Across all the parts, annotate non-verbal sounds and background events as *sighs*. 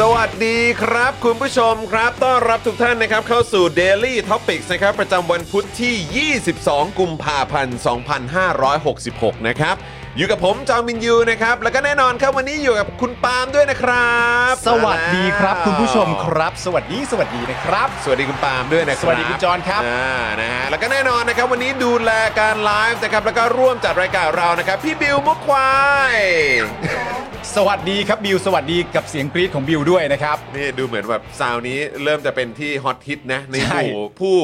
สวัสดีครับ คุณผู้ชมครับ ต้อนรับทุกท่านนะครับ เข้าสู่ Daily Topics นะครับ ประจำวันพุทธที่ 22 กุมภาพันธ์ 2566 นะครับ อยู่กับผมจอมบินยูนะครับ แล้วก็แน่นอนครับวันนี้อยู่กับคุณปาล์มด้วยนะครับ สวัสดีครับ มาแล้ว คุณผู้ชมครับ สวัสดีสวัสดีนะครับ สวัสดีคุณปาล์มด้วยนะครับ สวัสดีคุณจอห์นครับ อ่านะฮะแล้วก็แน่นอนนะครับวันนี้ดูแลการไลฟ์นะครับแล้วก็ร่วมจัดรายการเรานะครับพี่บิวมุกควาย สวัสดีครับบิวสวัสดีกับเสียงกรี๊ดของบิวด้วยนะครับ นี่ดูเหมือนแบบซาวน์นี้เริ่มจะเป็นที่ฮอตฮิตนะ ใน ใช่ หมู่ผู้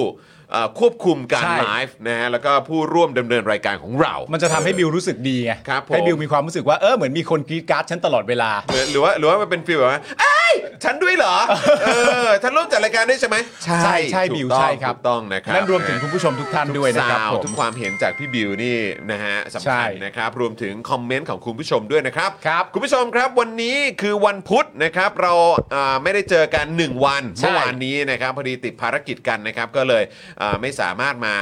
เอ่อควบคุมการ ใช่ ไลฟ์นะฮะแล้วก็ผู้ร่วมดำเนินรายการของเรา มันจะทำให้บิวรู้สึกดีไง ครับผม ให้บิวมีความรู้สึกว่าเออเหมือนมีคนกรี๊ดกราร์ดฉันตลอดเวลา หรือหรือว่าหรือว่ามันเป็นฟีลแบบว่าไอ้ายฉันด้วยเหรอ เออฉันร่วมจัดรายการด้วยใช่ไหม ใช่ใช่ ถูก บิว ต้อง ใช่ครับ ถูกต้องนะครับ นั่นรวมถึงคุณผู้ชมทุกท่านด้วยนะครับ สาว ผม ทุกความเห็นจากพี่บิวนี่นะฮะสำคัญ ใช่ นะครับรวมถึงคอมเมนต์ของคุณผู้ชมด้วยนะครับ ครับ คุณผู้ชมครับวันนี้คือวันพุธนะครับเราอ่าไม่ได้เจอกัน 1 วัน ใช่ เมื่อวานนี้นะครับพอดีติดภารกิจกันนะครับ ก็เลยอ่าไม่สามารถมา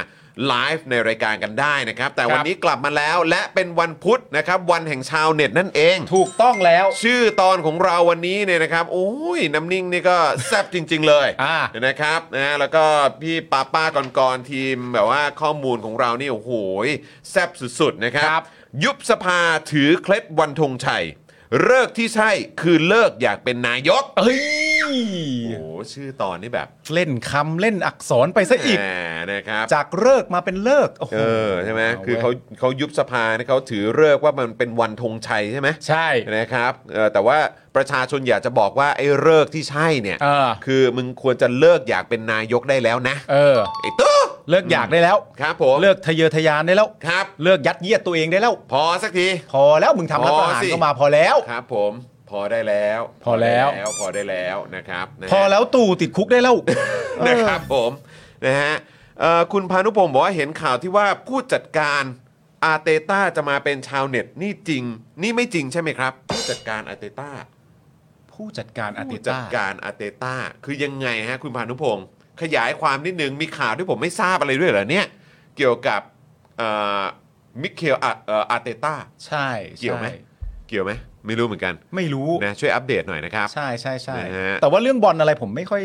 ไลฟ์ในรายการกันได้นะครับ แต่วันนี้กลับมาแล้วและเป็นวันพุธนะครับวันแห่งชาวเน็ตนั่นเอง ถูกต้องแล้ว ชื่อตอนของเราวันนี้เนี่ยนะครับโอ้ยน้ำนิ่งนี่ก็แซ่บจริง ๆ เลย อ่า นะครับนะแล้วก็พี่ป้าป้าก่อนๆทีมแบบว่าข้อมูลของเรานี่โอ้โหยแซ่บสุดๆนะครับ ครับ ยุบสภาถือเคล็ดวันธงชัยเลิกที่ใช่คือเลิกอยากเป็นนายก เอ้ย โอ้โหชื่อตอนนี่แบบ เล่นคำเล่นอักษรไปซะอีก แหมนะครับ จากเลิกมาเป็นเลิกโอ้โห เออใช่ไหม ว้ย คือเขาเขายุบสภาเนี่ยเขาถือเลิกว่ามันเป็นวันธงชัยใช่ไหม ใช่ นะครับเอ่อแต่ว่าประชาชนอยากจะบอกว่าไอ้เลิกที่ใช่เนี่ย เออ คือมึงควรจะเลิกอยากเป็นนายกได้แล้วนะ เออ ไอ้ตู้ เลิกอยากได้แล้ว ครับผม เลิกทะเยอทะยานได้แล้ว ครับ เลิกยัดเยียดตัวเองได้แล้ว พอสักที พอแล้วมึงทำรัฐประหา พอ ร สิ ก็มาพอแล้ว ครับผมพอได้แล้ว พอแล้ว ได้พอได้แล้วนะครับนะฮะ พอแล้วตู่ติดคุกได้แล้ว นะครับผมนะฮะเอ่อคุณพานุพงศ์บอกว่าเห็นข่าวที่ว่าผู้จัดการอาร์เตต้าจะมาเป็นชาวเน็ตนี่จริง นี่ไม่จริงใช่ไหมครับ ผู้จัดการอาร์เตต้า ผู้จัดการอาร์ติ ผู้จัด ต้า การอาร์เตต้าคือยังไงฮะคุณพานุพงศ์ขยายความนิดนึง มีข่าวที่ผมไม่ทราบอะไรด้วยเหรอเนี่ย เกี่ยวกับเอ่อมิเคลอาเอ่ออาร์เตต้า ใช่ เกี่ยวไหม ใช่ เกี่ยวไหมไม่รู้เหมือนกัน ไม่รู้ นะช่วยอัปเดตหน่อยนะครับ ใช่ใช่ใช่ นะฮะ แต่ว่าเรื่องบอลอะไรผมไม่ค่อย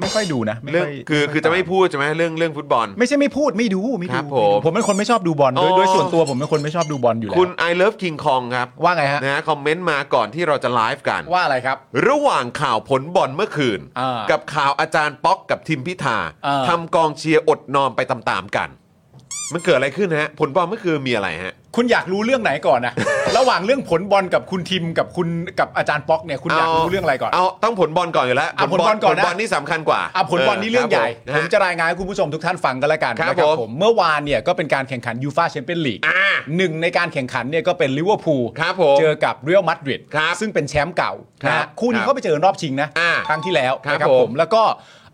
ไม่ค่อยดูนะไม่ เรื่อง ย คือคือจะไม่ ตา พูดใช่ไหมเรื่องเรื่องฟุตบอล ไม่ใช่ไม่พูดไม่ดูไม่ ค ดู รับ ไม่ ผม ดูผมเป็นคนไม่ชอบดูบอลโดย อ๋อ โดยส่วนตัวผมเป็นคนไม่ชอบดูบอลอยู่แล้ว คุณ I love King Kong ครับ ว่าไงฮะ นะฮะคอมเมนต์มาก่อนที่เราจะไลฟ์กัน ว่าอะไรครับ ระหว่างข่าวผลบอลเมื่อคืน อ่ากั กับข่าวอาจารย์ป๊อกกับทิมพิธา อ่า ทำกองเชียร์อดนอนไปตามๆกัน มันเกิดอะไรขึ้นฮะ ผลบอลเมื่อคืนมีอะไรฮะ คุณอยากรู้เรื่องไหนก่อนนะ ระหว่างเรื่องผลบอลกับคุณทิมกับคุณกับอาจารย์ป๊อกเนี่ยคุณอยากรู้เรื่องอะไรก่อน เอาต้องผลบอลก่อนอยู่แล้ว เอาผลบอลก่อนนะ ผลบอลนี่สำคัญกว่า อ่ะผลบอลนี่เรื่องใหญ่ ค ผ รับ ม ผม จะรายงานให้คุณผู้ชมทุกท่านฟังกันละกัน ครับ นะ ผม ผม เมื่อวานเนี่ยก็เป็นการแข่งขันยูฟาแชมเปี้ยนลีก อ่า หนึ่งในการแข่งขันเนี่ยก็เป็นลิเวอร์พูล ครับผม เจอกับเรอัลมาดริด ครับ ซึ่งเป็นแชมป์เก่า ครับ นะฮะคู่นี้ ครับ เขาไปเจอรอบชิงนะ อ่า ครั้งที่แล้ว ครับ นะ ผม แล้วก็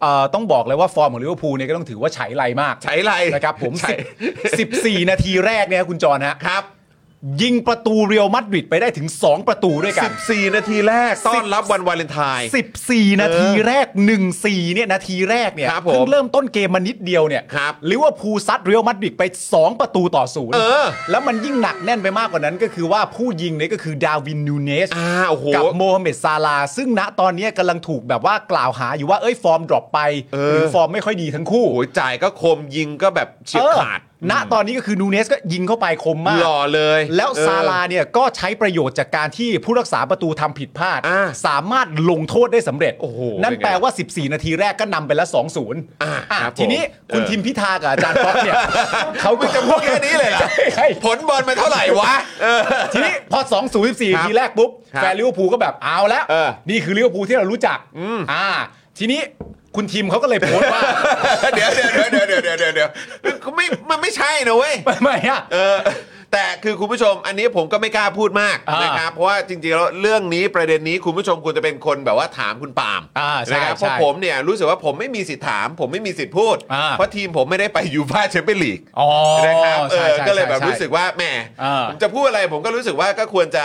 เอ่อต้องบอกเลยว่าฟอร์มของลิเวอร์พูลเนี่ยก็ต้องถือว่าฉายไลมาก ใช้ไร นะครับผม ใช้ สิบ14 นาทีแรกเนี่ยคุณจรฮะ ครับ ยิงประตูเรียลมาดริดไปได้ถึง 2 ประตูด้วยกัน 14 นาทีแรกต้อนรับวันวาเลนไทน์ 14 นาทีแรก 1-4เนี่ยนาทีแรกเนี่ย ครับผม เพิ่งเริ่มต้นเกมมานิดเดียวเนี่ย ครับ ลิเวอร์พูลซัดเรียลมาดริดไป 2 ประตูต่อศูนย์ เออ แล้วมันยิ่งหนักแน่นไปมากกว่านั้นก็คือว่าผู้ยิงเนี่ยก็คือดาร์วินนูเนส อ่าโอ้โห กับโมฮัมเหม็ดซาลาห์ซึ่งณตอนนี้กำลังถูกแบบว่ากล่าวหาอยู่ว่าเอ้ยฟอร์มดรอปไป เออ หรือฟอร์มไม่ค่อยดีทั้งคู่ โอ้โหจ่ายก็คมยิงก็แบบเฉียบขาด เออณตอนนี้ก็คือนูเนสก็ยิงเข้าไปคมมาก หล่อเลย แล้วซาลา เอ ห์เนี่ยก็ใช้ประโยชน์จากการที่ผู้รักษาประตูทำผิดพลาด อ่า สามารถลงโทษได้สำเร็จ โอ้โห นั่น เป็นไง แปลว่า 14 นาทีแรกก็นำไปแล้ว 2 0 อ่าครับผม ทีนี้คุณ เออ ทิมพิธากับอาจารย์ป๊อกเนี่ย เขา อมึงจะพูดแค่นี้เลยเหรอ ใช่ ผลบอลมันเท่าไหร่วะเออ ทีนี้พอ 2 0 14 ครับ นาทีแรกปุ๊บ ครับ แฟนลิเวอร์พูลก็แบบเอาแล้ว เออ นี่คือลิเวอร์พูลที่เรารู้จักอ่า ทีนี้คุณทีมเขาก็เลยโพสต์ว่า *laughs* เดี๋ยวเดี๋ยวเดี๋ยวเดี๋ยวเดี๋ยวเดี๋ยวเดี๋ยวไม่มันไม่ใช่นะเว้ย ไม่ไม่อะ เออแต่คือคุณผู้ชมอันนี้ผมก็ไม่กล้าพูดมาก อ่าน นะครับเพราะว่าจริงๆแล้วเรื่องนี้ประเด็นนี้คุณผู้ชมควรจะเป็นคนแบบว่าถามคุณปาล์ม อ่าใช่ นะครับ ใช่ เพราะผมเนี่ยรู้สึกว่าผมไม่มีสิทธิ์ถาม ผมไม่มีสิทธิ์พูด อ่า เพราะทีมผมไม่ได้ไปยูฟ่าแชมเปี้ยนลีก อ๋อ นะครับเอ ใช่ อ ใช่ ก็เลยแบบ ใช่ รู้สึกว่าแหม อ่า ผมจะพูดอะไรผมก็รู้สึกว่าก็ควรจะ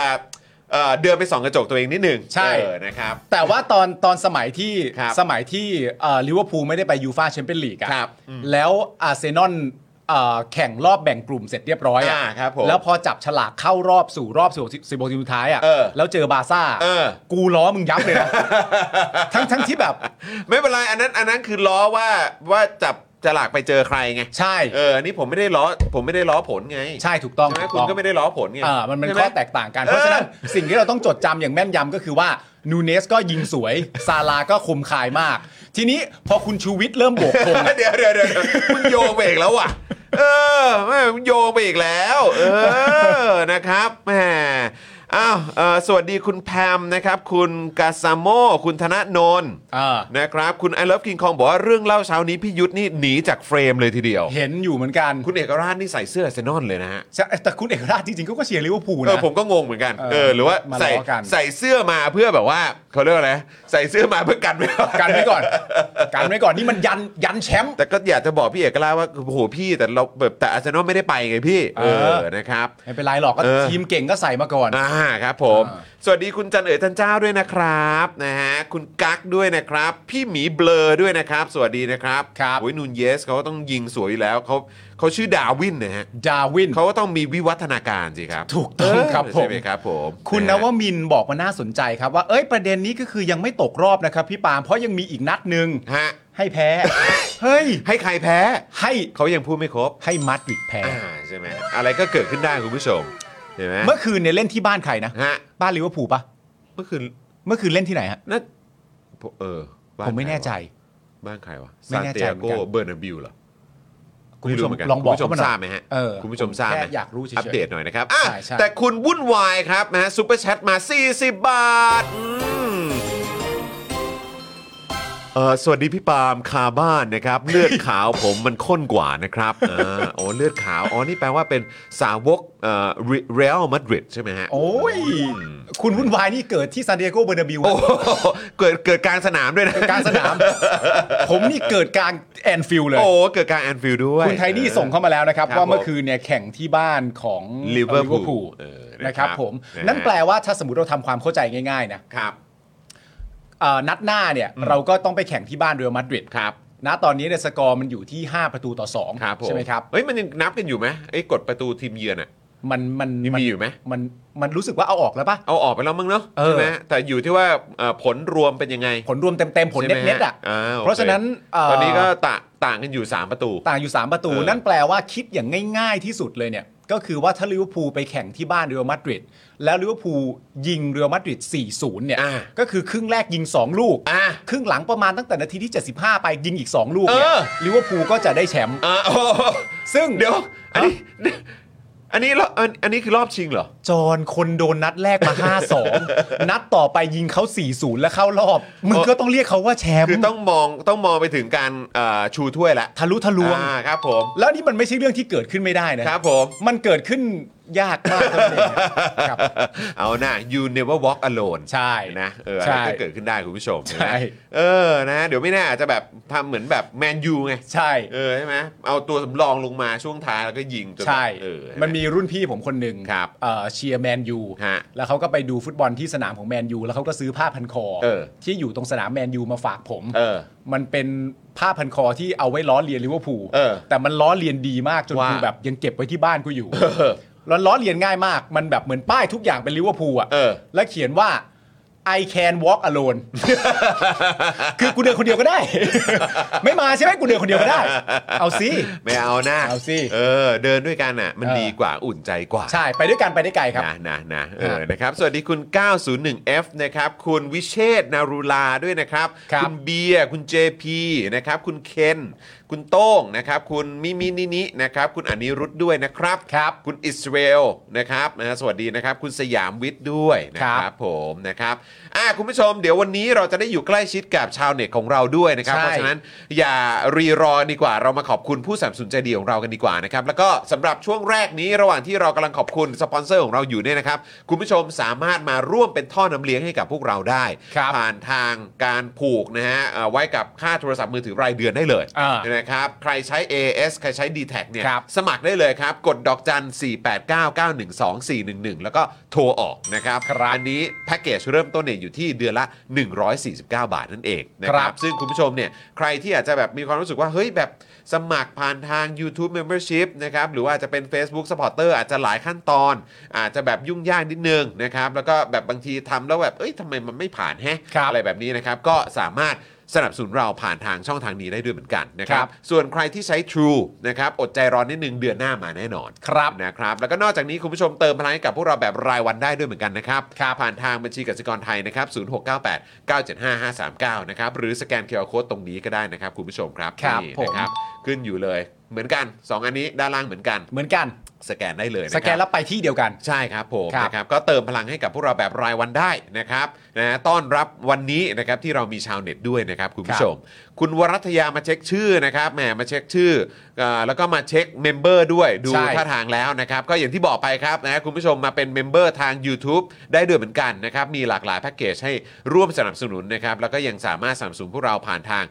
เอ่อเดินไปส่องกระจกตัวเองนิดหนึ่ง ใช่ เออนะครับ แต่ว่าตอนตอนสมัยที่ ครับ สมัยที่เอ่อลิเวอร์พูลไม่ได้ไปยูฟ่าแชมเปี้ยนลีกอะ ครับอืม แล้วอาร์เซนอลเอ่อแข่งรอบแบ่งกลุ่มเสร็จเรียบร้อยอะ อ่าครับผม แล้วพอจับฉลากเข้ารอบสู่รอบสู่สิบหกทีมสุดท้ายอะ เออ แล้วเจอบาซ่า เออ กูล้อมึงยับเลยนะ ทั้งทั้งที่แบบ ไม่เป็นไรอันนั้นอันนั้นคือล้อว่าว่าจับจะหลากไปเจอใครไง ใช่ เอออันนี่ผมไม่ได้ล้อผมไม่ได้ล้อผลไง ใช่ถูกต้อง ใช่ไหม ถู คุณ ต้อง ก็ไม่ได้ล้อผลไง อ่ามันเป็น ใช่ไห ข้อแตกต่างกัน เออ เพราะฉะนั้นสิ่งที่เราต้องจดจำอย่างแม่นยำก็คือว่านูเนสก็ยิงสวย ซาลาก็คมคายมาก ทีนี้พอคุณชูวิทย์เริ่มโบกธงอะ *laughs* *laughs* เดี๋ยวเดี๋ยวเดี๋ยวคุณโยงไปอีกแล้วอ่ะ เออแม่มึงโยงไปอีกแล้ว เออนะครับแหมอ้าวเอ่อสวัสดีคุณแพมนะครับ คุณกาซาโมคุณธนโนน อ่า นะครับ คุณไอ o v e ฟ i n g คองบอกว่าเรื่องเล่าเช้านี้พี่ยุทธนี่หนีจากเฟรมเลยทีเดียว เห็นอยู่เหมือนกัน คุณเอกราชนี่ใส่เสื้ออาร์เซนอนเลยนะฮะ ใช่แต่คุณเอกราชจริงๆเขาก็เชียร์ลิเวอร์พูล เออ นะ ผมก็งงเหมือนกัน เออ เออหรือว่า มา ใส่ ล้อกัน ใส่เสื้อมาเพื่อแบบว่าเขาเรียกว่าอะไรใส่เสื้อมาเพื่อกันไว้ก่อน กันไว้ *laughs* ก่อน กันไว้ก่อนนี่มันยันยันแชมป์ แต่ก็อยากจะบอกพี่เอกล่าว่าโอ้โหพี่แต่เราแบบแต่อาร์เซนอลไม่ได้ไปไงพี่ เอ เอ อ อ นะครับ ไม่เป็นไรหรอกก็ เออ ทีมเก่งก็ใส่มาก่อน อ่าครับผม อ่า สวัสดีคุณจันเอ๋ยจันเจ้าด้วยนะครับนะฮะคุณกั๊กด้วยนะครับ พี่หมีเบลอด้วยนะครับ สวัสดีนะครับครับโอ้ยนูนเยสเขาก็ต้องยิงสวยอยู่แล้วเขาเขาชื่อดาวินนะฮะ ดาวิน เขาก็ต้องมีวิวัฒนาการสิครับ ถูกต้องครับผมเใช่ไหมครับผม คุณน ฮ วมินทร์บอกมาน่าสนใจครับว่าเอ้ยประเด็นนี้ก็คือยังไม่ตกรอบนะครับพี่ปาล์มเพราะยังมีอีกนัดหนึ่ง ฮะ ให้ *laughs* แพ้ เฮ้ย ให้ใครแพ้ ให้ เขายังพูดไม่ครบ ให้มาดริดแพ้ อ่าใช่ไหมอะไรก็เกิดขึ้นได้คุณผู้ชมเห็นไหม เมื่อคืนเนี่ยเล่นที่บ้านใครนะ ฮะ บ้านลิเวอร์พูลปะ เมื่อคืน เมื่อคืนเล่นที่ไหนฮะ น่าเออบ้า ผมไม่ ใคร แน่ใจ วะ บ้านใครวะ ไม่แน่ใจ ซานติอาโก เหมือนกัน เบอร์นาบิวเหรอ คุณผู้ชม ไรู้เหนน ลองบ คุณอก ผู้ชม เข้หน่อย ทราบไหมฮะ เออ คุณผู้ชมทราบไหม แค่อยากรู้เฉยๆ อัปเดตหน่อยนะครับอ่ะ ใช่ใช่ แต่คุณวุ่นวายครับนะฮะซุปเปอร์แชทมา 40 บาทอืมเออสวัสดีพี่ปาล์มคาบ้าน *laughs* นะครับ เลือดขาวผมมันข้นกว่านะครับอ่าโอ้เลือดขาว อ๋อ นี่แปลว่าเป็นสาวกเอ่อเรอัลมาดริดใช่ไหมฮะ โอ้ยคุณวุ่นวายนี่เกิดที่ซานดิเอโกเบอร์นาบิว โอ้โหเกิดเกิดกลางสนามด้วยนะ กลางสนาม ผมนี่เกิดกลางแอนฟิลเลย โอ้โหเกิดกลางแอนฟิลด์ด้วย คุณไทนี่ส่งเข้ามาแล้วนะครับ ครับ ว่าเมื่อคืนเนี่ยแข่งที่บ้านของ Liverpool เออนะ นะ ค ค รั รั บบ ผม นะฮะ นั่นแปลว่าถ้าสมมติเราทำความเข้าใจง่ายๆนะครับ เอ่อนัดหน้าเนี่ยเราก็ต้องไปแข่งที่บ้านเรอัลมาดริด ครับ ณตอนนี้เนี่ยสกอร์มันอยู่ที่ 5 ประตูต่อ ครับผ 2 ใช่ไหมครับ เฮ้ยมันยังนับกันอยู่ไหมไอ้กฎประตูทีมเยือนอ่ะ มันมัน ยังมีอยู่ไหม มันมันรู้สึกว่าเอาออกแล้วปะ เอาออกไปแล้วมั้งเนาะ เออ ใช่ไหมแต่อยู่ที่ว่าเอ่อผลรวมเป็นยังไง ผลรวมเต็มๆ ผล ใช่ไหม เน็ตๆอ่ะ าโอค เพราะฉะนั้นเ ตอนนี้ก็ต่างต่างกันอยู่ 3 ประตู ต่างอยู่ 3 ประตู เออ นั่นแปลว่าคิดอย่างง่ายๆที่สุดเลยเนี่ย ก็คือว่าถ้าลิเวอร์พูลไปแข่งที่บ้านเรอัลมาดริดแล้วลิเวอร์พูลยิงเรอัลมาดริด 4-0 เนี่ย อ่า ก็คือครึ่งแรกยิง 2 ลูก อ่ะ ครึ่งหลังประมาณตั้งแต่นาทีที่ 75 ไปยิงอีก 2 ลูกเนี่ย เออ ลิเวอร์พูลก็จะได้แชมป์ อ่ *laughs* ะโอ้โห ซึ่ง เดี๋ยว อันนี้ อันนี้รอบอันอันนี้คือรอบชิงเหรอ จอห์นคนโดนนัดแรกมา 5-2 นัดต่อไปยิงเขา 4-0 แล้วเข้ารอบมึงก็ต้องเรียกเขาว่าแชมป์ คือต้องมองต้องมองไปถึงการเอ่อชูถ้วยละ ทะลุทะลวง อ่าครับผม แล้วนี่มันไม่ใช่เรื่องที่เกิดขึ้นไม่ได้นะ ครับผม *laughs* มันเกิดขึ้น ยากมากเลย ครับ เอานะ you never walk alone ใช่ นะเออ ใช่ อะไรก็เกิดขึ้นได้คุณผู้ชม ใช่ นะเออนะเดี๋ยวไม่แน่อาจจะแบบทำเหมือนแบบแมนยูไง ใช่ เออใช่ไหมเอาตัวสำรองลงมาช่วงท้ายแล้วก็ยิงจน ใช่ เออ มันมีรุ่นพี่ผมคนหนึ่ง ครับ เอ่อเชียร์แมนยู ฮะ แล้วเขาก็ไปดูฟุตบอลที่สนามของแมนยูแล้วเขาก็ซื้อผ้าพันคอ เออ ที่อยู่ตรงสนามแมนยูมาฝากผม เออ มันเป็นผ้าพันคอที่เอาไว้ล้อเลียนลิเวอร์พูล เออ แต่มันล้อเลียนดีมากจน ว่ากู กูแบบยังเก็บไว้ที่บ้านกูอยู่ เออ แล้วล้อเลียนง่ายมาก มันแบบเหมือนป้ายทุกอย่างเป็นลิเวอร์พูลอ่ะ เออ และเขียนว่า I can walk *laughs* alone คือกูเดินคนเดียวก็ได้ ไม่มาใช่ไหมกูเดินคนเดียวก็ได้ เอาสิ ไม่เอานะ เอาสิ เออ เดินด้วยกันอ่ะ มัน เออ ดีกว่าอุ่นใจกว่า ใช่ไปด้วยกันไปได้ไกลครับ นะนะนะเอ ครั อบ นะครับ สวัสดีคุณ 901F นะครับ คุณวิเชษฐ์นารุลาด้วยนะครับ ครับ ณเบียร์คุณ JP นะครับ คุณเคน คุณโต้งนะครับ คุณมิมินินินะครับ คุณอนิรุธด้วยนะครับ ครับ คุณอิสราเอลนะครับนะฮะสวัสดีนะครับ คุณสยามวิทย์ด้วยนะค ครั รับบ ผมนะครับอ่ะคุณผู้ชม เดี๋ยววันนี้เราจะได้อยู่ใกล้ชิดกับชาวเน็ตของเราด้วยนะครับ ใช่ เพราะฉะนั้น อย่ารีรอดีกว่าเรามาขอบคุณผู้สนับสนุนใจดีของเรากันดีกว่านะครับ แล้วก็สำหรับช่วงแรกนี้ระหว่างที่เรากำลังขอบคุณสปอนเซอร์ของเราอยู่เนี่ยนะครับ คุณผู้ชมสามารถมาร่วมเป็นท่อน้ำเลี้ยงให้กับพวกเราได้ ครับ ผ่านทางการผูกนะฮะเอ่อไว้กับค่าโทรศัพท์มือถือรายเดือนได้เลย อ่า นะครับใครใช้ AS ใครใช้ d t แทเนี่ย ครับ สมัครได้เลยครับ กดดอกจัน 489912411 แล้วก็โทรออกนะครับ ครับ อันนี้แพ็กเกจเริ่มต้นเนี่ยอยู่ที่เดือนละ 149 บาทนั่นเองนะค ครั รับ บ ซึ่งคุณผู้ชมเนี่ยใครที่อาจจะแบบมีความรู้สึกว่า เฮ้ยแบบสมัครผ่านทาง YouTube Membership นะครับหรือว่าอาจจะเป็น Facebook Supporter อาจจะหลายขั้นตอน อาจจะแบบยุ่งยากนิดนึงนะครับแล้วก็แบบบางทีทำแล้วแบบเอ้ยทำไมมันไม่ผ่านแฮะ ครับ อะไรแบบนี้นะครับ ก็สามารถสนับสนุนเราผ่านทางช่องทางนี้ได้ด้วยเหมือนกันนะครับ ครับ ส่วนใครที่ใช้ True นะครับอดใจรอนิดนึงเดือนหน้ามาแน่นอน ครับ นะครับแล้วก็นอกจากนี้คุณผู้ชมเติมพลังให้กับพวกเราแบบรายวันได้ด้วยเหมือนกันนะครับ ครับ ผ่านทางบัญชีกสิกรไทยนะครับ 0698 975 539 นะครับ หรือสแกนเคอร์โคตรงนี้ก็ได้นะครับ คุณผู้ชมครับ ครับ นี่ ผม นะครับ ขึ้นอยู่เลยเหมือนกัน 2 อันนี้ด้านล่างเหมือนกัน เหมือนกัน สแกนได้เลยนะค ส รับ แกนแล้วไปที่เดียวกัน ใช่ครับผม ครับ นะครับก็เติมพลังให้กับพวกเราแบบรายวันได้นะครับนะต้อนรับวันนี้นะครับที่เรามีชาวเน็ตด้วยนะครับคุณผู้ชม คุณวรัตยามาเช็คชื่อนะครับแหมมาเช็คชื่อเอ่อแล้วก็มาเช็คเมมเบอร์ด้วยดู ใช่ ท่าทางแล้วนะครับ ก็อย่างที่บอกไปครับนะคุณผู้ชมมาเป็นเมมเบอร์ทาง YouTube ได้ด้วยเหมือนกันนะครับมีหลากหลายแพ็กเกจให้ร่วมสนับสนุนนะครับแล้วก็ยังสามารถสนับสนุนพวกเราผ่านทาง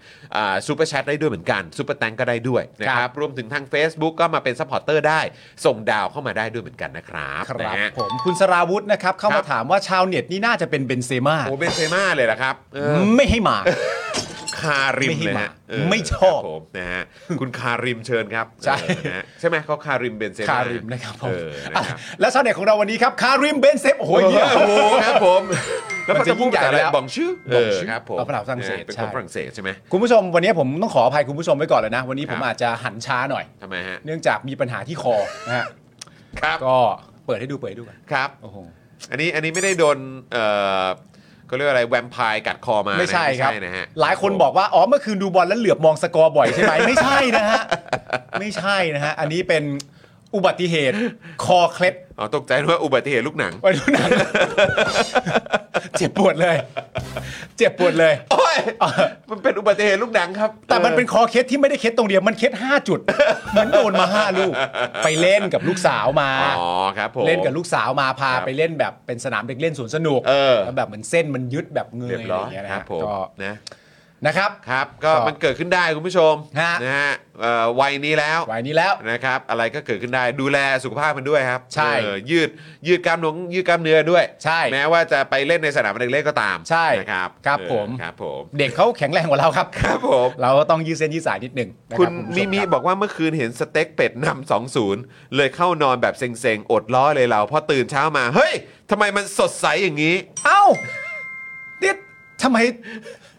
ซูเปอร์แชทได้ด้วยเหมือนกันซูเปอร์แตงก็ได้ด้วยนะค ครั รับบ รวมถึงทาง Facebook ก็มาเป็นซัพพอร์เตอร์ได้ส่งดาวเข้ามาได้ด้วยเหมือนกันนะครับ ครับ นะฮะ ผมคุณสราวุธนะครับ เข้า ครั มา บ ถามว่าชาวเน็ตนี่น่าจะเป็นเบนเซม่า โอ้เบนเซม่าเลยนะครับเออ ไม่ให้มา คาริมเลยฮะ ไม่ให้มาไม่ชอบ ครัผมนะฮะคุณคาริมเชิญครับ ใช่ เออนะฮะใช่ไหมเขาคาริมเบนเซม่า คาริมนะครับผม เออนะครับ และชาวเน็ตของเราวันนี้ครับคาริมเบนเซมโอ้โห โอ้ เยี่ยม โหครับผม แล้วมันจะพูดภาษาอะไร มันจะยิ่งใหญ่แล้ว บองชื่อบ องชื่อ เครับผม เอาภาษาฝรั่งเศส นะฮะเป็น ใช่ คนฝรั่งเศสใช่ไหม คุณผู้ชมวันนี้ผมต้องขออภัยคุณผู้ชมไว้ก่อนเลยนะ วันนี้ ครั ผ บ มอาจจะหันช้าหน่อย ทำไมฮะ เนื่องจากมีปัญหาที่คอนะฮะ ครับ ก็เปิดให้ดูเปิดให้ดูกัน ครับ โอ้โห อันนี้อันนี้ไม่ได้โดนเอ่อเขาเรียกว่าอะไรแวมไพร์กัดคอมานะ ไม่ใช่ครับ ไม่นะฮะ หลายคนบอกว่า อ๋อ เมื่อคืนดูบอลแล้วเหลือบมองสกอร์บ่อยใช่ไหม ไม่ใช่นะฮะ ไม่ใช่นะฮะ อันนี้เป็นอุบัติเหตุคอเคล็ด อ๋อตกใจนึกว่าอุบัติเหตุลูกหนัง ไปดู *laughs* หนัง เจ็บปวดเลย เจ็บปวดเลย โอ้ยมันเป็นอุบัติเหตุลูกหนังครับ แต่มันเป็นคอเคล็ดที่ไม่ได้เคล็ดตรงเดียว มันเคล็ด5 จุด เหมือนโดนมา 5 ลูก ไปเล่นกับลูกสาวมา อ๋อครับผม เล่นกับลูกสาวมาพา ครับ ไปเล่นแบบเป็นสนามเด็กเล่นสวนสนุก เออ แล้วแบบเหมือนเส้นมันยึดแบบเงย เรียบ อะไร ร้ อ อย ย่างเงี้ยนะ ค ฮะ รับผม ก็ นะ นะครับ ครับก็ ก็ มันเกิดขึ้นได้คุณผู้ชม ฮะ นะฮะเอ่อวัยนี้แล้ว วัยนี้แล้ว นะครับ อะไรก็เกิดขึ้นได้ดูแลสุขภาพมันด้วยครับ ใช่ เออยืดยืดกล้ามเนงยืดกล้ามเนื้อด้วย ใช่ แม้ว่าจะไปเล่นในสนามเด็กเล่นก็ตาม ใช่ นะครับ ครับ เออ ผม ครับผม เด็กเขาแข็งแรงกว่าเราครับ ครับผม เราก็ต้องยืดเส้นยืดสายนิดหนึ่งนะ คุ รั ณ บผู้ช มิมิ ครับ อกว่าเมื่อคืนเห็นสเต็กเป็ดนำสองศูนย์เลยเข้านอนแบบเซ็งๆ อดล้อเลยเราพอตื่นเช้ามาเฮ้ยทำไมมันสดใสอย่างนี้ เอ้าเนี่ยทำไม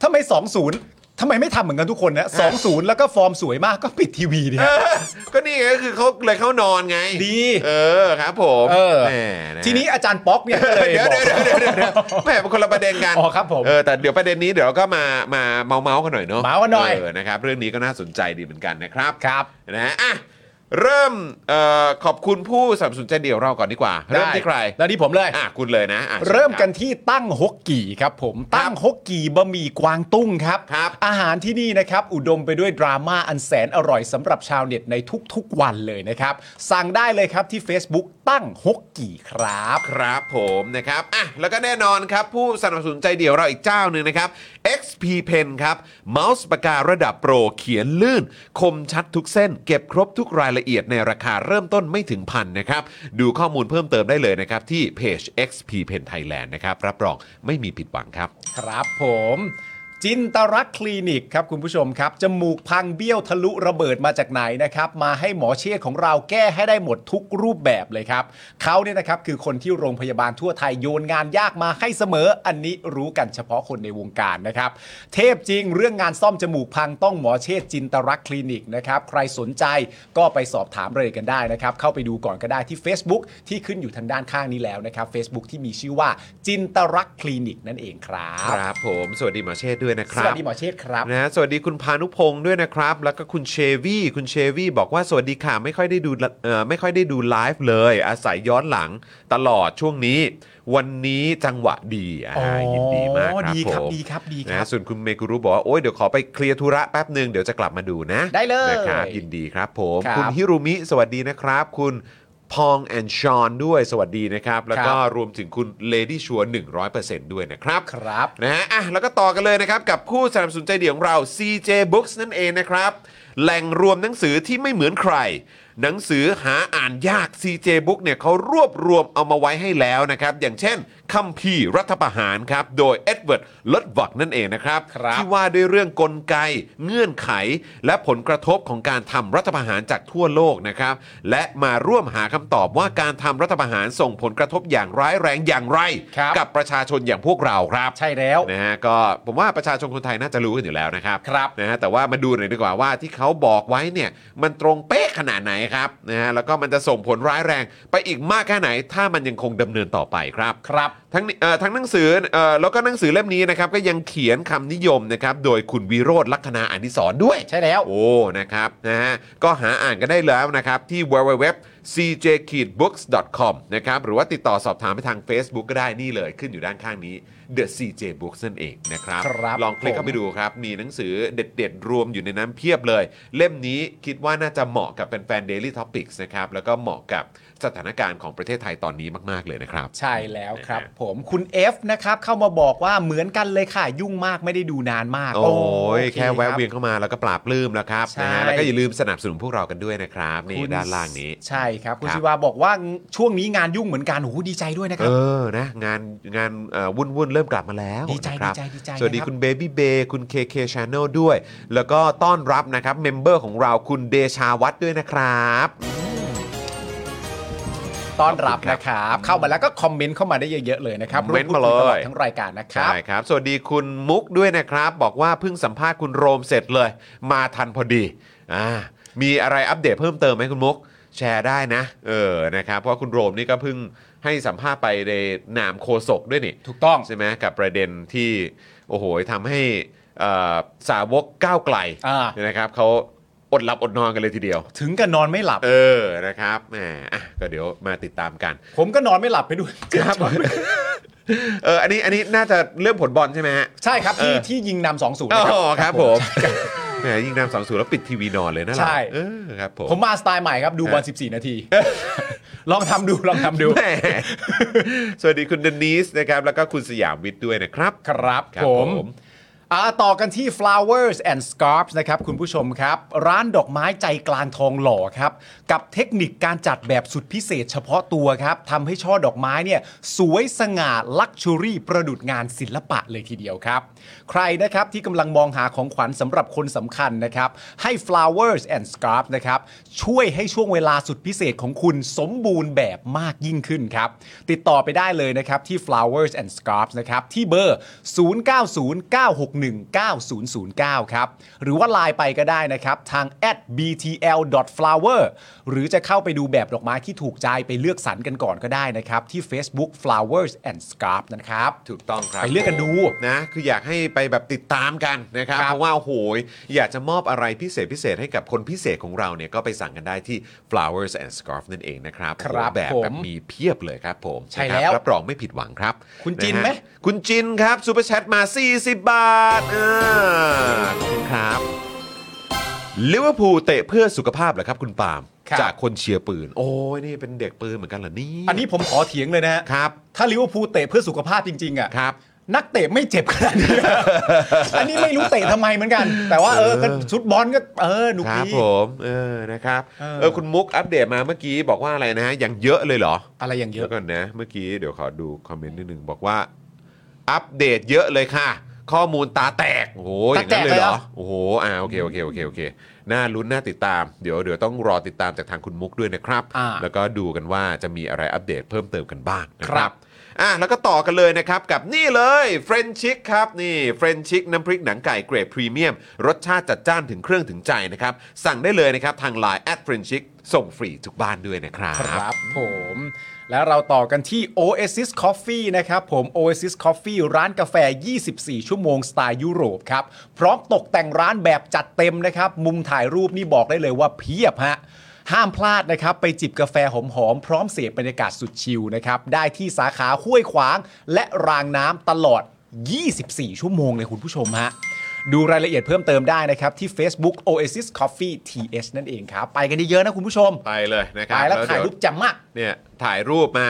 ทำไมสองศูนย์ทำไมไม่ทำเหมือนกันทุกคนนะสองศูนย์แล้วก็ฟอร์มสวยมากก็ปิดทีวีดิ เออก็นี่ไงก็คือเขาเลยเข้านอนไง ดี เออครับผม เออ แหม่ะ ทีนี้อาจารย์ป๊อกเนี่ยก็เลย เดี๋ยว บอก เดี๋ยวเดี๋ยวเดี๋ยวเดี๋ยวเดี๋ยวแหม่เป็นคนละประเด็นกัน อ๋อครับผม เออแต่เดี๋ยวประเด็นนี้เดี๋ยวก็มามาเมาเมาส์กันหน่อยเนาะ เมาส์กันหน่อย เนะครับเรื่องนี้ก็น่าสนใจดีเหมือนกันนะครับ ครับ นะฮะอ่ะ เริ่มเออขอบคุณผู้สนับสนุนใจเดียวเราก่อนดีกว่า เริ่มที่ใคร แล้วที่ผมเลย อ่ะคุณเลยนะอ่ะชิญคบ เริ่มกันที่ตั้งฮกกี่ครับผมตั้งฮกกี่บะหมี่กวางตุ้งครับ ครับ อาหารที่นี่นะครับ อุดมไปด้วยดราม่าอันแสนอร่อยสำหรับชาวเน็ตในทุกๆวันเลยนะครับ สั่งได้เลยครับที่ Facebook ตั้งฮกกี่ครับ ครับผมนะครับอ่ะแล้วก็แน่นอนครับผู้สนับสนุนใจเดี่ยวเราอีกเจ้าหนึ่งนะครับ XP Pen ครับเมาส์ปากการะดับโปรเขียนลื่น คมชัดทุกเส้น เก็บครบทุกรายละเอียดในราคาเริ่มต้นไม่ถึงพันนะครับ ดูข้อมูลเพิ่มเติมได้เลยนะครับ ที่เพจ XP Pen Thailand นะครับ รับรองไม่มีผิดหวังครับ ครับผม จินตรักษณ์คลินิกครับคุณผู้ชมครับ จมูกพังเบี้ยวทะลุระเบิดมาจากไหนนะครับ มาให้หมอเชษฐ์ของเราแก้ให้ได้หมดทุกรูปแบบเลยครับเขาเนี่ยนะครับคือคนที่โรงพยาบาลทั่วไทยโยนงานยากมาให้เสมอ อันนี้รู้กันเฉพาะคนในวงการนะครับ เทพจริงเรื่องงานซ่อมจมูกพังต้องหมอเชษฐ์จินตรักษณ์คลินิกนะครับ ใครสนใจก็ไปสอบถามรายละเอียดกันได้นะครับ เข้าไปดูก่อนก็ได้ที่ Facebook ที่ขึ้นอยู่ทางด้านข้างนี้แล้วนะครับ Facebook ที่มีชื่อว่าจินตรักษณ์คลินิกนั่นเองครัคบรับผมสวัสดีหมอเชษฐ์ด้วยนะค ส รับ วัสดีหมอเชษฐ์ครับ นะฮะสวัสดีคุณพานุพงศ์ด้วยนะครับ แล้วก็คุณเชวี่คุณเชวี่บอกว่าสวัสดีค่ะไม่ค่อยได้ดูเอ่อไม่ค่อยได้ดูไลฟ์เลย อาศัยย้อนหลังตลอดช่วงนี้ วันนี้จังหวะดีอ่า อ๋อ ยินดีมากครับ ดีครับ ผม ดีครับดีครับ นะส่วนคุณเมกุรุบอกว่า โอ้ยเดี๋ยวขอไปเคลียร์ธุระแป๊บหนึ่งเดี๋ยวจะกลับมาดูนะ ได้เลย นะครับยินดีครับผม ครับ ณฮิรุมิสวัสดีนะครับ คุณพองแอนชอนด้วยสวัสดีนะครับ แล้วก็ ครับ รวมถึงคุณเลดี้ชัวร์100%ด้วยนะครับ ครับ นะฮะอ่ะแล้วก็ต่อกันเลยนะครับ กับผู้สนับสนุนใจเดียวของเรา CJ Books นั่นเองนะครับ แหล่งรวมหนังสือที่ไม่เหมือนใคร หนังสือหาอ่านยาก CJ Book เนี่ยเขารวบรวมเอามาไว้ให้แล้วนะครับ อย่างเช่นคัมภีร์รัฐประหารครับ โดยเอ็ดเวิร์ดลดวักนั่นเองนะครับ ครับ ที่ว่าด้วยเรื่องกลไก เงื่อนไข และผลกระทบของการทำรัฐประหารจากทั่วโลกนะครับ และมาร่วมหาคำตอบว่าการทำรัฐประหารส่งผลกระทบอย่างร้ายแรงอย่างไร ครับ กับประชาชนอย่างพวกเราครับ ใช่แล้ว นะฮะก็ผมว่าประชาชนคนไทยน่าจะรู้กันอยู่แล้วนะครับ ครับ นะฮะแต่ว่ามาดูหน่อยดีกว่าว่าที่เขาบอกไว้เนี่ยมันตรงเป๊ะขนาดไหนครับนะฮะแล้วก็มันจะส่งผลร้ายแรงไปอีกมากแค่ไหน ถ้ามันยังคงดำเนินต่อไปครับ ครับ ทั้งนี้เอ่อทั้งหนังสือเอ่อแล้วก็หนังสือเล่มนี้นะครับก็ยังเขียนคำนิยมนะครับโดยคุณวิโรธลักษณะอนิสรณ์ด้วย ใช่แล้ว โอ้ นะครับ นะฮะ ก็หาอ่านกันได้แล้วนะครับ ที่ www cj-books.com นะครับ หรือว่าติดต่อสอบถามไปทาง Facebook ก็ได้นี่เลย ขึ้นอยู่ด้านข้างนี้ The CJ Books นั่นเองนะครับ ครับ ลองคลิกเข้าไปดูครับ มีหนังสือเด็ดๆ รวมอยู่ในนั้นเพียบเลย เล่มนี้คิดว่าน่าจะเหมาะกับแฟนๆ Daily Topics นะครับ แล้วก็เหมาะกับสถานการณ์ของประเทศไทยตอนนี้มากๆ เลยนะครับ ใช่แล้วครับ นะฮะ ผมคุณ F นะครับเข้ามาบอกว่าเหมือนกันเลยค่ะ ยุ่งมากไม่ได้ดูนานมาก โอ้ย โอเ แค่แวะ รับ เวียนเข้ามาแล้วก็ปราบปลื้มแล้วครับนะฮะ ใช่ แล้วก็อย่าลืมสนับสนุนพวกเรากันด้วยนะครับนี่ คุณ ด้านล่างนี้ ใช่ครับ คุณ ครับ ชิวาบอกว่าช่วงนี้งานยุ่งเหมือนกันโอ้โหดีใจด้วยนะค เอ รับ อ นะ งาน งานวุ่นวุ่นๆเริ่มกลับมาแล้ว ดีใจ นะครับ ดีใจดีใจ สวัสดี นะครับ คุณเบบี้เบย์คุณ KK Channel ด้วย แล้วก็ต้อนรับนะครับ เมมเบอร์ของเราคุณเดชาวัตรด้วยนะครับ ต้อนรับ ขอบคุณครับ นะครับ เข้ามาแล้วก็คอมเมนต์เข้ามาได้เยอะๆเลยนะครับ คอมเมนต์มา พูดคุ เลย ตอดทั้งรายการนะครับ ใช่ครับ สวัสดีคุณมุกด้วยนะครับ บอกว่าเพิ่งสัมภาษณ์คุณโรมเสร็จเลย มาทันพอดีอ่ามีอะไรอัปเดตเพิ่มเติมไหมคุณมุก แชร์ได้นะ เออ นะครับ เพราะว่าคุณโรมนี่ก็เพิ่งให้สัมภาษณ์ไปในนามโคศกด้วยนี่ ถูกต้อง ใช่ไหมกับประเด็นที่โอ้โหทำให้เอ่อสาวกก้าวไกล อ่า เนี่ยนะครับเขาอดหลับอดนอนกันเลยทีเดียว ถึงกับนอนไม่หลับ เออนะครับแหมอ่ะก็เดี๋ยวมาติดตามกัน ผมก็นอนไม่หลับไปด้วย *laughs* เอออันนี้อันนี้น่าจะเรื่องผลบอลใช่ไหมฮะ ใช่ครับที่ เออ ที่ยิงนำสองศูนย์ อ๋ นะครั อบ ครับผมแหม *laughs* ยิงนำสองศูนย์แล้วปิดทีวีนอนเลยนะเรา ใช่ เออครับผม ผมมาสไตล์ใหม่ครับดูบอล14 นาที *laughs* ลองทำดูลองทำดู แหม *laughs* สวัสดีคุณเดนิสนะครับแล้วก็คุณสยามวิทย์ด้วยนะครับ ครับ ครับ ผ ผม มอ่าต่อกันที่ flowers and scarfs นะครับคุณผู้ชมครับ ร้านดอกไม้ใจกลางทองหล่อครับ กับเทคนิคการจัดแบบสุดพิเศษเฉพาะตัวครับทำให้ช่อดอกไม้เนี่ยสวยสง่าลักชูรี่ประดุจงานศิลปะเลยทีเดียวครับ ใครนะครับที่กำลังมองหาของขวัญสำหรับคนสำคัญนะครับ ให้ flowers and scarfs นะครับ ช่วยให้ช่วงเวลาสุดพิเศษของคุณสมบูรณ์แบบมากยิ่งขึ้นครับ ติดต่อไปได้เลยนะครับที่ flowers and scarfs นะครับ ที่เบอร์ 0 9 0 9 6 19009 ครับ หรือว่าไลน์ไปก็ได้นะครับ ทาง at btl.flower หรือจะเข้าไปดูแบบดอกไม้ที่ถูกใจไปเลือกสรรกันก่อนก็ได้นะครับ ที่ Facebook flowers and scarf นะครับ ถูกต้องครับ ไปเลือกกันดู นะคืออยากให้ไปแบบติดตามกันนะครับ ครับ เพราะว่าโอ้โหอยากจะมอบอะไรพิเศษพิเศษให้กับคนพิเศษของเราเนี่ยก็ไปสั่งกันได้ที่ flowers and scarf นั่นเองนะครับ ครับ โอ้โหแบบ ผม แบบมีเพียบเลยครับผม ใช่ นะครับ แล้ว รับรองไม่ผิดหวังครับ คุณจินะ ฮะ ไหม คุณจินครับซูเปอร์แชทมา 40 บาทอ่าขอบคุณครับลิเวอร์พูลเตะเพื่อสุขภาพเหรอครับคุณปาล์ม ครับ จากคนเชียร์ปืน โอ้ยนี่เป็นเด็กปืนเหมือนกันเหรอนี่ อันนี้ผมขอเถียงเลยนะฮะ ครับ ถ้าลิเวอร์พูลเตะเพื่อสุขภาพจริงๆอ่ะ ครับ นักเตะไม่เจ็บขนาดนี้ *laughs* อันนี้ไม่รู้เตะทำไมเหมือนกัน แต่ว่าเออก็ชุดบอลก็เออหนุก ครับ ดี ผมเออนะครับ เออ เออคุณมุกอัปเดตมาเมื่อกี้บอกว่าอะไรนะฮะอย่างเยอะเลยเหรอ อะไรอย่างเย เดี๋ย อะ วก่อนนะ เมื่อกี้เดี๋ยวขอดูคอมเมนต์นิดนึงบอกว่าอัปเดตเยอะเลยค่ะ ข้อมูลตาแตกโอ้โหอย่างนั้นเลยเหรอ ตาแตกเลยเหรอ โอ้โหอ่าโอเคโอเคโอเคโอเคน่าลุ้นน่าติดตามเดี๋ยวเดี๋ยวต้องรอติดตามจากทางคุณมุกด้วยนะครับ อ่า แล้วก็ดูกันว่าจะมีอะไรอัปเดตเพิ่มเติมกันบ้างนะค ครั รับบ อ่ะแล้วก็ต่อกันเลยนะครับกับนี่เลยเฟรนชิกครับนี่เฟรนชิกน้ำพริกหนังไก่เกรดพรีเมียม รสชาติจัดจ้านถึงเครื่องถึงใจนะครับ สั่งได้เลยนะครับ ทาง Line แอดเฟรนชิกส่งฟรีทุกบ้านด้วยนะครับ ครับผม และเราต่อกันที่ Oasis Coffee นะครับผม Oasis Coffee ร้านกาแฟ 24 ชั่วโมงสไตล์ยุโรปครับ พร้อมตกแต่งร้านแบบจัดเต็มนะครับ มุมถ่ายรูปนี่บอกได้เลยว่าเพียบฮะ ห้ามพลาดนะครับ ไปจิบกาแฟหอมๆ พร้อมเสพบรรยากาศสุดชิลนะครับ ได้ที่สาขาห้วยขวาง และรางน้ำตลอด 24 ชั่วโมงเลยคุณผู้ชมฮะ ดูรายละเอียดเพิ่มเติมได้นะครับที่ Facebook Oasis Coffee TS นั่นเองครับ ไปกันเยอะๆนะคุณผู้ชม ไปเลยนะครับ ตายแล้ว เดี๋ ถ่ายรูปแจำมาก เนี่ยถ่ายรูปมา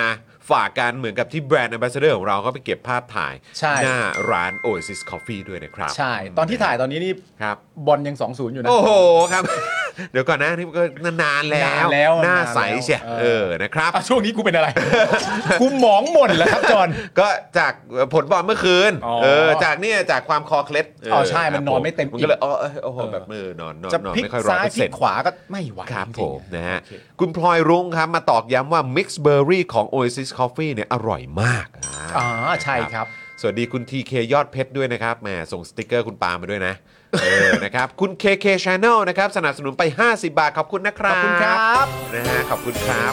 ฝากกันเหมือนกับที่แบรนด์ a m b a s s a d o r ของเราก็ไปเก็บภาพถ่าย ใช่ หน้าร้าน Oasis Coffee ด้วยนะครับ ใช่ ตอนที่ถ่ายตอนนี้นี่ ครับ บอลยัง 2 0 อยู่นะ โอ้โหครับ *laughs* เดี๋ยวก่อนนะนี่ก็นานๆแล้ว นานแล้ว หน้าน านแล้ว ใสเชีย เออ เออนะครับ อ่ะช่วงนี้กู *laughs* เป็นอะไร กูหมองหมดแล้วครับจอน ก็จากผลบอลเมื่อคืน อ๋อ เออจากเนี่ยจากความคอเคล็ด อ๋อใช่ ครับ มันนอนไม่เต็ม มันก็เลย อิ่ม อ๋อเอ้ยโอ้โหแบบมือนอนนอน จะ นอน พลิก ไม่ค่อยร้อ ซ้ายย เปอร์ พลิ เซ็น ก ต์ ขวาก็ไม่ไหว ครับ จ ผ งมๆนะฮะ โอเค คุณพลอยรุ้งครับมาตอกย้ำว่า Mix Berry ของ Oasis Coffee เนี่ยอร่อยมาก อ่าใช่ครับ สวัสดีคุณ TK ยอดเพชรด้วยนะครับแหมส่งสติกเกอร์คุณปาล์มมาด้วยนะเออนะครับคุณ KK Channel นะครับสนับสนุนไป 50 บาทขอบคุณนะครับ ขอบคุณครับ นะฮะขอบคุณครับ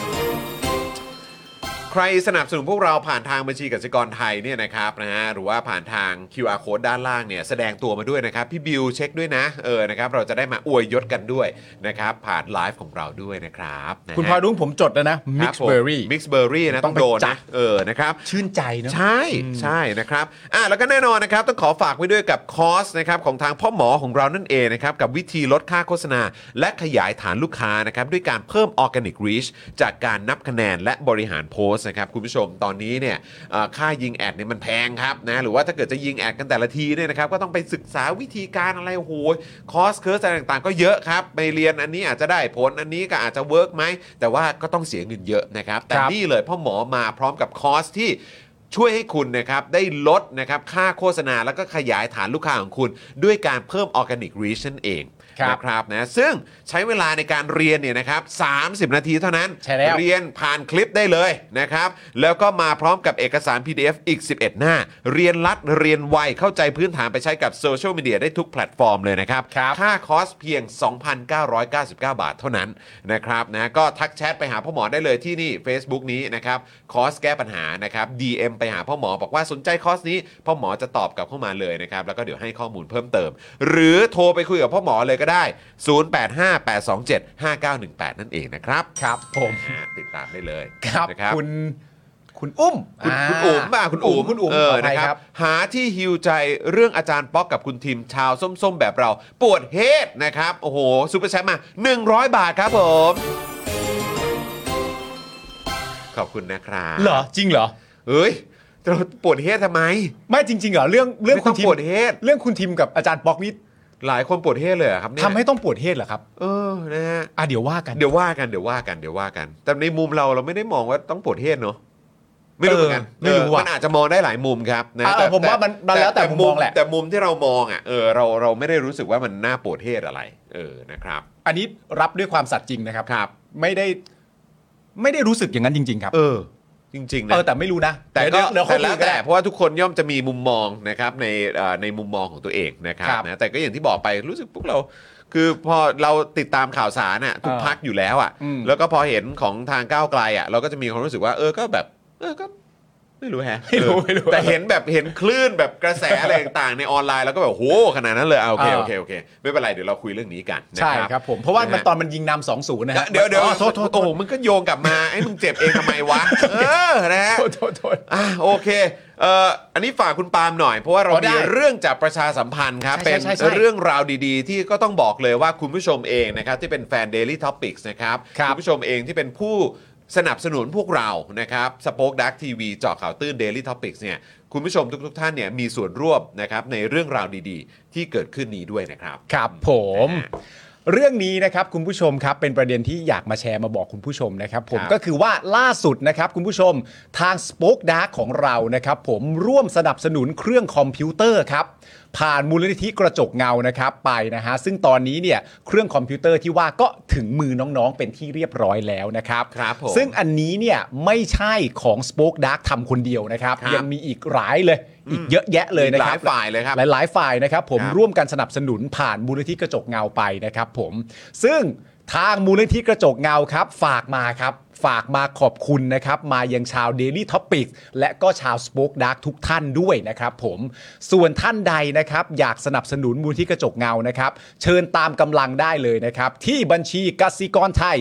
ใครสนับสนุนพวกเราผ่านทางบัญชีกสิกรไทยเนี่ยนะครับนะฮะหรือว่าผ่านทาง QR code ด้านล่างเนี่ยแสดงตัวมาด้วยนะครับ พี่บิวเช็คด้วยนะเออนะครับเราจะได้มาอวยยศกันด้วยนะครับผ่านไลฟ์ของเราด้วยนะครับนะฮะ คุณพลอยรุ่งผมจดแล้วนะ ค Mix ผม Berry Mix Berry นะ ต้ ต้ององไป โดน จั นะ ด เออนะครับ ชื่นใจเนอะ ใช่ใช่นะครับอ่ะแล้วก็แน่นอนนะครับ ต้องขอฝากไว้ด้วยกับคอร์สนะครับของทางพ่อหมอของเรานั่นเองนะครับ กับวิธีลดค่าโฆษณา และขยายฐานลูกค้านะครับ ด้วยการเพิ่มออร์แกนิกรีชจากการนับคะแนนและบริหารโพสต์นะครับ คุณผู้ชมตอนนี้เนี่ยเอ่อค่ายิงแอดเนี่ยมันแพงครับนะหรือว่าถ้าเกิดจะยิงแอดกันแต่ละทีเนี่ยนะครับ ก็ต้องไปศึกษาวิธีการอะไรโอ้โหคอร์สเคิร์สอะไรต่างๆ ก็เยอะครับไปเรียนอันนี้อาจจะได้ผลอันนี้ก็อาจจะเวิร์กไหมแต่ว่าก็ต้องเสียเงินเยอะนะครับแต่ ครับ นี่เลยพ่อหมอมาพร้อมกับคอร์สที่ ช่วยให้คุณนะครับได้ลดนะครับค่าโฆษณาแล้วก็ขยายฐานลูกค้าของคุณ ด้วยการเพิ่มออร์แกนิกรีชนั่นเอง ครับ นะครับนะซึ่งใช้เวลาในการเรียนเนี่ยนะครับ30 นาทีเท่านั้น ใช่แล้ว เรียนผ่านคลิปได้เลยนะครับ แล้วก็มาพร้อมกับเอกสาร PDF อีก 11 หน้า เรียนรัดเรียนไวเข้าใจพื้นฐานไปใช้กับโซเชียลมีเดียได้ทุกแพลตฟอร์มเลยนะครับ ครับ ค่าคอร์สเพียง 2,999 บาทเท่านั้นนะครับนะก็ทักแชทไปหาพ่อหมอได้เลยที่นี่ Facebook นี้นะครับคอร์สแก้ปัญหานะครับ DM ไปหาพ่อหมอบอกว่าสนใจคอร์สนี้ พ่อหมอจะตอบกลับเข้ามาเลยนะครับแล้วก็เดี๋ยวให้ข้อมูลเพิ่มเติม หรือโทรไปคุยกับพ่อหมอเลยก็ได้ 0858275918 นั่นเองนะครับ ครับผม อ่าติดตามได้เลย ครับ นะ คุณคุณอุ้ม คุณ า คุณอุ๋มป่ะคุณอุ๋ม คุณอุ๋ม เออ ขภั นะ ย ครับ หาที่ฮิวใจเรื่องอาจารย์ป๊อกกับคุณทีมชาวส้มๆ แบบเรา ปวดเฮดนะครับ โอ้โหซูเปอร์แชมป์มา 100 บาทครับผม ขอบคุณนะครับ เหรอจริงเหรอ เอ้ยเราปวดเฮดทำไม ไม่จริงๆเหรอเรื่องเรื่อง ไม่ คุ ต้อ ณ ง ทีม ปวดเฮด เรื่องคุณทีมกับอาจารย์ป๊อกนี่ หลายคนปวดเฮดเลยเหรอครับเนี่ย ทำให้ต้องปวดเฮดเหรอครับ เออนะฮะ อ่ะเดี๋ยวว่ากัน เดี๋ยวว่ากันเดี๋ยวว่ากันเดี๋ยวว่ากัน แต่ในมุมเราเราไม่ได้มองว่าต้องปวดเฮดเนาะไม่รู้เหมือนกัน ไม่รู้ เออ ว่ะ มันอาจจะมองได้หลายมุมครับนะ อ่ะเออผมว่ามันมันแล้วแต่มุมมองแหละ แต่มุมที่เรามองอ่ะเออเราเราไม่ได้รู้สึกว่ามันน่าปวดเทศอะไร เออนะครับ อันนี้รับด้วยความสัตย์จริงนะครับ ครับ ไม่ได้ไม่ได้รู้สึกอย่างนั้นจริง ๆ ครับ เออ จริงๆนะ เออแต่ไม่รู้นะ แต่ก็ เดี๋ยวเดี๋ยว แต่ เขา แล้ คุ วย กัน แต่ แหละ เพราะว่าทุกคนย่อมจะมีมุมมองนะครับในเอ่อในมุมมองของตัวเองนะครับ ครับ นะแต่ก็อย่างที่บอกไปรู้สึกพวกเรา คือพอเราติดตามข่าวสารอ่ะทุก เออ พักอยู่แล้วอ่ะ อืม แล้วก็พอเห็นของทางก้าวไกลอ่ะเราก็จะมีความรู้สึกว่าเออก็แบบเออก็ไม่รู้แฮะ *laughs* ไม่รู้ เอ ไม่ อ รู้ แต่เห็นแบบเห็นคลื่นแบบกระแสอะไรต่างๆในออนไลน์แล้วก็แบบโหขนาดนั้นเลยเอาโอเค เออ โอเคโอเคไม่เป็นไรเดี๋ยวเราคุยเรื่องนี้กันนะ ใช่ ครับ ครับผมเพราะว่ามัน นะฮะ ตอนมันยิงนำสองศูนย์นะฮะ เดี๋ยวเดี๋ยว อ๋อโทษโทษโท โอ้ ษ โหมันก็โยงกลับมาไอ้มึงเจ็บเองทำไมวะเออนะฮะ โทษโทษโทษ อ่ะโอเคเอ่ออันนี้ฝากคุณปาล์มหน่อย เพราะว่าเรา อ๋อได้ มีเรื่องจากประชาสัมพันธ์ครับ ใช่ใช่ เป็น ใช่ใช่ เรื่องราวดีๆ ที่ก็ต้องบอกเลยว่าคุณผู้ชมเองนะครับ ที่เป็นแฟน Daily Topics นะครับ ครับ ณผู้ชมเองที่เป็นผู้สนับสนุนพวกเรานะครับสป็อคดักทีวีเจาะข่าวตื้น Daily Topics เนี่ยคุณผู้ชมทุกๆท่านเนี่ยมีส่วนร่วมนะครับในเรื่องราวดีๆ ที่เกิดขึ้นนี้ด้วยนะครับ ครับผม เรื่องนี้นะครับคุณผู้ชมครับเป็นประเด็นที่อยากมาแชร์มาบอกคุณผู้ชมนะครับผม ครับ ก็คือว่าล่าสุดนะครับคุณผู้ชมทาง Spoke Dark ของเรานะครับผมร่วมสนับสนุนเครื่องคอมพิวเตอร์ครับผ่านมูลนิธิกระจกเงานะครับไปนะฮะซึ่งตอนนี้เนี่ยเครื่องคอมพิวเตอร์ที่ว่าก็ถึงมือน้องๆเป็นที่เรียบร้อยแล้วนะครับ ครับผม ซึ่ง อันนี้เนี่ยไม่ใช่ของ Spoke Dark ทำคนเดียวนะครับ ครับ ยังมีอีกหลายเลย อีกเยอะแยะเลยนะครับ อีกหลายฝ่ายเลยครับ หลายหลายฝ่ายนะครับผม ครับ ร่วมกันสนับสนุนผ่านมูลนิธิกระจกเงาไปนะครับผมซึ่งทางมูลนิธิกระจกเงาครับ ฝากมาครับ ฝากมาขอบคุณนะครับ มายังชาว Daily Topics และก็ชาว Spoke Dark ทุกท่านด้วยนะครับผมส่วนท่านใดนะครับอยากสนับสนุนมูลนิธิกระจกเงานะครับ เชิญตามกำลังได้เลยนะครับ ที่บัญชีกสิกรไทย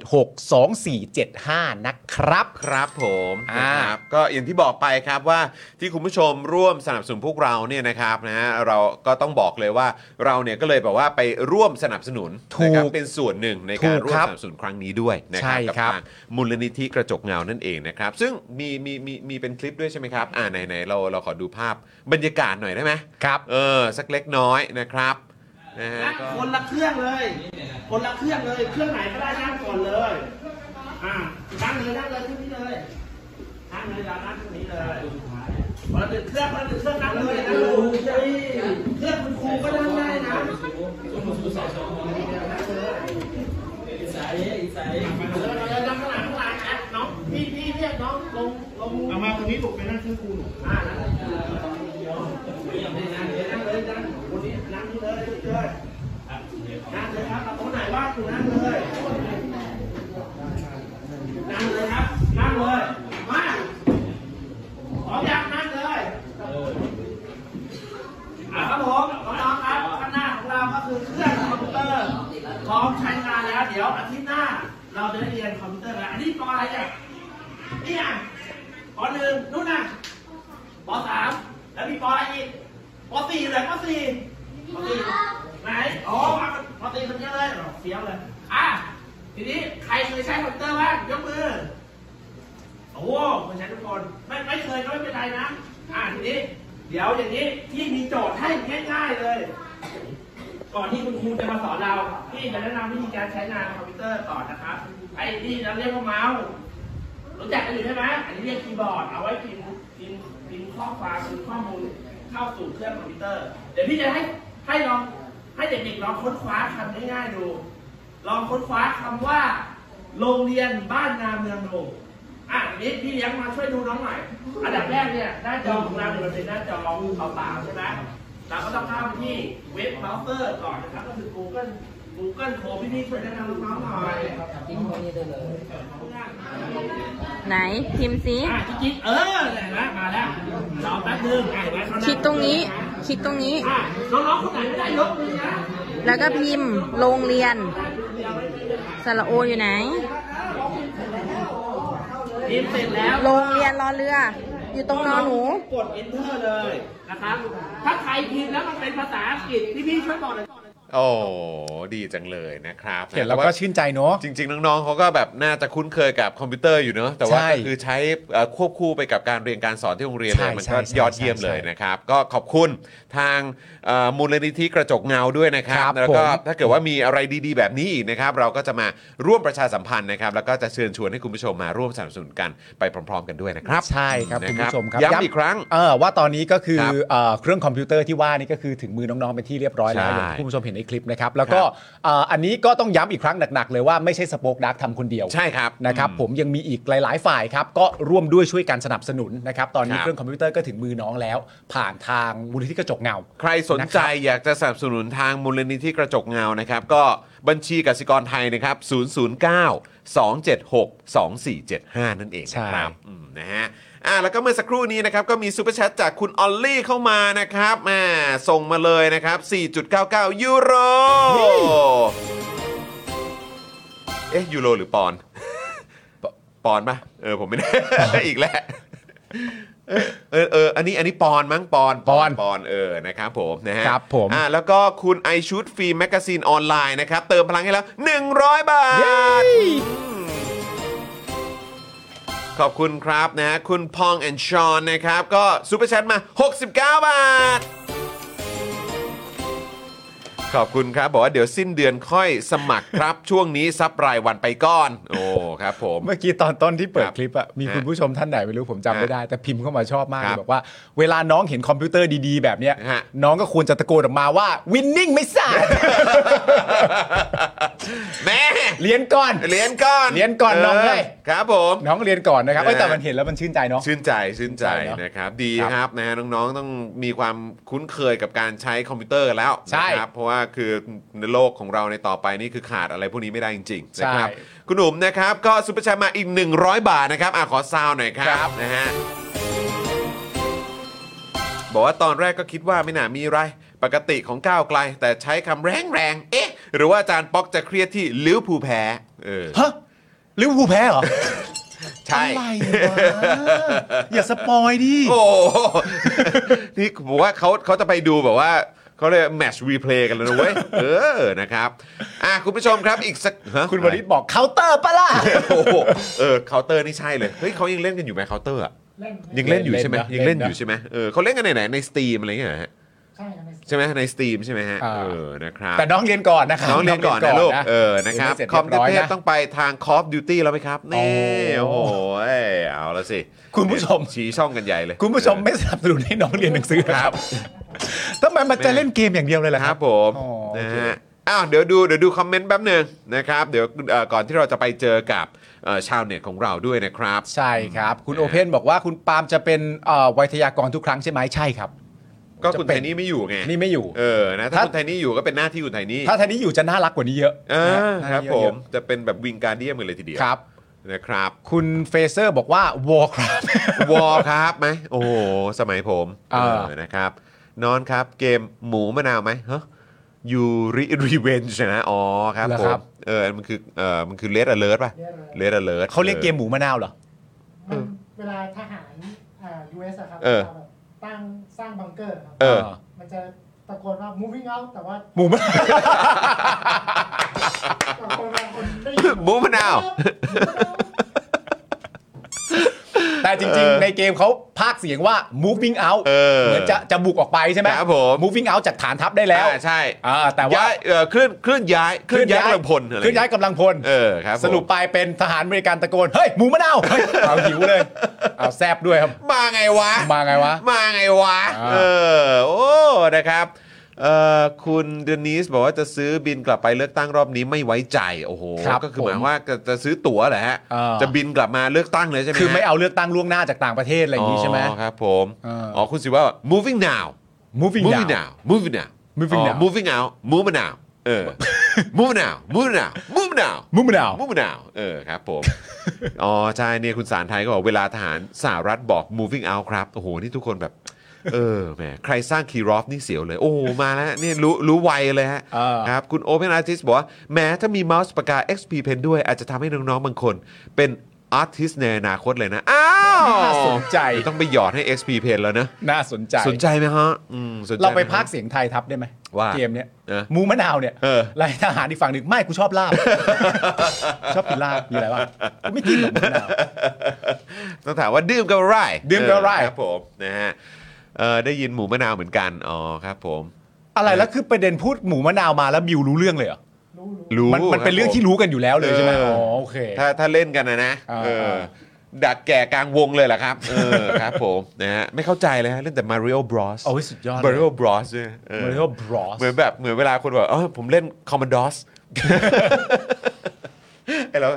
009-276-2475 นะครับ ครับผม อ่า นะครับก็อย่างที่บอกไปครับว่าที่คุณผู้ชมร่วมสนับสนุนพวกเราเนี่ยนะครับนะฮะเราก็ต้องบอกเลยว่าเราเนี่ยก็เลยแบบว่าไปร่วมสนับสนุน ถูก นะครับเป็นส่วนหนึ่งในการ ถู ร่วมกครับ สนับสนุนครั้งนี้ด้วยนะครั ใช่ กั ครับ ทางมูลนิธิกระจกเงานั่นเองนะครับ ซึ่งมีมีมีมีเป็นคลิปด้วยใช่ไหมครับอ่าไหนไหนเราเราขอดูภาพบรรยากาศหน่อยได้ไหม ครับ เออสักเล็กน้อยนะครับนะฮะก็ คนละเครื่องเลย คนละเครื่องเลย เครื่องไหนก็ได้นั่งก่อนเลย อ่านั่งเลยนั่งเลยที่นี่เลย นั่งเลยอย่านั่งที่นี้เลยคนละหนึ่งเครื่องคนละหนึ่งเครื่องนั่งเลยนั่งเลยเครื่องคุณครูก็นั่งได้นะนั่งเลยนั่งข้างหลังข้างหลังอ่ะน้องพี่พี่เรียกน้องลงลงเอามาตรงนี้ถูกไปนั่งเครื่องครูหนูอ่านั่งเลยนั่งเลยนั่งเลยนั่งคนนี้นั่งนี่เลยเลย นั่งเลยครับตรงไหนว่างอยู่นั่งเลย นั่งเลยครับ นั่งเลย มาพร้อมยังนั่งเลยอ่ะครับผมน้องๆครับข้างหน้าของเราก็คือเครื่องคอมพิวเตอร์พร้อมใช้งานแล้ว เดี๋ยวอาทิตย์หน้า เราจะได้เรียนคอมพิวเตอร์แล้วอันนี้ปออะไรเนี่ยนี่อ่ะปอหนึ่งนู่นน่ะปอสามแล้วมีปออะไรอีกปอสี่เลยปอสี่ ไหนโอ้มามาตีคนเยอะเลยเหรอเสียวเลย อ่ะ ทีนี้ใครเคยใช้คอมพิวเตอร์บ้างยกมือ โอ้โหเคยใช้ทุกคน ไม่ไม่เคยก็ไม่เป็นไรนะ อ่ะทีนี้ เดี๋ยวอย่างนี้ที่มีโจทย์ให้ง่ายๆเลย ก่อนที่คุณครูจะมาสอนเรา พี่จะแนะนำวิธีการใช้งานคอมพิวเตอร์ก่อนนะครับ ไอ้ที่เราเรียกว่าเมาส์ รู้จักกันอยู่ใช่ไหมอันนี้เรียกคีย์บอร์ด เอาไว้พิมพ์พิมพ์พิมพ์ข้อความพิมพ์ข้อมูลเข้าสู่เครื่องคอมพิวเตอร์ เดี๋ยวพี่จะให้ให้ลองให้เด็กๆลองค้นคว้าคำง่ายๆดู ลองค้นคว้าคำว่า โรงเรียนบ้านนาเมืองโนอ่ะอันนี้พี่เลี้ยงมาช่วยดูน้องหน่อย อันดับแรกเนี่ยหน้าจอของเราเนี่ยมันเป็นหน้าจอเปล่าๆใช่ไหมเราก็ต้องเข้าไปที่เว็บเบราว์เซอร์ก่อนนะครับ ก็คือ Google Google Chrome พี่นี่ช่วยแนะนำน้องๆหน่อย ไหนพิมพ์สิ อ่ะจิ๊กจิ๊กเออได้แล้วมาแล้วรอแป๊บนึงไอ้ไว้ข้างหน้า คลิกตรงนี้ คลิกตรงนี้ อ่ะน้องๆคนไหนไม่ได้ยกมือนะ แล้วก็พิมพ์โรงเรียนสระโออยู่ไหน พิมพ์เสร็จแล้ว โรงเรียนรอเรือ อยู่ตรงนอหนู กด enter เลยนะครับ ถ้าใครพิมพ์แล้วมันเป็นภาษาอังกฤษพี่พี่ๆช่วยบอกหน่อย โอ้ดีจังเลยนะครับะ เห็นแล้ว ต่ ก็ ว่า ชื่นใจเนาะ จริง ๆ น้อง ๆเขาก็แบบน่าจะคุ้นเคยกับคอมพิวเตอร์อยู่เนอะแต่ว่า ใช่ ก็คือใช้เอ่อควบคู่ไปกับการเรียนการสอนที่โรงเรียนเลย ใช่ มันก็ ใช่ ยอดเยี่ยม ใช่ เลยนะครับ ก็ขอบคุณทางเอ่อมูลนิธิกระจกเงาด้วยนะครั ครับ บ แล้วก็ ผม ถ้าเกิดว่ามีอะไรดีๆ แบบนี้อีกนะครับ เราก็จะมาร่วมประชาสัมพันธ์นะครับ แล้วก็จะเชิญชวนให้คุณผู้ชมมาร่วมสนับสนุนกันไปพร้อม ๆ กันด้วยนะครับ ใช่ครับ นะ คุณผู้ชมครับย้ำ ย้ำอีกครั้ง เออว่าตอนนี้ก็คือ ครับ เอ่อเครื่องคอมพิวเตอร์ที่ว่านี่ก็คือถึงมือน้องๆเป็นที่เรียบร้อยแล้ว ใช่ อย่างที่คุณผู้ชมเห็นใน คลิปนะครับ แล้วก็เอ่ออันนี้ก็ต้องย้ำอีกครั้งหนัก ๆ เลยว่าไม่ใช่สป็อกดักทำคนเดียว ใช่ครับ นะครับผมยังมีอีกหลาย ๆ ฝ่ายครับ ก็ร่วมด้วยช่วยกันสนับสนุนนะครับ ตอนนี้ ครับ เครื่องคอมพิวเตอร์ก็ถึงมือน้องแล้ว ผ่านทางมูลนิธิกระจกเงา ใครสนใจอยากจะสนับสนุนทางมูลนิธิกระจกเงานะครับ ก็บัญชีกสิกรไทยนะครับ 009 276 2475 นั่นเองนะครับ ใช่ อืมนะฮะอ่ะแล้วก็เมื่อสักครู่นี้นะครับ ก็มีซูเปอร์แชทจากคุณออลลี่เข้ามานะครับแหม่ส่งมาเลยนะครับ 4.99 ยูโร เอ๊ะ ยูโรหรือปอนด์ปปอนด์ปะเออ ผมไม่แน่ *laughs* อีกแล้วเออเอออันนี้อันนี้ปอนด์มั้งปอนด์ด์ ปอนด์ ปอนด์เออนะครับผมนะฮะ ครับผม อ่าแล้วก็คุณไอชุดฟิล์มแมกกาซีนออนไลน์นะครับ เติมพลังให้แล้ว 100 บาท ขอบคุณครับนะฮะคุณพองแอนชอนนะครับ ก็ซูเปอร์แชทมา 69 บาท ขอบคุณครับ บอกว่าเดี๋ยวสิ้นเดือนค่อยสมัครครับ ช่วงนี้ซับรายวันไปก่อน โอ้ครับผม เมื่อกี้ตอนต้นที่เปิด ครับ คลิปอะมี ฮะ คุณผู้ชมท่านไหนไม่รู้ผมจำไม่ ฮะ ได้ แต่พิมพ์เข้ามาชอบมาก ค เล รับ ยบอกว่า เวลาน้องเห็นคอมพิวเตอร์ดีๆ แบบเนี้ย ฮะ น้องก็ควรจะตะโกนออกมาว่าวินนิ่งไม่สาด *laughs* แม่ *laughs* เรียนก่อน เรียนก่อน เรียนก่อนน้องเอ้ย ครับผม น้องเรียนก่อนนะครับเอ้ย นะ แต่มันเห็นแล้วมันชื่นใจเนาะ ชื่นใจชื่นใจ ชื่นใจเนอะ นะครับ ดี ครับ ครับนะฮะน้องๆต้องมีความคุ้นเคยกับการใช้คอมพิวเตอร์แล้ว ใช่ นะครับเพราะว่าคือในโลกของเราในต่อไปนี่คือขาดอะไรพวกนี้ไม่ได้จริงๆ ใช่ นะครับคุณหนุ่มนะครับก็ซุปเปอร์แชร์มาอีก 100 บาทนะครับอ่ะขอซาวหน่อยครับนะฮะบอกว่าตอนแรกก็คิดว่าไม่น่ามีอะไร ปกติของก้าวไกล แต่ใช้คำแรงๆเอ๊ะ หรือว่าอาจารย์ป๊อกจะเครียดที่ลิเวอร์พูลแพ้เออ ฮะลิเวอร์พูลแพ้เหรอ *laughs* ใช่ อะไรวะอย่าสปอยดิ โอ้โหนี่ผมว่าเขาเขาจะไปดูแบบว่าเขาเรียกแมชรีเพลย์กันแล้วนะเว้ย เออนะครับ อ่ะคุณผู้ชมครับอีกสักฮะ คุณวริศบอกเคาน์เตอร์ปะ *laughs* ล่ะ โอ้โหเออเคาน์เตอร์นี่ใช่เลย เฮ้ยเขายังเล่นกันอยู่ไหมเคาน์เตอร์อะยังเล่นอยู่ใช่ไหม เล่นนะ ยังเล่นอยู่ เล่นนะ ใช่ไหมเออเขาเล่นกันไหนไหนในสตรีมอะไรอย่างเงี้ยเหรอฮะใช่ไหมในสตรีมใช่ไหมฮะ อ่า เออนะครับ แต่น้องเรียนก่อนนะครับ น้องเล่นก่อนนะลูกเออนะครับ เยน คอม ให้ เทพเสร็จเรียบร้ยนะ ต้องไปทาง Call of Duty แล้วไหมครับนี่ โอ้ โอ้โหเอ้ยเอาละสิ คุณผู้ชม ชี้ช่องกันใหญ่เลย คุณผู้ชมไม่สนับสนุนให้น้องเรียนหนังสือนะครับทำไมมันจะเล่นเกมอย่างเดียวเลยล่ะ ค ค รั รับ บผม อ๋อโอ นะ เค ฮะอ้าวเดี๋ยวดูเดี๋ยวดูคอมเมนต์แป๊บหนึ่งนะครับเดี๋ยวเอ่อก่อนที่เราจะไปเจอกับเอ่อชาวเน็ตของเราด้วยนะครับ ใช่ครับ คุณ นะฮะ โอเพนบอกว่าคุณปาล์มจะเป็นเอ่อไวทยากรทุกครั้งใช่ไหมใช่ครับ ก็คุณไทจะเป็น นี่ไม่อยู่ไง นี่ไม่อยู่ เออนะถ้า ถ้า คุณไทนี่อยู่ก็เป็นหน้าที่คุณไทนี่ ถ้าทันนี้อยู่จะน่ารักกว่านี้เยอะ อ่า น่า ครับ เยอะ ผม เยอะ จะเป็นแบบวิงการเดียมกันเลยทีเดียว ครับ นะครับ คุณเฟเซอร์บอกว่าวอลครับ *laughs* วอครับไหมโอ้โหสมัยผม อ่า เออนะครับ นอนครับเกมหมูมะนาวไหมฮะยู *laughs* ริรีเวนจ์นะอ๋อครับผมเออมันคือเออมันคือเลดอเลิร์ป่ะเลดอเลิร์ เขาเรียกเกมหมูมะนาวเหรอ มันเวลาทหารอ่า US อะครับ เออ วลาแบบตั้งสร้างบังเกอร์ครับ เออ มันจะตะโกนว่า moving out แต่ว่า หมูมะนาว ตะโกนว่าคนได้ยิน *coughs* หมูมะนาว แต่จริงๆ ในเกมเขาพากย์เสียงว่า moving out เออ เหมือนจะจะบุกออกไปใช่ไหม ครับผม moving out จากฐานทัพได้แล้ว อ่าใช่ อ่าแต่ว่า ย้ายเอ่อเคลื่อนเคลื่อนย้ายเคลื่อนย้ายกำลังพลอะไร เคลื่อนย้ายกำลังพล เออครับผม สรุปไปเป็นทหารอเมริกันตะโกน เฮ้ย หมูมะนาวเฮ้ยเอาหิวเลย เอาแซบด้วยครับ มาไงวะ มาไงวะ มาไงวะ อ่า เออ โอ้นะครับเอ่อคุณเดนิสบอกว่าจะซื้อบินกลับไปเลือกตั้งรอบนี้ไม่ไว้ใจ โอ้โห ครับ ก็คือ ผม หมายว่าจะจะซื้อตั๋วแหละฮะ เออ จะบินกลับมาเลือกตั้งเลยใช่ไหม คือไม่ ฮะ เอาเลือกตั้งล่วงหน้าจากต่างประเทศอะไรอย่างนี้ใช่ไหม ครับผม เอออ๋ อ๋อคุณสิว่า moving now moving moving now down moving now Moving now moving out moving now เอ *laughs* อ moving now moving now moving now หมูมะนาว มูมะนาวเออครับผม *laughs* อ๋อใช่เนี่ยคุณสารไทยก็บอกเวลาทหารสหรัฐบอก moving out ครับ โอ้โห นี่ทุกคนแบบ *laughs* เออแหมใครสร้างคีรอฟนี่เสียวเลย โอ้โห มาแล้วนี่รู้รู้ไวเลยฮะ เออ ครับ คุณโอเพนอาร์ติสบอกว่า แม้ถ้ามีเมาส์ปากกา XP Pen ด้วย อาจจะทำให้น้อง ๆ บางคน เป็นอาร์ติสในอนาคตเลยนะ อ้าว น่าสนใจ เดี๋ยวต้องไปหยอดให้ XP Pen แล้วนะ น่าสนใจ สนใจไหมฮะอืมสนใจหม เรา ฮะ ไปพากย์เสียงไทยทับได้ไหม ว่า เกมเนี้ย เออ หมูมะนาวเนี่ย เออ ไล่ทหารอีกฝั่งหนึ่งไม่กูชอบ *laughs* ลาบ ชอบกินลาบมีอะไรบ้างกูไม่กินหรอกหมูมะนาว ต้องถามว่าดื่มกับอะไร ดื่มกับอะไร เออครับผมนะฮะเออได้ยินหมูมะนาวเหมือนกัน อ๋อครับผม อะไรแล้วคือประเด็นพูดหมูมะนาวมาแล้วบิวรู้เรื่องเลยเหรอ รู้ มันมันเป็นเรื่องที่รู้กันอยู่แล้วเลยใช่ไหม เออ อ๋ อ๋ อโอเค ถ้าถ้าเล่นกันนะนะ อ่า เออ ดักแก่กลางวงเลยเหรอครับเออครับผมนะฮะไม่เข้าใจเลยฮะเล่นแต่ Mario Bros โอ้ยสุดยอดเลย Mario Bros เนี่ยเออ Mario Bros เหมือนแบบเหมือนเวลาคนบอกเออผมเล่น Commodores *laughs* ไอ้เรา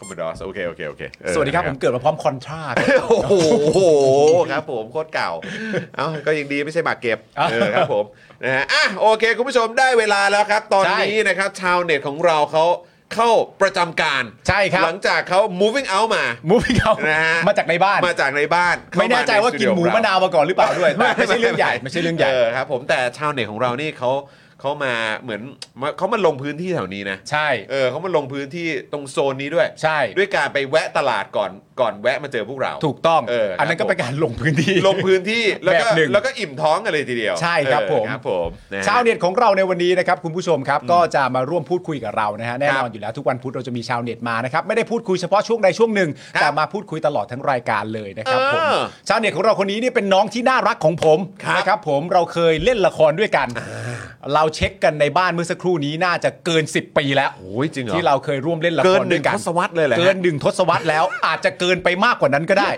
Commodores โอเคโอเคโอเคเออ สวัสดีครับ นะ ผมเกิดมาพร้อมคอนทรา *laughs* ครับ โอ้โหครับผมโคตรเก่า เอ้าก็ยังดีไม่ใช่หมากเก็บเออครับผมนะฮะอ่ะโอเค คุณผู้ชมได้เวลาแล้วครับ ตอน ใช่ นี้นะครับ ชาวเน็ตของเราเขาเข้าประจำการ ใช่ครับ หลังจากเขา moving out มา มูฟี่เขา นะฮะ มาจากในบ้าน มาจากในบ้าน ไม่แน่ใจว่ากินหมูมะนาวมาก่อนหรือเปล่าด้วยแต่ไม่ใช่เรื่องใหญ่ไม่ใช่เรื่องใหญ่ ครับ ผมแต่ชาวเน็ตของเรานี่เขาเขามาเหมือนมาเขามาลงพื้นที่แถวนี้นะ ใช่ เออเขามาลงพื้นที่ตรงโซนนี้ด้วย ใช่ ด้วยการไปแวะตลาดก่อนก่อนแวะมาเจอพวกเรา ถูกต้อง เออครับ อันนั้นก็เป็นการลงพื้นที่ *laughs* ลงพื้นที่แล้วก็ แบบหนึ่ง แล้วก็อิ่มท้องกันเลยทีเดียว ใช่ครับ เออ ผม ครับผมนะฮะ ชาวเน็ตของเราในวันนี้นะครับคุณผู้ชมครับก็จะมาร่วมพูดคุยกับเรานะฮะแน่นอนอยู่แล้วทุกวันพุธเราจะมีชาวเน็ตมานะครับไม่ได้พูดคุยเฉพาะช่วงใดช่วงหนึ่ง ครับ แต่มาพูดคุยตลอดทั้งรายการเลยนะครับผม เออ ชาวเน็ตของเราคนนี้นี่เป็นน้องที่น่ารักของผม ครับ นะครับผมเราเคยเล่นละครด้วยกัน เราเช็คกันในบ้านเมื่อสักครู่นี้น่าจะเกิน 10 ปีแล้ว โอ้ยจริงเหรอ ที่เราเคยร่วมเล่นละค เกิ ร นหนึ่งด้วยกัน ทศวรรษเลยเหรอฮะ เกินหนึ่งทศวรรษแล้ว อาจจะเกินไปมากกว่านั้นก็ได้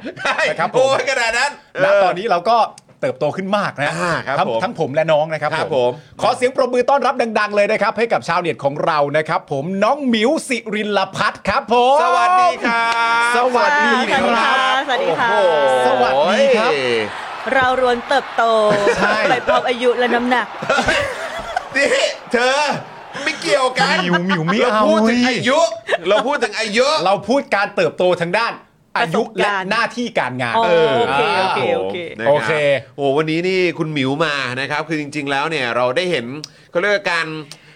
นะครับผ โอ้ ม ยขนาดนั้น ณ เ ตอนนี้เราก็เติบโตขึ้นมากนะ อ่าครับ ทั้ง ผม ทั้งผมและน้องนะครับ ค ค รั รั บบ ผ ผม มขอเสียงปรบมือต้อนรับดัง ๆ เลยนะครับ ให้กับชาวเน็ตของเรานะครับ ผมน้องหมิวสิรินลพัฒน์ครับผม สวัสดีครับ สวัสดี ครับสวัสดีค่ะ สวัสดีครับ โอ้โห เรารวนเติบโต ใช่ ไปพร้อมอายุและน้ำหนัก นี่เธอไม่เกี่ยวกัน หมิวหมิวไม่ เรา เอา พูดถึง เว้ย อายุ เราพูดถึงอายุ เราพูดการเติบโตทางด้านอายุ ประสบ และ การณ์ หน้าที่การงาน อ๋อโอเค โอเค โอเค นะ โอ รับ เค โอ้วันนี้นี่คุณหมิวมานะครับ คือจริง ๆ แล้วเนี่ยเราได้เห็นเขาเรียกว่าการ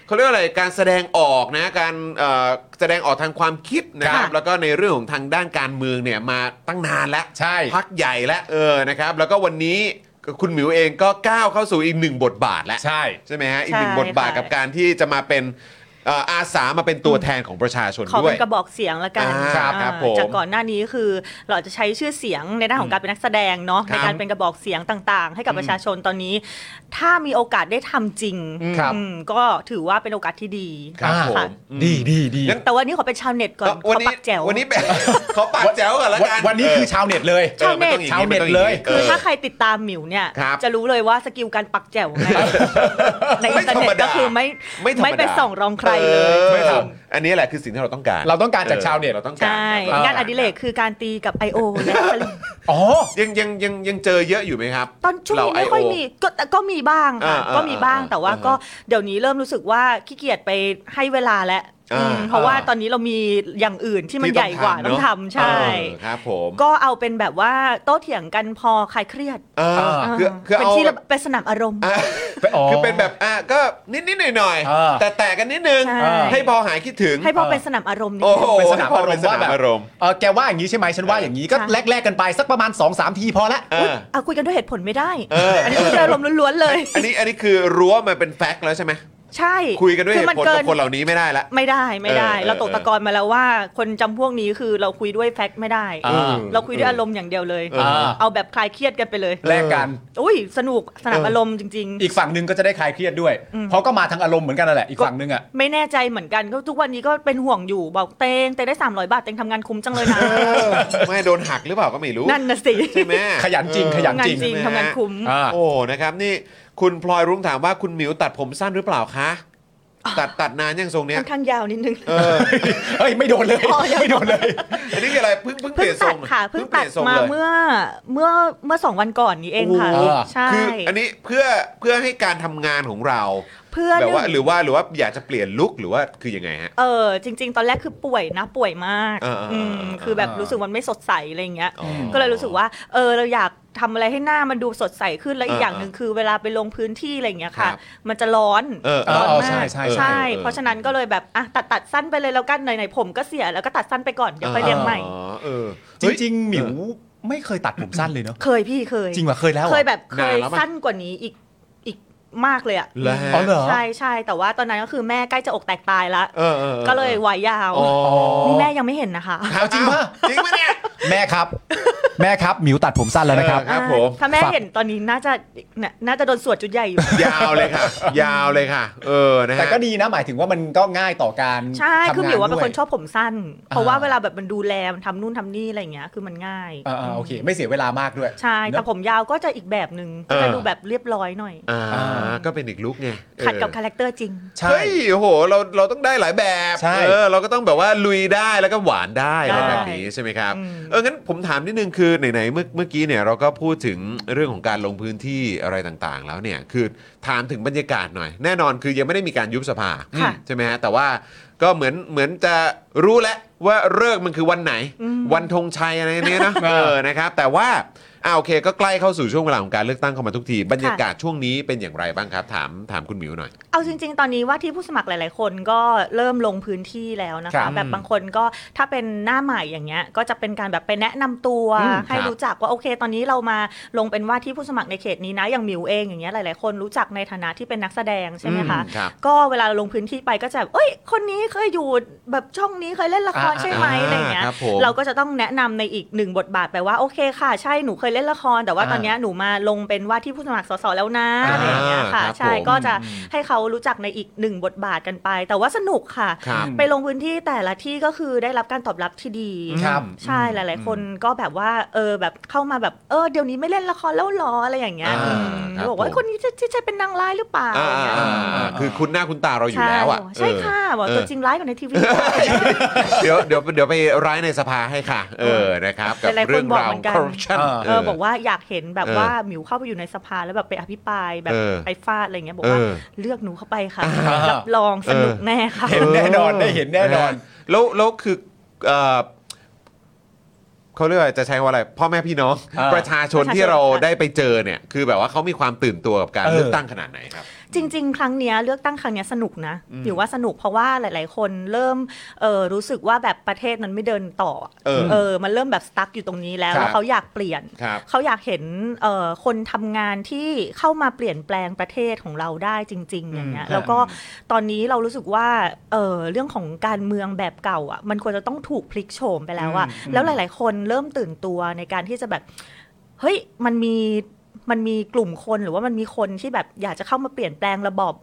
เขาเรียกว่าอะไรการแสดงออกนะการเอ่อแสดงออกทางความคิดนะครับ ค่ะ แล้วก็ในเรื่องของทางด้านการเมืองเนี่ยมาตั้งนานแล้ว ใช่ พักใหญ่แล้วเออนะครับ แล้วก็วันนี้คุณหมิวเองก็ก้าวเข้าสู่อีกหนึ่งบทบาทแล้ว ใช่ ใช่ไหมฮะอีกหนึ่ง ใช่ บทบาท ค่ะ กับการที่จะมาเป็นเอ่ออาสามาเป็นตัวแทนของประชาชน ขอ ด้ว เป็ ย นกระบอกเสียงละกัน อ่าครับ อ่า ครับผม จากก่อนหน้านี้คือเราจะใช้ชื่อเสียงในด้านของการเป็นนักแสดงเนาะ ครั ใน บ การเป็นกระบอกเสียงต่างๆ ให้กับประชาชนตอนนี้ ถ้ามีโอกาสได้ทำจริง ครับ อืมก็ถือว่าเป็นโอกาสที่ดี ครับ ะ ผม ดีดีดี แต่วันนี้ขอเป็นชาวเน็ตก่อน เอ่อวัน เขา นี้ ปักแจ๋ว วันนี้แบบ *laughs* ขอปากแจ๋วก่อนละ วัน กัน วันนี้คือชาวเน็ตเลย ออมัต้องอย่ง ชาวเน็ต มัต้ององ ชาวเน็ตเลย อ คือ อ ถ้าใครติดตามหมิวเนี่ย ครับ จะรู้เลยว่าสกิลการปักแจ๋วในในอินเทอร์เน็ตก็คือไม่ ไม่ธรรมดา ไม่ไปส่องรองใครเลย ออ ไม่ท อันนี้แหละคือสิ่งที่เราต้องการ เราต้องการจากชาวเน็อตอเราต้องการ ใช่ ครั งานอดิเรกคือการตีกับ I.O. *laughs* และสลิง อ๋อ ยังยังยังยังเจอเยอะอยู่ไหมครับ ตอนช่วง เรา นี้ไม่ค่อย IO มีก็แต่ก็มีบ้างค่ะ อ่าอ่า ก็มีบ้าง อ่า แต่ว่า อ่า ก็เดี๋ยวนี้เริ่มรู้สึกว่าขี้เกียจไปให้เวลาแล้ว อ่า อืมเพราะว่า อ่า ตอนนี้เรามีอย่างอื่นที่มัน ที่ ใหญ่กว่า เน ต้ อะ องทำใช่ เออครับผม ก็เอาเป็นแบบว่าโต้เถียงกันพอคลายเครียด เออ อ่า คือคือ เป็น เอา ที่ แบ ระ บ เป็นสนามอารมณ์ อ่ะ ไปอ๋อ คือเป็นแบบอ่ะก็นิดนิดหน่อยหน่อยๆ อ่า แต่แต่กันนิดนึง ใช่ ให้พอหายคิดถึง ให้พอเป็นสนามอารมณ์นิด โอ้โห นึง เป็นสนามอารมณ์ว่าเป็นสแบนาม บ อารมณ์ เออแกว่าอย่างนี้ใช่ไหมฉันว่าอย่างนี้ก็ ค่ะ แลกแลกๆกันไปสักประมาณ2อสามทีพอละ เออ เอาคุยกันด้วยเหตุผลไม่ได้ เอออั อันนี้คืออารมณ์ล้วนๆเลย อันนี้อันนี้คือรู้ว่ามันเป็นแฟกต์แล้วใช่ไหม ใช่ คุยกันด้วยเห อมั ตุผล กิ กับคนเหล่านี้ไม่ได้ละ ไม่ได้ไม่ได้ เออ เราตกตะกอนมาแล้วว่า คนจำพวกนี้คือเราคุยด้วยแฟกต์ไม่ได้ อ่า เราคุยด้วยอารมณ์อย่างเดียวเลย เออ เอาแบบคลายเครียดกันไปเลย แลกกัน อุ้ยสนุกสนามอารมณ์จริง อีกฝั่งหนึ่งก็จะได้คลายเครียดด้วย เพราะก็มาทางอารมณ์เหมือนกันนั่นแหละอีกฝั่งหนึ่งอ่ะ ๆ ไม่แน่ใจเหมือนกันก็ทุกวันนี้ก็เป็นห่วงอยู่บอกเตงเตงได้ 300 บาทเตงทำงานคุ้มจังเลยนะ ไม่โดนหักหรือเปล่าก็ไม่รู้ นั่นนะสิ ใช่ไหม ขยันจริงขยั ทำงานจริงทำงานคุ้ม อ่า โอ้ นะครับ นี่คุณพลอยรุ้งถามว่าคุณหมิวตัดผมสั้นหรือเปล่าคะ ตัดตัดนานยังทรงเนี้ย ค่อนข้างยาวนิดนึง เออ เฮ้ยไม่โดนเลย อ๋อยัง ไม่โดนเลย อันนี้คืออะไรเพิ่งเพิ่งเป เพิ่ ลี่ยงนทร ตั ง ด หร ค่ะเพิ่ง ป ตั ลี่ ด ยนทรง มา ลย เมื่อเมื่อเมื่อสองวันก่อนนี้เองค่ะ โอ้โห ใช่ คืออันนี้เพื่อเพื่อให้การทำงานของเรา เพื่อน แบบว่าหรือว่าหรือว่าอยากจะเปลี่ยนลุคหรือว่าคือยังไงฮะ เออจริง ๆ ตอนแรกคือป่วยนะป่วยมาก เออเออเอออื มคือแบบ เออ รู้สึกมันไม่สดใสอะไรอย่างเงี้ย อ๋อ ก็เลยรู้สึกว่าเออเราอยากทำอะไรให้หน้ามันดูสดใสขึ้นแล้วอีกอย่างหนึ่งคือเวลาไปลงพื้นที่อะไรอย่างเงี้ยครัค่ะบ มันจะร้อน เออเออ ร้อน เออ มา ใช่ ก ใช่ ใช่เออ เพราะฉะนั้นก็เลยแบบอ่ะตัดตัดสั้นไปเลยแล้วกันไหนๆผมก็เสียแล้วก็ตัดสั้นไปก่อนเดี๋ยวไปเรียงใหม่ อ๋อเออ จริง ๆ หมิวไม่เคยตัดผมสั้นเลยเนาะ เคยพี่เคย จริงว่าเคยแล้วหรอ เคยแบบเคน าย นแล้วมั้ย สั้นกว่านี้อีกอีกมากเลยอ่ะ ๆแล้วฮะ อ๋อเหรอ ใช่ใช่แต่ว่าตอนนั้นก็คือแม่ใกล้จะอกแตกตายละ เออออออ ก็เลยไว้ยาว อ๋อ นี่แม่ยังไม่เห็นนะคะ เอาจริงป่ะ *laughs* จริงปะเนี่ย แม่ครับ แม่ครับหมิวตัดผมสั้นแล้วนะครับ เออ ครับผม ถ้าแม่ ฝาก เห็นตอนนี้น่าจะน่ะน่าจะโดนสวดจุดใหญ่อยู่ ยาวเลยค่ะ ยาวเลยค่ะ เออนะฮะ แต่ก็ดีนะหมายถึงว่ามันก็ง่ายต่อการ ใช่ คือหมิวว่าเป็นคนบชอบผมสั้น เพราะว่า อ่า เวลาแบบมันดูแลมันทำนู่นทำนี่อะไรอย่างเงี้ย คือมันง่าย โอเค ไม่เสียเวลามากด้วย ใช่ เนอะ แต่ผมยาวก็จะอีกแบบหนึ่งก็จะ เออ ดูแบบเรียบร้อยหน่อย อ่าก็เป็นอีกลุกไงเออ ขัดกับคาแรคเตอร์จริง ใช่ เฮ้ยโอ้โหเราเราต้องได้หลายแบบ ใช่ เออเราก็ต้องแบบว่าลุยได้แล้วก็หวานได้อะไร ได้ แบบนี้ใช่ไหมครับ อืม เอองั้นผมถามนิดนึงคือไหนๆเมื่อเมื่อกี้เนี่ยเราก็พูดถึงเรื่องของการลงพื้นที่อะไรต่างๆ แล้วเนี่ยคือถามถึงบรรยากาศหน่อย แน่นอนคือยังไม่ได้มีการยุบสภา ค่ะ ใช่ไหมฮะแต่ว่าก็เหมือนเหมือนจะรู้แล้วว่าเลิกษ์มันคือวันไหน วันธงชัยอะไรเนี้ยนะ เออนะครับ แต่ว่าอ่าโอเค ก็ใกล้เข้าสู่ช่วงเวลาของการเลือกตั้งเข้ามาทุกที บรรยากาศช่วงนี้เป็นอย่างไรบ้างครับ ถามถามคุณหมิวหน่อย เอาจริง ๆ ตอนนี้ว่าที่ผู้สมัครหลาย ๆ คนก็เริ่มลงพื้นที่แล้วนะ ครั คะ บ แบบบางคนก็ถ้าเป็นหน้าใหม่อย่างเงี้ย ก็จะเป็นการแบบไปแนะนำตัว อืม ให้ ครับ รู้จักว่าโอเค ตอนนี้เรามาลงเป็นว่าที่ผู้สมัครในเขตนี้นะ อย่างหมิวเองอย่างเงี้ยหลาย ๆ คนรู้จักในฐานะที่เป็นนักแสดงใช่ไหมคะ อืครับ ก็เวลาเราลงพื้นที่ไปก็จะแบบเอ้ย คนนี้เคยอยู่แบบช่องนี้เคยเล่นละคร อ่า ใช่ไหม อ่า อะไรเงี้ย ครับผม เราก็จะต้องแนะนำในอีกหนึ่งบทบาทไปว่าโอเคค่ะ ใช่หนูเคยเล่นละคร แต่ว่า อ่า ตอนเนี้ยหนูมาลงเป็นว่าที่ผู้สมัครสสแล้วนะ อ่า อะไรอย่างเงี้ยค่ะ ครับ ใช่ ผม ก็จะให้เขารู้จักในอีกหนึ่งบทบาทกันไป แต่ว่าสนุกค่ะ ครับ ไปลงพื้นที่แต่ละที่ก็คือได้รับการตอบรับที่ดี ครับ ใช่ อืม หลาย ๆ คนก็แบบว่าเออแบบเข้ามาแบบเออเดี๋ยวนี้ไม่เล่นละครแล้วหรออะไรอย่างเงี้ย อ่า อืม ครับ บอกว่า ผม คนนี้จะจะจะเป็นนางร้ายหรือเปล่า อ่า อะไรเงี้ย อ่าอ่าคือคุณหน้าคุณตาเราอยู่แล้วอ่ะ ใช่ เออ ค่ะบอก เ ตัวจริงร้ายกว่าในทีวี เดี๋ยวเดี๋ยวเดี๋ยวไปร้ายในสภาให้ค่ะ เออนะครับกับ หลายๆคน เรื่อง บอก ราว เหมือนกัน คอร์รัปชัน เออ เออบอกว่าอยากเห็นแบบ เออ ว่าหมิวเข้าไปอยู่ในสภาแล้วแบบไปอภิปรายแบบ เออ ไปฟาดอะไรเงี้ยบอกว่า เออ เลือกหนูเข้าไปค่ะ อ่ารั รับรองสนุก เออ แน่ค่ะ เห็นแน่นอนได้เห็นแน่นอน เแล้วแล้วคือเอ่อเขาเรียกว่าจะใช้คำว่าอะไร พ่อแม่พี่น้อง อ่า ประชาชน ประชาชน ที่เรา ค่ะ ได้ไปเจอเนี่ย คือแบบว่าเขามีความตื่นตัวกับการ เออ เลือกตั้งขนาดไหนครับ จริง ๆ ครั้งเนี้ยเลือกตั้งครั้งเนี้ยสนุกนะหมิวว่าสนุกเพราะว่าหลาย ๆ คนเริ่มเออรู้สึกว่าแบบประเทศมันไม่เดินต่อ เออ เออมันเริ่มแบบสตั๊กอยู่ตรงนี้แล้ว ครับ แล้วเขาอยากเปลี่ยน ครับ เขาอยากเห็นเอ่อคนทำงานที่เข้ามาเปลี่ยนแปลงประเทศของเราได้จริง ๆ อย่างเงี้ย อืม แล้วก็ตอนนี้เรารู้สึกว่าเอ่อเรื่องของการเมืองแบบเก่าอ่ะมันควรจะต้องถูกพลิกโฉมไปแล้วอ่ะ อืม แล้วหลาย ๆ คนเริ่มตื่นตัวในการที่จะแบบเฮ้ยมันมีมันมีกลุ่มคนหรือว่ามันมีคนที่แบบอยากจะเข้ามาเปลี่ยนแปลงระบอบ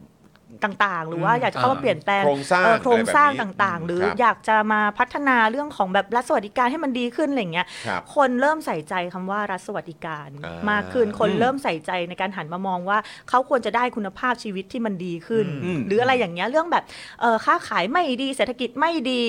ต่างๆ หรือว่าอยากจะเข้ามาเปลี่ยนแปลง โครงสร้าง เอ่อโครงสร้าง อะไรแบบนี้ ต่างๆ หรือ ครับ อยากจะมาพัฒนาเรื่องของแบบรัฐสวัสดิการให้มันดีขึ้นอะไรอย่างเงี้ย ครับ คนเริ่มใส่ใจคำว่ารัฐสวัสดิการ อ่าม มากขึ้น คน อืม เริ่มใส่ใจในการหันมามองว่าเขาควรจะได้คุณภาพชีวิตที่มันดีขึ้น อืม หรืออะไรอย่างเงี้ยเรื่องแบบเอ่อค้าขายไม่ดีเศรษฐกิจไม่ดี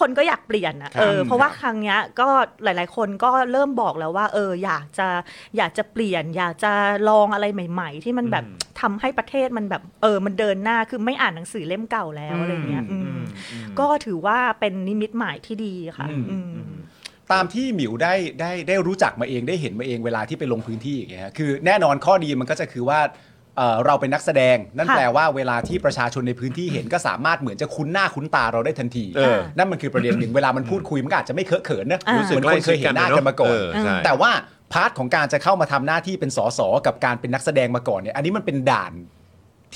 คนก็อยากเปลี่ยนอ่ะ ครับ เออเพราะว่า ครับ ครั้งเนี้ยก็หลาย ๆ คนก็เริ่มบอกแล้วว่าเอออยากจะอยากจะเปลี่ยน อยากจะลองอะไรใหม่ ๆ ที่มันแบบทำให้ประเทศมันแบบเออมันเดินหน้าคือไม่อ่านหนังสือเล่มเก่าแล้วอะไรอย่างเงี้ย อืม อืม อืม ก็ถือว่าเป็นนิมิตหมายที่ดีค่ะอืม ตามที่หมิวได้ได้ได้รู้จักมาเองได้เห็นมาเองเวลาที่ไปลงพื้นที่อย่างเงี้ยฮะคือแน่นอนข้อดีมันก็จะคือว่าเอ่อเราเป็นนักแสดง นั่น ค่ะ แปลว่าเวลาที่ประชาชนในพื้นที่เห็นก็สามารถเหมือนจะคุ้นหน้าคุ้นตาเราได้ทันที เออ นั่นมันคือประเด็นหนึ่งเวลามันพูดคุยมันก็อาจจะไม่เคอะเขินนะ อ่ารู้ เหมือนคนเคยเห็นหน้ากันมาก่อน เใช่ แต่ว่าพาร์ทของการจะเข้ามาทำหน้าที่เป็นสสกับการเป็นนักแสดงมาก่อนเนี่ยอันนี้มันเป็นด่าน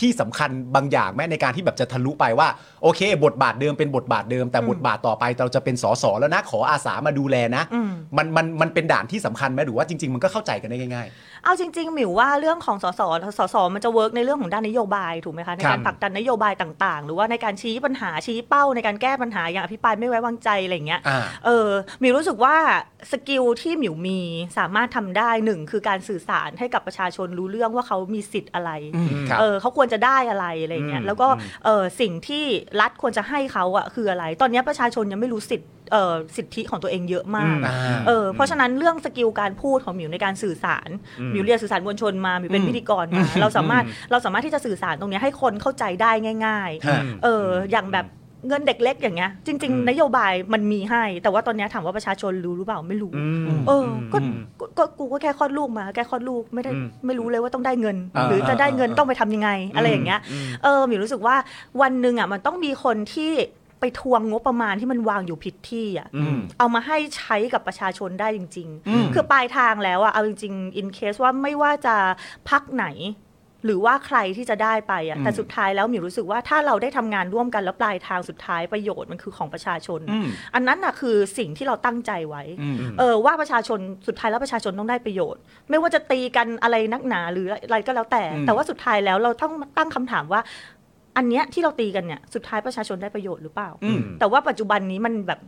ที่สำคัญบางอย่างแม้ในการที่แบบจะทะลุไปว่าโอเค บทบาทเดิมเป็นบทบาทเดิม แต่บทบาทต่อไปเราจะเป็นสสแล้วนะขออาสามาดูแลนะ อืม มันมันมันเป็นด่านที่สำคัญไหมหรือว่าจริง ๆ มันก็เข้าใจกันได้ง่าย เอาจริงๆหมิวว่าเรื่องของสสสสมันจะเวิร์กในเรื่องของด้านนโยบายถูกไหมคะในครัการบ ผลักดันนโยบายต่างๆ หรือว่าในการชี้ปัญหาชี้เป้าในการแก้ปัญหาอย่างอภิปรายไม่ไว้วางใจอะไรอย่างเงี้ย อ่า เออหมิวรู้สึกว่าสกิลที่หมิวมีสามารถทำได้หนึ่งคือการสื่อสารให้กับประชาชนรู้เรื่องว่าเขามีสิทธิ์อะไร ครับ เออเขาควรจะได้อะไรอะไรอย่างเงี้ อื ย ม แล้วก็เออสิ่งที่รัฐควรจะให้เขาอะคืออะไร ตอนเนี้ยประชาชนยังไม่รู้สิทธิ์เออสิทธิของตัวเองเยอะมาก ๆอ่า เออเพราะฉะนั้นเรื่องสกิลการพูดของหมิวในการสื่อสารหมิวเรียนสื่อสารมวลชนมาหมิวเป็นพิธีกรมาเราสามารถเราสามารถที่จะสื่อสารตรงเนี้ยให้คนเข้าใจได้ง่าย ฮะ ๆเอออย่างแบบเงินเด็กเล็กอย่างเงี้ยจริง ๆ นโยบายมันมีให้ แต่ว่าตอนเนี้ยถามว่าประชาชนรู้หรือเปล่าไม่รู้ เออก็ก็ก็กูก็แค่คลอดลูกมาแค่คลอดลูกไม่ได้ไม่รู้เลยว่าต้องได้เงิน อ่า หรือจะได้เงิน อ่า ต้องไปทำยังไง อะไรอย่างเงี้ยเออหมิวรู้สึกว่าวันหนึ่งอ่ะมันต้องมีคนที่ไปทวงงบประมาณที่มันวางอยู่ผิดที่อ่ะ อืม เอามาให้ใช้กับประชาชนได้จริง ๆ คือปลายทางแล้วอะเอาจริงๆ in case ว่าไม่ว่าจะพักไหน หรือว่าใครที่จะได้ไปอะแต่สุดท้ายแล้วหมิวรู้สึกว่าถ้าเราได้ทำงานร่วมกันแล้วปลายทางสุดท้ายประโยชน์มันคือของประชาชน อืม อันนั้นน่ะคือสิ่งที่เราตั้งใจไว้ อืม เออว่าประชาชนสุดท้ายแล้วประชาชนต้องได้ประโยชน์ ไม่ว่าจะตีกันอะไรนักหนาหรืออะไรก็แล้วแต่ อืม แต่ว่าสุดท้ายแล้วเราต้องตั้งคำถามว่า อันเนี้ยที่เราตีกันเนี่ยสุดท้ายประชาชนได้ประโยชน์หรือเปล่า อืม แต่ว่าปัจจุบันนี้มันแบบ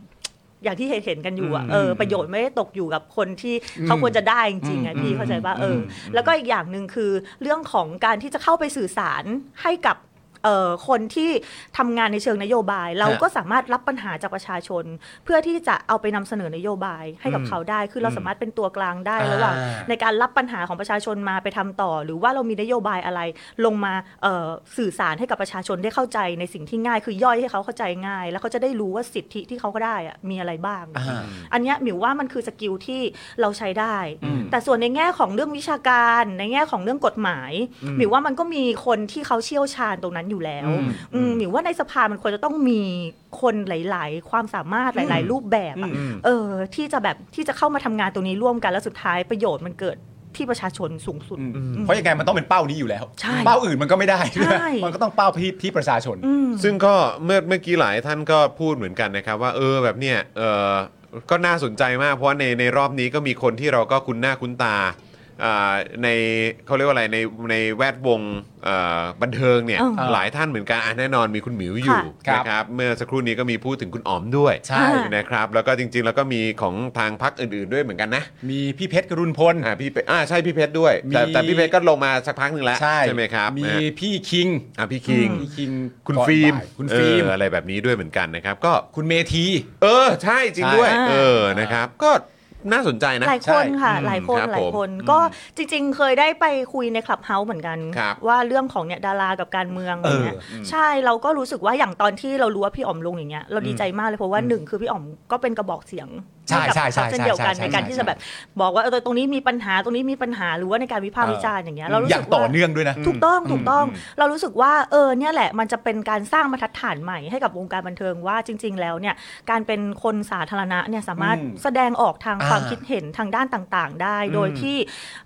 อย่างที่เห็นเห็นกันอยู่อะ อืม เออประโยชน์ไม่ได้ตกอยู่กับคนที่เขาควรจะได้จริงๆไงพี่เข้าใจป่ะเอออ มอืม แล้วก็อีกอย่างหนึ่งคือเรื่องของการที่จะเข้าไปสื่อสารให้กับเอ่อคนที่ทำงานในเชิงนโยบาย เราก็สามารถรับปัญหาจากประชาชน เพื่อที่จะเอาไปนำเสนอนโยบายให้กับเขาได้ คือเราสามารถเป็นตัวกลางได้ระหว่าง ในการรับปัญหาของประชาชนมาไปทำต่อ หรือว่าเรามีนโยบายอะไรลงมาเอ่อสื่อสารให้กับประชาชนได้เข้าใจในสิ่งที่ง่าย คือย่อยให้เขาเข้าใจง่าย แล้วเขาจะได้รู้ว่าสิทธิที่เขาก็ได้อะมีอะไรบ้าง อ่า อันเนี้ยหมิวว่ามันคือสกิลที่เราใช้ได้ แต่ส่วนในแง่ของเรื่องวิชาการในแง่ของเรื่องกฎหมายหมิวว่ามันก็มีคนที่เขาเชี่ยวชาญตรงนั้นอยู่แล้ว อืม อืมหมิวว่าในสภามันควรจะต้องมีคนหลาย ๆ ความสามารถหลาย ๆ รูปแบบอะ อืม เออที่จะแบบที่จะเข้ามาทำงานตรงนี้ร่วมกันแล้วสุดท้ายประโยชน์มันเกิดที่ประชาชนสูงสุด เพราะยังไงมันต้องเป็นเป้านี้อยู่แล้ว ใช่ เป้าอื่นมันก็ไม่ได้ ใช่ มันก็ต้องเป้าที่ที่ประชาชน อืม ซึ่งก็เมื่อเมื่อกี้หลายท่านก็พูดเหมือนกันนะครับ ว่าเออแบบเนี้ยเออก็น่าสนใจมากเพราะว่าในในรอบนี้ก็มีคนที่เราก็คุ้นหน้าคุ้นตาอ่าในเขาเรียกว่าอะไรในในแวดวงเอ่อบันเทิงเนี่ย อ๋อ หลายท่านเหมือนกันอ่ะแน่นอนมีคุณหมิวอยู่ ค่ะ นะครับเมื่อสักครู่นี้ก็มีพูดถึงคุณอ๋อมด้วย ใช่ อ่า นะครับแล้วก็จริงๆ แล้วก็มีของทางพักอื่น ๆด้วยเหมือนกันนะ มีพี่เพชรกรุณพล อ่าพี่เปอ่าใช่พี่เพชรด้วยแต่แต่มีพี่เพชรก็ลงมาสักพักหนึ่งแล้วไหมครับ มี อ่ะ พี่คิง อ่าพี่คิง พี่คิง คุณ ก่อน ฟิล์ม บ่ายคุณฟิล์ม เอออะไรแบบนี้ด้วยเหมือนกันนะครับ ก็ คุณเมธี เออ ใช่จริงด้วย ใช่ เออนะครับ ก็น่าสนใจนะ หลายคนค่ะ ใช่ หลายคน ครับ หลายคน ผม ก็จริงๆ เคยได้ไปคุยในคลับเฮาส์เหมือนกัน ครับ ว่าเรื่องของเนี่ยดารากับการเมืองอะไรเงี้ย เออ ใช่เราก็รู้สึกว่าอย่างตอนที่เรารู้ว่าพี่อ๋อมลงอย่างเงี้ยเราดีใจมากเลยเพราะว่าหนึ่งคือพี่อ๋อมก็เป็นกระบอกเสียง ใช่ ห้กับ ใช่ใช่ พรรคเช่น ใช่ เดียวกัน ช่ ใน ช่ การที่จะแบบบอกว่าเออตรงนี้มีปัญหาตรงนี้มีปัญหาหรือว่าในการวิพากษ์วิจารณ์อย่างเงี้ยเรารู้ อย่า สึ ง ก ต่อ ว่า เนื่องด้วยนะ ถูกต้องถูกต้อง อืม เรารู้สึกว่าเออเนี่ยแหละมันจะเป็นการสร้างบรรทัดฐานใหม่ให้กับวงการบันเทิงว่าจริง ๆ แล้วเนี่ยการเป็นคนสาธารณะเนี่ยสามารถ อืม แสดงออกทาง อ่า ความคิดเห็นทางด้านต่างๆ ได้ โดยที่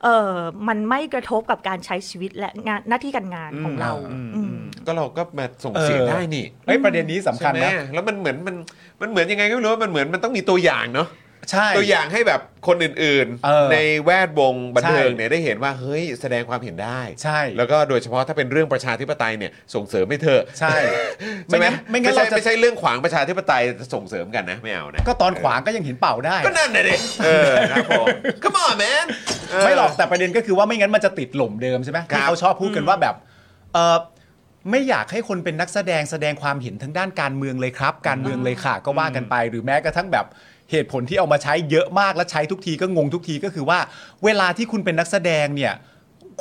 เออมันไม่กระทบกับการใช้ชีวิตและงานหน้าที่การงานของ อืม เราอืม ก็เราก็มาส่งเสียง เออ ได้นี่ เอ้ยประเด็นนี้สำคั ใช่ ญ ไหม นะ แล้วมันเหมือนมันมันเหมือนยังไงก็ไม่รู้ว่ามันเหมือนมันต้องมีตัวอย่างเนาะ ใช่ ตัวอย่างให้แบบคนอื่น เออ ในแวดวงบันเทิง ใช่ เนี่ยได้เห็นว่าเฮ้ยแสดงความเห็นได้ ใช่ แล้วก็โดยเฉพาะถ้าเป็นเรื่องประชาธิปไตยเนี่ยส่งเสริมให้เธอ ใช่ ใช่ไหม ไม่งั้น ไม่ใช่ เราจะ ไม่ใช่เรื่องขวางประชาธิปไตยส่งเสริมกันนะไม่เอานะ ก็ตอนขวางก็ยังเห็นเป่าได้ ก็นั่นน่ะดิเออครับผม come on man เ ไม่หรอกแต่ประเด็นก็คือว่าไม่งั้นมันจะติดหล่มเดิมใช่ไหม ครับ ที่เขาชอบพูดกันว่าแบบเออไม่อยากให้คนเป็นนักแสดงแสดงความเห็นทางด้านการเมืองเลยครับ การเมืองเลยค่ะ ก็ว่ากันไป หรือแม้กระทั่งแบบเหตุผลที่เอามาใช้เยอะมากและใช้ทุกทีก็งงทุกทีก็คือว่า เวลาที่คุณเป็นนักแสดงเนี่ย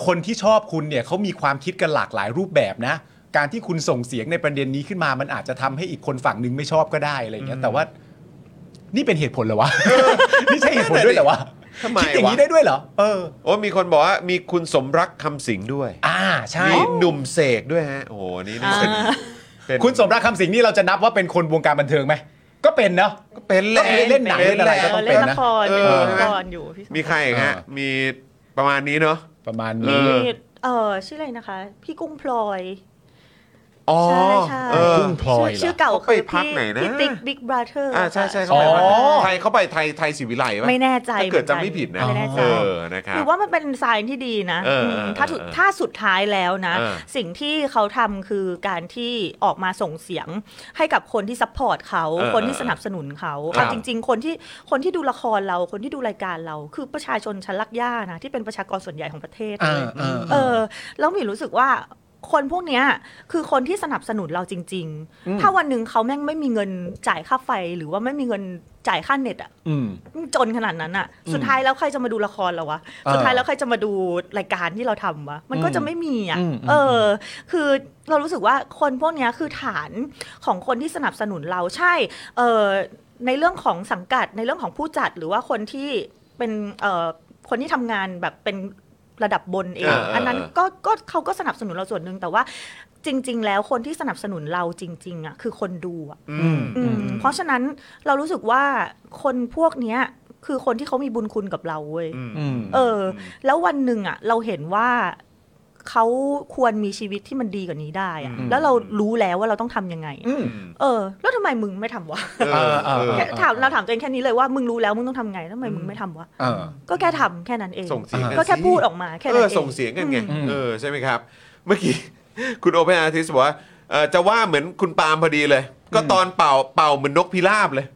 คนที่ชอบคุณเนี่ยเขามีความคิดกันหลากหลายรูปแบบนะ การที่คุณส่งเสียงในประเด็นนี้ขึ้นมามันอาจจะทำให้อีกคนฝั่งหนึงไม่ชอบก็ได้อะไรอย่างเงี้ยแต่ว่า นี่เป็นเหตุผลเหรอวะ นี่ใช่เหตุผลด้วยเหรอวะ ทำไม คิดอย่างนี้ วะ ได้ด้วยเหรอเออ โอ้มีคนบอกว่ามีคุณสมรักคำสิงห์ด้วย อ่าใช่ มีหนุ่มเสกด้วยฮะ โอ้โหนี่นี่เป็น อ่า เป็น คุณสมรักคำสิงห์นี่เราจะนับว่าเป็นคนวงการบันเทิงไหม ก็เป็นเนาะ ก็เป็นแห ก็ ละ เป็นเล่นหนัง ป็ เล่นอะไร แห ก็ต้อง เล่ เป็น น ละ นะ คร เอ เล่ อน ใช่ ละ ไหม ครอยู่พี่ มีใครอีกฮะ เออ มีประมาณนี้เนาะ ประมาณ เอ นี้ อ มีเออชื่ออะไรนะคะ พี่กุ้งพลอย อ๋อ ใช่ใช่ เออ กุ้งพลอย ชื่ เหร ชื่อ อ เก่า เขาไป คือ พัก พี่ ไหนนะ พี่ติ๊กบิ๊กบราเธอร์ อ่าใช่ใช่ อ๋ เขา อ ไปไทยเขาไปไทยไทยศิวิไลปะ ไม่แน่ใจ ถ้าเกิดจำไม่ผิดนะ ไม่แน่ใจ เออนะครับ หรือว่ามันเป็นไซน์ที่ดีนะ เออ ม เออ ถ้าสุด เออ ถ้าสุดท้ายแล้วนะ เออ สิ่งที่เขาทำคือการที่ออกมาส่งเสียงให้กับคนที่ซัพพอร์ตเขา เออ คนที่สนับสนุนเขา ครับ เอาจริง ๆ คนที่คนที่ดูละครเราคนที่ดูรายการเรา คือประชาชนชั้นลักย่านะที่เป็นประชากรส่วนใหญ่ของประเทศ อ่า เลย อ่า เออแล้วหมีรู้สึกว่าคนพวกเนี้ยคือคนที่สนับสนุนเราจริง ๆ ถ้าวันหนึ่งเขาแม่งไม่มีเงินจ่ายค่าไฟหรือว่าไม่มีเงินจ่ายค่าเน็ตอ่ะ อืม มึงจนขนาดนั้นอ่ะ สุดท้ายแล้วใครจะมาดูละครเราวะ อ่า สุดท้ายแล้วใครจะมาดูรายการที่เราทำวะมันก็ อืม จะไม่มีอ่ะ อืมอืม เออ คือเรารู้สึกว่าคนพวกเนี้ยคือฐานของคนที่สนับสนุนเราใช่เออในเรื่องของสังกัดในเรื่องของผู้จัดหรือว่าคนที่เป็นเออคนที่ทำงานแบบเป็นระดับบนเอง อ่า อันนั้น ก็ก็เขาก็สนับสนุนเราส่วนหนึ่งแต่ว่าจริง ๆ แล้วคนที่สนับสนุนเราจริง ๆอ่ะคือคนดูอ่ะ อืม อืมเพราะฉะนั้นเรารู้สึกว่าคนพวกเนี้ยคือคนที่เขามีบุญคุณกับเราเว้ย อืม อืม เออ แล้ววันหนึ่งอ่ะ เราเห็นว่า เขาควรมีชีวิตที่มันดีกว่านี้ได้อะ อืม แล้วเรารู้แล้วว่าเราต้องทำยังไง อืม เออ แล้วทำไมมึงไม่ทำวะ เออเออ แค่ถามเราถามตัวเองแค่นี้เลยว่ามึงรู้แล้วมึงต้องทำไงแล้วทำไมมึงไม่ทำวะ เออ ก็แค่ทำแค่นั้นเอง ส่งเสียงน ก็แค่ สิ พูดออกมาแค่ เอ นั้น อ เอง ส่งเสียงกันไง อืม เออใช่ไหมครับ เมื่อกี้ *laughs* คุณโอเปนอาร์ติสบอกว่าเอ่อจะว่าเหมือนคุณปาล์มพอดีเลย ก็ตอนเป่าเป่าเหมือนนกพิราบเลย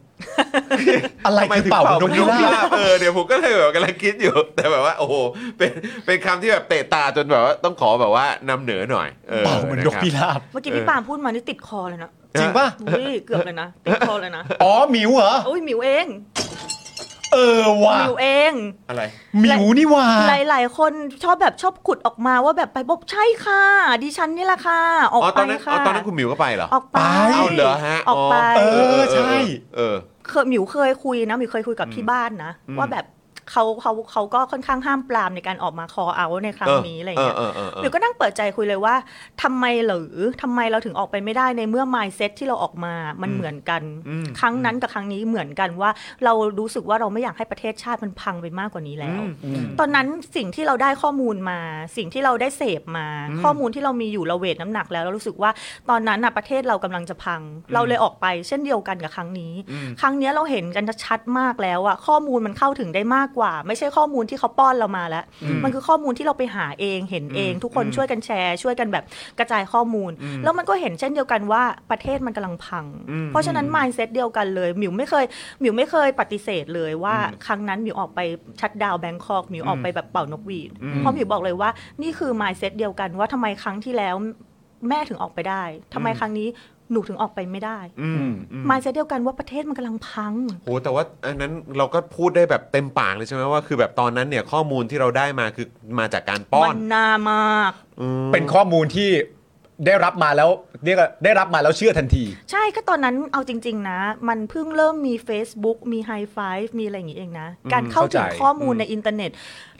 อะไร ทำไมถึคือง เป่า เป่า ด เป็น นนกพิ กพิ รา รา บบ เออเดี๋ยวผมก็เลยแบบกำลังคิดอยู่ *laughs* แต่แบบว่าโอ้โหเป็นเป็นคำที่แบบเตะตาจนแบบว่าต้องขอแบบว่านำเหนือหน่อยอ เป่าเหมือนนกพิราบ เมื่อกี้พี่ปาล์มพูดมานี่ติดคอเลยนะ จริงป่ะ *laughs* อุ้ยเกือบเลยนะ ติดคอเลยนะ อ๋อหมิวเหรอ โอ้ยหมิวเอง เออว่ะ หมิวเอง อะไร หมิวนี่ว่ะ หลาย ๆ คนชอบแบบชอบขุดออกมาว่าแบบไปบอกใช่ค่ะ ดิฉันนี่แหละค่ะ ออก อ๋อ ไป ตอนนั้นอ๋อ ค่ะ ตอนนั้นคุณหมิวก็ไปเหรอ ออกไป ไป เอาเหรอฮะ ออกไป เออ ใช่ เออ เคยหมิวเคยคุยนะหมิวเคยคุยกับที่บ้านนะ อืม ว่าแบบเขาเขาเขาก็ค่อนข้างห้ามปรามในการออกมาคอเอาในครั้งนี้อะไรอย่างเงี้ย เออเออเออ หมิวก็นั่งเปิดใจคุยเลยว่าทำไมหรือทำไมเราถึงออกไปไม่ได้ในเมื่อ mindset ที่เราออกมามันเหมือนกัน ครั้งนั้นกับครั้งนี้เหมือนกันว่า เรารู้สึกว่าเราไม่อยากให้ประเทศชาติมันพังไปมากกว่านี้แล้ว ตอนนั้นสิ่งที่เราได้ข้อมูลมา สิ่งที่เราได้เสพมา ข้อมูลที่เรามีอยู่เราเวทน้ำหนักแล้วเรารู้สึกว่าตอนนั้นน่ะประเทศเรากำลังจะพัง เราเลยออกไปเช่นเดียวกันกับครั้งนี้ ครั้งเนี้ยเราเห็นกันชัดมากแล้วอะข้อมูลมันเข้าถึงได้มากกว่า ไม่ใช่ข้อมูลที่เขาป้อนเรามาแล้ว มันคือข้อมูลที่เราไปหาเองเห็นเอง ทุกคนช่วยกันแชร์ ช่วยกันแบบกระจายข้อมูล แล้วมันก็เห็นเช่นเดียวกันว่าประเทศมันกำลังพัง เพราะฉะนั้น mindset เดียวกันเลยหมิวไม่เคยหมิวไม่เคยปฏิเสธเลยว่าครั้งนั้นหมิวออกไปชัดดาวน์แบงคอกหมิวออกไปแบบเป่านกหวีดเพราะหมิวบอกเลยว่านี่คือ mindset เดียวกันว่าทำไมครั้งที่แล้วแม่ถึงออกไปได้ทำไมครั้งนี้หนูถึงออกไปไม่ได้ mindset เดียวกันว่าประเทศมันกำลังพัง โหแต่ว่าอันนั้นเราก็พูดได้แบบเต็มปากเลยใช่ไหมว่าคือแบบตอนนั้นเนี่ยข้อมูลที่เราได้มาคือมาจากการป้อ มัน นนามาก เป็นข้อมูลที่ได้รับมาแล้วเรียกว่าได้รับมาแล้วเชื่อทันที ใช่ก็ตอนนั้นเอาจริง ๆ นะ มันเพิ่งเริ่มมี Facebook มี h i ไฟมีอะไรอย่างงี้เองนะ การเข้าถึง เข้าใจ ข้อมูลในอินเทอร์เน็ต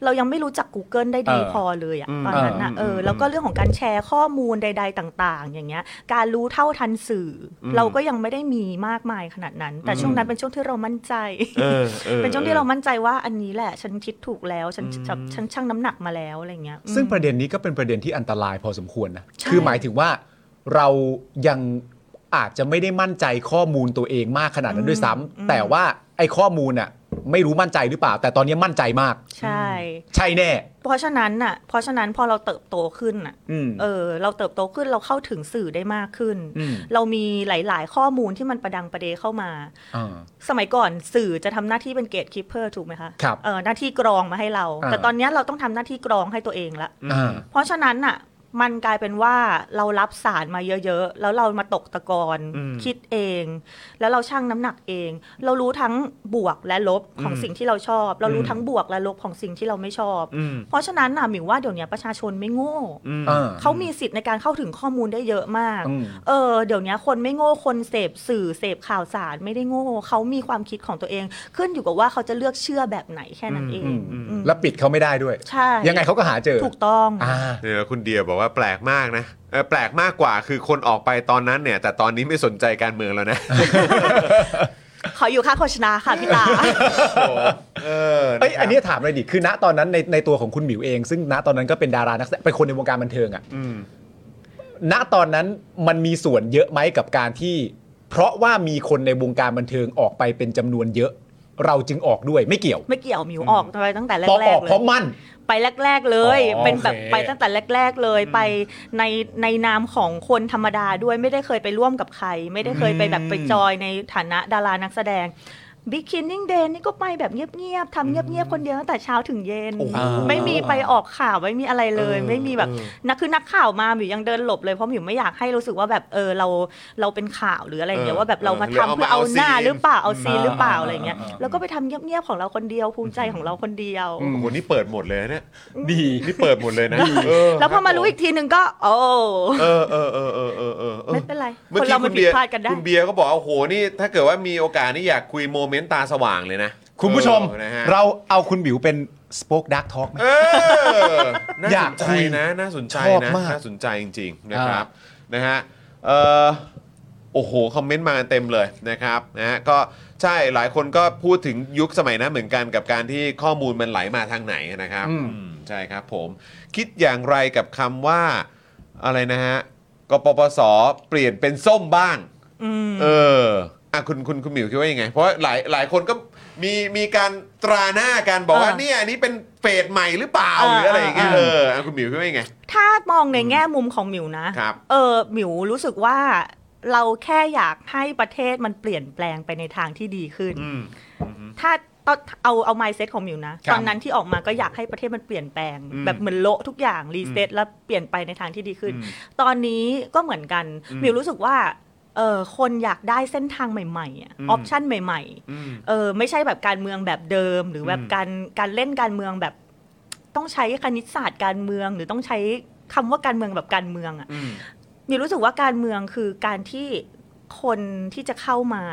เรายังไม่รู้จัก Google ได้ดี เออ พอเลยอะตอนนั้นนะ เออ เออแล้วก็เรื่องของการแชร์ข้อมูลใด ๆ ต่าง ๆ อย่างเงี้ย การรู้เท่าทันสื่ออเราก็ยังไม่ได้มีมากมายขนาดนั้น แต่ช่วงนั้นเป็นช่วงที่เรามั่นใจ เออเออ เป็นช่วงที่เรามั่นใจว่าอันนี้แหละ ฉันคิดถูกแล้วฉันฉันฉันชั่งน้ำหนักมาแล้วอะไรอย่างเงี้ยอืม ซึ่งประเด็นนี้ก็เป็นประเด็นที่อันตรายพอสมควรนะ ใช่ คือหมายถึงว่าเรายังอาจจะไม่ได้มั่นใจข้อมูลตัวเองมากขนาดนั้นด้วยซ้ำแต่ว่าไอ้ข้อมูลน่ะไม่รู้มั่นใจหรือเปล่า แต่ตอนนี้มั่นใจมาก ใช่ ใช่แน่ เพราะฉะนั้นน่ะ เพราะฉะนั้นพอเราเติบโตขึ้นน่ะ อืม เออ เราเติบโตขึ้นเราเข้าถึงสื่อได้มากขึ้น อืม เรามีหลาย ๆ ข้อมูลที่มันประดังประเดเข้ามา อ่า สมัยก่อนสื่อจะทำหน้าที่เป็นเกตคิปเปอร์ถูกไหมคะ ครับ เออหน้าที่กรองมาให้เรา อ่า แต่ตอนเนี้ยเราต้องทำหน้าที่กรองให้ตัวเองละ อ่า เพราะฉะนั้นน่ะมันกลายเป็นว่าเรารับสารมาเยอะๆ แล้วเรามาตกตะกอนคิดเอง แล้วเราชั่งน้ำหนักเอง เรารู้ทั้งบวกและลบของสิ่งที่เราชอบ เรารู้ทั้งบวกและลบของสิ่งที่เราไม่ชอบ เพราะฉะนั้นน่ะหมิวว่าเดี๋ยวนี้ประชาชนไม่โง่ อ่า เขามีสิทธิ์ในการเข้าถึงข้อมูลได้เยอะมาก อืม เออ เดี๋ยวนี้คนไม่โง่ คนเสพสื่อเสพข่าวสารไม่ได้โง่ เขามีความคิดของตัวเอง ขึ้นอยู่กับว่าเขาจะเลือกเชื่อแบบไหนแค่นั้นเอง อืม อืม แล้วปิดเขาไม่ได้ด้วย ใช่ ยังไงเขาก็หาเจอ ถูกต้อง อ่า เนี่ยคุณเดียบอกว่าแปลกมากนะเออแปลกมากกว่าคือคนออกไปตอนนั้นเนี่ย แต่ตอนนี้ไม่สนใจการเมือง *laughs* แล้วนะ ขออยู่ค่าโฆษณาค่ะพี่ *laughs* ตา เออ เอ้ยอันนี้ถามเลยดิ คือณตอนนั้นในในตัวของคุณหมิวเอง ซึ่งณตอนนั้นก็เป็นดารานักแสดงเป็นคนในวงการบันเทิงอะณตอนนั้นมันมีส่วนเยอะไหมกับการที่ เพราะว่ามีคนในวงการบันเทิงออกไปเป็นจำนวนเยอะ เราจึงออกด้วยไม่เกี่ยว ไม่เกี่ยวหมิวออกไปตั้งแต่แร พอก ๆ ออก เล เพ ย ราะมั่น ไปแรก ๆ เลย อ๋อ เป็นแบบ โอเค ไปตั้งแต่แรก ๆ เลย ไปในในนามของคนธรรมดาด้วยไม่ได้เคยไปร่วมกับใคร ไม่ได้เคยไปแบบไปจอยในฐานะดารานักแสดง Big k i n n i n g Day นี่ก็ไปแบบเงียบ ๆ ทำเงียบ ๆ คนเดียวตั้งแต่เช้าถึงเย็น ไม่มีไปออกข่าวไม่มีอะไรเลย ไม่มีแบบนักคือนักข่าวมาหมิวยังเดินหลบเลยเพราะหมิวไม่อยากให้รู้สึกว่าแบบเออเราเราเป็นข่าวหรืออะไรอย่างเงี้ยว่าแบบเรามาทำเพื่อเอาหน้าหรือเปล่าเอาซีนหรือเปล่าอะไรอย่างเงี้ยแล้วก็ไปทำเงียบๆของเราคนเดียวภูมิใจของเราคนเดียว โอ้โหนี่เปิดหมดเลยนะเนี่ย ดี นี่เปิดหมดเลยนะเอ แล้วพอมารู้อีกทีหนึ่งก็ โอ้ เออเออเออเออเออเออ ไม่เป็นไร เมื่อ คน กี้ เรา คุ มัน ณ ผิ เบี ด ยร์ พลาดกันได้ คุณเบียร์ก็บอกว่าโอ้โหนี่ถ้าเกิดว่ามีโอกาสนี่อยากคุยโมเมนต์ตาสว่างเลยนะ คุณผู้ชม เออนะฮะ เราเอาคุณหมิวเป็น Spoke Dark Talk ไหม เออน่า อ ส ยาก นใจ คุย นะน่าสนใจ ชอบ นะ มาก น่าสนใจจริง ๆ นะครับ อ่ นะฮะเอ่อ โอ้โห คอมเมนต์มาเต็มเลยนะครับนะฮะก็ใช่หลายคนก็พูดถึงยุคสมัยนั้นเหมือนกันกับการที่ข้อมูลมันไหลมาทางไหนนะครับ อืม อืมใช่ครับผม คิดอย่างไรกับคำว่าอะไรนะฮะกปปสเปลี่ยนเป็นส้มบ้าง อืม เอออ่ะคุณคุณคุณหมิวคิดว่ายังไง เพราะหลายหลายคนก็มีมีการตราหน้ากันบอกว่า เออ เนี่ยอันนี้เป็นเฟสใหม่หรือเปล่า เออ หรืออะไรอย่างเงี้ย เอ เอ อ ออ่ะคุณหมิวคิดว่ายังไง ถ้ามองในแง่มุมของหมิวนะ ครับ เออหมิวรู้สึกว่าเราแค่อยากให้ประเทศมันเปลี่ยนแปลงไปในทางที่ดีขึ้น อืม ถ้าตอนเอาเอาไมเซ็ตของหมิวนะ ครับ ตอนนั้นที่ออกมาก็อยากให้ประเทศมันเปลี่ยนแปลง อืม แบบเหมือนโละทุกอย่างรีเซ็ตแล้วเปลี่ยนไปในทางที่ดีขึ้น อืม ตอนนี้ก็เหมือนกัน อืม หมิวรู้สึกว่าเออคนอยากได้เส้นทางใหม่ๆอ อืม อปชันใหม่ ๆ อืม เออไม่ใช่แบบการเมืองแบบเดิม หรือแบบ อืม การการเล่นการเมืองแบบ ต้องใช้คณิตศาสตร์การเมือง หรือต้องใช้คำว่าการเมืองแบบการเมืองอะ่ะ อืม มีรู้สึกว่าการเมืองคือการที่คนที่จะเข้ามา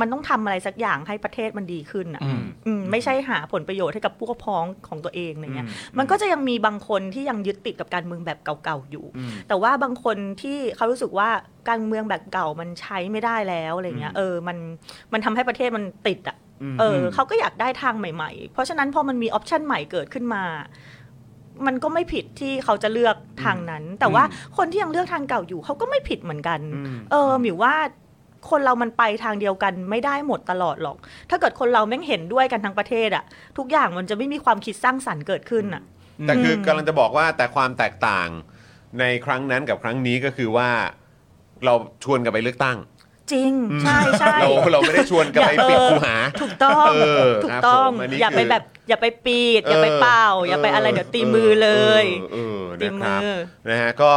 มันต้องทำอะไรสักอย่างให้ประเทศมันดีขึ้นอะ่ะ อืม อืมไม่ใช่หาผลประโยชน์ให้กับพวกพ้องของตัวเองอะไรเงี้ยมันก็จะยังมีบางคนที่ยังยึดติดกับการเมืองแบบเก่าๆอยู่ อืม แต่ว่าบางคนที่เขารู้สึกว่าการเมืองแบบเก่ามันใช้ไม่ได้แล้วอะไรเงี้ย อืม เออมันมันทำให้ประเทศมันติดอ่ะ ม เออเขาก็อยากได้ทางใหม่ๆ เพราะฉะนั้นพอมันมีออปชันใหม่เกิดขึ้นมา มันก็ไม่ผิดที่เขาจะเลือกทางนั้น แต่ว่าคนที่ยังเลือกทางเก่าอยู่เขาก็ไม่ผิดเหมือนกัน อืม เออหมิวว่าคนเรามันไปทางเดียวกันไม่ได้หมดตลอดหรอก ถ้าเกิดคนเราแม่งเห็นด้วยกันทั้งประเทศอะทุกอย่างมันจะไม่มีความคิดสร้างสรรค์เกิดขึ้นอะ แต่คืออ ม กำลังจะบอกว่าแต่ความแตกต่างในครั้งนั้นกับครั้งนี้ก็คือว่าเราชวนกันไปเลือกตั้ง จริง ใช่ใช่ เราเราไม่ได้ชวนกันไปปิดคูหา ถูกต้อง เออ ถู ค ก รับ ต้อง ผมอันนี้ อย่าไป คือ แบบอย่าไปปีดอย่าไปเป่า อย่าไปอะไรเดี๋ยวตีมือเลย เออเออเออ ตี นะ มื ครับ อ นะฮะก็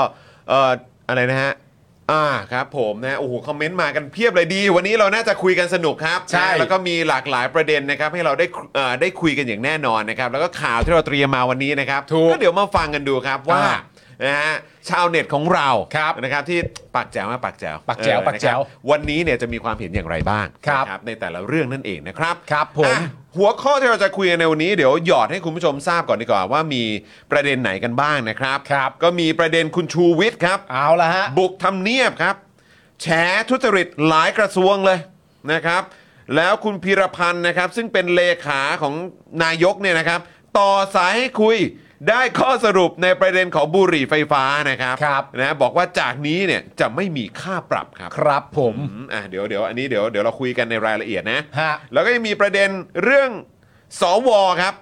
เอ่ออะไรนะฮะอ่าครับผมนะโอ้โหคอมเมนต์มากันเพียบเลยดี วันนี้เราน่าจะคุยกันสนุกครับ ใช่ นะแล้วก็มีหลากหลายประเด็นนะครับ ให้เราได้เอ่อได้คุยกันอย่างแน่นอนนะครับ แล้วก็ข่าวที่เราเตรียมมาวันนี้นะครับก็เดี๋ยวมาฟังกันดูครับว่านะฮะชาวเน็ตของเราครับนะครับที่ปากแจ๋วมาปากแจ๋ว ปากแจ๋ว เออ ปากแจ๋ว นะครับวันนี้เนี่ยจะมีความเห็นอย่างไรบ้าง ครับ นะในแต่ละเรื่องนั่นเองนะครับ ครับผม อ่ะหัวข้อที่เราจะคุยกันในวันนี้เดี๋ยวหยอดให้คุณผู้ชมทราบก่อนดีกว่าว่ามีประเด็นไหนกันบ้างนะครับ ครับ ก็มีประเด็นคุณชูวิทย์ครับ เอาละฮะ บุกทำเนียบครับแฉทุจริตหลายกระทรวงเลยนะครับ แล้วคุณพีรพันธ์นะครับ ซึ่งเป็นเลขาของนายกเนี่ยนะครับ ต่อสายให้คุยได้ข้อสรุปในประเด็นของบุหรี่ไฟฟ้านะครับ ครับ นะบอกว่าจากนี้เนี่ยจะไม่มีค่าปรับครับ ครับผม อืมอ่ะเดี๋ยวเดี๋ยวอันนี้เดี๋ยวเดี๋ยวเราคุยกันในรายละเอียดนะ ฮะ แล้วก็ยังมีประเด็นเรื่องสวครับ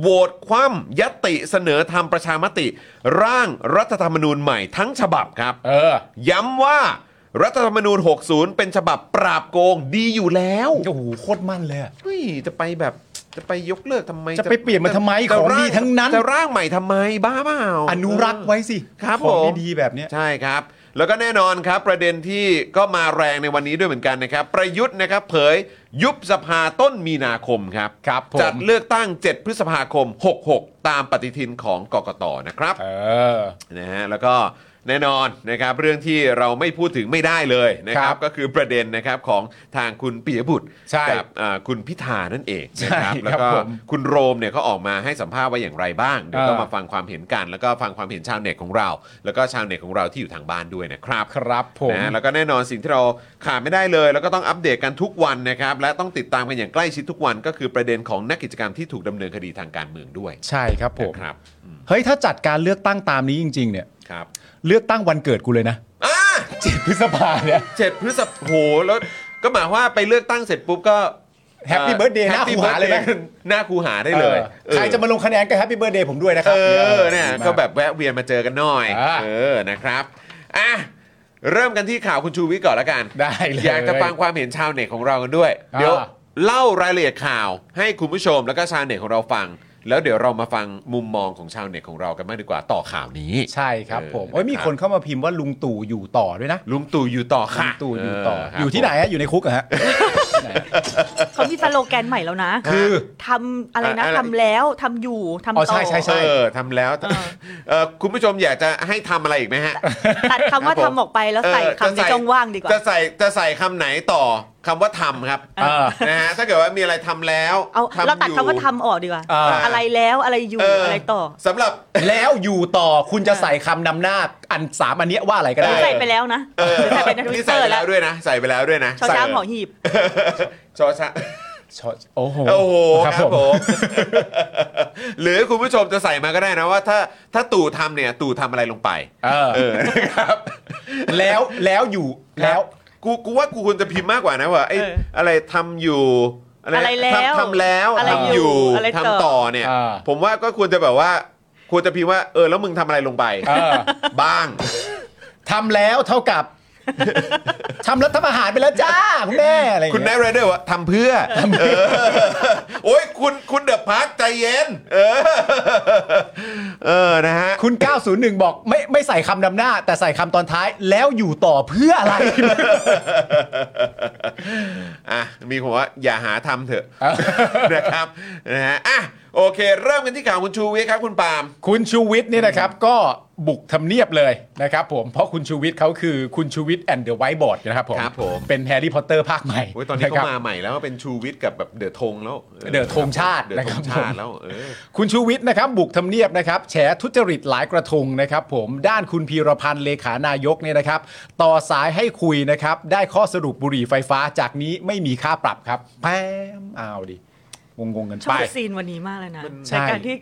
โหวตคว่ำยตติเสนอทำประชามติ ร่างรัฐธรรมนูญใหม่ทั้งฉบับครับ เออ ย้ำว่ารัฐธรรมนูญ 60 เป็นฉบับปราบโกงดีอยู่แล้ว โอ้โหโคตรมั่นเลยอะ เฮ้ยจะไปแบบจะไปยกเลิกทำไม จะไปเปลี่ยนมันทำไม จะ ของ ร่า ดีทั้งนั้น จะร่างใหม่ทำไมบ้าเปล่า อนุรักษ์ไว้สิ ครับ ของ ผม ดีๆแบบเนี้ย ใช่ครับ แล้วก็แน่นอนครับประเด็นที่ก็มาแรงในวันนี้ด้วยเหมือนกันนะครับ ประยุทธ์นะครับเผยยุบสภาต้นมีนาคมครับ ครับผม จัดเลือกตั้ง 7 พฤษภาคม 66 ตามปฏิทินของกกตนะครับ เออ นะฮะแล้วก็แน่นอนนะครับเรื่องที่เราไม่พูดถึงไม่ได้เลยนะครับ ครับ ก็คือประเด็นนะครับของทางคุณปิยบุตร ใช่ กัอ่าคุณพิธานั่นเองนะครับ ใช่ครับ แล้วก็ ผม คุณโรมเนี่ยเขาออกมาให้สัมภาษณ์ว่าอย่างไรบ้างเดี๋ยวก็ เออ มาฟังความเห็นกัน แล้วก็ฟังความเห็นชาวเน็ตของเรา แล้วก็ชาวเน็ตของเราที่อยู่ทางบ้านด้วยนะครับ ครับผม นะแล้วก็แน่นอนสิ่งที่เราขาดไม่ได้เลย แล้วก็ต้องอัปเดตกันทุกวันนะครับ และต้องติดตามกันอย่างใกล้ชิดทุกวัน ก็คือประเด็นของนักกิจกรรมที่ถูกดำเนินคดีทางการเมืองด้วย ใช่ครับผม นะครับ เฮ้ย ถ้าจัดการเลือกตั้งตามนี้จริง ๆ เนี่ย ครับ เลือกตั้งวันเกิดกูเลยนะ อ่า เจ็ดพฤษภาเนี่ย เจ็ดพฤษภาโหแล้วก็หมายว่าไปเลือกตั้งเสร็จปุ๊บก็ Happy Birthday หน้าคูหาเลยนะ Happy Birthday หน้าคูหาได้เลย ออใครจะมาลงคะแนนก็แฮปปี้เบิร์ดเดย์ผมด้วยนะค เอ รั อเนี่ย ดีมา ก็แบบแวะเวียนมาเจอกันหน่อย อ่า เออนะครับอ่ะเริ่มกันที่ข่าวคุณชูวิทย์ก่อนละกัน ได้เลย อยากจะฟังความเห็นชาวเน็ตของเรากันด้วย อ่า เดี๋ยว เล่ารายละเอียดข่าวให้คุณผู้ชมแล้วก็ชาวเน็ตของเราฟัง แล้วเดี๋ยวเรามาฟังมุมมองของชาวเน็ตของเรากันบ้างดีกว่าต่อข่าวนี้ ใช่ครับผม เออ โอ้ยมี ครับ คนเข้ามาพิมพ์ว่าลุงตู่อยู่ต่อด้วยนะ ลุงตู่อยู่ต่อ ลุ ค่ะ งตู่อยู่ต่อ เครับ อยู่ที่ไหนฮะอยู่ในคุกเหรอะฮะ เขามีสโลแกนใหม่แล้วนะ คือ ทำอะไรนะทำแล้วทำอยู่ทำ อ๋ ต่ อ อ ใช่ใช่ใช่ เออทำแล้วเออคุณผู้ชมอยากจะให้ทำอะไรอีกไหมฮะ ตัดคำว่าทำออกไปแล้วใส่คำในเจะ ช่องว่างดีกว่า จะใส่จะใส่คำไหนต่อ คำว่าทำครับ อ่า นะฮะถ้าเกิดว่ามีอะไรทำแล้ว เอาเราตัด อยู่ คำว่าทำออกดีกว่า อ่า อะไรแล้วอะไรอยู่ เ อะไรต่อ สำหรับ แล้วอยู่ต่อคุณจะใส่คำนำหน้าอันสามอันเนี้ยว่าอะไรก็ หรื ได้ อใส่ไปแล้วนะ เออ หรือใส่ไปในทวิ นี่ ตเต ใส่ อ ไป ร์ แล้ แล้ว ว ด้วยนะ ใส่ไปแล้วด้วยนะ ชอช้างหมอหีบ ชอช้าง ชอโอ้โห โอ้โหครับ ผม ผม *laughs* หรือคุณผู้ชมจะใส่มาก็ได้นะว่าถ้าถ้าตู่ทำเนี่ยตู่ทำอะไรลงไป เออ เออนะครับ แล้วแล้วอยู่แล้ว กูกูว่ากูควรจะพิมพ์มากกว่านะว่าไอ้ เอออะไร ทำอยู่ อะไรแล้ว ทำทำแล้ว อะไร ทำอยู่ อยู่อะไรต่อ ทำต่อเนี่ย อ่า ผมว่าก็ควรจะแบบว่า ควรจะพิมพ์ว่าเออแล้วมึงทำอะไรลงไป เออ บ้าง ทำแล้วเท่ากับ *laughs* ทำรัฐประหารไปแล้วจ้าคุณแม่อะไรอย่าง คุณแน เงี้ย ทไรเดอร์วะทำเพื่อเออโอ้ยคุณคุณเดอะพาร์คใจเย็น เออ เออนะฮะ คุณ 901 บอกไม่ไม่ใส่คำนำหน้า แต่ใส่คำตอนท้ายแล้วอยู่ต่อเพื่ออะไร อ่ะ มีคนว่าอย่าหาทำเถอะ เออ นะครับนะฮะอ่ะโอเค เริ่มกันที่ข่าวคุณชูวิทย์ครับคุณปาล์ม คุณชูวิทย์เนี่ยนะครับก็บุกทำเนียบเลยนะครับผมเพราะคุณชูวิทย์เขาคือคุณชูวิทย์แอนด์เดอะไวท์บอร์ดนะครับผม ครับผม เป็นแฮร์รี่พอตเตอร์ภาคใหม่ โอ้ยตอนนี้ ะครั เขา บ มาใหม่แล้วเป็นชูวิทย์กับแบบเดอะธงแล้ว เดอะธงชาติ เดอะ นะ ธ ครั ง บ ชาติ ผม แล้วเออ คุณชูวิทย์นะครับบุกทำเนียบนะครับแฉทุจริตหลายกระทงนะครับผมด้านคุณพีรพันธ์เลขานายกเนี่ยนะครับต่อสายให้คุยนะครับได้ข้อสรุปบุหรี่ไฟฟ้าจากนี้ไม่มีค่าปรับครับแพมเอาดิงงงๆกัน ช ไป อบซีนวันนี้มากเลยนะ มัน ใช่ ในการที่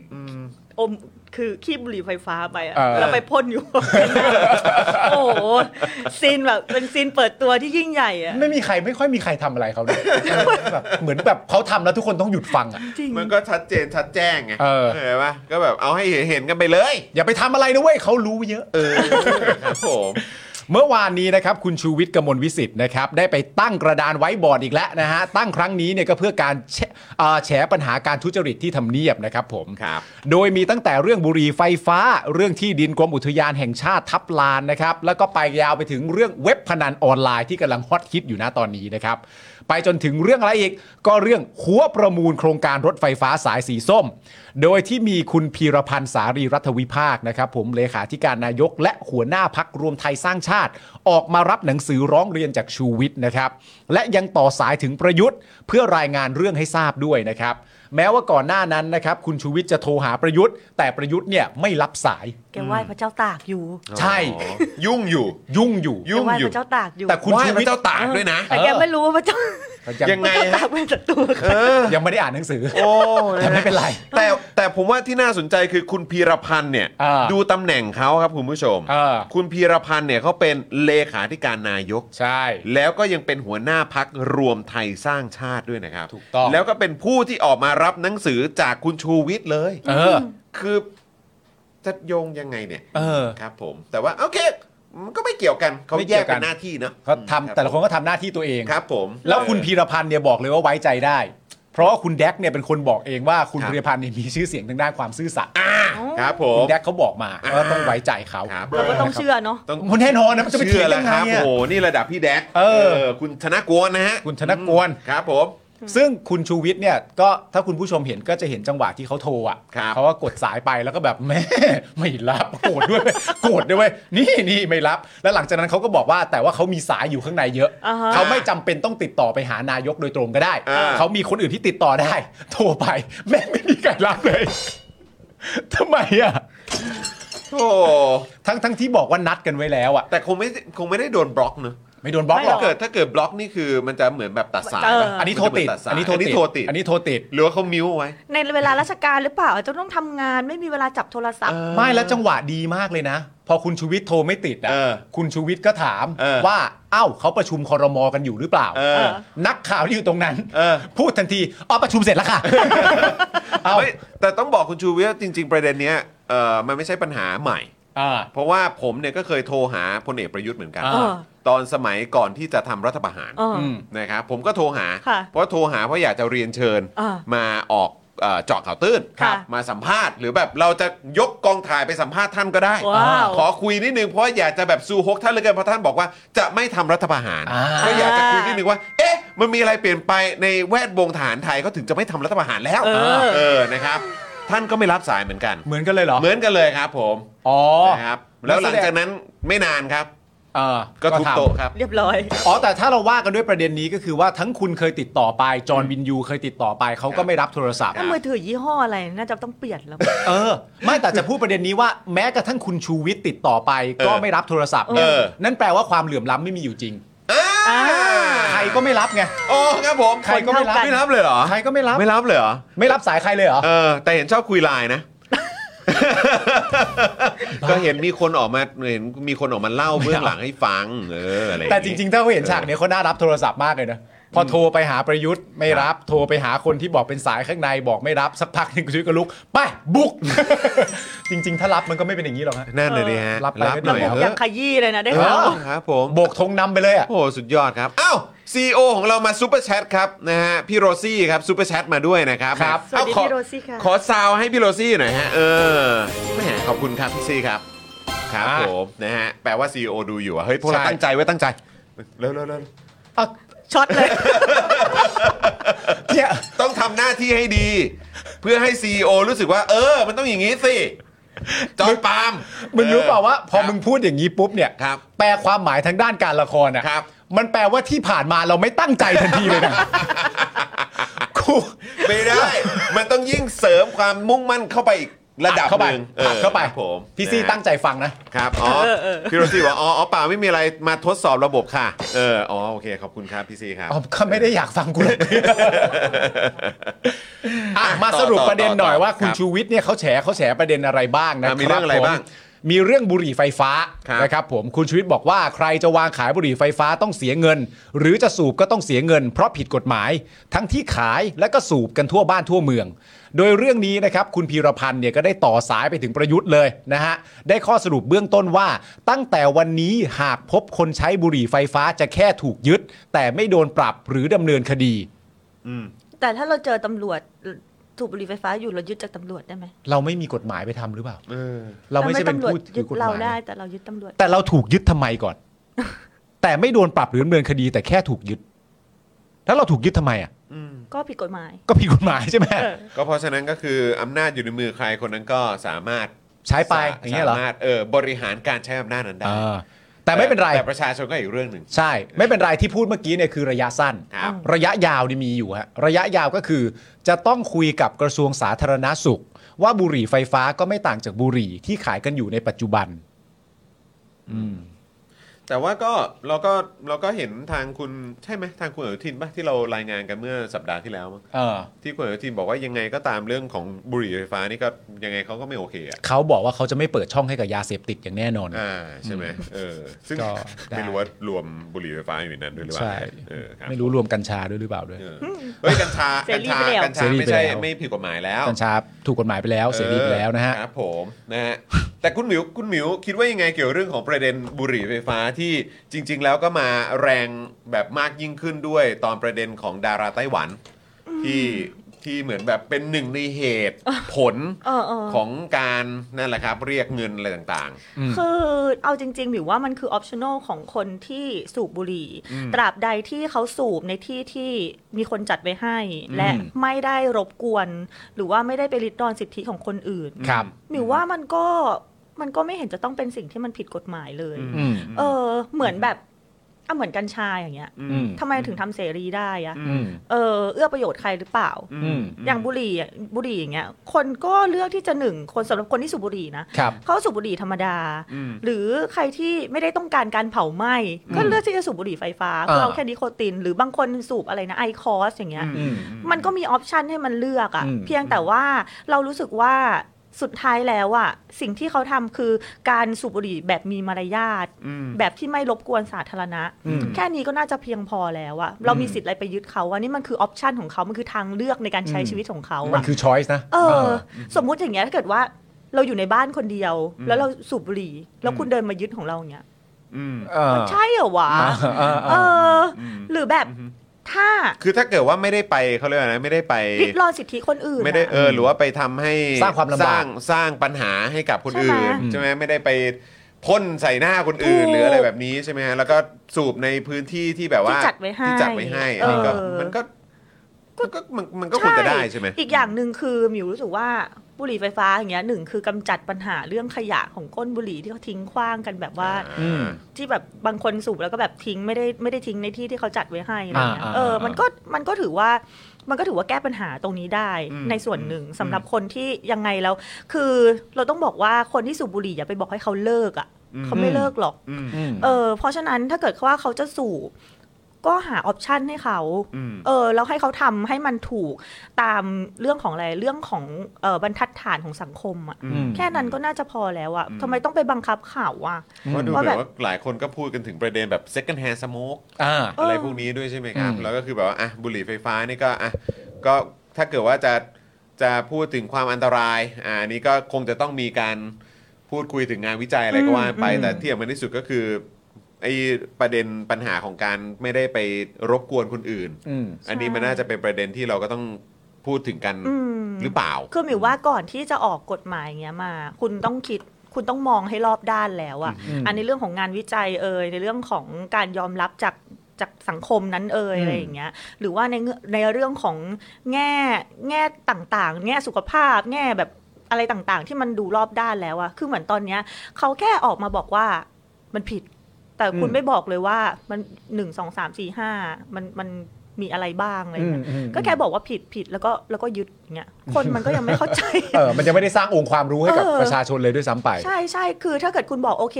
อมคือขี้บุหรี่ไฟฟ้าไปอะ เออ แล้วไปพ่นอยู่ โอ้โหซีนแบบเป็นซีนเปิดตัวที่ยิ่งใหญ่อะ ไม่มีใครไม่ค่อยมีใครทำอะไรเขาเลยแบบเหมือนแบบเขาทำแล้วทุกคนต้องหยุดฟังอ่ะ จริง มันก็ชัดเจนชัดแจ้งไง เออ เห็นปะก็แบบเอาให้เห็นกันไปเลย อย่าไปทำอะไรนะเว้ยเขารู้เยอะ เออครับผม เมื่อวานนี้นะครับคุณชูวิทย์กมลวิสิทธิ์นะครับได้ไปตั้งกระดานไว้บอร์ดอีกแล้วนะฮะตั้งครั้งนี้เนี่ยก็เพื่อการแฉเอ่อแฉปัญหาการทุจริตที่ทำเนียบนะครับผม ครับ โดยมีตั้งแต่เรื่องบุหรี่ไฟฟ้า เรื่องที่ดินกรมอุทยานแห่งชาติทับลานนะครับแล้วก็ไปยาวไปถึงเรื่องเว็บพนันออนไลน์ที่กำลังฮอตฮิตอยู่นะตอนนี้นะครับไปจนถึงเรื่องอะไรอีกก็เรื่องหัวประมูลโครงการรถไฟฟ้าสายสีส้ม โดยที่มีคุณพีรพันธ์สารีรัฐวิภาคนะครับผมเลขาธิการนายกและหัวหน้าพักรวมไทยสร้างชาติ ออกมารับหนังสือร้องเรียนจากชูวิทย์นะครับ และยังต่อสายถึงประยุทธ์ เพื่อรายงานเรื่องให้ทราบด้วยนะครับ แม้ว่าก่อนหน้านั้นนะครับคุณชูวิทย์จะโทรหาประยุทธ์ แต่ประยุทธ์เนี่ยไม่รับสาย แกไหว้พระเจ้าตากอยู่ ใช่ อ๋อยุ่งอยู่ ยุ่งอยู่ ยุ่ แก ง ไหว้พระเจ้าตากอยู่ แต่คุณ ไห ชู พระวิทย์ เจ้าตากด้วยนะ แต่แกไม่รู้ว่าพระเจ้ *laughs* า ยั ยังงไง พระเจ้าตา ฮะ กเป็นศัตรูกับ เออ ยังไม่ได้อ่านหนังสือ โอ้นะฮะ แต่ไม่เป็นไร แต่แต่ผมว่าที่น่าสนใจคือคุณพีรพันธ์เนี่ย อ่า ดูตำแหน่งเขาครับคุณผู้ชม อ่า คุณพีรพันธ์เนี่ยเขาเป็นเลขาธิการนายก ใช่ แล้วก็ยังเป็นหัวหน้าพักรวมไทยสร้างชาติด้วยนะครับ ถูกต้อง แล้วก็เป็นผู้ที่ออกมารับหนังสือจากคุณชูวิทย์เลย เออ คือจะโยงยังไงเนี่ย เออ ครับผม แต่ว่าโอเคมันก็ไม่เกี่ยวกันเขา ไม่เกี่ แย ย ก วกัน เป็นหน้าที่เนาะ เขาทำแต่ละคนก็ทำหน้าที่ตัวเอง ครับผม แล้วคุณ เออ พีรพันธ์เนี่ยบอกเลยว่าไว้ใจได้ เพราะว่าคุณแดกเนี่ยเป็นคนบอกเองว่าคุณ ครับ พีรพันธ์เนี่ยมีชื่อเสียงทางด้านความซื่อสัตย์ ครับผม คุณแดกเขาบอกมา อ่า ว่าต้องไว้ใจเขา ครับ เราก็ต้องเชื่อเนาะ ต้อง มันแน่นอนนะมันจะไปเถี เชื่ ย องแล้วยังไง ครับ อะ โอ้โหนี่ระดับพี่แดก เออ คุณธนกรนะฮะ คุณธนกร ครับผม ซึ่งคุณชูวิทย์เนี่ยก็ถ้าคุณผู้ชมเห็นก็จะเห็นจังหวะที่เขาโทรอ่ะ ครับ เขาก็กดสายไปแล้วก็แบบแม่ *laughs* ไม่รับโกรธด้วย โกรธด้วยเวยนี่นี่ไม่รับ แล้วหลังจากนั้นเขาก็บอกว่าแต่ว่าเขามีสายอยู่ข้างในเยอะ อ่าฮะ เขาไม่จำเป็นต้องติดต่อไปหานายกโดยตรงก็ได้ อ่า เขามีคนอื่นที่ติดต่อได้ โทรไป แม่งไม่มีใครรับเลย ทำไมอ่ะ โอ้ ทั้งทั้งที่บอกว่านัดกันไว้แล้วอ่ะ แต่คงไม่คงไม่ได้โดนบล็อกเนอะ ไม่โดนบล็อกหร ถ้า อก เกิดถ้าเกิดบล็อกนี่คือมันจะเหมือนแบบตัดสาย เออ ปะ อันนี้โทรติด มัจะ อัน เหมื นี้ น โทรตัดติดสายอั อั น น นี้โทรติด นี้โทรติด หรือว่าเขามิวเอาไว้ ในเวลาราชการหรือเปล่าอาจจะต้องทำงานไม่มีเวลาจับโทรศัพท์ ไม่แล้วจังหวะดีมากเลยนะ พอคุณชูวิทย์โทรไม่ติดอ่ะ เออ คุณชูวิทย์ก็ถาม เออ ว่า เอ้าเขาประชุมคอรมอกันอยู่หรือเปล่า เออ นักข่าวที่อยู่ตรงนั้น เออ พูดทันทีอ๋อประชุมเสร็จแล้วค่ะ เอา ไม่แต่ต้องบอกคุณชูวิทย์ว่าจริง ๆ ประเด็นเนี้ยเออมันไม่ใช่ปัญหาใหม่ อ่า เพราะว่าผมเนี่ยก็เคยโทรหาพลเอกประยุทธ์เหมือนกัน อ่า ตอนสมัยก่อนที่จะทำรัฐประหาร เออ อืม นะครับผมก็โทรหา ค่ะ เพราะโทรหาเพราะอยากจะเรียนเชิญ อ่า มาออกเอ่อเจาะข่าวตื้น ค่ะ มาสัมภาษณ์หรือแบบเราจะยกกองถ่ายไปสัมภาษณ์ท่านก็ได้ ว้าว ขอคุยนิดนึงเพราะอยากจะแบบซูฮกท่านเหลือเกินเพราะท่านบอกว่าจะไม่ทำรัฐประหาร อ่า ก็อยากจะคุยนิดนึงว่า เอ๊ะ มันมีอะไรเปลี่ยนไปในแวดวงทหารไทยเขาถึงจะไม่ทำรัฐประหารแล้ว เออ เออนะครับท่านก็ไม่รับสายเหมือนกัน เหมือนกันเลยเหรอ เหมือนกันเลยครับผม อ๋อ นะครับแล้วหลังจากนั้นไม่นานครับ เออ ก็ทุบ ทำ โต๊ะครับ เรียบร้อย อ๋อแต่ถ้าเราว่ากันด้วยประเด็นนี้ก็คือว่าทั้งคุณเคยติดต่อไปจอห์นวินยูเคยติดต่อไปเขาก็ไม่รับโทรศัพท์ ถ้ามือถือยี่ห้ออะไรน่าจะต้องเปลี่ยนแล้ว เออ ไม่แต่จะพูดประเด็นนี้ว่าแม้กระทั่งคุณชูวิทย์ติดต่อไป ก็ เออ ไม่รับโทรศัพท์ เออ นั่นแปลว่าความเหลื่อมล้ำไม่มีอยู่จริง ใครก็ไม่รับไง โอ้ครับผม ใครก็ไม่รับ ไม่รับเลยเหรอ ใครก็ไม่รับ ไม่รับเลยเหรอ ไม่รับสายใครเลยเหรอ เออแต่เห็นชอบคุยไลน์นะ *laughs* ก็เห็นมีคนออกมาเห็นมีคนออกมาเล่าเบื้องหลังให้ฟัง เอออะไรอย่า แต่ เย จริงๆ ถ้าเขาเห็นฉากเนี้ยเขาน่ารับโทรศัพท์มากเลยนะ พอโทรไปหาประยุทธ์ไม่รับ โทรไปหาคนที่บอกเป็นสายข้างในบอกไม่รับ สักพักหนึ่งคุณชุวิตก็ลุก ไปบุก *laughs* จริง ๆ ถ้ารับมันก็ไม่เป็นอย่างนี้หรอกฮะ นั่นเลยดิฮะ รับไป หน่อย ได้ เถ อ อะ ย่างขยี้เลยนะได้ เอ ข่าว อครับผม โบกธงนำไปเลยอ่ะ โอ้โหสุดยอดครับ อ้าวซีอของเรามาซูเปอร์แชทครับนะฮะพี่โรซี่ครับซูเปอร์แชทมาด้วยนะครับ ครับ สวัสดี เอ้าขอ พี่โรซี่ค่ะ ขอซาวให้พี่โรซี่หน่อยฮะเออแหมขอบคุณครับพี่ซี่ครับครับผมนะฮะแปลว่า CEO ดูอยู่อะเฮ้ยพวกเรา ใช่ ตั้งใจไว้ตั้งใจเร็วเร็วเร็ว ช็อตเลย เนี่ย ต้องทำหน้าที่ให้ดี เพื่อให้ CEO รู้สึกว่า เออ มันต้องอย่างนี้สิจอร์นปาล์ม มึงรู้เปล่าว่า พอ ครับ มึงพูดอย่างนี้ปุ๊บเนี่ย ครับ แปลความหมายทางด้านการละครอ่ะ ครับ มันแปลว่าที่ผ่านมาเราไม่ตั้งใจทันที *laughs* เลยนะ กู ไม่ได้ มันต้องยิ่งเสริมความมุ่งมั่นเข้าไปอีกระดับ อัหเข้าไป นึ่งอ อัดเข้าไป ครับผม พี่ซี่ นะฮะ ตั้งใจฟังนะ ครับ อ๋อ เออเออ พี่โรซี่บอกอ๋ออ๋อเปล่าไม่มีอะไรมาทดสอบระบบค่ะ เออ อ๋อ โอเค ขอบคุณครับ พี่ซี่ครับ *laughs* อ๋อก็ไม่ได้อยากฟังกูหรอกอ่ะมาสรุป ต่อต่อ ประเด็นหน่อยว่า ต่อ คุคณรับ ชูวิทย์เนี่ยเขาแฉเขาแฉประเด็นอะไรบ้างนะค อ่ะ บ มีเรื่องอะไรบ้าง ผมมีเรื่องบุหรี่ไฟฟ้า ครับ นะครับผมคุณชูวิทย์บอกว่าใครจะวางขายบุหรี่ไฟฟ้าต้องเสียเงิน หรือจะสูบก็ต้องเสียเงิน เพราะผิดกฎหมาย ทั้งที่ขายและก็สูบกันทั่วบ้านทั่วเมือง โดยเรื่องนี้นะครับคุณพีรพันธ์เนี่ยก็ได้ต่อสายไปถึงประยุทธ์เลยนะฮะได้ข้อสรุปเบื้องต้นว่า ตั้งแต่วันนี้หากพบคนใช้บุหรี่ไฟฟ้าจะแค่ถูกยึด แต่ไม่โดนปรับหรือดำเนินคดี แต่ถ้าเราเจอตำรวจถูกบุหรี่ไฟฟ้าอยู่เรายึดจากตำรวจได้ไหม เราไม่มีกฎหมายไปทำหรือเปล่า เราไม่ใช่เป็น ตำรวจ ผู้ ยึ ถือ ด กฎห เรา มาย ได้ นะ แต่เรายึดตำรวจ แต่เราถูกยึดทำไมก่อน แต่ไม่โดนปรับหรือดำเนินคดี แต่แค่ถูกยึด แล้วเราถูกยึดทำไมอ่ะ ก็ผิดกฎหมาย ก็ผิดกฎหมายใช่ไหม เออ ก็เพราะฉะนั้นก็คืออำนาจอยู่ในมือใครคนนั้นก็สามารถ ใช้ไปอย่างเงี้ยเหรอ สามารถเออบริหารการใช้อำนาจนั้นได้ เออแต่ไม่เป็นไร แต่ประชาชนก็อีกเรื่องหนึ่ง ใช่ ไม่เป็นไรที่พูดเมื่อกี้เนี่ยคือระยะสั้น ครับ ระยะยาวนี่มีอยู่ฮะระยะยาวก็คือ จะต้องคุยกับกระทรวงสาธารณาสุข ว่าบุหรี่ไฟฟ้าก็ไม่ต่างจากบุหรี่ที่ขายกันอยู่ในปัจจุบัน แต่ว่าก็เราก็เราก็เห็นทางคุณใช่ไหมทางคุณอนุทินป่ะที่เรารายงานกันเมื่อสัปดาห์ที่แล้วมั้ง เออ ที่คุณอนุทินบอกว่ายังไงก็ตามเรื่องของบุหรี่ไฟฟ้านี่ก็ยังไงเขาก็ไม่โอเคอะ เขาบอกว่าเขาจะไม่เปิดช่องให้กับยาเสพติดอย่างแน่นอน อ่าใช่ไหมเออ ซึ่ง ก็ได้ ไม่รู้ว่ารวมบุหรี่ไฟฟ้าอยู่ในนั้นด้วยหรือเปล่า ใช่ เออครับ ไม่รู้รวมกัญชาด้วยหรือเปล่าด้วย เออเฮ้ยกัญชา เส กัญ รี ชา ไปแล้ว กัญชา เสรีไป ไม่ใช่ แล้ว ไม่ผิดกฎหมายแล้ว กัญชาถูกกฎหมายไปแล้วเสรีไปแล้วนะฮะ ครับผมนะฮะแต่คุณหมิวคุณหมิวคิดว่ายังไงเกี่ยวเรื่องของประเด็นบุหรี่ไฟฟ้าที่จริง ๆ แล้วก็มาแรงแบบมากยิ่งขึ้นด้วยตอนประเด็นของดาราไต้หวันที่ที่เหมือนแบบเป็นหนึ่งในเหตุผล เออเออ ของการนั่นแหละครับเรียกเงินอะไรต่าง คือเอาจริงๆหรือว่ามันคือออ t ชั่น l ของคนที่สูบบุหรี่ ตราบใดที่เขาสูบในที่ที่มีคนจัดไว้ให้ และไม่ได้รบกวน หรือว่าไม่ได้ไปริดรอนสิทธิของคนอื่น ครับ หมิวว่ามันก็มันก็ไม่เห็นจะต้องเป็นสิ่งที่มันผิดกฎหมายเลย อืม เออ เหมือนแบบอ่ะเหมือนกัญชาอย่างเงี้ย อืม ทำไมถึงทำเสรีได้อะ อืม เออเอื้อประโยชน์ใครหรือเปล่า อืม อย่างบุหรี่อะบุหรี่อย่างเงี้ย คนก็เลือกที่จะหนึ่งคนสำหรับคนที่สูบบุหรี่นะ ครับ เขาสูบบุหรี่ธรรมดา หรือใครที่ไม่ได้ต้องการการเผาไหม้ก็เลือกที่จะสูบบุหรี่ไฟฟ้า อ่า เพื่อเอาแค่นิโคติน หรือบางคนสูบอะไรนะไอคอสอย่างเงี้ย อืม มันก็มีออปชันให้มันเลือกอะ่ะ อืม เพียงแต่ว่าเรารู้สึกว่าสุดท้ายแล้วอะ่ะสิ่งที่เขาทำคือการสูบบุหรี่แบบมีมารยาท แบบที่ไม่รบกวนสาธารณะ แค่นี้ก็น่าจะเพียงพอแล้วอะเรามีสิทธิ์อะไรไปยึดเขาว่านี่มันคือออปชันของเขา มันคือทางเลือกในการใช้ชีวิตของเขา มัน อะ คือช้อยส์นะ เออสมมุติอย่างเงี้ยถ้าเกิดว่าเราอยู่ในบ้านคนเดียว แล้วเราสูบบุหรี่ แล้วคุณเดินมายึดของเราอย่างเงี้ย เออ ใช่เหรอวะ เออเอ เอ อ ออหรือแบบถ้า ๆ คือถ้าเกิดว่าไม่ได้ไปเขาเรียกว่าอะไรนะไม่ได้ไป ริดรอนสิทธิคนอื่น ไม่ได้ อะ เออหรือว่าไปทำให้ สร้างความลำสบากร้างสร้างปัญหาให้กับคนอื่น ใช่ไหม ใช่ไหมไม่ได้ไปพ่นใส่หน้าคนอื่น ถูก หรืออะไรแบบนี้ใช่ไหมฮะแล้วก็สูบในพื้นที่ที่แบบว่า ที่จัดไว้ให้ ที่จัดไว้ให้อันนี้ก็ เออ มันก็ ก็ ก็มันมันก็ควรจะได้ใช่ไหม อีกอย่างหนึ่งคือหมิวรู้สึกว่าบุหรี่ไฟฟ้าอย่างเงี้ยหนึ่งคือกำจัดปัญหาเรื่องขยะของก้นบุหรี่ที่เขาทิ้งขว้างกันแบบว่า อืม ที่แบบบางคนสูบแล้วก็แบบทิ้งไม่ได้ไม่ได้ทิ้งในที่ที่เขาจัดไว้ให้อะไรเงี้ย อ่าอ่า เออ อ่ามั มันก็มันก็ถือว่ามันก็ถือว่าแก้ปัญหาตรงนี้ได้ อืม ในส่วนหนึ่งสำหรับคนที่ยังไงแล้ว คือเราต้องบอกว่าคนที่สูบบุหรี่อย่าไปบอกให้เขาเลิกอ่ะ อืม เขาไม่เลิกหรอก อืม ม เออเพราะฉะนั้นถ้าเกิดว่าเขาจะสูบก็หาออปชันให้เขา อืม เออแล้วให้เขาทำให้มันถูกตามเรื่องของอะไรเรื่องของเออบรรทัดฐานของสังคมอะ อืม แค่นั้นก็น่าจะพอแล้วอะทำไมต้องไปบังคับเขาอะ เพราะดู ว่า แบ แบบ บ ว่าหลายคนก็พูดกันถึงประเด็นแบบ second hand smoke อ่า เอออ อะไรพวกนี้ด้วยใช่ไหมครับ อืม แล้วก็คือแบบว่าอ่ะบุหรี่ไฟฟ้านี่ก็อ่ะก็ถ้าเกิดว่าจะจะพูดถึงความอันตรายอ่าอันนี้ก็คงจะต้องมีการพูดคุยถึงงานวิจัยอะไรก็ว่าไป อืม แต่ที่สำคัญที่สุดก็คือไอ้ประเด็นปัญหาของการไม่ได้ไปรบกวนคนอื่น อืม อันนี้มันน่าจะเป็นประเด็นที่เราก็ต้องพูดถึงกัน อืม หรือเปล่า คือหมิวว่าก่อนที่จะออกกฎหมายเงี้ยมา คุณต้องคิดคุณต้องมองให้รอบด้านแล้วอะ อืม อันในเรื่องของงานวิจัยเอ่ยในเรื่องของการยอมรับจากจากสังคมนั้นเอ่ย อืม อะไรอย่างเงี้ยหรือว่าในเงื่อนในเรื่องของแง่แง่ต่างๆ แง่สุขภาพ แง่แบบอะไรต่างๆ ที่มันดูรอบด้านแล้วอะคือเหมือนตอนเนี้ยเขาแค่ออกมาบอกว่ามันผิด แต่คุณ อืม ไม่บอกเลยว่ามันหนึ่งสองสามสี่ห้ามันมันมีอะไรบ้างอะไรอย่างเงี้ย อืม ก็แค่บอกว่าผิดผิดแล้วก็แล้วก็ยึดอย่างเงี้ยคนมันก็ยังไม่เข้าใจ เออมันจะไม่ได้สร้างองค์ความรู้ให้กับ เออ ประชาชนเลยด้วยซ้ำไป ใช่ใช่คือถ้าเกิดคุณบอกโอเค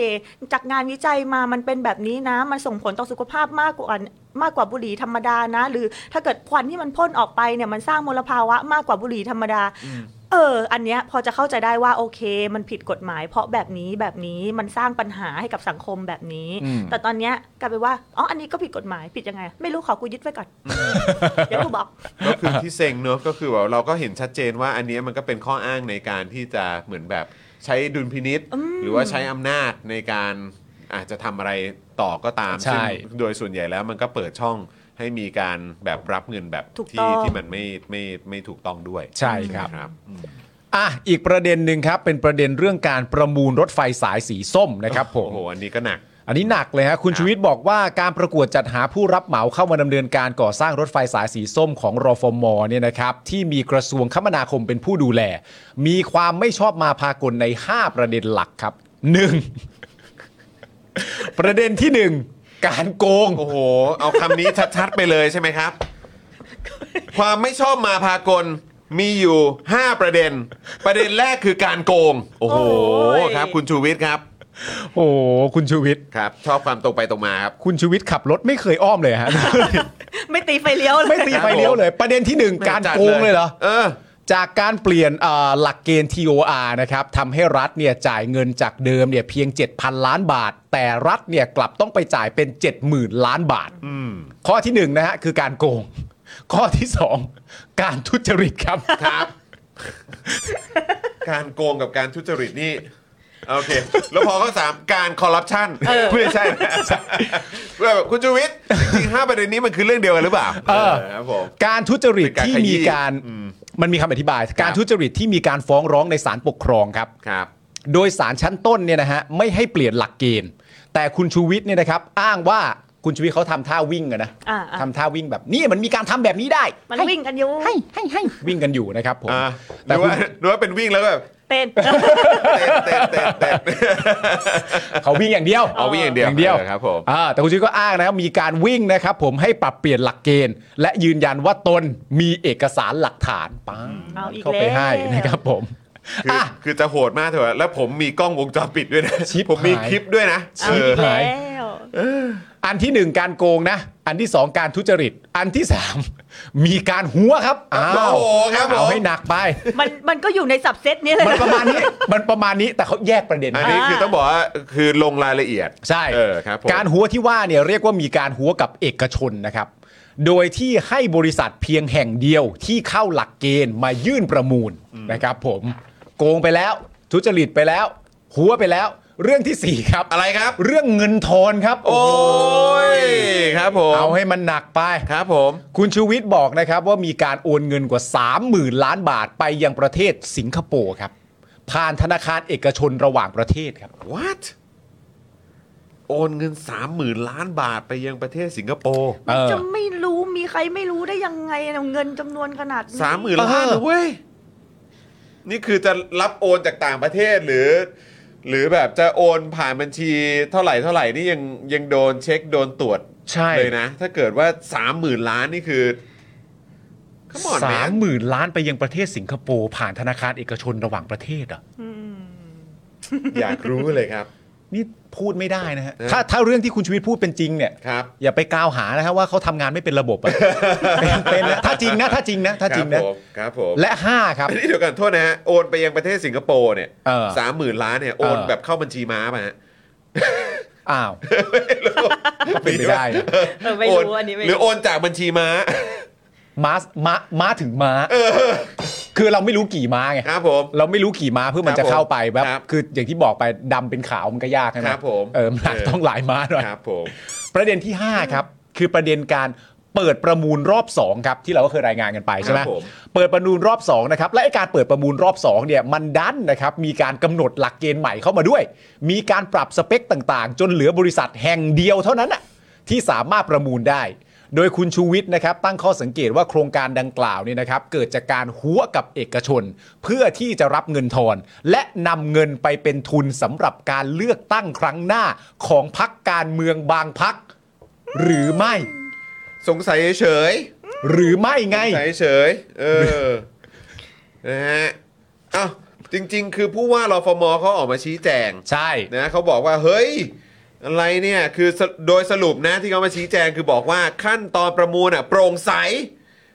จากงานวิจัยมามันเป็นแบบนี้นะ มันส่งผลต่อสุขภาพมากกว่ามากกว่าบุหรี่ธรรมดานะ หรือถ้าเกิดควันที่มันพ่นออกไปเนี่ยมันสร้างมลภาวะมากกว่าบุหรี่ธรรมดา เออ อันเนี้ยพอจะเข้าใจได้ว่าโอเค มันผิดกฎหมาย เพราะแบบนี้แบบนี้มันสร้างปัญหาให้กับสังคมแบบนี้ อืม แต่ตอนเนี้ยกลายเป็นว่าอ๋ออันนี้ก็ผิดกฎหมายผิดยังไง ไม่รู้ขอกูยึดไว้ก่อนเดี๋ยวกูบอก ก็คือที่เซ็งเนอะก็คือแบบเราก็เห็นชัดเจนว่าอันเนี้ยมันก็เป็นข้ออ้างในการที่จะเหมือนแบบใช้ดุลพินิษหรือว่าใช้อำนาจในการอาจจะทำอะไรต่อก็ตาม ใช่ ซึ่งโดยส่วนใหญ่แล้วมันก็เปิดช่องให้มีการแบบรับเงินแบบ ถูกต้ ที่ อง ที่มันไม่ไม่ไม่ถูกต้องด้วย ใช่ครับ ครับอืม อ่ะอีกประเด็นหนึ่งครับ เป็นประเด็นเรื่องการประมูลรถไฟสายสีส้มนะครับผม โอ้โห อันนี้ก็หนัก อันนี้หนักเลยฮะคุคณรับ ชูวิทย์บอกว่าการประกวดจัดหาผู้รับเหมาเข้ามาดำเนินการก่อสร้างรถไฟสายสีส้มของรอฟมเนี่ยนะครับที่มีกระทรวงคมนาคมเป็นผู้ดูแล มีความไม่ชอบมาพากลใน 5 ประเด็นหลักครับ 1. ประเด็นที่ 1 การโกง โอ้โห เอาคำนี้ชัดๆไปเลยใช่ไหมครับ ความไม่ชอบมาพากลมีอยู่ 5 ประเด็น ประเด็นแรกคือการโกง โอ้โห โอ้ย ครับ คุณชูวิทย์ครับ โอ้โหคุณชูวิทย์ ครับ ชอบความตรงไปตรงมาครับ คุณชูวิทย์ขับรถไม่เคยอ้อมเลยฮะ ไม่ตีไฟเลี้ยวเลย ไม่ตีไฟเลี้ยวเลย ประเด็นที่หนึ่งการโกงเลยเหรอ เออ จากการเปลี่ยนเอ่อหลักเกณฑ์ TOR นะครับทำให้รัฐเนี่ยจ่ายเงินจากเดิมเนี่ยเพียง 7,000 ล้านบาท แต่รัฐเนี่ยกลับต้องไปจ่ายเป็น 70,000 ล้านบาท อืม ข้อที่หนึ่งนะฮะคือการโกง ข้อที่ 2 การทุจริต *laughs* ครับ ครับ การโกงกับการทุจริตนี่ โอเค แล้วพอข้อสามการคอร์รัปชันไม่ใช่ *laughs* นะเพื่อแบบคุณชูวิทย์จริงๆห้าประเด็นนี้มันคือเรื่องเดียวกันหรือเปล่า เออ ครับผม การทุจริตที่มีการ อืม มันมีคำอธิบาย การ ครับ ทุจริตที่มีการฟ้องร้องในศาลปกครองครับ ครับ โดยสารชั้นต้นเนี่ยนะฮะไม่ให้เปลี่ยนหลักเกณฑ์ แต่คุณชูวิทย์เนี่ยนะครับ อ้างว่าคุณชูวิทย์เขาทำท่าวิ่งอะนะ อ่าอ่า ทำท่าวิ่งแบบนี่มันมีการทำแบบนี้ได้ มัน ให้ วิ่งกันอยู่ ให้ให้ให้วิ่งกันอยู่นะครับผม อ่าห แต่ รือ คุ ว่า ณ หรือว่าเป็นวิ่งแล้วแบบ เป็น เต้นเต้นเต้นเต้น เขาวิ่งอย่างเดียว อ๋อวิ่งอย่างเดียว อย่างเดียว เออครับผม อ่าแต่คุณชูวิทย์ก็อ้างนะครับมีการวิ่งนะครับผมให้ปรับเปลี่ยนหลักเกณฑ์ และยืนยันว่าตนมีเอกสารหลักฐานปัง เอาอีก เข้าไป แล้ว ให้นะครับผม คือ อ่ะ คือจะโหดมากเถอะแล้วผมมีกล้องวงจรปิดด้วยนะ ชิบ ผมมี หาย คลิปด้วยนะ ชิบ เออ หาย แล้ว อันที่หนึ่งการโกงนะ อันที่สองการทุจริต อันที่สามมีการหัวครับอ้าว โอ้โหครับผ เอา ม ให้หนักไป มันมันก็อยู่ในสับเซตนี้เลย มัน นะ ประมาณนี้ มันประมาณนี้แต่เขาแยกประเด็น อัน ให้ นี้คือต้องบอกว่าคือลงรายละเอียด ใช่ เออครับผม การหัวที่ว่าเนี่ยเรียกว่ามีการหัวกับเอกชนนะครับ โดยที่ให้บริษัทเพียงแห่งเดียวที่เข้าหลักเกณฑ์มายื่นประมูลนะครับผมโกงไปแล้ว ทุจริตไปแล้ว หัวไปแล้ว เรื่องที่สี่ครับ อะไรครับ เรื่องเงินทอนครับ โอ้ยครับผม เอาให้มันหนักไป ครับผม คุณชูวิทย์บอกนะครับว่ามีการโอนเงินกว่า 30,000 ล้านบาทไปยังประเทศสิงคโปร์ครับ ผ่านธนาคารเอกชนระหว่างประเทศครับ what โอนเงิน 30,000 ล้านบาทไปยังประเทศสิงคโปร์ เออ จะไม่รู้ มีใครไม่รู้ได้ยังไงเนี่ยเงินจำนวนขนาดนี้ สามหมื่นล้านเหรอเว้ย นี่คือจะรับโอนจากต่างประเทศหรือ หรือแบบจะโอนผ่านบัญชีเท่าไหร่เท่าไหร่นี่ยังยังโดนเช็คโดนตรวจ ใช่ เลยนะ ถ้าเกิดว่าสามหมื่นล้านนี่คือ Come on, สาม man หมื่นล้านไปยังประเทศสิงคโปร์ผ่านธนาคารเอกชนระหว่างประเทศอ่ะ อยากรู้เลยครับ นี่พูดไม่ได้นะฮะ เออ ถ้าถ้าเรื่องที่คุณชูวิทย์พูดเป็นจริงเนี่ย ครับ อย่าไปกล่าวหานะฮะว่าเขาทำงานไม่เป็นระบบอะ *laughs* เป็นเป็นนะถ้าจริงนะถ้าจริงนะถ้าจริง ค นะ บผมครับผม และ 5 *laughs* ครับ อันนี้เดี๋ยวกันโทษนะฮะโอนไปยังประเทศสิงคโปร์เนี่ย เออ สามหมื่นล้านเนี่ยโอน เออ แบบเข้าบัญชีม้าป่ะฮะ อ้าว *laughs* เป็นไปได้นะ เออไม่รู้อันนี้ไม่รู้ หรือโอนจากบัญชีม้า *laughs* ม้าม้าม้าถึงม้าคือเราไม่รู้กี่ม้าไง ครับผม เราไม่รู้กี่ม้าเพื่อมัน ครั จะ บผม เข้าไปแบบ ครับ คืออย่างที่บอกไปดำเป็นขาวมันก็ยากใช่ไหม ครับผม เออมันอาจ เออ จะต้องหลายม้าหน่อย ครับผม ประเด็นที่ 5 ครับ คือประเด็นการเปิดประมูลรอบ 2 ครับ ที่เราก็เคยรายงานกันไปใช่ไหคมรับผม เปิดประมูลรอบ 2 นะครับ และไอ้การเปิดประมูลรอบ 2 เนี่ยมันดันนะครับ มีการกำหนดหลักเกณฑ์ใหม่เข้ามาด้วย มีการปรับสเปคต่างๆ จนเหลือบริษัทแห่งเดียวเท่านั้นน่ะที่สามารถประมูลได้ โดยคุณชูวิทย์นะครับ ตั้งข้อสังเกตว่าโครงการดังกล่าวเนี่ยนะครับ เกิดจากการหัวกับเอกชน เพื่อที่จะรับเงินทอน และนำเงินไปเป็นทุนสำหรับการเลือกตั้งครั้งหน้าของพักการเมืองบางพัก หรือไม่ สงสัยเฉย หรือไม่ไง ๆสงสัยเฉยๆเออ นะฮะอ้าวจริง ๆ คือผู้ว่ารฟมเขาออกมาชี้แจง ใช่ นะเขาบอกว่าเฮ้ย อะไรเนี่ย คือสโดยสรุปนะที่เขามาชี้แจงคือบอกว่าขั้นตอนประมูลอ่ะโปร่งใส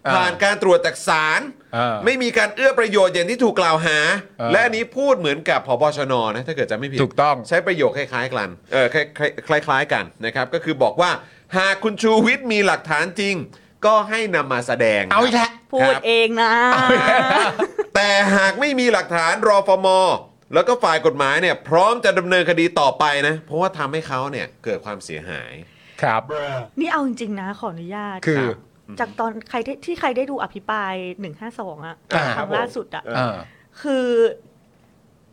อ่า ผ่านการตรวจจากศาล อ่า ไม่มีการเอื้อประโยชน์อย่างที่ถูกกล่าวหา อ่า และอันนี้พูดเหมือนกับพบชนนะ ถ้าเกิดจะไม่ผิด ถูกต้อง ใช้ประโยคคล้ายๆกันเออคล้ายๆคล้ายๆกันนะครับ ก็คือบอกว่าหากคุณชูวิทย์มีหลักฐานจริง ก็ให้นำมาแสดง เอาอีกแล้ว พู ค ด รับ เองนะ แต่หากไม่มีหลักฐานรอฟม แล้วก็ฝ่ายกฎหมายเนี่ย พร้อมจะดำเนินคดีต่อไปนะ เพราะว่าทำให้เขาเนี่ย เกิดความเสียหาย ครับ นี่เอาจริงๆนะขออนุญาต คือ จากจากตอนใครที่ที่ใครได้ดูอภิปราย 152อะ อ่า ครั้งล่าสุดอะ ครับ อ่า คือ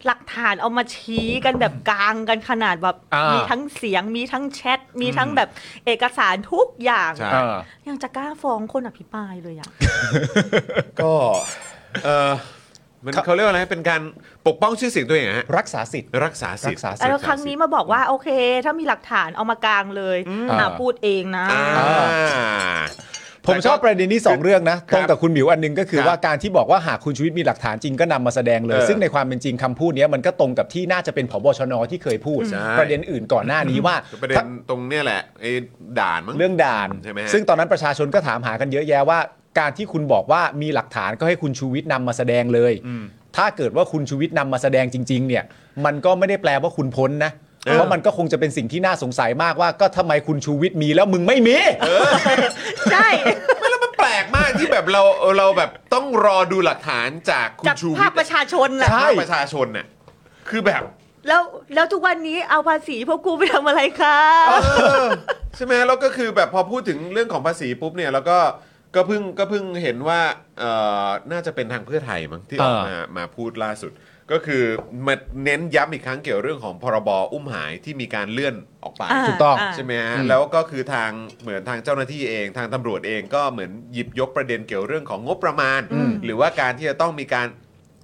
หลักฐานเอามาชี้กันแบบกลางกันขนาดแบบ อ่ามี มีทั้งเสียงมีทั้งแชท มีทั้งแบบเอกสารทุกอย่าง ใช่ อ่า ยังจะกล้าฟ้องคนอภิปรายเลยอ่ะ ก็เออมัน ครับ เขาเรียกว่าอะไรเป็นการปกป้องชื่อเสียงตัวเองเหรอฮะ รักษาสิทธิ์ รักษาสิท รั ธิ์ กษาสิทธิ์ แล้วครั้งนี้มาบอกว่าโอเค ถ้ามีหลักฐานเอามากลางเลยอ่าพูดเองนะ อ่า ผมชอบประเด็นที่สองเรื่องนะตรงกับคุณหมิวอันหนึงก็คือ ครับ ว่าการที่บอกว่าหากคุณชีวิตมีหลักฐานจริงก็นำมาแสดงเลย เออ ซึ่งในความเป็นจริงคำพูดเนี้ยมันก็ตรงกับที่น่าจะเป็นผบชนที่เคยพูด ใช่ ประเด็นอื่นก่อนหน้านี้ว่า ประเด็ ถ้าน ตรงเนี้ยแหละไอ้ด่านมั้ง เรื่องด่าน ใช่ไหมฮะ ซึ่งตอนนั้นประชาชนก็ถามหากันเยอะแยะว่า การที่คุณบอกว่ามีหลักฐานก็ให้คุณชูวิทย์นำมาแสดงเลย ถ้าเกิดว่าคุณชูวิทย์นำมาแสดงจริง ๆ เนี่ย มันก็ไม่ได้แปลว่าคุณพ้นนะเพราะมันก็คงจะเป็นสิ่งที่น่าสงสัยมากว่าก็ทำไมคุณชูวิทย์มีแล้วมึงไม่มี ใช่ ไม่แล้วมันแปลกมากที่แบบเราเราแบบต้องรอดูหลักฐานจากคุณ จาก ชูวิ ภา ท ค ย์ ประชาชนน่ะ ใช่ ภาคประชาชนน่ะคือแบบ แล้วแล้วทุกวันนี้เอาภาษีพวกกูไปทำอะไรคะ เออใช่ไหมแล้วก็คือแบบพอพูดถึงเรื่องของภาษีปุ๊บเนี่ยแล้วก็ก็เพิ่งก็เพิ่งเห็นว่าเอ่อน่าจะเป็นทางเพื่อไทยมั้งที่ออก เออ มามาพูดล่าสุด ก็คือมาเน้นย้ำอีกครั้งเกี่ยวเรื่องของพรบอุ้มหายที่มีการเลื่อนออกไป า ถูกต้อง า ใช่ไหมฮะ อืม แล้วก็คือทางเหมือนทางเจ้าหน้าที่เองทางตำรวจเองก็เหมือนหยิบยกประเด็นเกี่ยวเรื่องของงบประมาณ หรือว่าการที่จะต้องมีการ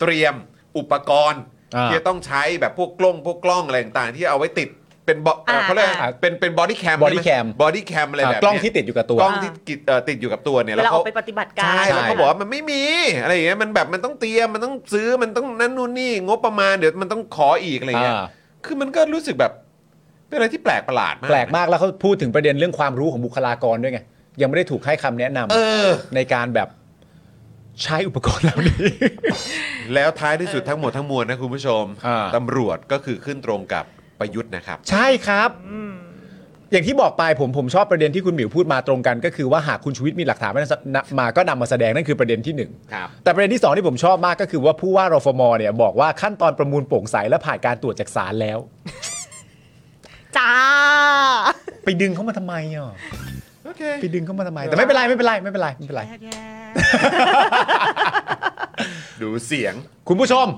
เตรียมอุปกรณ์ อ่า ที่จะต้องใช้แบบพวกกล้องพวกกล้องอะไรต่างๆที่เอาไว้ติดเป็นบเอ่อเขาเรียก อ่าอ่า เป็นเป็นบอดี้แคม Body cam บอดี้แคมอะไรแบบ กล้องที่ติดอยู่กับตัว กล้องที่กิดเอ่อติดอยู่กับตัวเนี่ย เวลาอ เขา อกไปปฏิบัติการ ใช่แล้วเขาบอกว่ามันไม่มีอะไรอย่างเงี้ยมันแบบมันต้องเตรียมมันต้องซื้อมันต้องนั่นนู่นนี่งบประมาณเดี๋ยวมันต้องขออีกอะไรเงี้ย อ่า คือมันก็รู้สึกแบบเป็นอะไรที่แปลกประหลาดมาก แปลกมากแล้วเขาพูดถึงประเด็นเรื่องความรู้ของบุคลากรด้วยไง ยังไม่ได้ถูกให้คำแนะนำ เออ ในการแบบใช้อุปกรณ์เหล่านี้ แล้วท้ายที่สุดทั้งหมดทั้งมวลนะคุณผู้ชม อ่า ตำรวจก็คือขึ้นตรงกับประยุทธ์นะครับ ใช่ครับ อย่างที่บอกไปผมผมชอบประเด็นที่คุณหมิวพูดมาตรงกัน ก็คือว่าหากคุณชูวิทย์มีหลักฐานมามาก็นำมาแสดงนั่นคือประเด็นที่หนึ่ง ครับ แต่ประเด็นที่สองที่ผมชอบมากก็คือว่าผู้ว่ารฟมเนี่ยบอกว่าขั้นตอนประมูลโปร่งใสและผ่านการตรวจจากศาลแล้ว จ้า ไปดึงเขามาทำไมอ่ะ โอเค ไปดึงเขามาทำไม แต่ไม่เป็นไรไม่เป็นไรไม่เป็นไรไม่เป็นไร ดูเสียง คุณผู้ชม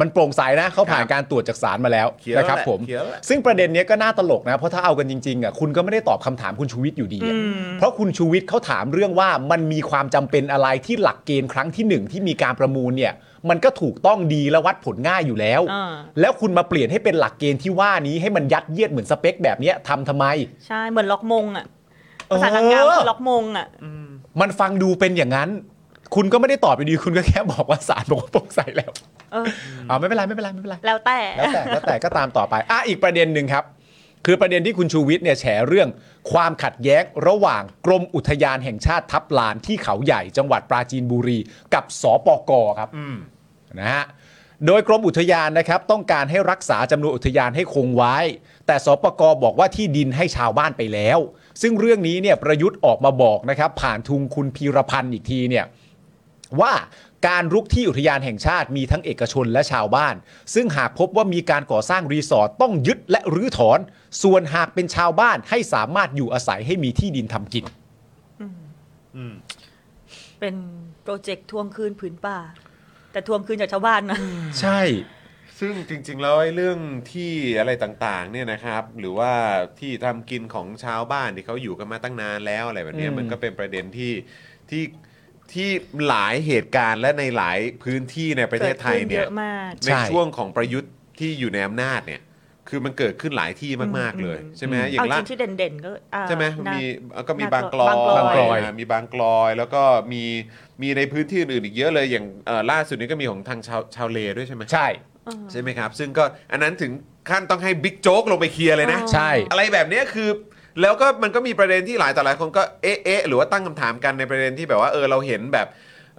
มันโปร่งใสนะเขาผ่านการตรวจจากศาลมาแล้ว เขียวแล้ว นะครับ แหละ ผม เขียวแล้วแหละ ซึ่งประเด็นเนี้ยก็น่าตลกนะ เพราะถ้าเอากันจริงๆอ่ะคุณก็ไม่ได้ตอบคำถามคุณชูวิทย์อยู่ดีอะเพราะคุณชูวิทย์เขาถามเรื่องว่ามันมีความจำเป็นอะไรที่หลักเกณฑ์ครั้งที่หนึ่งที่มีการประมูลเนี่ยมันก็ถูกต้องดีและวัดผลง่ายอยู่แล้ว อ่า แล้วคุณมาเปลี่ยนให้เป็นหลักเกณฑ์ที่ว่านี้ให้มันยัดเยียดเหมือนสเปคแบบเนี้ยทำทำไม ใช่ เหมือนล็อกมงอ่ะภาษานางงามคือล็อกมงอ่ะ มันฟังดูเป็นอย่างนั้น คุณก็ไม่ได้ตอบไปดีคุณก็แค่บอกว่าศาลบอกว่าโปร่งใสแล้ว เออ อ่าไม่เป็นไรไม่เป็นไรไม่เป็นไร แล้วแต่ แล้วแต่แล้วแต่ก็ตามต่อไป อ่ะอีกประเด็นหนึ่งครับ คือประเด็นที่คุณชูวิทย์เนี่ยแฉเรื่องความขัดแย้งระหว่างกรมอุทยานแห่งชาติทับลานที่เขาใหญ่จังหวัดปราจีนบุรี กับสปกครับนะฮะโดยกรมอุทยานนะครับต้องการให้รักษาจำนวนอุทยานให้คงไว้ แต่สปกบอกว่าที่ดินให้ชาวบ้านไปแล้ว ซึ่งเรื่องนี้เนี่ยประยุทธ์ออกมาบอกนะครับผ่านทุงคุณพีรพันธ์อีกทีเนี่ย ว่าการรุกที่อุทยานแห่งชาติมีทั้งเอกชนและชาวบ้าน ซึ่งหากพบว่ามีการก่อสร้างรีสอร์ทต้องยึดและรื้อถอน ส่วนหากเป็นชาวบ้านให้สามารถอยู่อาศัยให้มีที่ดินทำกิน เป็นโปรเจกต์ทวงคืนผืนป่า แต่ทวงคืนจากชาวบ้านนะ ใช่ ซึ่งจริงๆ แล้วไอ้เรื่องที่อะไรต่างๆ เนี่ยนะครับ หรือว่าที่ทำกินของชาวบ้านที่เขาอยู่กันมาตั้งนานแล้วอะไรแบบเนี้ย อืม มันก็เป็นประเด็นที่ที่ที่หลายเหตุการณ์และในหลายพื้นที่ในประเทศไทย เกิดขึ้น เนี่ เย ย อะมาก ในช่วงของประยุทธ์ที่อยู่ในอำนาจเนี่ยคือมันเกิดขึ้นหลายที่มากๆเลยใช่ไหมอย่า เอา ง จ ล่า ริงที่เด่นๆก็อ่า ใช่ไหม น่า มีเอ่อก็มี น่า บางกลอบ างกลอย ยนะมีบางกลอย แล้วก็มีมีในพื้นที่อื่นอีกเยอะเลยอย่างเอ่อล่าสุดนี้ก็มีของทางชาวชาวเลด้วยใช่ไหม ใช่ ใช่ไหมครับ ซึ่งก็อันนั้นถึงขั้นต้องให้บิ๊กโจ๊กลงไปเคลียร์เลยนะ ใช่ อะไรแบบเนี้ยคือ แล้วก็มันก็มีประเด็นที่หลายต่อหลายคนก็เอ๊ะเอ๊ะหรือว่าตั้งคำถามกันในประเด็นที่แบบว่าเออเราเห็นแบบ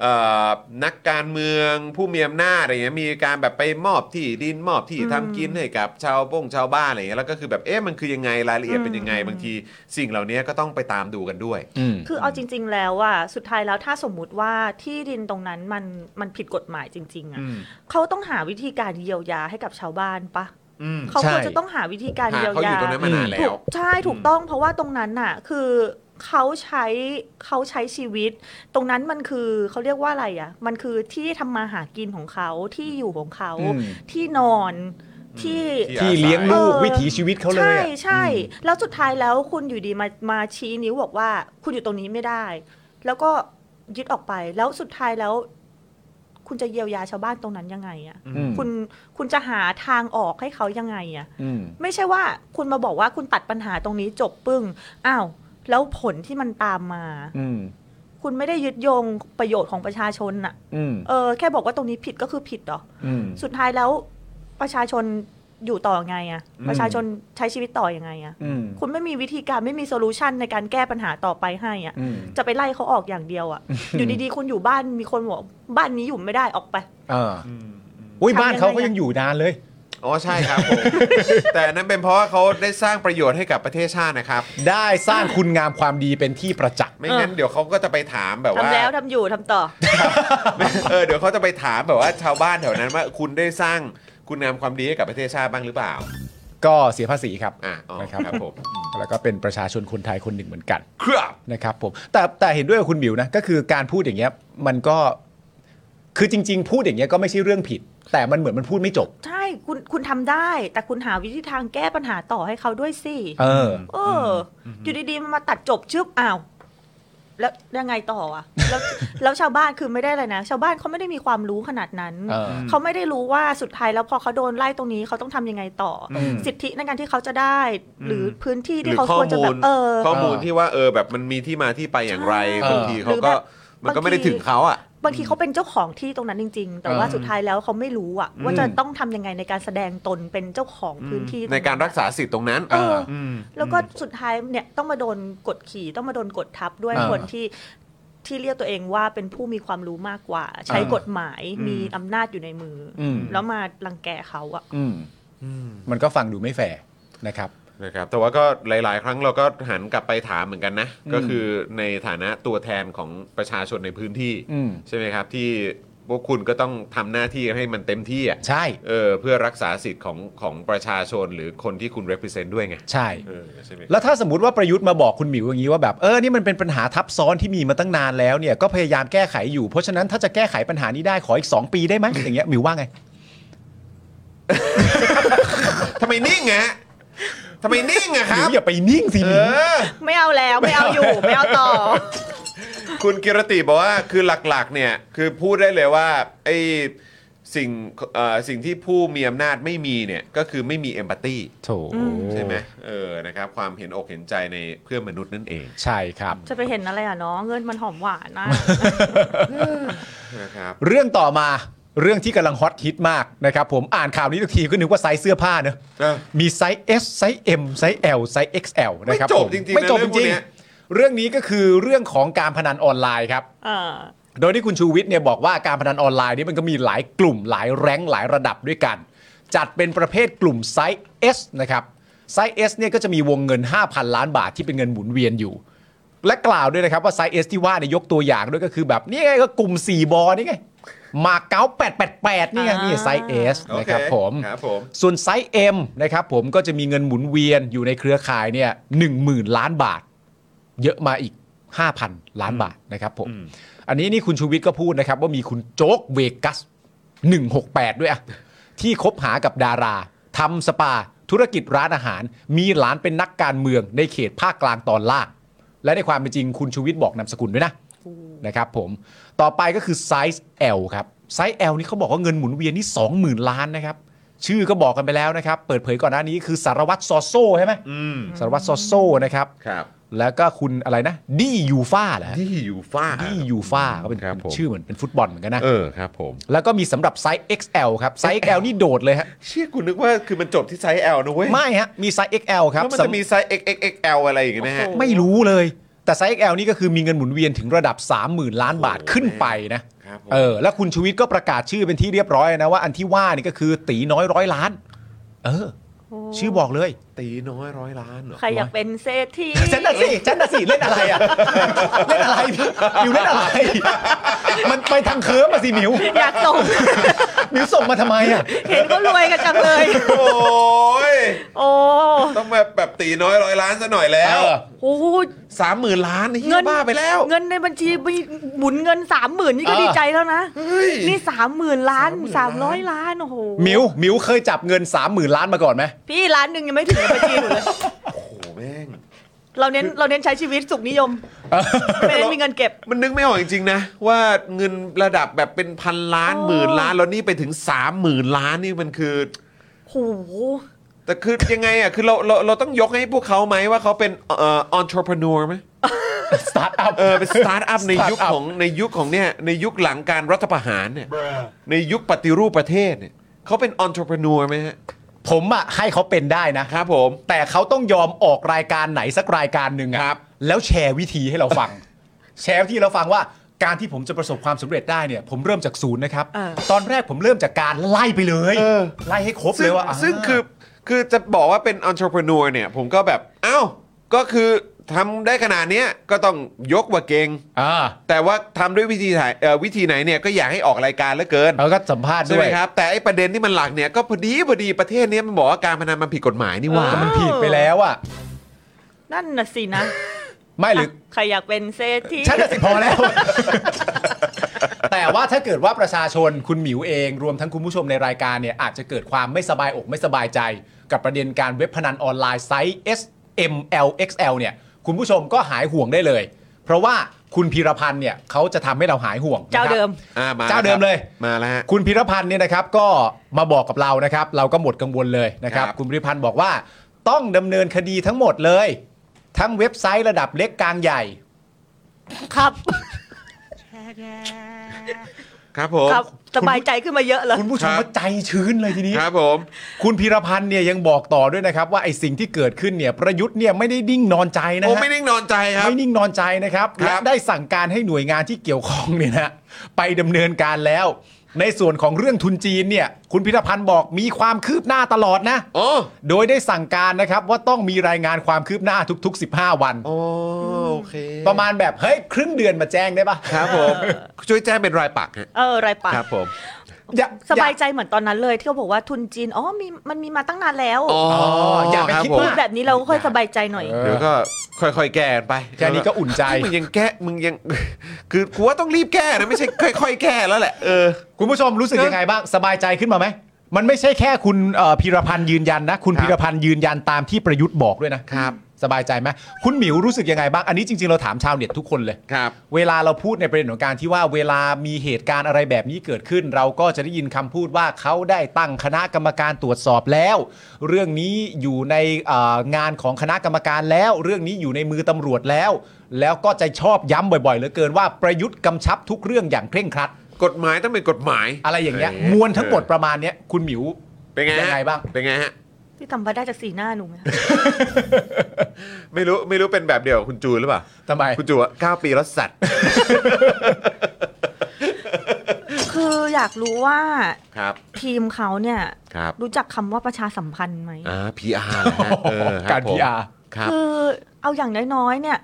เอ่อนักการเมืองผู้มีอำนาจอะไรเงี้ยมีการแบบไปมอบที่ดินมอบที่ทำกินให้กับชาวบ้งชาวบ้านอะไรเงี้ยแล้วก็คือแบบเอ๊ะมันคือยังไงรายละเอียดเป็นยังไงบางทีสิ่งเหล่านี้ก็ต้องไปตามดูกันด้วย อืม คือเอาจริง ๆ แล้วว่าสุดท้ายแล้วถ้าสมมุติว่าที่ดินตรงนั้นมันมันผิดกฎหมายจริง ๆอะเขาต้องหาวิธีการเยียวยาให้กับชาวบ้านปะเขา ใช่ ควรจะต้องหาวิธีการ หา เยียวยา เขาอยู่ตรงนั้นมานานแล้ ถู ว กใช่ถูกต้องเพราะว่าตรงนั้นน่ะคือเขาใช้เขาใช้ชีวิต ตรงนั้นมันคือเขาเรียกว่าอะไรอ่ะ มันคือที่ทำมาหากินของเขาที่อยู่ของเขา อืม ที่นอนที่ ที่ ที่เลี้ยงลูก ออ วิถีชีวิตเขาเลย ใช่ อะ ใช่ แล้วสุดท้ายแล้วคุณอยู่ดีมามาชี้นิ้วบอกว่า คุณอยู่ตรงนี้ไม่ได้ แล้วก็ยึดออกไปแล้วสุดท้ายแล้ว คุณจะเยียวยาชาวบ้านตรงนั้นยังไงอ่ะ อืม คุณคุณจะหาทางออกให้เขายังไงอ่ะ อืม ไม่ใช่ว่าคุณมาบอกว่าคุณตัดปัญหาตรงนี้จบปึ้ง อ้าว แล้วผลที่มันตามมา อืม คุณไม่ได้ยึดโยงประโยชน์ของประชาชนน่ะ อืม เออ แค่บอกว่าตรงนี้ผิดก็คือผิดเหรอ อืม สุดท้ายแล้วประชาชนอยู่ต่อไงอะ อืม ประชาชนใช้ชีวิตต่ออยังไงอะ อืม คุณไม่มีวิธีการไม่มีโซลูชันในการแก้ปัญหาต่อไปให้อะ อืม จะไปไล่เขาออกอย่างเดียวอะอยู่ดีๆคุณอยู่บ้านมีคนบอกบ้านนี้อยู่ไม่ได้ออกไป อ่าอุ้ยบ้านเขาก็ยังอยู่นานเลย อ๋อใช่ครับผม *laughs* แต่อันนั้นเป็นเพราะว่าเขาได้สร้างประโยชน์ให้กับประเทศชาตินะครับ ได้สร้างคุณงามความดีเป็นที่ประจักษ์ ไม่งั้นเดี๋ยวเขาก็จะไปถามแบบว่า ทำแล้วทำอยู่ทำต่อ เออเดี๋ยวเขาจะไปถามแบบว่าชาวบ้านแถวนั้นว่าคุณได้สร้างคุณงามความดีให้กับประเทศชาติบ้างหรือเปล่า ก็เสียภาษีครับ อ่ะอ๋อ นะครับ ครับผม แล้วก็เป็นประชาชนคนไทยคนหนึ่งเหมือนกัน ครับ นะครับผมแต่แต่เห็นด้วยกับคุณบิวนะก็คือการพูดอย่างเงี้ยมันก็คือจริง ๆ พูดอย่างเงี้ยก็ไม่ใช่เรื่องผิด แต่มันเหมือนมันพูดไม่จบ ใช่ คุณ คุณทำได้ แต่คุณหาวิธีทางแก้ปัญหาต่อให้เขาด้วยสิ เออ เออออยู่ดีๆ มันมาตัดจบชึบอ้าว แล้วยังไงต่ออะแล้ว *laughs* แล้วชาวบ้านคือไม่ได้อะไรนะ ชาวบ้านเขาไม่ได้มีความรู้ขนาดนั้น เออ เขาไม่ได้รู้ว่าสุดท้ายแล้วพอเขาโดนไล่ตรงนี้เขาต้องทำยังไงต่ออ ม สิทธิในการที่เขาจะได้ หรือพื้นที่ หรือที่เขา ข้อ ควรจะ มู แบ ล บเออ ข้อมูลที่ว่าเออแบบมันมีที่มาที่ไปอย่างไร ใช่ บางทีเขาก็ หรือแบบ มันก็ไม่ได้ บางที ถึงเขาอ่ะ บางทีเขาเป็นเจ้าของที่ตรงนั้นจริง ๆ แต่ว่า เออ สุดท้ายแล้วเขาไม่รู้อะว่าจะต้องทำยังไงในการแสดงตนเป็นเจ้าของพื้นที่ตง ในการรัก อะ ษาสิทธิ์ตรงนั้น เออ อืม แล้วก็สุดท้ายเนี่ยต้องมาโดนกดขี่ต้องมาโดนกดทับด้วย อ่า คนที่ที่เรียกตัวเองว่าเป็นผู้มีความรู้มากกว่า ใช้ อ่าก ฎหมายมีอำนาจอยู่ในมืออ ม แล้วมารังแกเขาอะ อืมมันก็ฟังดูไม่แฟร์นะครับ นะครับแต่ว่าก็หลาย ๆ ครั้งเราก็หันกลับไปถามเหมือนกันนะ ก็คือในฐานะตัวแทนของประชาชนในพื้นที่ อืม ใช่ไหมครับ ที่พวกคุณก็ต้องทำหน้าที่ให้มันเต็มที่อ่ะ ใช่ เออเพื่อรักษาสิทธิ์ของของประชาชนหรือคนที่คุณ represent ด้วยไง ใช่ เออใช่ไหม แล้วถ้าสมมติว่าประยุทธ์มาบอกคุณหมิวอย่างนี้ว่าแบบเออนี่มันเป็นปัญหาทับซ้อนที่มีมาตั้งนานแล้วเนี่ยก็พยายามแก้ไขอยู่เพราะฉะนั้นถ้าจะแก้ไขปัญหานี้ได้ขออีก 2 ปีได้ไหมอย่างเงี้ยหมิวว่าไง ทำไมนิ่งอะฮะทำไมนิ่งอะค ห รั มิ บ วอย่าไปนิ่งสิ เอ หมิว อ ไม่เอาแล้วไม่เอาอยู่ ไม่เอาต่อ คุณกิรติบอกว่าคือหลักๆเนี่ยคือพูดได้เลยว่าไอ้สิ่งเอ่อสิ่งที่ผู้มีอำนาจไม่มีเนี่ยก็คือไม่มีเอมพัตตี โถ่ ใช่ไหมเออนะครับความเห็นอกเห็นใจในเพื่อนมนุษย์นั่นเอง ใช่ *laughs* ครับ จะไปเห็นอะไรอ่ะเนาะเงินมันหอมหวานนะ นะครับ เรื่องต่อมาเรื่องที่กำลังฮอตฮิตมากนะครับผมอ่านข่าวนี้ทุกทีก็นึกว่าไซส์เสื้อผ้าเนอะ เออ มีไซส์ S ไซส์ M ไซส์ L ไซส์ XL นะครับ ไม่จบ ผ จริงๆ ไม่จบ นะเรื่อจงพวก ริง เนี้ย ๆเรื่องนี้ก็คือเรื่องของการพนันออนไลน์ครับ เออ โดยที่คุณชูวิทย์เนี่ยบอกว่าการพนันออนไลน์นี่มันก็มีหลายกลุ่มหลายแรงค์หลายระดับด้วยกัน จัดเป็นประเภทกลุ่มไซส์ S นะครับไซส์ S เนี่ยก็จะมีวงเงิน 5,000 ล้านบาทที่เป็นเงินหมุนเวียนอยู่ และกล่าวด้วยนะครับว่าไซส์ S ที่ว่าเนี่ยยกตัวอย่างด้วยก็คือแบบนี่ไงก็กลุ่ม 4 บอนี่ไงมาเก๊า888 นี่ไง อ่านี่ นี่ไซส์ S โอเ นะครับผม ครับผม ส่วนไซส์ M นะครับผมก็จะมีเงินหมุนเวียนอยู่ในเครือข่ายเนี่ย10,000 ล้านบาท เยอะมาอีก 5,000 ล้านบาทนะครับผม อันนี้นี่คุณชูวิทย์ก็พูดนะครับ ว่ามีคุณโจ๊กเวกัส 168 ด้วยอะที่คบหากับดาราทำสปา ธุรกิจร้านอาหาร มีหลานเป็นนักการเมืองในเขตภาคกลางตอนล่าง และในความเป็นจริงคุณชูวิทย์บอกนามสกุลด้วยนะนะครับผมต่อไปก็คือไซส์ L ครับไซส์ L นี่เขาบอกว่าเงินหมุนเวียนนี่20,000 ล้านนะครับ ชื่อก็บอกกันไปแล้วนะครับ เปิดเผยก่อนหน้านี้คือสารวัตรซอโซ่ใช่ไหม อืม สารวัตรซอโซ่นะครับ ครับ แล้วก็คุณอะไรนะดียูฟ่าเหรอฮะ ที่อยู่ฟ้า ที่ยูฟ่าก็เป็น ครับผม ชื่อเหมือนเป็นฟุตบอลเหมือนกันนะ เออครับผม แล้วก็มีสำหรับไซส์ XL ครับ ไซส์ XL นี่โดดเลยฮะ เชื่อกูนึกว่าคือมันจบที่ไซส์ L นะเว้ย ไม่ฮะ มีไซส์ XL ครับ แล้วมัน สำ จะมีไซส์ XXXL อะไรอย่างเงี้ยไหมฮะ ไม่รู้เลย แต่ไซส์ XL นี่ก็คือมีเงินหมุนเวียนถึงระดับ 30,000 ล้านบาทขึ้นไปนะครับ ผม เออแล้วคุณชูวิทย์ก็ประกาศชื่อเป็นที่เรียบร้อยนะว่าอันที่ว่านี่ก็คือตีน้อยร้อยล้าน เออ ชื่อบอกเลย ตีน้อยร้อยล้านเหรอ ใครอยากเป็นเศรษฐี ฉันน่ะสิฉันน่ะสิเล่นอะไรอ่ะเล่นอะไรอยู่เล่นอะไร มันไปทางเคิร์มอะสิหมิว อยากส่ง หมิวส่งมาทำไมอ่ะ เห็นก็รวยกันจังเลย โอ้ย โอ้ ต้องแบบแบบตีน้อยร้อยล้านซะหน่อยแล้ว เออ โอ้โห สามหมื่นล้านนี่ เงิน บ้าไปแล้ว เงินในบัญชีมีหมุนเงินสามหมื่นนี่ก็ เออ ดีใจแล้วนะ ย นี่สามหมื่นล้านสามร้อยล้าน โอ้โห หมิวหมิวเคยจับเงิน 30,000 ล้านมาก่อนไหม พี่ล้านหนึ่งยังไม่ถึงในบัญชีหนูเลย โอ้โหแม่ง เราเน้นเราเน้นใช้ชีวิตสุขนิยม ไม่ได้มีเงินเก็บ มันนึกไม่ออกจริงๆนะ ว่าเงินระดับแบบเป็นพันล้าน โอ้ หมื่นล้านแล้วนี่ไปถึงสามหมื่นล้านนี่มันคือ โอ้โห แต่คือยังไงอ่ะคือเราเราเราต้องยกให้พวกเขาไหมว่าเขาเป็นเอ่อ entrepreneur ไหม สตาร์ทอัพ เออเป็นสตาร์ทอัพในยุค Startup ของในยุคของเนี่ยในยุคหลังการรัฐประหารเนี่ยในยุคปฏิรูปประเทศเนี่ยเขาเป็น entrepreneur ไหมฮะ ผมอ่ะให้เขาเป็นได้นะ ครับผม แต่เขาต้องยอมออกรายการไหนสักรายการหนึ่งอะ ครับ แล้วแชร์วิธีให้เรา *laughs* ฟัง แชร์วิธีให้เราฟังว่าการที่ผมจะประสบความสำเร็จได้เนี่ยผมเริ่มจากศูนย์นะครับ เออ ตอนแรกผมเริ่มจากการไล่ไปเลย ไล่ให้ครบเล ซึ่ง ยว่าา ซึ่งคือคือจะบอกว่าเป็น entrepreneur เนี่ย ผมก็แบบ เอ้า ก็คือทำได้ขนาดเนี้ยก็ต้องยกว่าเก่ง อ่า แต่ว่าทำด้วยวิธีไหนเอ่อวิธีไหนเนี่ยก็อยากให้ออกรายการเหลือเกิน แล้วก็สัมภาษณ์ ใช่ ด้ ไห ว ม ย ครับ แต่ไอ้ประเด็นที่มันหลักเนี่ยก็พอดีพอดีประเทศเนี้ยมันบอกว่าการพนันมันผิดกฎหมายนี่หว่า แต่มันผิดไปแล้วอ่ะ นั่นน่ะสินะ ไม่หรือ ะใครอยากเป็นเศรษฐี ฉันน่ะสิพอแล้ว แต่ว่าถ้าเกิดว่าประชาชนคุณหมิวเอง รวมทั้งคุณผู้ชมในรายการเนี่ย อาจจะเกิดความไม่สบายอกไม่สบายใจ กับประเด็นการเว็บพนันออนไลน์ไซส์ SMLXL เนี่ย คุณผู้ชมก็หายห่วงได้เลย เพราะว่าคุณพีรพันธ์เนี่ยเขาจะทำให้เราหายห่วงนะครับ เจ้าเดิม อ่ามา เจ้าเดิมเลย มาแล้วฮะ คุณพิรพันธ์เนี่ยนะครับก็มาบอกกับเรานะครับ เราก็หมดกังวลเลยนะครับ ครับ คุณพิรพันธ์บอกว่าต้องดำเนินคดีทั้งหมดเลย ทั้งเว็บไซต์ระดับเล็กกลางใหญ่ ครับ ครับผม ครับ สบายใจขึ้นมาเยอะเลย คุณผู้ชคมรับ ก็ใจชื้นเลยทีนี้ ครับผม คุณพีรพันธ์เนี่ยยังบอกต่อด้วยนะครับ ว่าไอ้สิ่งที่เกิดขึ้นเนี่ยประยุทธ์เนี่ยไม่ได้นิ่งนอนใจนะ โอ้ ฮะ ไม่นิ่งนอนใจครับ ไม่นิ่งนอนใจนะครับ ครับ และได้สั่งการให้หน่วยงานที่เกี่ยวข้องเนี่ยนะไปดำเนินการแล้ว ในส่วนของเรื่องทุนจีนเนี่ย คุณพิรพันธ์บอกมีความคืบหน้าตลอดนะ โอ้ โดยได้สั่งการนะครับว่าต้องมีรายงานความคืบหน้าทุก ๆ 15 วัน โอ้โอเค ประมาณแบบเฮ้ยครึ่งเดือนมาแจ้งได้ปะ ครับผมช่วยแจ้งเป็นรายปักฮะ เออไรปะ ครับผม อย่ สบายใจเหมือนตอนนั้นเลย ที่เขาบอกว่าทุนจีน อ๋อมีมันมีมาตั้งนานแล้ว อ๋ออย่อาไป รับ คิด ผม มา พูด ก แบบนี้เราก็ค่อยสบายใจหน่อย เออ เดี๋ยวก็ค่อยๆ แก้กันไป แค่นี้ก็อุ่นใจ มึงยังแก้มึงยัง คือ *laughs* กูว่าต้องรีบแก้นะ ไม่ใช่ค่อยๆ แก้แล้วแหละ เออ คุณผู้ชมรู้สึกยังไงบ้างสบายใจขึ้นมาไหม มันไม่ใช่แค่คุณเอ่อพีรพันธ์ยืนยันนะ คุณพีรพันธ์ยืนยันตามที่ประยุทธ์บอกด้วยนะครับสบายใจไหมคุณหมิวรู้สึกยังไงบ้างอันนี้จริงๆเราถามชาวเน็ตทุกคนเลย ครับ เวลาเราพูดในประเด็นของการที่ว่าเวลามีเหตุการณ์อะไรแบบนี้เกิดขึ้น เราก็จะได้ยินคำพูดว่าเขาได้ตั้งคณะกรรมการตรวจสอบแล้ว เรื่องนี้อยู่ในเอ่องานของคณะกรรมการแล้ว เรื่องนี้อยู่ในมือตำรวจแล้ว แล้วก็จะชอบย้ำบ่อยๆเหลือเกินว่าประยุทธ์กำชับทุกเรื่องอย่างเคร่งครัด กฎหมายต้องเป็นกฎหมาย อะไรอย่างเงี้ยมวลทั้งหมดประมาณเนี้ยคุณหมิว เป็นไงฮะ ยังไงบ้าง เป็นไงฮะ พี่ทำมาได้จากสีหน้าหนูไหม ไม่รู้ไม่รู้เป็นแบบเดียวกับคุณจูนหรือเปล่า ทำไม คุณจูนอะเก้าปีแล้วสัตว์ คืออยากรู้ว่า ครับ ทีมเขาเนี่ย ครับ รู้จักคำว่าประชาสัมพันธ์ไหม อ่า PR นะฮะเออคบ การ ผม PR ครับ คือเอาอย่างน้อยๆเนี่ย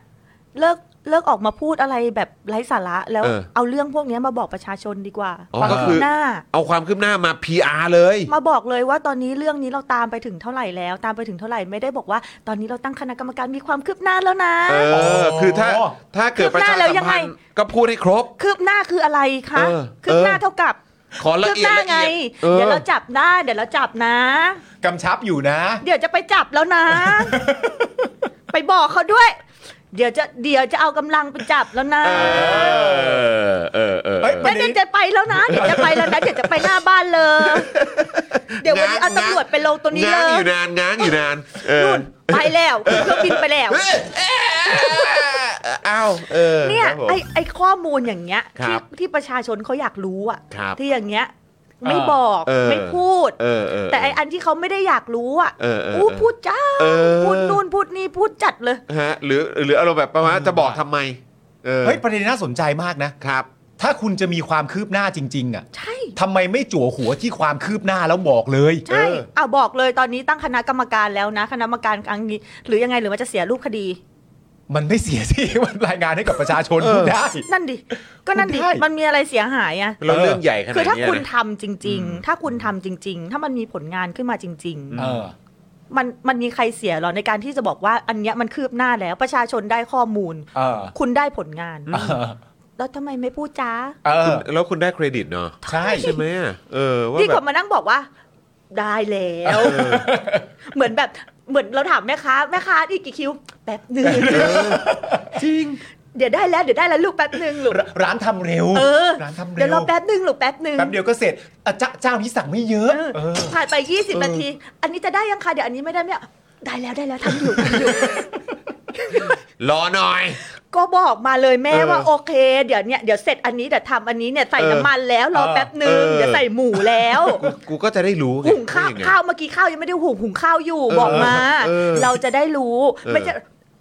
เลิกเลิกออกมาพูดอะไรแบบไร้สาระแล้ว เออ เอาเรื่องพวกเนี้ยมาบอกประชาชนดีกว่า อ๋อ ความ ก็คือ คืบหน้า เอาความคืบหน้ามา PR เลย มาบอกเลยว่าตอนนี้เรื่องนี้เราตามไปถึงเท่าไหร่แล้ว ตามไปถึงเท่าไหร่ไม่ได้บอกว่าตอนนี้เราตั้งคณะกรรมการมีความคืบหน้าแล้วนะ เออ คือถ้าถ้าเกิดประชา คืบหน้าแล้ สั วยั ม งไง พันธ์ก็พูดให้ครบ คืบหน้าคืออะไรคะ เออ คืบหน้า เออ เท่ากับ ขอละ คืบ เอีย ห ด น้า ละ ไง เอียดเอ เดี๋ยว อ เราจับได้เดี๋ยวเราจับนะ กำชับอยู่นะ เดี๋ยวจะไปจับแล้ว *laughs* นะ ไปบอกเขาด้วย เดี๋ยวจะเดี๋ยวจะเอากำลังไปจับแล้วนะ เออเออเออ เฮ้ย ไม่ได้จะไปแล้วนะ เดี๋ยวจะไปแล้วนะ เดี๋ยวจะไปหน้าบ้านเลย *laughs* เดี๋ยววันนี้เอาตำรวจไปลงตัวนี้เล ง้าง ย อยู่นานง้างอยู่นาน เออ ไปแล้วขึ้นเครื่องบินไปแล้ว เอ้ยเอ้ยเอ้าเออ เนี่ย ครับผม ไอไอข้อมูลอย่างเงี้ย ครั ที่ บ ที่ประชาชนเขาอยากรู้อะ ครับ ที่อย่างเงี้ยไม่บอก เออ ไม่พูด เออเออ แต่ไออันที่เขาไม่ได้อยากรู้อะ เออเออ อู้ เออ พูดจ้า เออ พูดนู่นพูดนี่พูดจัดเลย ฮะหรือหรืออารมณ์แบบประมาณว่าจะบอกทำไม เออ เฮ้ยประเด็นน่าสนใจมากนะ ครับ ถ้าคุณจะมีความคืบหน้าจริง ๆอ่ะ ใช่ ทำไมไม่จั่วหัวที่ความคืบหน้าแล้วบอกเลย ใช่ เออ เอาบอกเลยตอนนี้ตั้งคณะกรรมการแล้วนะ คณะกรรมการครั้งนี้หรือยังไงหรือมันจะเสียรูปคดี มันไม่เสียที่ *laughs* มันรายงานให้กับประชาชน เออ พูดได้ นั่นดิก็นั่นดิ คุณได้ มันมีอะไรเสียหายอะ เราเรื่องใหญ่ขนาด คือ เนี้ย ถ้าคุณ นะ ทำจริง ๆ ถ้าคุณทำจริง ๆ ถ้ามันมีผลงานขึ้นมาจริง เออ ๆ มันมันมีใครเสียหรอในการที่จะบอกว่าอันเนี้ยมันคืบหน้าแล้วประชาชนได้ข้อมูล เออ คุณได้ผลงาน เออ แล้วทำไมไม่พูดจ้า เออ แล้วคุณได้เครดิตเนาะ ใช่ ใช่ไหมอะเออว่า ดี แบ กว่า บ มานั่งบอกว่า ได้แล้ว เออ เหมือนแบบเหมือนเราถามแม่ค้าแม่ค้าอีกกี่คิวแป๊บหนึ่ง จริง เดี๋ยวได้แล้วเดี๋ยวได้แล้วลูกแป๊บหนึ่งลูก รร้านทำเร็ว เออ ร้านทำเร็เดี๋ยว ว รอแป๊บหนึ่งลูกแป๊บหนึ่ง แป๊บเดียวก็เสร็จอ่ะเจ้าเจ้านี้สั่งไม่เยอะเออ ผ่านไป 20นาที อันนี้จะได้ยังคะเดี๋ยวอันนี้ไม่ได้ไม่เอาได้แล้วได้แล้วทำอยู่ทำอยู่ *laughs* รอหน่อย ก็บอกมาเลยแม่ เออ ว่าโอเค เดี๋ยวเนี่ยเดี๋ยวเสร็จอันนี้เดี๋ยวทำอันนี้เนี่ยใส่ เออ น้ำมันแล้วรอ เออ แป๊บหนึ่ง เออ เดี๋ยวใส่หมูแล้ว กูกูก็จะได้รู้ไ หุงข้าว ได้ยังไง ข้าวเมื่อกี้ข้าวยังไม่ได้หุงหุงข้าวอยู่ เออ บอกมา เออ เราจะได้รู้ เออ ไม่ใช่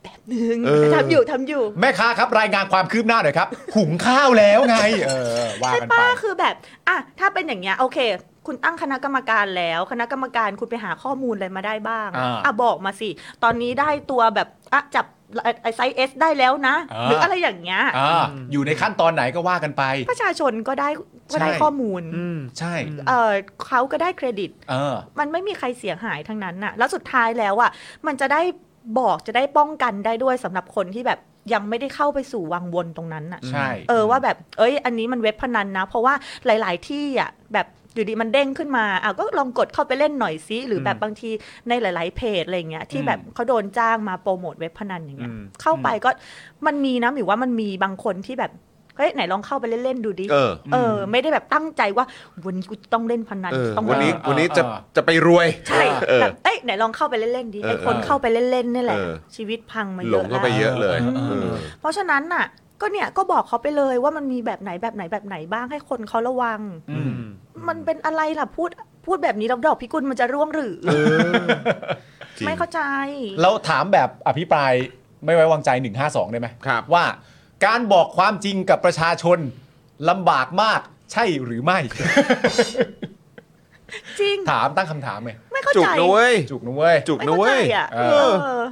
แป๊บหนึ่ง เออ ทำอยู่ทำอยู่ แม่ค้าครับรายงานความคืบหน้าหน่อยครับ หุงข้าวแล้วไง เออว่า ใช่ กันไป ป้าคือแบบอ่ะถ้าเป็นอย่างเงี้ยโอเค คุณตั้งคณะกรรมการแล้ว คณะกรรมการคุณไปหาข้อมูลอะไรมาได้บ้าง า อ่ะบอกมาสิ ตอนนี้ได้ตัวแบบอ่ะจับไอไซส์เอสได้แล้วนะ อ่า หรืออะไรอย่างเงี้ย อ่าอยู่ในขั้นตอนไหนก็ว่ากันไป ประชาชนก็ได้ก็ได้ ใช่ ข้อมูล อืม ใช่ เออเขาก็ได้เครดิต เออ มันไม่มีใครเสียหายทั้งนั้นน่ะ แล้วสุดท้ายแล้วอ่ะ มันจะได้บอกจะได้ป้องกันได้ด้วยสำหรับคนที่แบบยังไม่ได้เข้าไปสู่วังวนตรงนั้นน่ะ ใช่ เออว่าแบบ เอ้ย อันนี้มันเว็บพนันนะ เพราะว่าหลาย ๆ ที่อ่ะแบบอยู่ดีมันเด้งขึ้นมาอ่ะก็ลองกดเข้าไปเล่นหน่อยซิหรือแบบบางทีในหลาย ๆ เพจอะไรอย่างเงี้ยที่แบบเขาโดนจ้างมาโปรโมทเว็บพนันอย่างเงี้ย อืม เข้าไปก็มันมีนะหมิวว่ามันมีบางคนที่แบบเฮ้ยไหนลองเข้าไปเล่นๆดูดิ เออ เออไม่ได้แบบตั้งใจว่าวันนี้กูต้องเล่นพนัน เออ ต้อง วันนี้ เล่ วันนี้จะ เออ จะไปรวย ใช่ เออ แบบเอ้ยไหนลองเข้าไปเล่นๆดิ เออ ไอ้คนเข้าไปเล่นๆนี่แหละ เออ ชีวิตพังมา หล เย ง อะ เข้าไป แล้ว เยอะเลย เออ เออ เพราะฉะนั้นน่ะ ก็เนี่ยก็บอกเขาไปเลยว่ามันมีแบบไหนแบบไหนแบบไหนบ้างให้คนเขาระวัง อืม มันเป็นอะไรล่ะพูดพูดแบบนี้แล้วดอกพิกุลมันจะร่วงหรือ จริง ไม่เข้าใจ เราถามแบบอภิปรายไม่ไว้วางใจ 152 ได้ไหม ครับ ว่าการบอกความจริงกับประชาชนลำบากมากใช่หรือไม่ จริง ถามตั้งคำถามไง ไม่เข้า จุก ใจ นะเว้ย จุกนะเว้ย จุก ไม่ นะ เข้า เว้ ใจ ย อ่ะ เอ เอ อ อ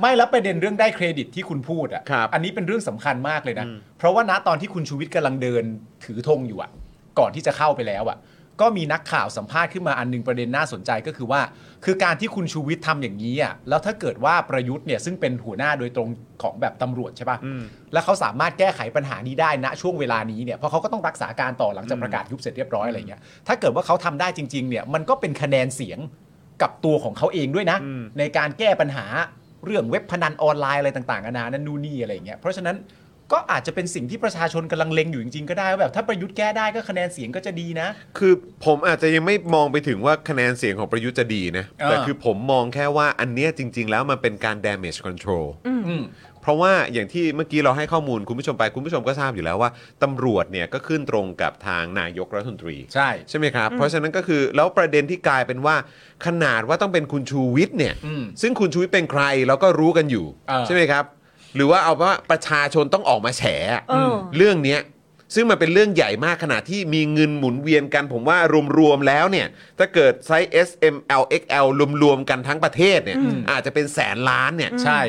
ไม่แล้วประเด็นเรื่องได้เครดิตที่คุณพูดอ่ะ ครับ อันนี้เป็นเรื่องสำคัญมากเลยนะ อืม เพราะว่าณตอนที่คุณชูวิทย์กำลังเดินถือธงอยู่อ่ะ ก่อนที่จะเข้าไปแล้วอ่ะ ก็มีนักข่าวสัมภาษณ์ขึ้นมาอันหนึงประเด็นน่าสนใจก็คือว่า คือการที่คุณชูวิทย์ทำอย่างนี้อ่ะแล้วถ้าเกิดว่าประยุทธ์เนี่ยซึ่งเป็นหัวหน้าโดยตรงของแบบตำรวจใช่ปะ อืม แล้วเขาสามารถแก้ไขปัญหานี้ได้ณช่วงเวลานี้เนี่ยเพราะเขาก็ต้องรักษาการต่อหลังจากประกาศยุบเสร็จเรียบร้อยอะไรเงี้ยถ้าเกิดว่าเขาทำได้จริงๆเนี่ยมันก็เป็นคะแนนเสียงกับตัวของเขาเองด้วยนะ อืม ในการแก้ปัญหาเรื่องเว็บพนันออนไลน์อะไรต่างๆนานานั่นนู่นนี่อะไรเงี้ยเพราะฉะนั้นก็อาจจะเป็นสิ่งที่ประชาชนกำลังเลงอยู่จริงๆก็ได้ว่าแบบถ้าประยุทธ์แก้ได้ก็คะแนนเสียงก็จะดีนะ คือผมอาจจะยังไม่มองไปถึงว่าคะแนนเสียงของประยุทธ์จะดีนะ เออ แต่คือผมมองแค่ว่าอันเนี้ยจริง ๆ แล้วมันเป็นการ damage control อืม เพราะว่าอย่างที่เมื่อกี้เราให้ข้อมูลคุณผู้ชมไปคุณผู้ชมก็ทราบอยู่แล้วว่าตำรวจเนี่ยก็ขึ้นตรงกับทางนายกรัฐมนตรี ใช่ ใช่ไหมครับ เพราะฉะนั้นก็คือแล้วประเด็นที่กลายเป็นว่าขนาดว่าต้องเป็นคุณชูวิทย์เนี่ย อืม ซึ่งคุณชูวิทย์เป็นใครเราก็รู้กันอยู่ เออ ใช่ไหมครับ หรือว่าเอาว่าประชาชนต้องออกมาแฉ เออ เรื่องเนี้ยซึ่งมันเป็นเรื่องใหญ่มากขนาดที่มีเงินหมุนเวียนกัน ผมว่ารวมๆแล้วเนี่ยถ้าเกิดไซส์ S M L X L รวมๆกันทั้งประเทศเนี่ยอาจจะเป็นแสนล้านเนี่ย ใช่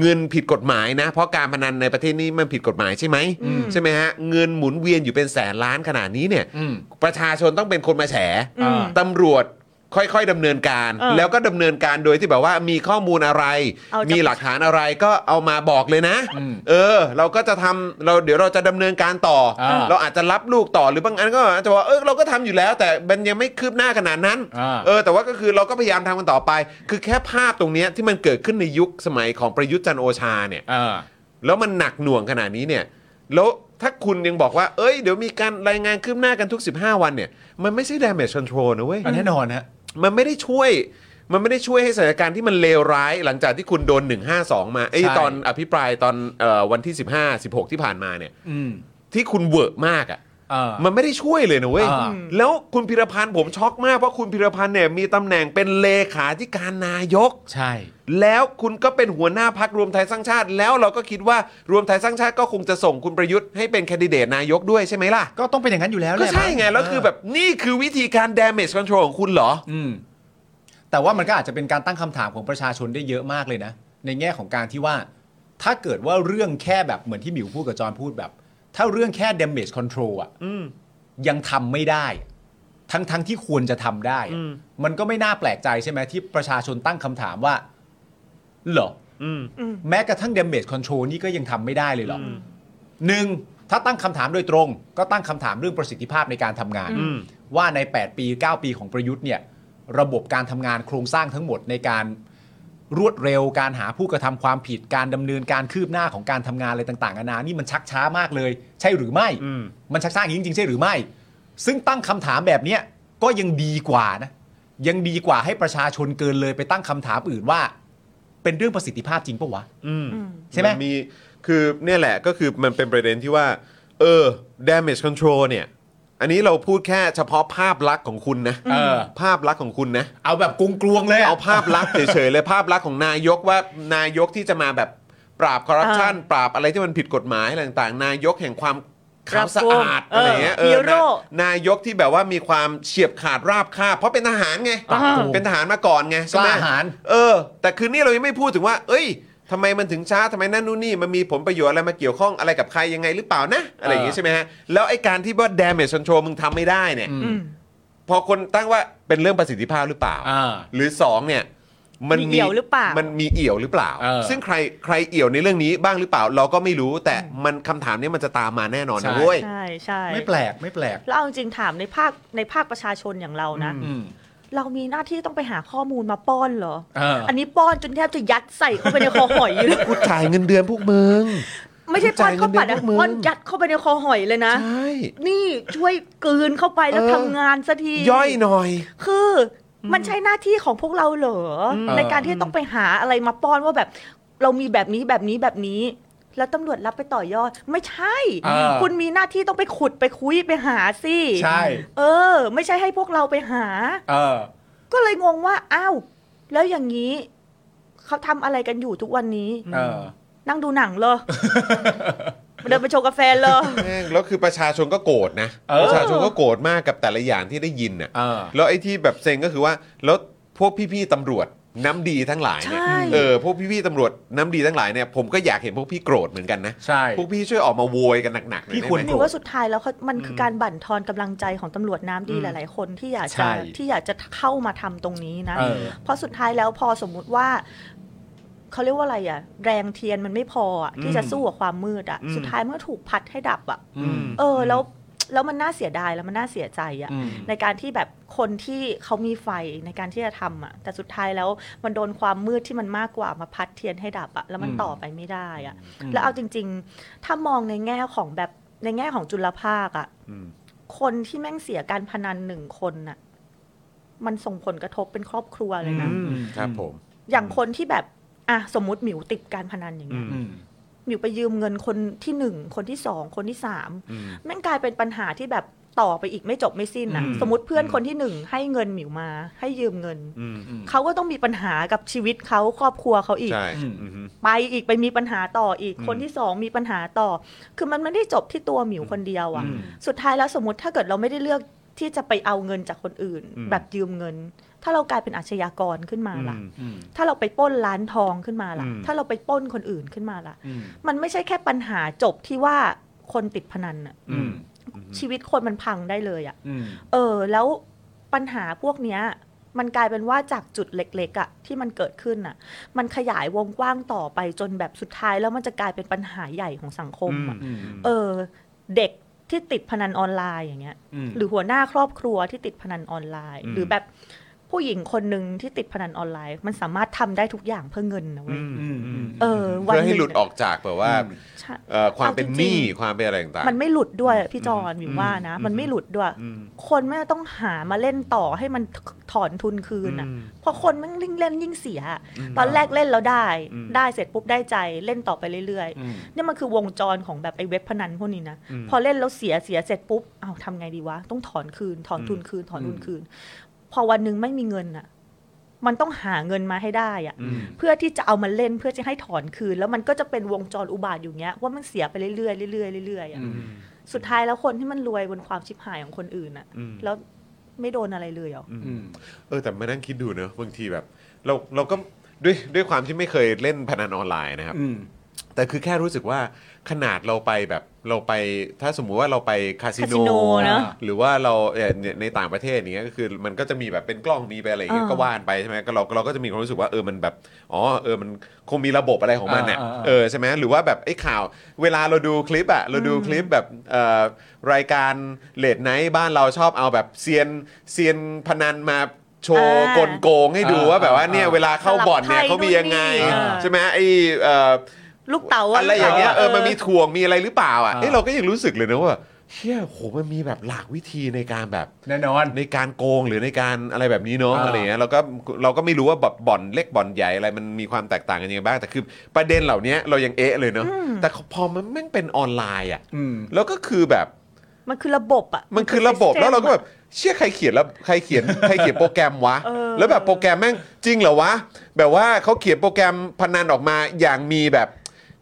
เงินผิดกฎหมายนะ เพราะการพนันในประเทศนี้มันผิดกฎหมายใช่ไหมใช่ไหมฮะเงินหมุนเวียนอยู่เป็นแสนล้านขนาดนี้เนี่ย อืม ประชาชนต้องเป็นคนมาแฉ อืม ตำรวจค่อยๆดำเนินการ เออ แล้วก็ดำเนินการโดยที่แบบว่ามีข้อมูลอะไร เอาจาก มีหลักฐานอะไรก็เอามาบอกเลยนะ อืม เออ เราก็จะทำเราเดี๋ยวเราจะดำเนินการต่อ อ่า เราอาจจะรับลูกต่อหรือบางอันก็อาจจะว่าเออเราก็ทำอยู่แล้ว แต่มันยังไม่คืบหน้าขนาดนั้น อ่า เออแต่ว่าก็คือเราก็พยายามทำกันต่อไป คือแค่ภาพตรงเนี้ยที่มันเกิดขึ้นในยุคสมัยของประยุทธ์จันทร์โอชาเนี่ย เออ แล้วมันหนักหน่วงขนาดนี้เนี่ยแล้วถ้าคุณยังบอกว่า เอ้ยเดี๋ยวมีการรายงานคืบหน้ากันทุก 15 วันเนี่ย มันไม่ใช่ damage control นะเว้ย แน่นอนฮะ มันไม่ได้ช่วย มันไม่ได้ช่วยให้สถานการณ์ที่มันเลวร้าย หลังจากที่คุณโดน 152 มาไอ้ย ใช่ ตอนอภิปรายตอนเอ่อวันที่ 15 16 ที่ผ่านมาเนี่ย อืม ที่คุณเวอะมากอ่ะ เออ มันไม่ได้ช่วยเลยนะเว้ย อ่า แล้วคุณพิรพันธ์ผมช็อกมากเพราะคุณพิรพันธ์เนี่ยมีตำแหน่งเป็นเลขาธิการนายก ใช่ แล้วคุณก็เป็นหัวหน้าพักรวมไทยสร้างชาติ แล้วเราก็คิดว่ารวมไทยสร้างชาติก็คงจะส่งคุณประยุทธ์ให้เป็นแคนดิเดตนายกด้วยใช่ไหมล่ะ ก็ต้องเป็นอย่างนั้นอยู่แล้วแห ก็ ละ ใช่ไง แล้วคือแบบนี่คือวิธีการ damage control ของคุณเหรอ อืม แต่ว่ามันก็อาจจะเป็นการตั้งคำถามของประชาชนได้เยอะมากเลยนะ ในแง่ของการที่ว่า ถ้าเกิดว่าเรื่องแค่แบบเหมือนที่หมิวพูดกับจอห์นพูดแบบ ถ้าเรื่องแค่ damage control อ่ะยังทำไม่ได้ ทั้งทั้งที่ควรจะทำได้อะมันก็ไม่น่าแปลกใจใช่ไหมที่ประชาชนตั้งคำถามว่า เหรออแม้กระทั่ง damage control นี่ก็ยังทำไม่ได้เลยเหรออหนึ่งถ้าตั้งคำถามโดยตรง ก็ตั้งคำถามเรื่องประสิทธิภาพในการทำงาน ว่าใน 8 ปี 9 ปีของประยุทธ์เนี่ย ระบบการทำงานโครงสร้างทั้งหมดในการรวดเร็วการหาผู้กระทำความผิดการดำเนินการคืบหน้าของการทำงานอะไรต่างๆนานานี่มันชักช้ามากเลย ใช่หรือไม่ มันชักช้าอย่างนี้จริงๆใช่หรือไม่ ซึ่งตั้งคำถามแบบเนี้ยก็ยังดีกว่านะ ยังดีกว่าให้ประชาชนเกินเลยไปตั้งคำถามอื่นว่า เป็นเรื่องประสิทธิภาพจริงปะวะ ใช่ไหม นมีคือเนี่ยแหละก็คือมันเป็นประเด็นที่ว่า เออ damage control เนี่ย อันนี้เราพูดแค่เฉพาะภาพลักษณ์ของคุณนะ เออ ภาพลักษณ์ของคุณนะ เอาแบบกรุงกลวงๆเลยอะ เอาภาพลักษณ์เฉยๆเลยภาพลักษณ์ของนายกว่านายกที่จะมาแบบปราบคอร์รัปชันปราบอะไรที่มันผิดกฎหมายอะไรต่างๆ นายกแห่งความขาวสะอาด เออ อะไรเงี้ยเอ ฮี อ โร่ นะนายกที่แบบว่ามีความเฉียบขาดราบคาบเพราะเป็นทหารไง อ่า เป็นทหารมาก่อนไงใช่ไหม กล้าหาญ เออ แต่คืนนี้เรายังไม่พูดถึงว่า เอ้ยทำไมมันถึงช้าทำไมนั่นนู่นนี่มันมีผลประโยชน์อะไรมาเกี่ยวข้องอะไรกับใครยังไงหรือเปล่านะอะไรอย่างงี้ใช่ไหมฮะแล้วไอ้การที่ว่า damage control มึงทำไม่ได้เนี่ย อืม พอคนตั้งว่าเป็นเรื่องประสิทธิภาพหรือเปล่า อ่า หรือสองเนี่ยมัน มีเอี่ยวหรือเปล่ามั นมีเอี่ยวหรือเปล่า เออ ซึ่งใครใครเอี่ยวในเรื่องนี้บ้างหรือเปล่า เราก็ไม่รู้แต่มันคำถามเนี้มันจะตามมาแน่นอน ใช่ นะเว้ย ใช่ใช่ ไม่แปลกไม่แปลก แล้วเอาจริงๆถามในภาคในภาคประชาชนอย่างเรานะ อืม เรามีหน้าที่ต้องไปหาข้อมูลมาป้อนเหรอ เอออั อันนี้ป้อนจนแทบจะยัดใส่เข้าไปในคอหอยอยู่เลย กูจ่ายเงินเดือนพวกมึง ไม่ใช่ป้อนเข้าปัดอะ จ่ายเงินเดือนพวกมึง ป้อนยัดเข้าไปในคอหอยเลยนะ ใช่ นี่ช่วยกลืนเข้าไปแล้วทำงานสักที ย่อยหน่อย คือมันใช่หน้าที่ของพวกเราเหรอในการที่ต้องไปหาอะไรมาป้อนว่าแบบเรามีแบบนี้แบบนี้แบบนี้ แล้วตำรวจรับไปต่อยอด ไม่ใช่ เออ คุณมีหน้าที่ต้องไปขุดไปคุยไปหาสิ ใช่ เออ ไม่ใช่ให้พวกเราไปหา เออ ก็เลยงงว่าอ้าวแล้วอย่างนี้เขาทำอะไรกันอยู่ทุกวันนี้ เออ นั่งดูหนัง *laughs* เลย เดินไปชงกาแฟเลย แม่งแล้วคือประชาชนก็โกรธนะ เออ ประชาชนก็โกรธมากกับแต่ละอย่างที่ได้ยินน่ะ เออ แล้วไอ้ที่แบบเซ็งก็คือว่าแล้วพวกพี่ๆตำรวจ น้ำดีทั้งหลายเนี่ย ใช่ เออพวกพี่ๆตำรวจน้ำดีทั้งหลายเนี่ยผมก็อยากเห็นพวกพี่โกรธเหมือนกันนะ ใช่ พวกพี่ช่วยออกมาโวยกันหนักๆหน่อย พี่ ได้ ควร ไห ห ม รือว่าสุดท้ายแล้วเขามันคือการบั่นทอนกำลังใจของตำรวจน้ำดี อืม หลาย ๆ คนที่อยาก ใช่ จะที่อยากจะเข้ามาทำตรงนี้นะ เออ เพราะสุดท้ายแล้วพอสมมุติว่าเขาเรียกว่าอะไรอะแรงเทียนมันไม่พออะที่จะ อืม สู้กับความมืดอะ อืม สุดท้ายมันก็ถูกพัดให้ดับอะ อืม เออแล้วแล้วมันน่าเสียดายแล้วมันน่าเสียใจอะ อืม ในการที่แบบคนที่เขามีไฟในการที่จะทำอะแต่สุดท้ายแล้วมันโดนความมืดที่มันมากกว่ามาพัดเทียนให้ดับอะแล้วมัน อืม ต่อไปไม่ได้อะ แล้วเอาจริง ๆ ถ้ามองในแง่ของแบบในแง่ของจุลภาคอะ อืม คนที่แม่งเสียการพนันหนึ่งคนน่ะ มันส่งผลกระทบเป็นครอบครัวเลยนะ อืม ครับผม อย่างคนที่แบบ อ่ะสมมติหมิวติดการพนันอย่างเงี้ย อืม หมิวไปยืมเงินคนที่หนึ่งคนที่สองคนที่สาม อืม แม่งกลายเป็นปัญหาที่แบบต่อไปอีกไม่จบไม่สิ้นนะ อืม สมมติเพื่อนคนที่หนึ่งให้เงินหมิวมา ให้ยืมเงิน อืม เขาก็ต้องมีปัญหากับชีวิตเขาครอบครัวเขาอีก ใช่ อืม อืม ไปอีกไปมีปัญหาต่ออีก อืม คนที่สองมีปัญหาต่อ คือมันไม่ได้จบที่ตัวหมิวคนเดียวอะ่ะ อืม สุดท้ายแล้วสมมติถ้าเกิดเราไม่ได้เลือกที่จะไปเอาเงินจากคนอื่น อืม แบบยืมเงิน ถ้าเรากลายเป็นอาชญากรขึ้นมา อื ล่ะ ม อืม ถ้าเราไปปล้นร้านทองขึ้นมาล่ะ อืม ถ้าเราไปปล้นคนอื่นขึ้นมาล่ะ อืม มันไม่ใช่แค่ปัญหาจบที่ว่าคนติดพนันอะ อืม ชีวิตคนมันพังได้เลยอ่ะ อืม เออแล้วปัญหาพวกเนี้ย มันกลายเป็นว่าจากจุดเล็กๆอะ่ะที่มันเกิดขึ้นอ่ะ มันขยายวงกว้างต่อไปจนแบบสุดท้ายแล้วมันจะกลายเป็นปัญหาใหญ่ของสังคมอะ อืม เออ เด็กที่ติดพนันออนไลน์อย่างเงี้ย อืม หรือหัวหน้าครอบครัวที่ติดพนันออนไลน์ อืม หรือแบบผู้หญิงคนหนึ่งที่ติดพนันออนไลน์ มันสามารถทำได้ทุกอย่างเพื่อเงินนะเว้ย อืมอืม เออวัน เพื่อให้หลุดออกจากแบบว่า อืม ใช่ เอ่อความเป็นหนี้ เอาจริง ความเป็นอะไรต่างๆ มันไม่หลุดด้วยพี่จอนอยู่ว่านะ อืม มันไม่หลุดด้วย อืม คนไม่งต้องหามาเล่นต่อให้มันถอนทุนคืนอ่ะ อืม เพราะคนแมันยิ่งเล่นยิ่งเสีย ตอนแรกเล่นแล้วได้ อืม ได้เสร็จปุ๊บได้ใจเล่นต่อไปเรื่อย อืม ๆเนี่ยมันคือวงจรของแบบไอ้เว็บพนันพวกนี้นะ อืม พอเล่นแล้วเสียเสียเสร็จปุ๊บอ้าวทำไงดีวะต้องถอนคืน ถอนทุนคืน ถอนทุนคืน พอวันหนึ่งไม่มีเงินอ่ะ มันต้องหาเงินมาให้ได้อ่ะ อืม เพื่อที่จะเอามาเล่นเพื่อจะให้ถอนคืน แล้วมันก็จะเป็นวงจรอุบาทอยู่เงี้ยว่ามันเสียไปเรื่อยๆเรื่อยๆเรื่อยๆอะ อืม สุดท้ายแล้วคนที่มันรวยบนความชิบหายของคนอื่นอ่ะ แล้วไม่โดนอะไรเลยเหรอ อืม เออแต่มานั่งคิดดูเนอะบางทีแบบ เราเราก็ด้วยด้วยความที่ไม่เคยเล่นพนันออนไลน์นะครับ อืม แต่คือแค่รู้สึกว่าขนาดเราไปแบบเราไปถ้าสมมุติว่าเราไปคาสิ คาสิโนเนอะ หรือว่าเราเอ่อเนี่ยในต่างประเทศอย่างเนี้ยก็คือมันก็จะมีแบบเป็นกล้องมีไปอะไรอย่างเงี้ย อ่า ก็ว่านไปใช่ไหมก็เราเราก็จะมีความรู้สึกว่าเออมันแบบอ๋อเออมันคงมีระบบอะไรของมันเนี่ย อ่าอ่า เออใช่ไหมหรือว่าแบบไอ้ข่าวเวลาเราดูคลิปอะเราดูคลิปแบบเอ่อรายการเลดไนท์บ้านเราชอบเอาแบบเซียนเซียนพนันมาโชว์ อ่าก ลโกงให้ดู อ่า ว่าแบบว่า อ่า เนี่ย อ่า เวลาเข้าบ่อนเนี่ยเขามียังไง สลับไพ่นู่นนี่อ่า ใช่ไหมไอ้เอ่อ ลูกเต๋า อะไรอย่างเงี้ยเออมันมีถ่วงมีอะไรหรือเปล่าอ่ะ อ่า เอ้เราก็ยังรู้สึกเลยนะว่าเชี่ยโหมันมีแบบหลากวิธีในการแบบ แน่นอน ในการโกงหรือในการอะไรแบบนี้เนาะ อ่า อะไรเงี้ยเราก็เราก็ไม่รู้ว่าแบบบ่อนเล็กบ่อนใหญ่อะไรมันมีความแตกต่างกันยังไงบ้างแต่คือประเด็นเหล่านี้เรายังเอะเลยเนาะแต่พอมันแม่งเป็นออนไลน์อ่ะ อืม แล้วก็คือแบบ มันคือระบบอ่ะ มันคือระบบ system แล้วเราก็แบบเชี่ยใครเขียนแล้วใครเขียน ใครเขียนโปรแกรมวะ เออ แล้วแบบโปรแกรมแม่งจริงเหรอวะแบบว่าเขาเขียนโปรแกรมพนันออกมาอย่างมีแบบ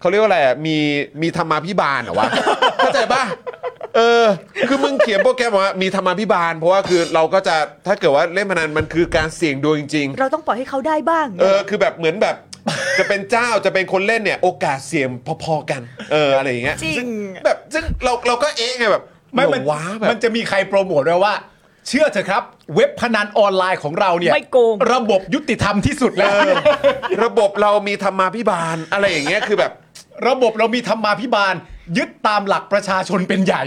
เขาเรียกว่าอะไรอ่ะมีมีธรรมาภิบาลเหรอวะ *laughs* เข้าใจป่ะเออ คือมึงเขียนโปรแกรมออกมามีธรรมาภิบาล เพราะว่าคือเราก็จะถ้าเกิดว่าเล่นพนันมันคือการเสี่ยงดวงจริง เราต้องปล่อยให้เขาได้บ้าง เออคือแบบเหมือนแบบ จะเป็นเจ้าจะเป็นคนเล่นเนี่ย โอกาสเสี่ยงพอๆกัน เอออะไรอย่างเงี้ย จริง ซึ่แบบซึ่งเราเราก็เอ๊ะไงแบบ ไม่ เห มั อน นว้าแบบ มันจะมีใครโปรโมทไว้ว่า เชื่อเถอะครับ เว็บพนันออนไลน์ของเราเนี่ย ไม่โกง ระบบยุติธรรมที่สุดแล้ว เออระบบเรามีธรรมาภิบาลอะไรอย่างเงี้ยคือแบบ ระบบเรามีธรรมาภิบาล ยึดตามหลักประชาชนเป็นใหญ่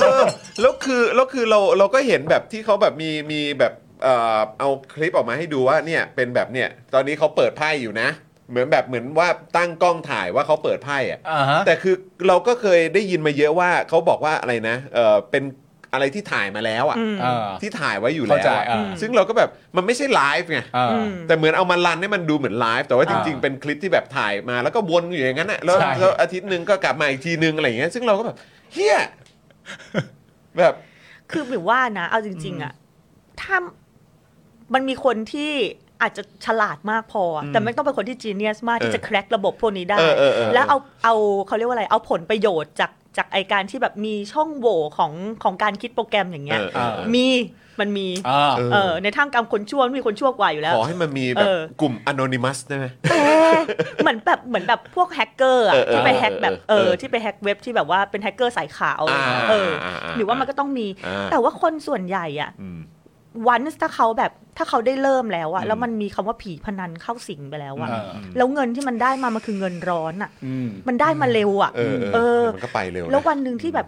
เออแล้วคือแล้วคือเราเราก็เห็นแบบที่เขาแบบมีมีแบบเอ่อเอาคลิปออกมาให้ดูว่าเนี่ยเป็นแบบเนี่ยตอนนี้เขาเปิดไพ่อยู่นะ เหมือนแบบเหมือนว่าตั้งกล้องถ่ายว่าเขาเปิดไพ่อะ อ่าฮะ แต่คือเราก็เคยได้ยินมาเยอะว่าเขาบอกว่าอะไรนะเออเป็นอะไรที่ถ่ายมาแล้วอ่ะ เออ ที่ถ่ายไว้อยู่แล้ว เข้าใจ อะ อ่า ซึ่งเราก็แบบมันไม่ใช่ไลฟ์ไง เอออ แต่เหมือนเอามารันให้มันดูเหมือนไลฟ์แต่ว่าจ อ่า ริงๆ เป็นคลิปที่แบบถ่ายมาแล้วก็วนอยู่อย่างนั้นน่ะแล้ว ใช่ แล้วอาทิตย์หนึ่งก็กลับมาอีกทีนึงอะไรอย่างเงี้ยซึ่งเราก็แบบเฮียแบบ คือหรือว่านะ เอาจริง ๆอ่ะถ้ามันมีคนที่อาจจะฉลาดมากพออะแต่ไม่ต้องเป็นคนที่จีเนียสมากที่จะแคร็กระบบพวกนี้ได้ เออเออเออ แล้วเอาเอาเขาเรียกว่าอะไร เอาผลประโยชน์จาก จากไอการที่แบบมีช่องโหว่ของของการคิดโปรแกรมอย่างเงี้ย เออเออเออ มีมันมี อ่า เออ เออในทางกรรมคนชั่วมันมีคนชั่วกว่าอยู่แล้ว ขอให้มันมีแบบ เออ กลุ่ม anonymous ได้ไหม แต่เหมือนแบบเหมือนแบบพวกแฮกเกอร์อะ เออเออ ที่ไปแฮกแบบ เอ เอ อ อที่ไปแฮกเว็บที่แบบว่าเป็นแฮกเกอร์สายขาวอะไรเงี้ยเอออา อ่าอ่า หรือว่ามันก็ต้องมี อ่า แต่ว่าคนส่วนใหญ่อะ อืม วันถ้าเขาแบบถ้าเขาได้เริ่มแล้วอะ อืม แล้วมันมีคำว่าผีพนันเข้าสิงไปแล้วอะ อ่า แล้วเงินที่มันได้มามันคือเงินร้อนอะ อืม มันได้มาเร็วอะ เออเอ เอ อ อ มันก็ไปเร็วนะ แล้ววันหนึ่งที่แบบ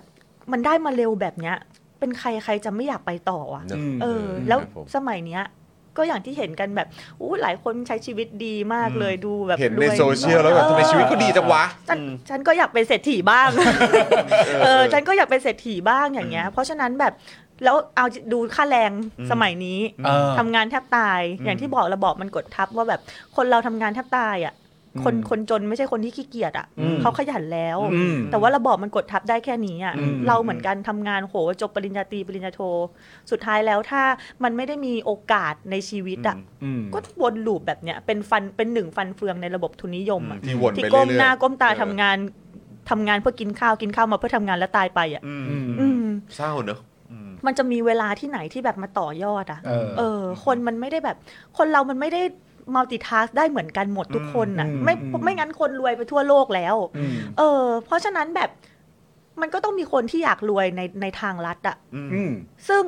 มันได้มาเร็วแบบเนี้ย เป็นใครใครจะไม่อยากไปต่ออะ เนอะ อืม เออ แล้ว ครับผม สมัยเนี้ย ก็อย่างที่เห็นกันแบบอู้หลายคนใช้ชีวิตดีมากเลยดูแบบ เห็น ร ใน วย โซเชียลแล้วแบบทำไมชีวิตเขาดีจังวะ ฉันฉันก็อยากเป็นเศรษฐีบ้าง *laughs* เอ เอ อ อ ฉันก็อยากเป็นเศรษฐีบ้างอย่างเงี้ย เพราะฉะนั้นแบบแล้วเอาดูค่าแรงสมัยนี้ เออ ทำงานแทบตาย อย่างที่บอกระบอบมันกดทับว่าแบบคนเราทำงานแทบตายอ่ะ คน อืม คนจนไม่ใช่คนที่ขี้เกียจอ่ะ อืม เขาขยันแล้ว อืม แต่ว่าระบอบมันกดทับได้แค่นี้อ่ะ อืม เราเหมือนกันทำงานโหจบปริญญาตรีปริญญาโท สุดท้ายแล้วถ้ามันไม่ได้มีโอกาสในชีวิตอ่ะ อืม ก็วนลูปแบบเนี้ยเป็นฟันเป็นหนึ่งฟันเฟืองในระบบทุนนิยมอ่ะ ที่วน ที่ ไปเรื่อยๆ ก้มหน้าก้มตา เออ ทำงานทำงานเพื่อกินข้าวกินข้าวมาเพื่อทำงานแล้วตายไปอ่ะ อืม อืม เศร้าเนอะอืม มันจะมีเวลาที่ไหนที่แบบมาต่อยอดอ่ะ เออ เออ คนมันไม่ได้แบบ คนเรามันไม่ได้มัลติทัสได้เหมือนกันหมดทุกคนอ่ะ อืม ไม่ อืม ไม่งั้นคนรวยไปทั่วโลกแล้ว อืม เออ เพราะฉะนั้นแบบมันก็ต้องมีคนที่อยากรวยในในทางลัดอ่ะ อืม ซึ่ง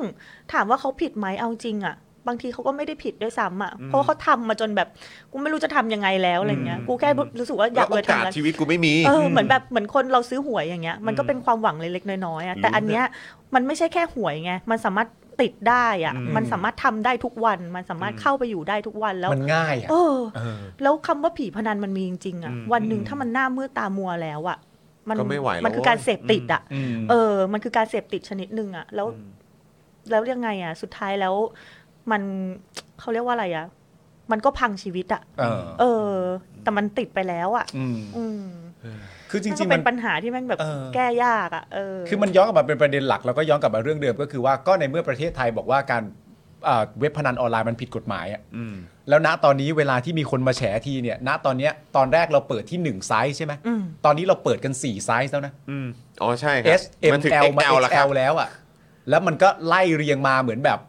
ถามว่าเขาผิดไหมเอาจริงอะบางทีเขาก็ไม่ได้ผิดด้วยซ้ำอะเพราะว่าเขาทำมาจนแบบกูไม่รู้จะทำยังไงแล้วอะไรเงี้ยกูแค่รู้สึกว่าอ แล้ ยาว ก โอ เลย กาสทำอะไร ชีวิตกูไม่มี เออเหมือนแบบเหมือนคนเราซื้อหวยอย่างเงี้ย มันก็เป็นความหวังเล็กๆน้อยๆอะแต่อันเนี้ยมันไม่ใช่แค่หวยไงมันสามารถติดได้อะ อืม มันสามารถทำได้ทุกวัน มันสามารถเข้าไปอยู่ได้ทุกวันแล้ว มันง่ายอ่ะ เออ เออ แล้วคำว่าผีพนันมันมีจริงๆอะ อืม วันหนึ่งถ้ามันหน้ามืดตามัวแล้วอะมัน ก็ไม่ไหวแล้ว มันคือการเสพติดอะ อืม เออ มันคือการเสพติดชนิดหนึ่งอะแล้ว อืม แล้วยังไงอะสุดท้ายแล้ว มัน เขาเรียกว่าอะไรอะมันก็พังชีวิตอะ เออ เออ แต่มันติดไปแล้วอะ อืม อืม คือจ มัน ริ ก็ งๆ เป็ มัน นปัญหาที่แม่งแบบ เออ แก้ยากอะเออ คือมันย้อนกลับมาเป็นประเด็นหลักแล้วก็ย้อนกลับมาเรื่องเดิมก็คือว่าก็ในเมื่อประเทศไทยบอกว่าการอ่าเว็บพนันออนไลน์มันผิดกฎหมายอ่ะแล้วณตอนนี้เวลาที่มีคนมาแฉทีเนี่ย ณตอนเนี้ยตอนแรกเราเปิดที่ 1 ไซส์ใช่ไหม อืม ตอนนี้เราเปิดกัน 4 ไซส์แล้วนะ อืมอ๋อใช่ครั S M มันถึง L มา XL แล้วครับ XL แล้วอ่ะแล้วมันก็ไล่เรียงมาเหมือนแบบ *sighs*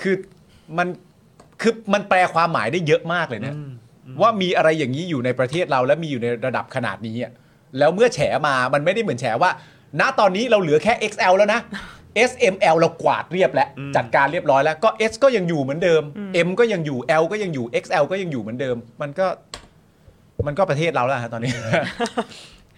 คือมันคือมันแปลความหมายได้เยอะมากเลยนะ ว่ามีอะไรอย่างนี้อยู่ในประเทศเรา และมีอยู่ในระดับขนาดนี้อะแล้วเมื่อแฉมามันไม่ได้เหมือนแฉว่า ณตอนนี้เราเหลือแค่ XL แล้วนะ *laughs* S M L เรากวาดเรียบแล้ว จัดการเรียบร้อยแล้วก็ S ก็ยังอยู่เหมือนเดิม M ก็ยังอยู่ L ก็ยังอยู่ XL ก็ยังอยู่เหมือนเดิม มันก็ มันก็ประเทศเราแล้วฮะตอนนี้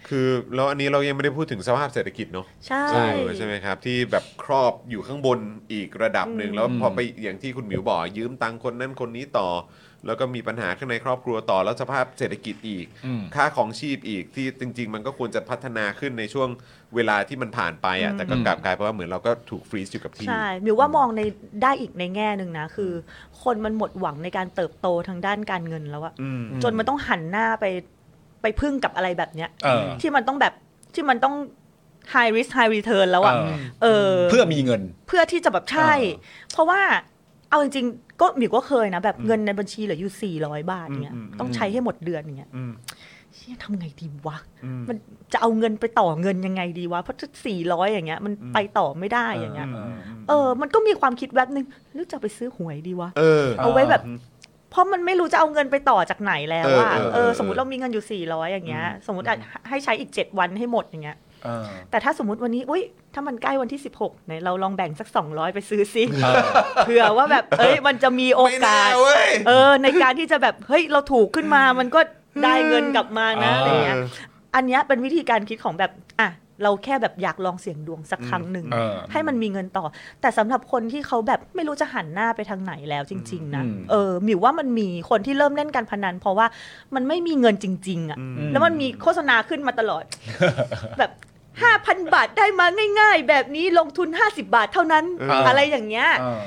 คือแล้วอันนี้เรายังไม่ได้พูดถึงสภาพเศรษฐกิจเนาะ ใช่ เออใช่ไหมครับ ที่แบบครอบอยู่ข้างบนอีกระดับหนึ่งแล้วพอไปอย่างที่คุณหมิวบอก ยืมตังค์คนนั้นคนนี้ต่อ แล้วก็มีปัญหาข้างในครอบครัวต่อ แล้วสภาพเศรษฐกิจอีก อืม ค่าของชีพอีกที่จริง ๆ มันก็ควรจะพัฒนาขึ้นในช่วงเวลาที่มันผ่านไปอ่ะแต่ก็กลับกลายเป็นว่าเหมือนเราก็ถูกฟรีซอยู่กับที่ ใช่มิวว่ามองในได้อีกในแง่หนึ่งนะ คือ คนมันหมดหวังในการเติบโตทางด้านการเงินแล้วอะ อืม จนมันต้องหันหน้าไปไปพึ่งกับอะไรแบบเนี้ย เออ ที่มันต้องแบบที่มันต้อง high risk high return แล้วอะ เออ เออ เพื่อมีเงิน เพื่อที่จะแบบใช่ เออ เพราะว่าเอาจริงๆ ก็หมิวก็เคยนะ แบบเงินในบัญชีเหลืออยู่ 400 บาทเนี้ย อืมอืม ต้องใช้ให้หมดเดือนอย่างเงี้ย อืม เชี่ยทำไงดีวะ มันจะเอาเงินไปต่อเงินยังไงดีวะ เพราะถ้า400 อย่างเงี้ยมันไปต่อไม่ได้อย่างเงี้ย เออ มันก็มีความคิดแวบนึงหรือจะไปซื้อหวยดีวะ เออ เอาไว้แบบ เพราะมันไม่รู้จะเอาเงินไปต่อจากไหนแล้วอะ เออเออเออ เออ สมมติเรามีเงินอยู่ 400 อย่างเงี้ย สมมติอาจให้ใช้อีก 7 วันให้หมดอย่างเงี้ย เออ แต่ถ้าสมมติวันนี้ อุ้ย ถ้ามันใกล้วันที่ 16ไหนเราลองแบ่งสัก 200 ไปซื้อซิเผื่อว่าแบบ เอ้ย มันจะมีโอ ไม่น่าก าส เว้ย เออ ในการที่จะแบบ เฮ้ย เราถูกขึ้นมา มันก็ได้เงินกลับมานะอะไรเงี้ย อันเนี้ยเป็นวิธีการคิดของแบบ อ่ะ เราแค่แบบอยากลองเสี่ยงดวงสักครั้งหนึ่ง เออ ให้มันมีเงินต่อ แต่สำหรับคนที่เขาแบบไม่รู้จะหันหน้าไปทางไหนแล้วจริง ๆ นะ อืม เออ หมิวว่ามันมีคนที่เริ่มเล่นการพนัน เพราะว่ามันไม่มีเงินจริง ๆอะ แล้วมันมีโฆษณาขึ้นมาตลอด แบบ 5,000 บาทได้มาง่าย ๆ แบบนี้ลงทุน 50 บาทเท่านั้น เอออ อะไรอย่างเงี้ย เออ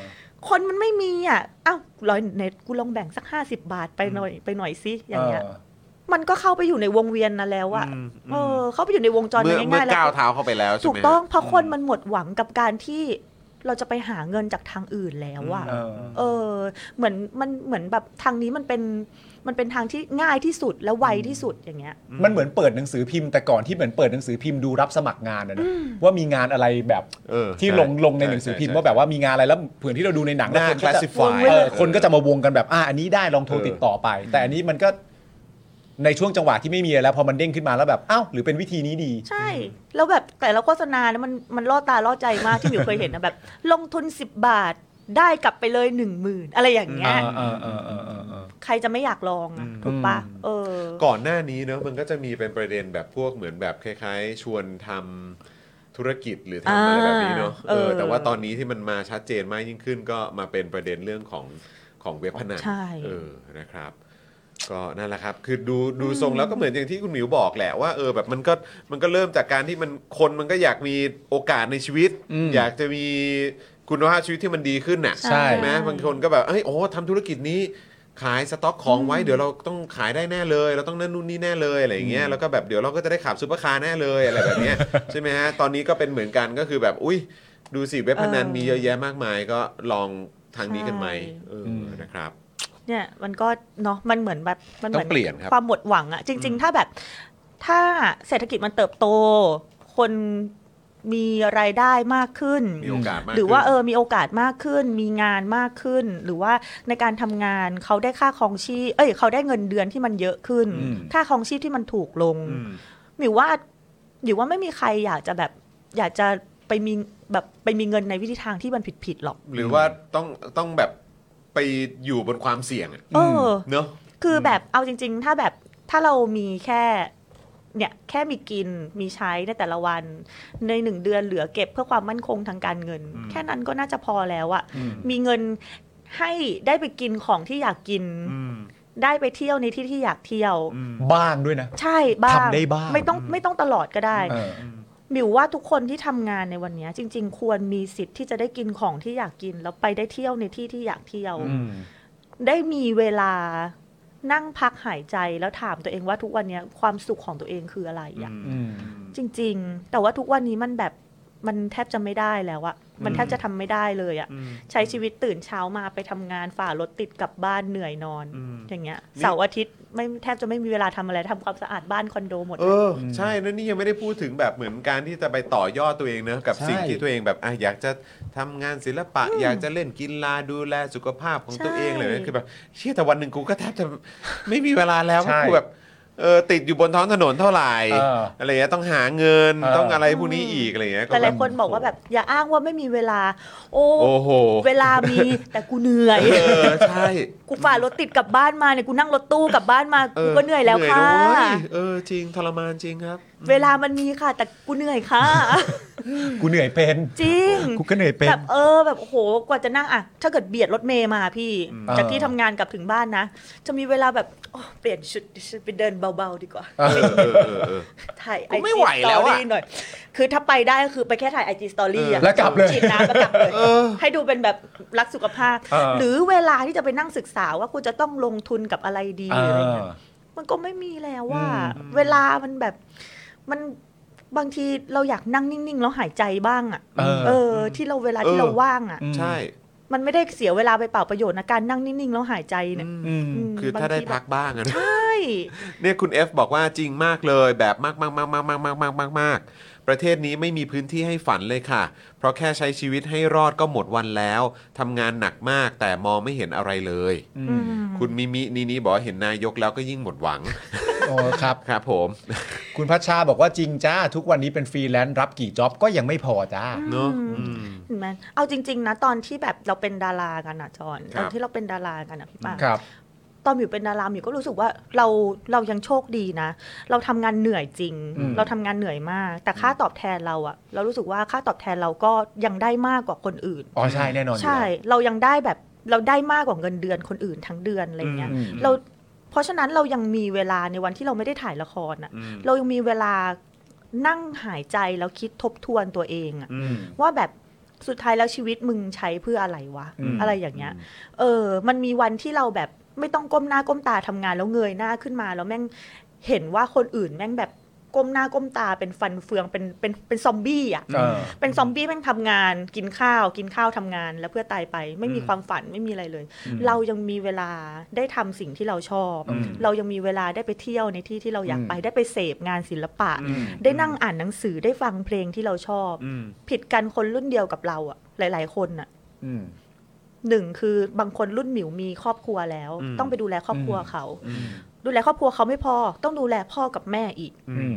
คนมันไม่มีอ่ะอ้าวร้อยเน็ตกูลองแบ่งสัก 50 บาทไปหน่อยไปหน่อยซิอย่างเงี้ย มันก็เข้าไปอยู่ในวงเวียนนั้นแล้วอ่ะ อืมอืม เออ เข้าไปอยู่ในวงจร เมื่อ นั้น เมื่อ ง่ายๆแล้ว ก้าวเท้าเข้าไปแล้วใช่ ถู ไห ก ม ต้องเพราะคนมันหมดหวังกับการที่เราจะไปหาเงินจากทางอื่นแล้วอ่ะ เออ เออเหมือนมันเหมือนแบบทางนี้มันเป็น มันเป็นทางที่ง่ายที่สุดและไวที่สุดอย่างเงี้ย มันเหมือนเปิดหนังสือพิมพ์แต่ก่อนที่เหมือนเปิดหนังสือพิมพ์ดูรับสมัครงานนะนะว่ามีงานอะไรแบบ เออ ที่ ใช่ ลงลงในหนังสือพิมพ์ว่าแบบว่ามีงานอะไรแล้วเผื่อที่เราดูในหนังแล้ว งาน คนก็จะ classify เออคนก็จะมาวงกันแบบอ่าอันนี้ได้ลองโทร เออ ติดต่อไป แต่อันนี้มันก็ในช่วงจังหวะที่ไม่มีอะไรแล้วพอมันเด้งขึ้นมาแล้วแบบอ้าวหรือเป็นวิธีนี้ดี ใช่ แล้วแบบแต่ละโฆษณาเนี่ยมันมันล่อตาล่อใจมากที่หมิวเคยเห็นนะแบบ *laughs* ลงทุน 10 บาทได้กลับไปเลย 1 0,000 อะไรอย่างเงี้ยใครจะไม่อยากลองอะถูกปะ อืม เออ ก่อนหน้านี้เนอะมันก็จะมีเป็นประเด็นแบบพวกเหมือนแบบคล้ายๆ ชวนทำธุรกิจหรือทำอะไรแบบนี้เนอะ อ่า เออ เออ แต่ว่าตอนนี้ที่มันมาชัดเจนมากยิ่งขึ้น ก็มาเป็นประเด็นเรื่องของของเว็บพนัน ใช่ เออนะครับ ก็นั่นแหละครับ คือดูดูทรงแล้วก็เหมือนอย่างที่คุณหมิวบอกแหละว่าเออแบบมันก็มันก็เริ่มจากการที่มันคนมันก็อยากมีโอกาสในชีวิต อืม อยากจะมีคุณภาพชีวิตที่มันดีขึ้นน่ะ ใช่ ไหมบางคนก็แบบเอ้ยโอ้ทำธุรกิจนี้ขายสต็อกของไว้เดี๋ยวเราต้องขายได้แน่เลย เราต้องนั่นนู่นนี่แน่เลยอะไรอย่างเงี้ยแล้วก็แบบเดี๋ยวเราก็จะได้ขับซูเปอร์คาร์แน่เลยอะไรแบบเนี้ย *laughs* ใช่ไหมฮะตอนนี้ก็เป็นเหมือนกันก็คือแบบอุ้ยดูสิเว็บพนัน เออ มีเยอะแยะมากมายก็ลองทางนี้กันไหม ใช่ เออ ม นะครับ เนี่ยมันก็เนาะมันเหมือนแบบมัน ต้องเปลี่ยนครับ ความหมดหวังอะจริง ๆ ถ้าแบบถ้าเศรษฐกิจมันเติบโต คนมีรายได้มากขึ้น มีโอกาสมาก หรือว่า ขึ้น เออมีโอกาสมากขึ้น มีงานมากขึ้น หรือว่าในการทำงานเขาได้ค่าครองชีพเอ้ยเขาได้เงินเดือนที่มันเยอะขึ้น อืม ค่าครองชีพที่มันถูกลงหมิวว่าหมิวว่าไม่มีใครอยากจะแบบอยากจะไปมีแบบไปมีเงินในวิธีทางที่มันผิดๆหรอก หรือว่าต้องต้องแบบไปอยู่บนความเสี่ยงอะ เออ เนอะ คือแบบเอาจริง ๆ ถ้าแบบถ้าเรามีแค่เนี่ยแค่มีกินมีใช้ในแต่ละวัน ในหนึ่งเดือนเหลือเก็บเพื่อความมั่นคงทางการเงิน แค่นั้นก็น่าจะพอแล้วอะมีเงินให้ได้ไปกินของที่อยากกิน ได้ไปเที่ยวในที่ที่อยากเที่ยว บ้างด้วยนะ ใช่บ้าง ทำได้บ้าง ไม่ต้องไม่ต้องตลอดก็ได้ เออ บิวว่าทุกคนที่ทำงานในวันเนี้ยจริง ๆ ควรมีสิทธิ์ที่จะได้กินของที่อยากกิน แล้วไปได้เที่ยวในที่ที่อยากเที่ยว ได้มีเวลานั่งพักหายใจแล้วถามตัวเองว่าทุกวันเนี้ยความสุขของตัวเองคืออะไรอะจริง ๆ แต่ว่าทุกวันนี้มันแบบมันแทบจะไม่ได้แล้วอะมันแทบจะทำไม่ได้เลยอะใช้ชีวิตตื่นเช้ามาไปทำงานฝ่ารถติดกลับบ้านเหนื่อยนอนอย่างเงี้ยเสาร์อาทิตย์ไม่แทบจะไม่มีเวลาทำอะไรทำความสะอาดบ้านคอนโดหมด เออใช่แล้วนี่ยังไม่ได้พูดถึงแบบเหมือนการที่จะไปต่อยอดตัวเองเนอะกับ ใช่ สิ่งที่ตัวเองแบบอ่ะอยากจะทำงานศิลปะ อยากจะเล่นกีฬาดูแลสุขภาพของตัวเอง ใช่ เลยนะคือแบบเชี่ยแต่วันหนึ่งกูก็แทบจะไม่มีเวลาแล้ว ใช่ กูแบบเออติดอยู่บนท้องถนนเท่าไหร่ เอออ อะไรเงี้ยต้องหาเงิน เออ ต้องอะไรพวกนี้อีกอะไรเงี้ย แต่หลายคนบอกว่าแบบอย่าอ้างว่าไม่มีเวลา โอ้ โอ้โห เวลามีแต่กูเหนื่อย เออใช่ กูฝ่ารถติดกลับบ้านมาเนี่ยกูนั่งรถตู้กลับบ้านมากูก็เหนื่อยแล้วค่ะ เหนื่อยนเว้ยเออจริงทรมานจริงครับ เวลามันมีค่ะ แต่กูเหนื่อยค่ะ กูเหนื่อยเป็น จริง กูก็เหนื่อยเป็น แบบเออแบบโอ้โหกว่าจะนั่งอะถ้าเกิดเบียดรถเมย์มาพี่ จากที่ทำงานกลับถึงบ้านนะ จะมีเวลาแบบโอ้เปลี่ยนชุดดิฉันไปเดินเบาๆดีกว่า เออเออเออเออ ถ่ายไอ กูไม่ จี ไหว ส แล้ ตอ วอะ รี่หน่อย คือถ้าไปได้ก็คือไปแค่ถ่ายไอจีสตอรี่อะ แล้วกลับเลย ฉีดน้ำแล้วกลับเลย เออ ให้ดูเป็นแบบรักสุขภาพ เออ หรือเวลาที่จะไปนั่งศึกษาว่ากูจะต้องลงทุนกับอะไรดี เอ อะไร อ เงี้ย มันก็ไม่มีแล้วว่า อืม เวลามันแบบมันบางทีเราอยากนั่งนิ่งๆแล้วหายใจบ้างอะ เออ เออ ที่เราเวลา เออ ที่เราว่างอะ ใช่ มันไม่ได้เสียเวลาไปเปล่าประโยชน์นะการนั่งนิ่งๆแล้วหายใจเนี่ย อืม ม คือถ้า บง ได้ ที พักบ้างอะนะ ใช่ เนี่ยคุณ F บอกว่าจริงมากเลยแบบมากมากมากมากมากมากมากมากมากประเทศนี้ไม่มีพื้นที่ให้ฝันเลยค่ะ เพราะแค่ใช้ชีวิตให้รอดก็หมดวันแล้วทำงานหนักมากแต่มองไม่เห็นอะไรเลย อืม คุณมิมินีนี่บอกว่าเห็นนายกแล้วก็ยิ่งหมดหวัง โอ้ครับ ครับผม คุณพัชชาบอกว่าจริงจ้า ทุกวันนี้เป็นฟรีแลนซ์รับกี่จ็อบก็ยังไม่พอจ้า เนอะอืม เห็นไหมเอาจริง ๆ นะตอนที่แบบเราเป็นดารากันอะจอน ครับ ตอนที่เราเป็นดารากันอะพี่ป้า ครับ ตอนอยู่เป็นดาราอยู่ก็รู้สึกว่าเราเรายังโชคดีนะ เราทำงานเหนื่อยจริง อืม เราทำงานเหนื่อยมาก แต่ค่าตอบแทนเราอะเรารู้สึกว่าค่าตอบแทนเราก็ยังได้มากกว่าคนอื่น อ๋อใช่แน่นอนอยู่ ใช่ แล้ว เรายังได้แบบเราได้มากกว่าเงินเดือนคนอื่นทั้งเดือนอะไรเงี้ย อืม เราเพราะฉะนั้นเรายังมีเวลาในวันที่เราไม่ได้ถ่ายละครอะเรายังมีเวลานั่งหายใจแล้วคิดทบทวนตัวเองอะ อืม ว่าแบบสุดท้ายแล้วชีวิตมึงใช้เพื่ออะไรวะ อืม อะไรอย่างเงี้ย เออ มันมีวันที่เราแบบไม่ต้องก้มหน้าก้มตาทำงานแล้วเงยหน้าขึ้นมา แล้วแม่งเห็นว่าคนอื่นแม่งแบบ ก้มหน้าก้มตาเป็นฟันเฟืองเป็นเป็นเป็นซอมบี้อ่ะ เออ เป็นซอมบี้แม่งทำงานกินข้าวกินข้าวทำงานแล้วเพื่อตายไปไม่มี อืม ความฝันไม่มีอะไรเลย อืม เรายังมีเวลาได้ทำสิ่งที่เราชอบ อืม เรายังมีเวลาได้ไปเที่ยวในที่ที่เราอยากไป อืม ได้ไปเสพงานศิลปะ อืม ได้นั่งอ่านหนังสือได้ฟังเพลงที่เราชอบ อืม ผิดกันคนรุ่นเดียวกับเราอะหลาย ๆ คนอะ อืม หนึ่งคือบางคนรุ่นหมิวมีครอบครัวแล้ว อืม ต้องไปดูแลครอบครัวเขา อืม ดูแลครอบครัวเขาไม่พอ ต้องดูแลพ่อกับแม่อีก อืม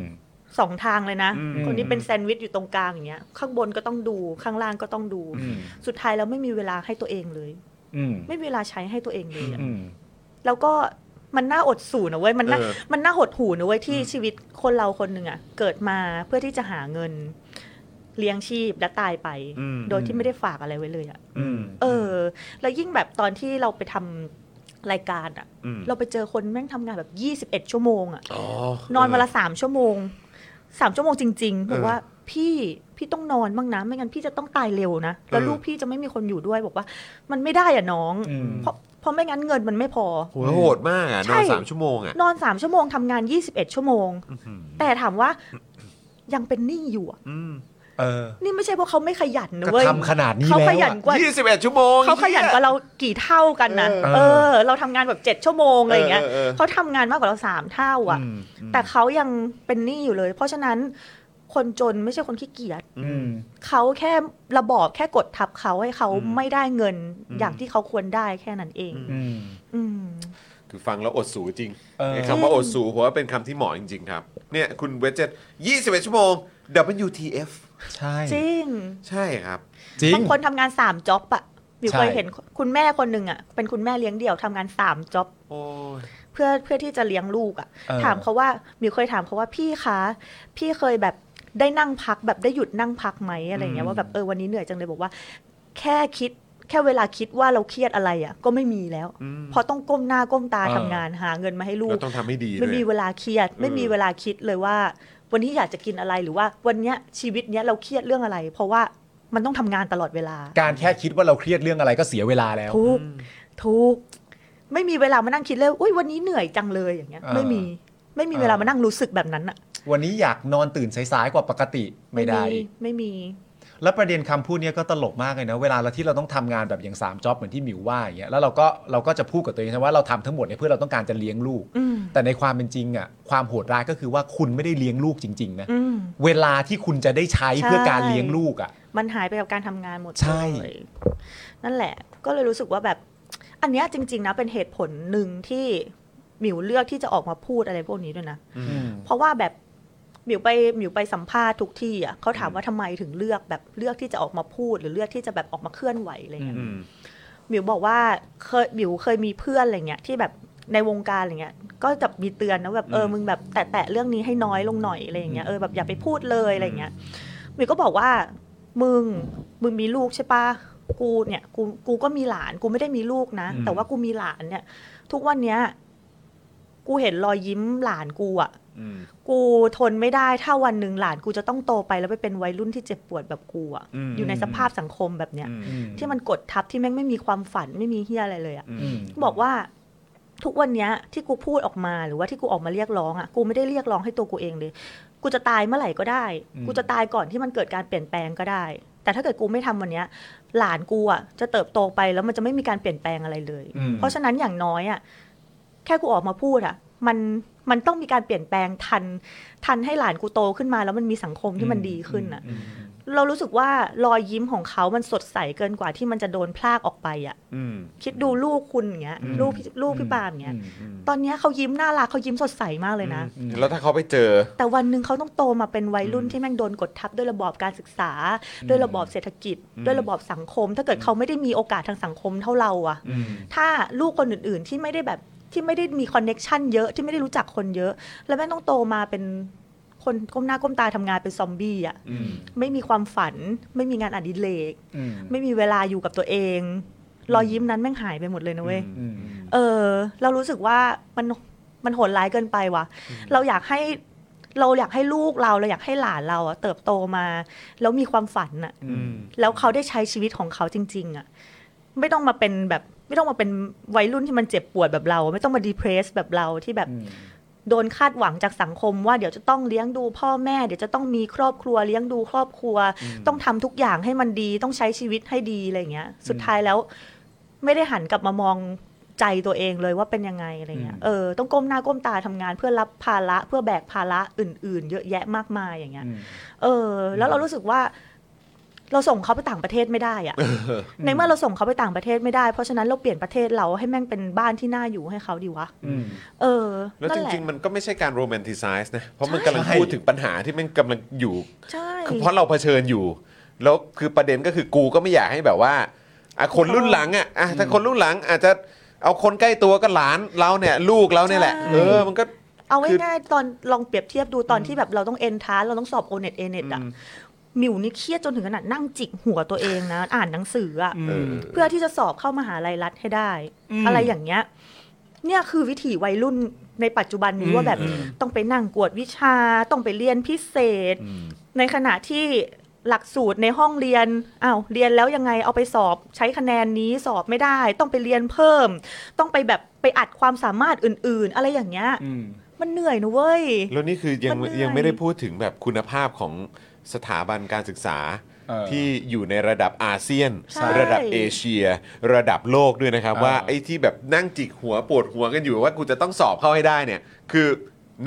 สองทางเลยนะ อืม คนนี้เป็นแซนด์วิชอยู่ตรงกลางอย่างเงี้ยข้างบนก็ต้องดูข้างล่างก็ต้องดู อืม สุดท้ายแล้วไม่มีเวลาให้ตัวเองเลย อืม ไม่มีเวลาใช้ให้ตัวเองเลยอะ อืม แล้วก็มันน่าอดสู่นะเว้ยมันน่า เออ มันน่าหดหูนะเว้ยที่ชีวิตคนเราคนหนึ่งอะเกิดมาเพื่อที่จะหาเงินเลี้ยงชีพและตายไป อืม โดยที่ไม่ได้ฝากอะไรไว้เลยอะ อืม เออ แล้วยิ่งแบบตอนที่เราไปทำรายการอะ อืม เราไปเจอคนแม่งทำงานแบบ 21 ชั่วโมงอะ อ๋อน อนวันละสามชั่วโมงสามชั่วโมงจริงๆบอกว่าพี่พี่ต้องนอนบ้างนะ ไม่งั้นพี่จะต้องตายเร็วนะ แล้วลูกพี่จะไม่มีคนอยู่ด้วยบอกว่า มันไม่ได้อะน้อง อืม เพราะเพราะไม่งั้นเงินมันไม่พอ โหโหดมากอ่ะ นอน ใช่ สามชั่วโมงอ่ะ นอนสามชั่วโมงทำงาน 21 ชั่วโมง แต่ถามว่ายังเป็นหนี้อยู่อะ เออ นี่ไม่ใช่เพราะเขาไม่ขยันนะ ก็ เว้ย ทำขนาดนี้ เขา แล้ว ขยัน อะ กว่า ยี่สิบเอ็ดชั่วโมง เขาขยันกว่า เ เรากี่เท่ากันนะ เออ เออ เราทำงานแบบเจ็ดชั่วโมงอะไรอย่างเงี้ย เออเออเออ เขาทำงานมากกว่าเราสามเท่าอ่ะ อืม แต่เขายังเป็นหนี้อยู่เลย เพราะฉะนั้นคนจนไม่ใช่คนขี้เกียจ อืม เขาแค่ระบอบแค่กดทับเขาให้เขาไม่ได้เงินอย่างที่เขาควรได้แค่นั้นเอง อืม อืม คือฟังแล้วอดสูจริง เออ ไอ้คำว่าอดสูผมว่าเป็นคำที่เหมาะจริง ๆ ครับ เนี่ยคุณเวจเจต21 ชั่วโมง WTF ใช่ จริง ใช่ครับ จริง บางคนทำงานสามจ็อบอะหมิว ใช่ เคยเห็นคุณแม่คนหนึ่งอะเป็นคุณแม่เลี้ยงเดี่ยวทำงานสามจ็อบ โอ้ย เพื่อเพื่อที่จะเลี้ยงลูกอะ เออ ่ะ ถามเขาว่ามิวเคยถามเขาว่าพี่คะพี่เคยแบบได้นั่งพักแบบได้หยุดนั่งพักไหมอะไรเงี้ยว่าแบบเออวันนี้เหนื่อยจังเลยบอกว่า แค่คิดแค่เวลาคิดว่าเราเครียดอะไรอะ่ะ ก็ไม่มีแล้วเพอต้องก้มหน้าก้มตา เออ ทำงานหาเงินมาให้ลู เรา ก ต้องทำให้ดีด้ ไม่ วย มีเวลาเครียด ไม่มีเวลาคิดเลยว่า วันนี้อยากจะกินอะไรหรือว่าวันเนี้ยชีวิตเนี้ยเราเครียดเรื่องอะไร เพราะว่ามันต้องทำงานตลอดเวลา การแค่คิดว่าเราเครียดเรื่องอะไรก็เสียเวลาแล้ว ทุกทุกไม่มีเวลามานั่งคิดเลยอุ้ยวันนี้เหนื่อยจังเลยอย่างเงี้ย เออ ไม่มีไม่มี เออ เวลามานั่งรู้สึกแบบนั้นอะ วันนี้อยากนอนตื่นสายๆกว่าปกติไม่ได้ มีไม่มี แล้วประเด็นคำพูดเนี้ยก็ตลกมากเลยนะ เวลาเราที่เราต้องทำงานแบบอย่าง3ามจ็อบเหมือนที่หมิวว่าอย่างเงี้ยแล้วเราก็เราก็จะพูดกับตัวเองใช่ไหมว่าเราทำทั้งหมดเนี่ยเพื่อเราต้องการจะเลี้ยงลูก อืม แต่ในความเป็นจริงอ่ะความโหดร้ายก็คือว่าคุณไม่ได้เลี้ยงลูกจริงๆนะ อืม เวลาที่คุณจะได้ใช้ ใช่ เพื่อการเลี้ยงลูกอ่ะ มันหายไปกับการทำงานหมด ใช่ เลยนั่นแหละ ก็เลยรู้สึกว่าแบบ อันเนี้ยจริง ๆ นะเป็นเหตุผลหนึ่งที่หมิวเลือกที่จะออกมาพูดอะไรพวกนี้ด้วยนะ เพราะว่าแบบหมิวไปหมิวไปสัมภาษณ์ทุกที่อ่ะเขาถามว่าทำไมถึงเลือกแบบเลือกที่จะออกมาพูดหรือเลือกที่จะแบบออกมาเคลื่อนไหวอะไรเงี้ย อืม หมิวบอกว่าเคยหมิวเคยมีเพื่อนอะไรเงี้ยที่แบบในวงการอะไรเงี้ยก็จะมีเตือนนะแบบเออมึงแบบแตะแตะเรื่องนี้ให้น้อยลงหน่อยอะไรอย่างเงี้ยเออแบบอย่าไปพูดเลยอะไรเงี้ยหมิวก็บอกว่ามึงมึงมีลูกใช่ปะกูเนี่ยกูกูก็มีหลานกูไม่ได้มีลูกนะ แต่ว่ากูมีหลานเนี่ย ทุกวันเนี้ยกูเห็นรอยยิ้มหลานกูอะ อืม กูทนไม่ได้ถ้าวันหนึ่งหลานกูจะต้องโตไปแล้วไปเป็นวัยรุ่นที่เจ็บปวดแบบกูอะ อืม อยู่ในสภาพสังคมแบบเนี้ย ที่มันกดทับที่แม่งไม่มีความฝันไม่มีเฮียอะไรเลยอะ อืม บอกว่าทุกวันเนี้ยที่กูพูดออกมาหรือว่าที่กูออกมาเรียกร้องอะกูไม่ได้เรียกร้องให้ตัวกูเองเลย กูจะตายเมื่อไหร่ก็ได้ กูจะตายก่อนที่มันเกิดการเปลี่ยนแปลงก็ได้ แต่ถ้าเกิดกูไม่ทำวันเนี้ย หลานกูอะจะเติบโตไปแล้วมันจะไม่มีการเปลี่ยนแปลงอะไรเลย อืม เพราะฉะนั้นอย่างน้อยอะแค่กูออกมาพูดอะมันมันต้องมีการเปลี่ยนแปลงทัน ทันให้หลานกูโตขึ้นมา แล้วมันมีสังคมที่มันดีขึ้นอะ เรารู้สึกว่ารอยยิ้มของเขามันสดใสเกินกว่าที่มันจะโดนพลากออกไปอะ่ะ อืม คิดดูลูกคุณอย่างเงี้ย อืม ลูกพี่ลูกพี่ อืม ปาล์มอย่างเงี้ย ตอนเนี้ยเขายิ้มน่ารักเขายิ้มสดใสมากเลยนะ แล้วถ้าเขาไปเจอ แต่วันหนึ่งเขาต้องโตมาเป็นวัยรุ่นที่แม่งโดนกดทับด้วยระบอบการศึกษา ด้วยระบอบเศรษฐกิจ ด้วยระบอบสังคม ถ้าเกิดเขาไม่ได้มีโอกาสทางสังคมเท่าเราอะถ้าลูกคนอื่นๆที่ไม่ได้แบบที่ไม่ได้มีคอนเน็กชันเยอะที่ไม่ได้รู้จักคนเยอะ แล้วแม่งต้องโตมาเป็นคนก้มหน้าก้มตาทำงานเป็นซอมบี้อะ ไม่มีความฝันไม่มีงานอดิเรกไม่มีเวลาอยู่กับตัวเอง รอยยิ้มนั้นแม่งหายไปหมดเลยนะเว้ยเออ เรารู้สึกว่ามันมันโหดร้ายเกินไปว่ะ เราอยากให้เราอยากให้ลูกเราเราอยากให้หลานเราอะเติบโตมา แล้วมีความฝันอะแล้วเขาได้ใช้ชีวิตของเขาจริง ๆอะไม่ต้องมาเป็นแบบ ไม่ต้องมาเป็นวัยรุ่นที่มันเจ็บปวดแบบเรา ไม่ต้องมาดีเพรสแบบเราที่แบบ โดนคาดหวังจากสังคมว่าเดี๋ยวจะต้องเลี้ยงดูพ่อแม่ เดี๋ยวจะต้องมีครอบครัวเลี้ยงดูครอบครัว ต้องทำทุกอย่างให้มันดีต้องใช้ชีวิตให้ดีอะไรอย่างเงี้ย สุดท้ายแล้ว ไม่ได้หันกลับมามองใจตัวเองเลยว่าเป็นยังไงอะไรเงี้ย อืม เออต้องก้มหน้าก้มตาทำงานเพื่อรับภาระเพื่อแบกภาระอื่น ๆ เยอะแยะมากมายอย่างเงี้ย อืม เออแล้วเรารู้สึกว่าเราส่งเขาไปต่างประเทศไม่ได้อะ ในเมื่อเราส่งเขาไปต่างประเทศไม่ได้ เพราะฉะนั้นเราเปลี่ยนประเทศเราให้แม่งเป็นบ้านที่น่าอยู่ให้เขาดีวะ อืม เออ แล้ว นั่ จ นหะ ริง ๆ มันก็ไม่ใช่การโรแมนติไซส์นะ เพราะมันกำลังพูดถึงปัญหาที่มันกำลังอยู่ ใช่ คือเพราะเราเผชิญอยู่ แล้วคือประเด็นก็คือกูก็ไม่อยากให้แบบว่าอ่ะคนรุ่นหลังอ่ะอ่ะถ้าคนรุ่นหลังอาจจะเอาคนใกล้ตัวก็หลานเราเนี่ยลูกเราเนี่ยแหละ ใช่ เออมันก็ เอา คือ ง่ายๆตอนลองเปรียบเทียบดูตอนที่แบบเราต้องเอนทาเราต้องสอบโอเน็ตเอเน็ตอะหมิวนี่เครียดจนถึงขนาดนั่งจิกหัวตัวเองนะ *laughs* อ่านหนังสืออะ เออ เพื่อที่จะสอบเข้ามหาลัยรัฐให้ได้ อืม อะไรอย่างเงี้ยเนี่ยคือวิถีวัยรุ่นในปัจจุบันนี้ อืม ว่าแบบ อืม ต้องไปนั่งกวดวิชาต้องไปเรียนพิเศษ ในขณะที่หลักสูตรในห้องเรียนอ้าวเรียนแล้วยังไงเอาไปสอบใช้คะแนนนี้สอบไม่ได้ ต้องไปเรียนเพิ่ม ต้องไปแบบไปอัดความสามารถอื่น ๆ อะไรอย่างเงี้ย อืม มันเหนื่อยนะเว้ย แล้วนี่คือยัง มันเหนื่อย ยังไม่ได้พูดถึงแบบคุณภาพของสถาบันการศึกษา เออ ที่อยู่ในระดับอาเซียน ใช่ ระดับเอเชีย ระดับโลกด้วยนะครับ เออ ว่าไอ้ที่แบบนั่งจิกหัวปวดหัวกันอยู่ว่ากูจะต้องสอบเข้าให้ได้เนี่ย คือ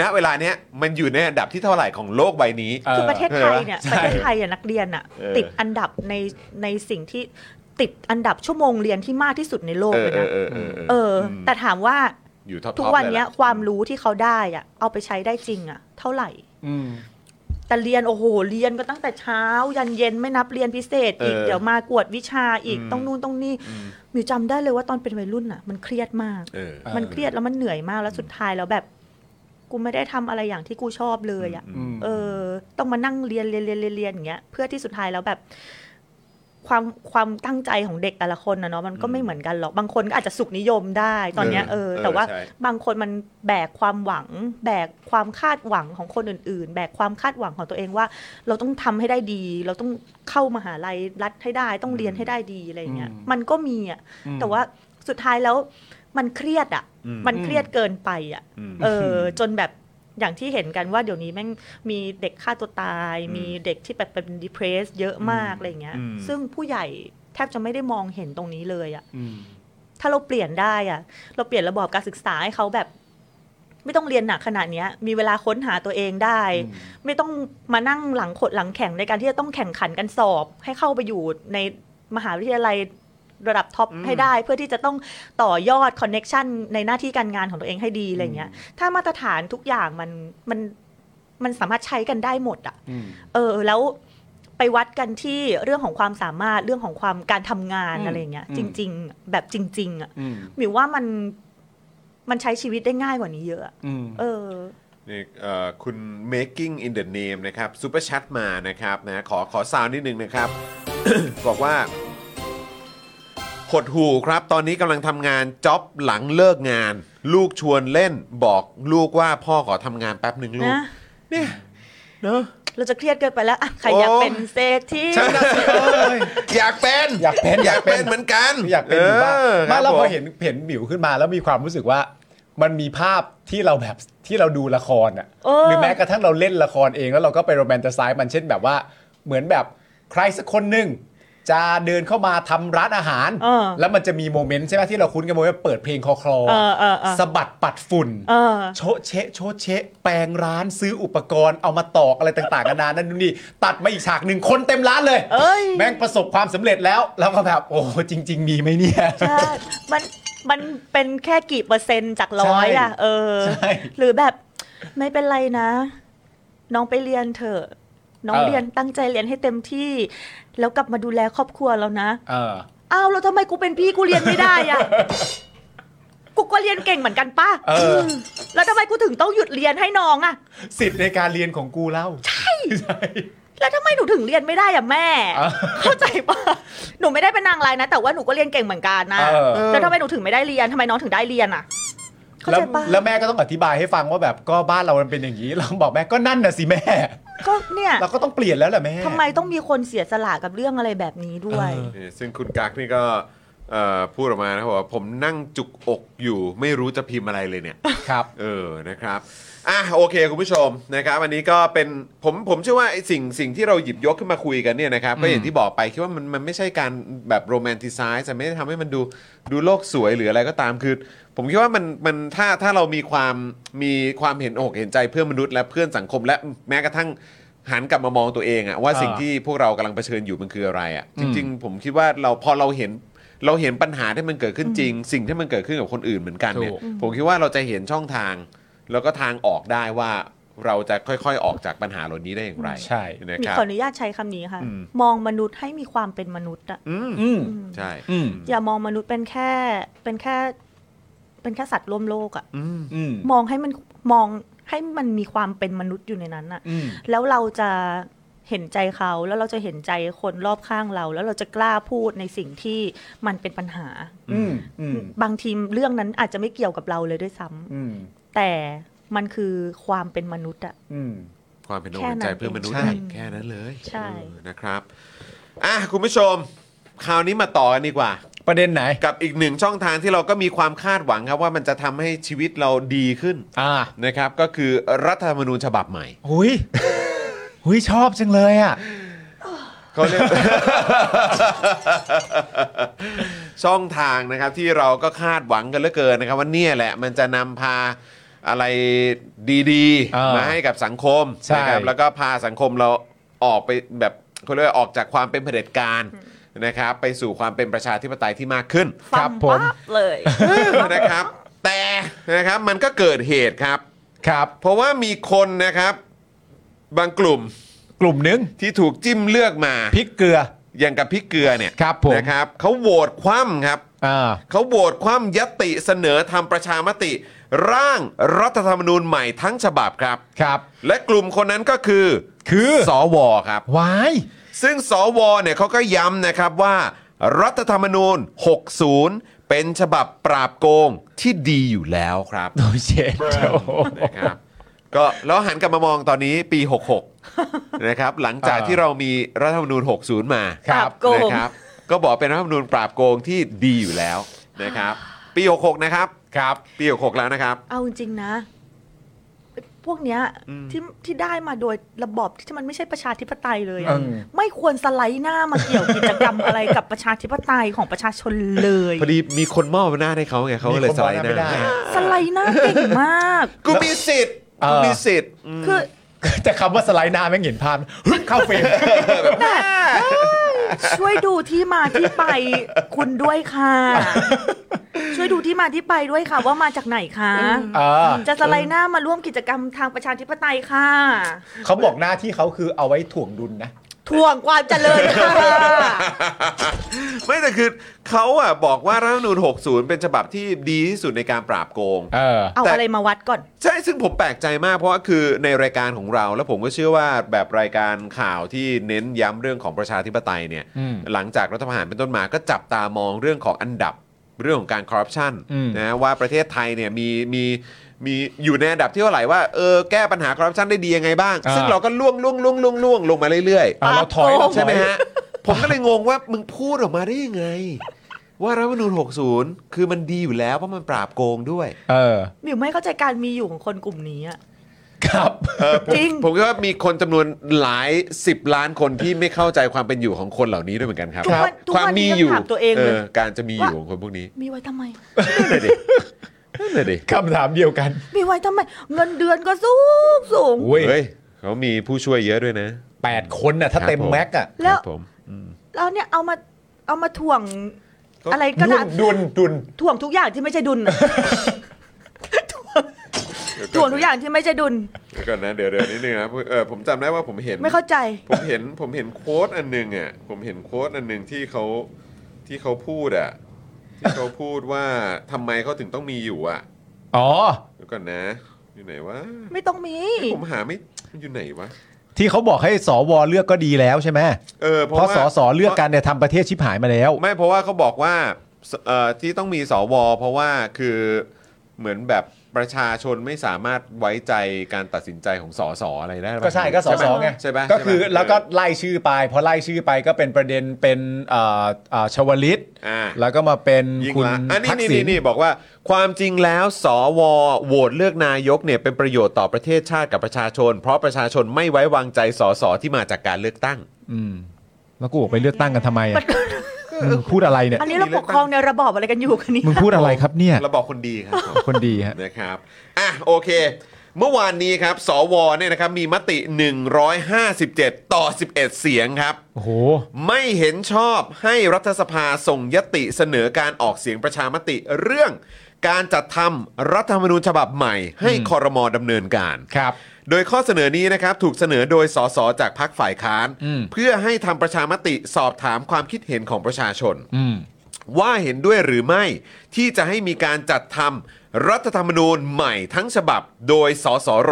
ณเวลาเนี้ยมันอยู่ในอันดับที่เท่าไหร่ของโลกใบนี้ ออ คือประเทศไทยเนี่ย ใช่ ประเทศไทยอ่ะนักเรียนอ่ะ เออ ติดอันดับในในสิ่งที่ติดอันดับชั่วโมงเรียนที่มากที่สุดในโลก เออ เลย เอ นะ อเออเออเออ เออ แต่ถามว่า อยู่ท็อป ทุก ๆ วัน เลย เนี้ย ล่ะ ความรู้ที่เขาได้อ่ะเอาไปใช้ได้จริงอ่ะ เท่าไหร่ อืม แต่เรียนโอ้โหเรียนก็ตั้งแต่เช้า ยันเย็นไม่นับเรียนพิเศษอีก เออ เดี๋ยวมากวดวิชาอีก อืม ต้องนู่นต้องนี่มิวจำได้เลยว่าตอนเป็นวัยรุ่นอ่ะ มันเครียดมาก เออ อ มันเครียดแล้วมันเหนื่อยมากแล้วสุดท้ายแล้วแบบ กูไม่ได้ทำอะไรอย่างที่กูชอบเลยอ่ะ อืม เออ ต้องมานั่งเรียนเรียนเรียนเรียนเรียนอย่างเงี้ย เพื่อที่สุดท้ายแล้วแบบ ความความตั้งใจของเด็กแต่ละคนนะเนาะมันก็ไม่เหมือนกันหรอก บางคนก็อาจจะสุขนิยมได้ตอนเนี้ย เอ เอ อ อ เออ แต่ว่า ใช่ บางคนมันแบกความหวัง แบกความคาดหวังของคนอื่น ๆ แบกความคาดหวังของตัวเองว่า เราต้องทำให้ได้ดี เราต้องเข้ามหาลัยรัฐให้ได้ ต้องเรียนให้ได้ดีอะไรอย่างเงี้ย อืม มันก็มีอ่ะ อืม แต่ว่าสุดท้ายแล้วมันเครียดอ่ะ อืม มันเครียดเกินไปอ่ะ อืม เออ จนแบบอย่างที่เห็นกันว่าเดี๋ยวนี้แม่งมีเด็กฆ่าตัวตาย มีเด็กที่แบบเป็น depressed เยอะมากอะไรเงี้ย อืม ซึ่งผู้ใหญ่แทบจะไม่ได้มองเห็นตรงนี้เลยอ่ะ อืม ถ้าเราเปลี่ยนได้อ่ะ เราเปลี่ยนระบอบการศึกษาให้เขาแบบ ไม่ต้องเรียนหนักขนาดเนี้ย มีเวลาค้นหาตัวเองได้ ไม่ต้องมานั่งหลังขดหลังแข่งในการที่จะต้องแข่งขันกันสอบ ให้เข้าไปอยู่ในมหาวิทยาลัยระดับท็อปให้ได้ เพื่อที่จะต้องต่อยอดคอนเน็ชันในหน้าที่การงานของตัวเองให้ดีอะไรเงี้ย ถ้ามาตรฐานทุกอย่างมันมันมันสามารถใช้กันได้หมดอ่ะ อืม เออแล้วไปวัดกันที่เรื่องของความสามารถเรื่องของความการทำงาน อืม อะไรอย่างเงี้ย อืม จริง ๆ แบบจริง ๆอ่ะ อืม หมิวว่ามันมันใช้ชีวิตได้ง่ายกว่านี้เยอะอะ อืม เออ นี่เอ่อคุณ making in the name นะครับซูเปอร์ชัดมานะครับนะขอขอซาวนิดนึงนะครับ *coughs* บอกว่าหดหูครับ ตอนนี้กำลังทำงานจ็อบหลังเลิกงาน ลูกชวนเล่นบอกลูกว่าพ่อขอทำงานแป๊บหนึ่งลูก นะเราจะเครียดเกินไปแล้วอ่ะใครอยาก โอ้ เป็นเศรษฐี ใช่อยากเป็น อยากเป็น อยากเป็น อยากเป็น เหมือนกัน อยากเป็นอยู่บ้าง ค ไม่ รับ แล้วพ ผ อเห็นเห็นหมิวขึ้นมาแล้วมีความรู้สึกว่า มันมีภาพที่เราแบบที่เราดูละครอ่ะ เอหอรือแม้กระทั่งเราเล่นละครเองแล้วเราก็ไปโรแมนติไซส์มันเช่นแบบว่า เหมือนแบบใครสักคนหนึ่งจะเดินเข้ามาทำร้านอาหาร เออ แล้วมันจะมีโมเมนต์ใช่ไหมที่เราคุ้นกันโมเมนต์เปิดเพลงคอคลอ เออเออเออ สะบัดปัดฝุ่น เออ โชะเชะโชะเชะแปลงร้านซื้ออุปกรณ์เอามาตอกอะไรต่างๆนานานั่นนู่นนี่ตัดมาอีกฉากหนึ่งคนเต็มร้านเลย เอ้ย แม่งประสบความสำเร็จแล้ว แล้วก็แบบโอ้จริง ๆ มีไหมเนี่ย ใช่ มัน มันเป็นแค่กี่เปอร์เซ็นต์จากร้อยอ่ะ ใช่ เออ ใช่ หรือแบบไม่เป็นไรนะ น้องไปเรียนเถอะ น้อง เออ เรียนตั้งใจเรียนให้เต็มที่ แล้วกลับมาดูแลครอบครัวแล้วนะ เออ อ้าวแล้วทำไมกูเป็นพี่กูเรียนไม่ได้อะ กูก็เรียนเก่งเหมือนกันป้า เออ แล้วทำไมกูถึงต้องหยุดเรียนให้น้องอะ *laughs* สิทธิ์ในการเรียนของกูเล่า แล้วทำไมหนูถึงเรียนไม่ได้อะแม่ เออ *laughs* เข้าใจปะหนูไม่ได้เป็นนางร้ายนะ แต่ว่าหนูก็เรียนเก่งเหมือนกันนะ เออ แล้วทำไมหนูถึงไม่ได้เรียนทำไมน้องถึงได้เรียนอะเข้า แล้ว ใจปะ แล้วแม่ก็ต้องอธิบายให้ฟังว่าแบบก็บ้านเรามันเป็นอย่างนี้ เราบอกแม่ก็นั่นน่ะสิแม่ *laughs* ก็เนี่ย เราก็ต้องเปลี่ยนแล้วแหละแม่ ทำไมต้องมีคนเสียสละกับเรื่องอะไรแบบนี้ด้วย เออ นี่ซึ่งคุณกั๊กนี่ก็ เอ่อพูดออกมานะครับบอกว่าผมนั่งจุกอกอยู่ไม่รู้จะพิมพ์อะไรเลยเนี่ย ครับ เออ นะครับ อ่ะ โอเค คุณผู้ชม นะครับ อันนี้ก็เป็น ผม ผมเชื่อว่าไอ้สิ่ง สิ่งที่เราหยิบยกขึ้นมาคุยกันเนี่ยนะครับ ก็อย่างที่บอกไป คิดว่ามัน มันไม่ใช่การแบบโรแมนติไซส์ไม่ได้ทำให้มันดู ดูโลกสวยหรืออะไรก็ตาม คือ ผมคิดว่ามัน มัน ถ้า ถ้าเรามีความ มีความเห็นอกเห็นใจเพื่อนมนุษย์และเพื่อนสังคม และแม้กระทั่งหันกลับมามองตัวเองอะว่า เออ สิ่งที่พวกเรากำลังเผชิญอยู่มันคืออะไรอะจริง ๆ ผมคิดว่าเรา พอเราเห็น เราเห็นปัญหาที่มันเกิดขึ้นจริง สิ่งที่มันเกิดขึ้นกับคนอื่นเหมือนกันเนี่ย ถูก ผมคิดว่าเราจะเห็นช่องทาง แล้วก็ทางออกได้ว่าเราจะค่อยๆออกจากปัญหาเหล่านี้ได้อย่างไร ใช่ นะ มี ครับ ขออนุญาตใช้คำนี้ค่ะ อืม มองมนุษย์ให้มีความเป็นมนุษย์อะ อืม อืม ใช่ อืม อย่ามองมนุษย์เป็นแค่เป็นแค่ เป็นแค่สัตว์ร่วมโลกอะ อืม อืม มองให้มันมองให้มันมีความเป็นมนุษย์อยู่ในนั้นอะ อืม แล้วเราจะเห็นใจเขาแล้วเราจะเห็นใจคนรอบข้างเรา แล้วเราจะกล้าพูดในสิ่งที่มันเป็นปัญหา อืม อืม บางทีเรื่องนั้นอาจจะไม่เกี่ยวกับเราเลยด้วยซ้ำ อืม แต่มันคือความเป็นมนุษย์อะ อืม ความเป็นโอกเป็นใจเพื่อนมนุษย์ ใช่ แค่นั้นเลย ใช่ เออนะครับอ่ะคุณผู้ชม คราวนี้มาต่อกันดีกว่า ประเด็นไหน กับอีกหนึ่งช่องทางที่เราก็มีความคาดหวังครับว่ามันจะทำให้ชีวิตเราดีขึ้น อ่า นะครับ ก็คือรัฐธรรมนูญฉบับใหม่ หุยหุยชอบจังเลยอ่ะ เขาเรียก *laughs* ช่องทางนะครับที่เราก็คาดหวังกันเหลือเกินนะครับ ว่าเนี่ยแหละมันจะนำพาอะไรดี เออ มาให้กับสังคม ใช่ นะครับแล้วก็พาสังคมเราออกไปแบบเขาเรียกว่าออกจากความเป็นเผด็จการนะครับ ไปสู่ความเป็นประชาธิปไตยที่มากขึ้น ครั ฟั บ ง ผม ปั๊บเลย นะครับ แต่นะครับมันก็เกิดเหตุครับ ครับ เพราะว่ามีคนนะครับบางกลุ่ม กลุ่มหนึง ที่ถูกจิ้มเลือกมา พริกเกลือ อย่างกับพี่เกลือเนี่ย ครับผม นะครับเขาโหวตคว่ำครับ อ่า เขาโหวตคว่ำยติเสนอทำประชามติ ร่างรัฐธรรมนูญใหม่ทั้งฉบับครับ ครับ และกลุ่มคนนั้นก็คือ คือ สวครับ วาย ซึ่งสวเนี่ยเขาก็ย้ำนะครับว่า รัฐธรรมนูญ 60 เป็นฉบับปราบโกงที่ดีอยู่แล้วครับ โอ้ยเชด *laughs* โอ้โห นะครับก็แล้วหันกลับมามองตอนนี้ปี 66 นะครับหลังจาก อ่า ที่เรามีรัฐธรรมนูญ 60 มา ครับ โกง นะครับก็บอกเป็นรัฐธรรมนูญปราบโกงที่ดีอยู่แล้วนะครับ ปี 66 นะครับครับ ปี 66 แล้วนะครับ เอาจริงๆนะพวกเนี้ยที่ที่ได้มาโดยระบอบที่มันไม่ใช่ประชาธิปไตยเลยอะ เออ ไม่ควรสไลด์หน้ามาเกี่ยวกิจกรรมอะไรกับประชาธิปไตยของประชาชนเลย พอดีมีคนมอบหน้าจให้เขาไงเขาก็เลยสไลด์ห มีคนมอบอำนาจไม่ได้ น้า สไลด์หน้าเก่งมาก กูมีสิทธิ์ เออ กูมีสิทธิ์อืม คือ *laughs* แต่คำว่าสไลด์หน้าแม่งเห็นภาพเฮ้ยเข้ *laughs* าเฟรม แบบช่วยดูที่มาที่ไปคุณด้วยค่ะ ช่วยดูที่มาที่ไปด้วยค่ะ ว่ามาจากไหนคะ เออ จะสไลด์หน้ามาร่วมกิจกรรมทางประชาธิปไตยค่ะ เขาบอกหน้าที่เขาคือเอาไว้ถ่วงดุลนะ ถ่วงความเจริญค่ะ ไม่แต่คือเขาอ่ะบอกว่ารัฐธรรมนูญ 60 เป็นฉบับที่ดีที่สุดในการปราบโกง เออ เอา แต่ อะไรมาวัดก่อน ใช่ ซึ่งผมแปลกใจมากเพราะว่าคือในรายการของเรา แล้วผมก็เชื่อว่าแบบรายการข่าวที่เน้นย้ำเรื่องของประชาธิปไตยเนี่ย อืม หลังจากรัฐประหารเป็นต้นมาก็จับตามองเรื่องของอันดับเรื่องของการคอร์รัปชัน อืม นะว่าประเทศไทยเนี่ยมีมีมีอยู่ในอันดับที่เท่าไหร่ว่าเออแก้ปัญหาคอร์รัปชันได้ดียังไงบ้าง ซึ่งเราก็ล่วงล่วงล่วงล่วงล่วงลงมาเรื่อยๆ อ่ะเราถอย ปราบโกง ใช่ไหมฮะ ผมก็เลยงงว่ามึงพูดออกมาได้ยังไง ว่ารัฐธรรมนูญ60 คือมันดีอยู่แล้วเพราะมันปราบโกงด้วย เออ มิวไม่เข้าใจการมีอยู่ของคนกลุ่มนี้อะ ครับ *laughs* จริง ผมคิดว่ามีคนจำนวนหลาย 10 ล้านคนที่ไม่เข้าใจความเป็นอยู่ของคนเหล่านี้ด้วยเหมือนกันครับ ทุกวันทุก ความ วันนี้ มี ยัง อยู่ ถามตัวเองเลย อการจะมีอยู่ของคนพวกนี้ มีไว้ทำไม นั่นเลยดินั่นเลยดิ คำถามเดียวกัน มีไว้ทำไม เงินเดือนก็สูงสูง เว้ย เฮ้ยเขามีผู้ช่วยเยอะด้วยนะ แปดคนน่ะ ถ้าเต็ม ครับผม แม็กอะ แล้ว ครับผม แล้วเนี่ยเอามาเอามาถ่วง ก็ อะไรก็ได้ ดุลดุล ถ่วงทุกอย่างที่ไม่ใช่ดุลน่ะถ่วงทุกอย่างที่ไม่ใช่ดุล เดี๋ยวก่อนนะเดี๋ยวเดี๋ยวนิดนึงนะเออผมจำได้ว่าผมเห็น ไม่เข้าใจ ผมเห็นผมเห็นโค้ดอันหนึ่งอ่ะผมเห็นโค้ดอันหนึ่งที่เขาที่เขาพูดอ่ะที่เขาพูดว่าทำไมเขาถึงต้องมีอยู่อ่ะ อ๋อ เดี๋ยวก่อนนะ อยู่ไหนวะ ไม่ต้องมี ผมหาไม่มันอยู่ไหนวะ ที่เขาบอกให้สวเลือกก็ดีแล้วใช่ไหม เออเพ เพราะ ราะว่า สสเลือกกันเนี่ยทำประเทศชิบหายมาแล้ว ไม่เพราะว่าเขาบอกว่าสเอ่อที่ต้องมีสวเพราะว่าคือเหมือนแบบ ประชาชนไม่สามารถไว้ใจการตัดสินใจของสสอะไรได้ปะ ก็ใช่ก็สสไง ใช่ปะ ก็คือ ใช่ปะ แล้วก็ไล่ชื่อไปพอไล่ชื่อไปก็เป็นประเด็นเป็นเอ่อเอ่อชวลิต อ่า แล้วก็มาเป็น ยิ่ง คุณ ละอันนี้ ทัก นี่ ษิ นี่ ณ นี่บอกว่าความจริงแล้วสวโหวตเลือกนายกเนี่ยเป็นประโยชน์ต่อประเทศชาติกับประชาชน เพราะประชาชนไม่ไว้วางใจสสที่มาจากการเลือกตั้ง อืมแล้วกูออกไปเลือกตั้งกันทำไมอะมึงพูดอะไรเนี่ย อันนี้เราปกครองในระบอบอะไรกันอยู่กันเนี่ย มึงพูดอะไรครับเนี่ย เราบอกคนดีครับผม คนดีฮะ นะครับอ่ะโอเค เมื่อวานนี้ครับ สวเนี่ยนะครับมีมติ 157 ต่อ 11 เสียงครับ โอ้โห ไม่เห็นชอบให้รัฐสภาส่งยติเสนอการออกเสียงประชามติ เรื่องการจัดทำรัฐธรรมนูญฉบับใหม่ ให้คอรมอดำเนินการ ครับ โดยข้อเสนอนี้นะครับถูกเสนอโดยสสจากพักฝ่ายค้าน อืม เพื่อให้ทำประชามติสอบถามความคิดเห็นของประชาชน อืม ว่าเห็นด้วยหรือไม่ที่จะให้มีการจัดทำรัฐธรรมนูญใหม่ทั้งฉบับโดยสสร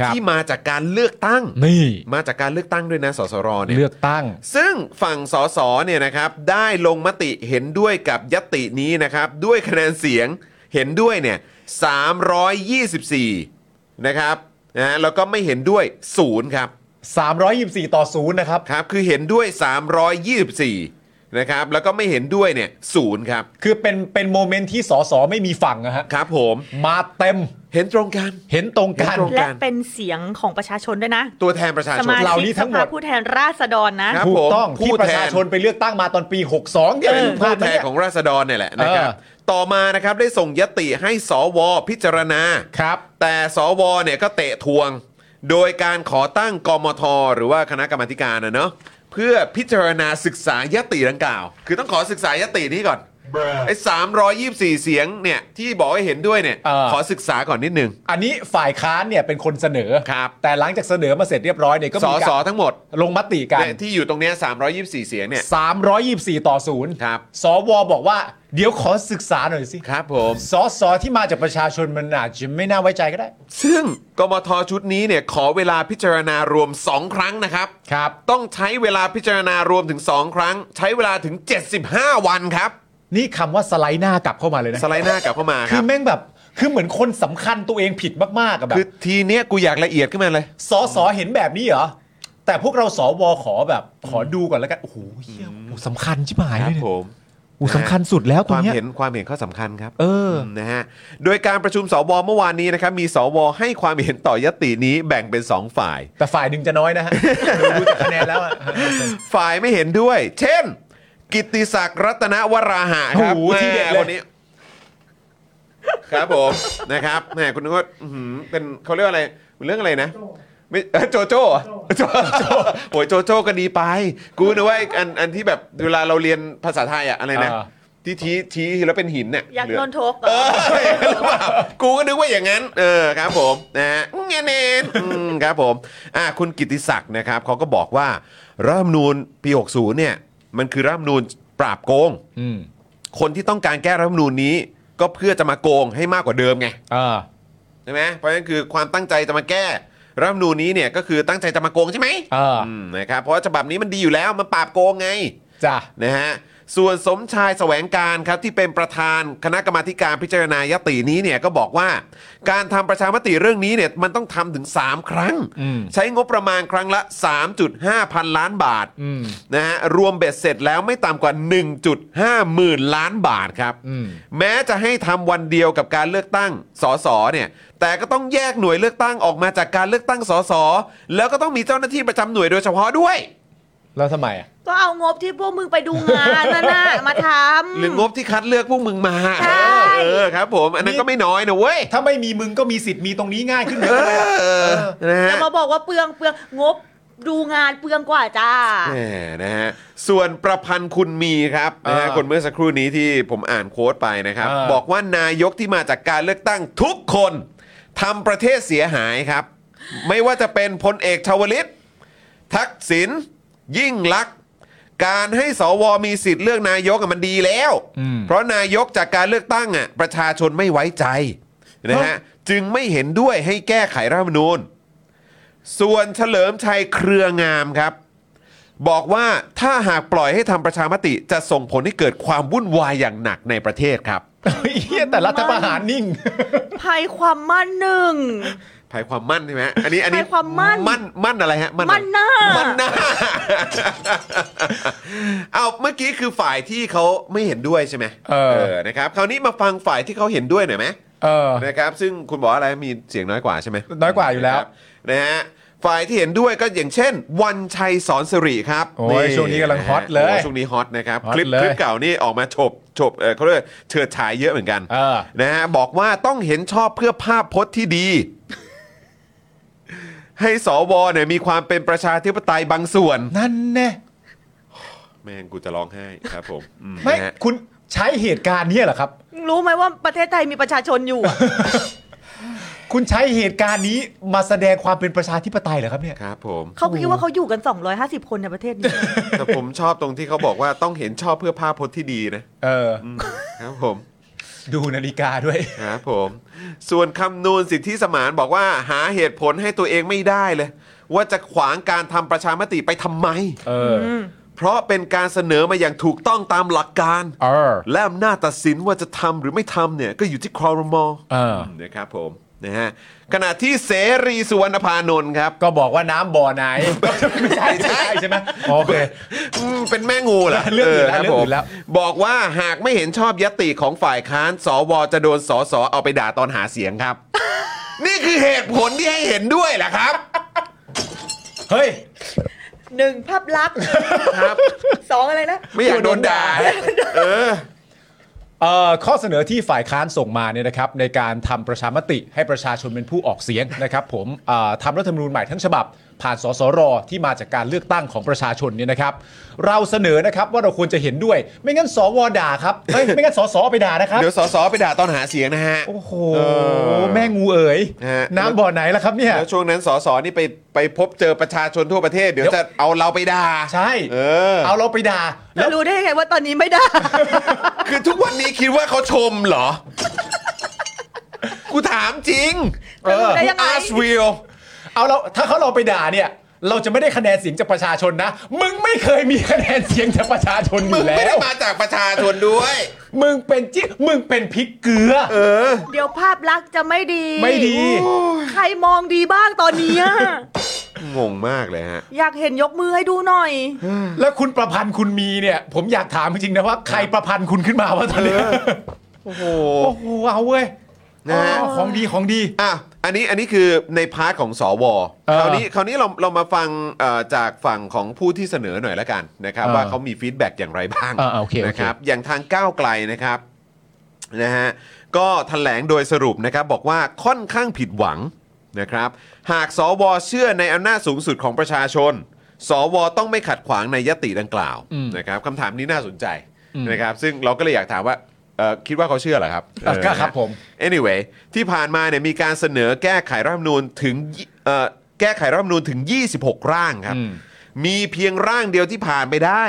ครับ ที่มาจากการเลือกตั้ง นี่ มาจากการเลือกตั้งด้วยนะสสรเนี่ย เลือกตั้ง ซึ่งฝั่งสสเนี่ยนะครับได้ลงมติเห็นด้วยกับยตินี้นะครับ ด้วยคะแนนเสียงเห็นด้วยเนี่ย324 นะครับนะฮะแล้วก็ไม่เห็นด้วย 0 ครับ 324 ต่อศูนย์นะครับ ครับ คือเห็นด้วย 324 นะครับ แล้วก็ไม่เห็นด้วยเนี่ยศูนย์ครับ คือเป็นเป็นโมเมนต์ที่สอสอไม่มีฝั่งนะฮะ ครับผม มาเต็ม เห็นตรงกัน เห็นตรงกั เห็ น นตรง และเป็นเสียงของประชาชนด้วยนะ ตัวแทนประชา ส ชน มา เหล่านี้ ชิก ทั้ ส งหมด ภาผู้แทนราษฎรนะ ครับ ถูกต้อง ผม ที่ ผู้ ป แทน ระชาชนไปเลือกตั้งมาตอนปี 62เนี่ย เป็นผู้แทนของ งราษฎรเนี่ยแหละนะครับต่อมานะครับได้ส่งยติให้สวพิจารณา ครับ แต่สวเนี่ยก็เตะทวง โดยการขอตั้งกมท หรือว่าคณะกรรมาธิการนะเนาะเพื่อพิจารณาศึกษายติดังกล่าว คือต้องขอศึกษายตินี้ก่อนไอ้สามร้อยยี่สี่เสียงเนี่ยที่บอกว่าเห็นด้วยเนี่ย เออ ขอศึกษาก่อนนิดนึง อันนี้ฝ่ายค้านเนี่ยเป็นคนเสนอ ครับ แต่หลังจากเสนอมาเสร็จเรียบร้อยเนี่ยก็ ส มี ส การ ทั้งหมด ลงมติกัน เนี่ยที่อยู่ตรงเนี้ย324 เสียงเนี่ย 324 ต่อศูนย์ ครับ สวบอกว่า เดี๋ยวขอศึกษาหน่อยสิ ครับผม สสที่มาจากประชาชนมันอาจจะไม่น่าไว้ใจก็ได้ ซึ่งกมทชุดนี้เนี่ยขอเวลาพิจารณารวม 2 ครั้งนะครับ ครับ ต้องใช้เวลาพิจารณารวมถึง 2 ครั้ง ใช้เวลาถึง 75 วันครับ นี่คำว่าสไลด์หน้ากลับเข้ามาเลยนะ สไลด์หน้ากลับเข้ามาค คื รั อบ แม่งแบบ คือเหมือนคนสำคัญตัวเองผิดมากๆอะแบ คื บ อทีเนี้ยกูอยากละเอียดขึ้นมาเลย สอสอเห็นแบบนี้เหรอ แต่พวกเราสวขอแบบขอดูก่อนแล้วกัน โอ้โหเหี้ยโอ้สำคัญชิบหาย ค เล รั ย บ เนี่ย ผม โอ้สำคัญสุดแล้วต ค รง วาม เนี้ย เห็นความเห็นข้อสำคัญครับ เออ มนะฮะ โดยการประชุมสวเมื่อวานนี้นะครับ มีสวให้ความเห็นต่อยตินี้แบ่งเป็น 2 ฝ่าย แต่ฝ่ายหนึ่งจะน้อยนะฮะ ดูจากคะแนนแล้วอะ *laughs* ฝ่ายไม่เห็นด้วย เช่น กิตติศักดิ์รัตนวราหะครับ โอ้โหที่เด็ดเลแม่คยนนี้ ครับผม นะครับแหมคุณนึกว่าอื้อหือเป็นเขาเรียกว่าอะไร เรื่องอะไรนะ ไม่เอ้ยโจโจ้เหรอโจโจ้ *laughs* โอ้ยโจโจ้ก็ดีไป กูนึกว่าไอ้อันอันที่แบบเวลาเราเรียนภาษาไทยอะอะไรนะ อ่า ที่ชี้ชี้แล้วเป็นหินเนี่ย อยาก เหลือ โดนทกเหร เอ อ อ *laughs* หรือเปล่ากูก็นึกว่าอย่างนั้น เออครับผมนะฮะเงี้ยเนนอืมครับผมอ่ะคุณกิติศักดิ์นะครับเขาก็บอกว่ารัฐธรรมนูญปี 60 เนี่ย มันคือรัฐธรรมนูญปราบโกง อืม คนที่ต้องการแก้รัฐธรรมนูญนี้ ก็เพื่อจะมาโกงให้มากกว่าเดิมไง อ่า ใช่ไหมเพราะฉะนั้นคือความตั้งใจจะมาแก้รัฐธรรมนูญนี้เนี่ยก็คือตั้งใจจะมาโกงใช่ไหม อ่า อืมนะครับเพราะว่าฉบับนี้มันดีอยู่แล้วมันปราบโกงไง จ้ะ นะฮะส่วนสมชายแสวงการครับที่เป็นประธานคณะกรรมาธิการพิจารณายตินี้เนี่ยก็บอกว่า การทำประชามติเรื่องนี้เนี่ยมันต้องทำถึง 3 ครั้ง อืม ใช้งบประมาณครั้งละ 3.5 พันล้านบาท อืม นะฮะรวมเบ็ดเสร็จแล้วไม่ต่ำกว่า 1.5 หมื่นล้านบาทครับ อืม แม้จะให้ทำวันเดียวกับการเลือกตั้งสสเนี่ยแต่ก็ต้องแยกหน่วยเลือกตั้งออกมาจากการเลือกตั้งสสแล้วก็ต้องมีเจ้าหน้าที่ประจำหน่วยโดยเฉพาะด้วย แล้วทำไมอ่ะ ก็เอางบที่พวกมึงไปดูงานนั่นน่ะมาทำ หรืองบที่คัดเลือกพวกมึงมา ใช่ เออครับผม อันนั้นก็ไม่น้อยนะเว้ย ถ้าไม่มีมึงก็มีสิทธิ์มีตรงนี้ง่ายขึ้นเยอะเลยอะ เออนะ แล้ ฮะ วมาบอกว่าเปลืองเปลืองงบดูงานเปลืองกว่าจ้า แหมนะฮะส่วนประพันธ์คุณมีครับนะฮะ เออ คนเมื่อสักครู่นี้ที่ผมอ่านโค้ดไปนะครับ เออ บอกว่านายกที่มาจากการเลือกตั้งทุกคนทำประเทศเสียหายครับ ไม่ว่าจะเป็นพลเอกชวลิต ทักษิณยิ่งลักษณ์การให้สวมีสิทธิ์เลือกนายกอะมันดีแล้ว อืม เพราะนายกจากการเลือกตั้งอ่ะประชาชนไม่ไว้ใจนะฮะจึงไม่เห็นด้วยให้แก้ไขรัฐธรรมนูญ ส่วนเฉลิมชัยเครืองามครับ บอกว่าถ้าหากปล่อยให้ทำประชามติจะส่งผลให้เกิดความวุ่นวายอย่างหนักในประเทศครับ เ เฮียแต่รัฐประหารนิ่ง ภัยความมั่นหนึ่ง ภายความมั่นใช่ไหมอันนี้อันนี้ ภายความมั่น มั่นมั่นอะไรฮะอะไร มั่นหน้า มั่นหน้า เอาเมื่อกี้คือฝ่ายที่เขาไม่เห็นด้วยใช่ไหม เออ นะครับคราวนี้มาฟังฝ่ายที่เขาเห็นด้วยหน่อยไหม เออ นะครับ ซึ่งคุณบอกอะไรมีเสียงน้อยกว่าใช่ไหม น้อยกว่าอยู่แล้นะควรับนะฮะฝ่ายที่เห็นด้วยก็อย่างเช่น วันชัยสอนสิริครับ โอ้ยช่วงนี้กำลังฮอตเลย โช่วงนี้ฮอตนะครับ ฮอต คลิป เลย คลิปเก่านี่ออกมาฉบฉบเอ่อเขาเรียกว่าเฉิดฉายเยอะเหมือนกัน เออ นะฮะบอกว่าต้องเห็นชอบเพื่อภาพพจน์ที่ดี *laughs* ให้สวเนี่ยมีความเป็นประชาธิปไตยบางส่วน นั่นแน่ แม่งกูจะร้องไห้ครับผมอื ไม่ นะฮะ คุณใช้เหตุการณ์เนี้ยเหรอครับ รู้ไหมว่าประเทศไทยมีประชาชนอยู่อะ คุณใช้เหตุการณ์นี้มาแสดงความเป็นประชาธิปไตยเหรอครับเนี่ย ครับผม เขาคิดว่าเขาอยู่กัน 250 คนในประเทศนี้ แต่ผมชอบตรงที่เขาบอกว่าต้องเห็นชอบเพื่อภาพพจน์ที่ดีนะ เออ อืมครับผม ดูนาฬิกาด้วย ครับผม ส่วนคำนูนสิทธิสมานบอกว่าหาเหตุผลให้ตัวเองไม่ได้เลย ว่าจะขวางการทำประชามติไปทำไม เออ เพราะเป็นการเสนอมาอย่างถูกต้องตามหลักการ เออ และอำนาจตัดสินว่าจะทำหรือไม่ทำเนี่ย ก็อยู่ที่คอรมอ เออ นะครับผมนะฮะขณะที่เสรีสุวรรณพานนท์ครับ ก็บอกว่าน้ำบ่อไหน *laughs* ไม่ใช่ใช่ใช่ไหมโอเค อืมเป็นแม่งูเหรอ เรื่องอื่นแล้ว ครับ เรื่องอื่นแล้ว ผมบอกว่าหากไม่เห็นชอบยติของฝ่ายค้านสวจะโดนสสเอาไปด่าตอนหาเสียง *laughs* ครับ นี่คือเหตุผลที่ให้เห็นด้วยแหละครับ เฮ้ย หนึ่งภาพลักษณ์ *laughs* ครับ สองอะไรนะ ไม่อยากโดนด่า เออ เอ่อข้อเสนอที่ฝ่ายค้านส่งมาเนี่ยนะครับในการทำประชามติให้ประชาชนเป็นผู้ออกเสียง นะครับผมเอ่อทำรัฐธรรมนูญใหม่ทั้งฉบับ ผ่านสสรที่มาจากการเลือกตั้งของประชาชนเนี่ยนะครับ เราเสนอนะครับว่าเราควรจะเห็นด้วย ไม่งั้นสวด่าครับเฮ้ยไม่งั้นสสเอาไปด่านะครับ เดี๋ยวสสไปด่าตอนหาเสียงนะฮะ โอ้โห เออ แม่งูเอ๋ย ฮะ น้ำบ่อไหนล่ะครับเนี่ย แล้วช่วงนั้นสสนี่ไปไปพบเจอประชาชนทั่วประเทศ เดี๋ยว เดี๋ยว จะเอาเราไปด่า ใช่ เออ เอาเราไปด่าแล้ แล้ววรู้ได้ยังไงว่าตอนนี้ไม่ได้ *laughs* คือทุกวันนี้คิดว่าเขาชมเหรอ กูถามจริง เออได้ยังไง อาสวิล เอาเราถ้าเขาเราไปด่าเนี่ยเราจะไม่ได้คะแนนเสียงจากประชาชนนะมึงไม่เคยมีคะแนนเสียงจากประชาชนอ มึง ยู่แล้ว ไม่ได้มาจากประชาชนด้วย มึงเป็นจิมึงเป็นพริกเกลือ เดี๋ยวภาพลักษณ์จะไม่ดี ไม่ดี โอ้ยใครมองดีบ้างตอนเนี้ย *laughs* งงมากเลยฮะ อยากเห็นยกมือให้ดูหน่อย แล้วคุณประพันธ์คุณมีเนี่ย ผมอยากถามจริงๆนะว่าใครประพันธ์คุณขึ้นมาวะตอนเนี้ย โอ้โห โอ้โหเอาเว้ย นะฮะ อ๋อของดีของดี อ่ะ อันนี้อันนี้คือในพาร์ทของสว เออ คราวนี้คราวนี้เราเรามาฟังเอ่อจากฝั่งของผู้ที่เสนอหน่อยละกันนะครับ เออ ว่าเขามีฟีดแบ็กอย่างไรบ้าง เออเออโอเคโอเค นะครับ อย่างทางก้าวไกลนะครับนะฮะก็แถลงโดยสรุปนะครับ บอกว่าค่อนข้างผิดหวังนะครับ หากสวเชื่อในอำนาจสูงสุดของประชาชน สวต้องไม่ขัดขวางในยติดังกล่าวนะครับคำถามนี้น่าสนใจนะครับ ซึ่งเราก็เลยอยากถามว่าเอ่อคิดว่าเขาเชื่อเหรอครับ อ่ะก็ครับผม anyway ที่ผ่านมาเนี่ยมีการเสนอแก้ไขรัฐธรรมนูญถึงยี่เอ่อแก้ไขรัฐธรรมนูญถึง 26 ร่างครับ มีเพียงร่างเดียวที่ผ่านไปได้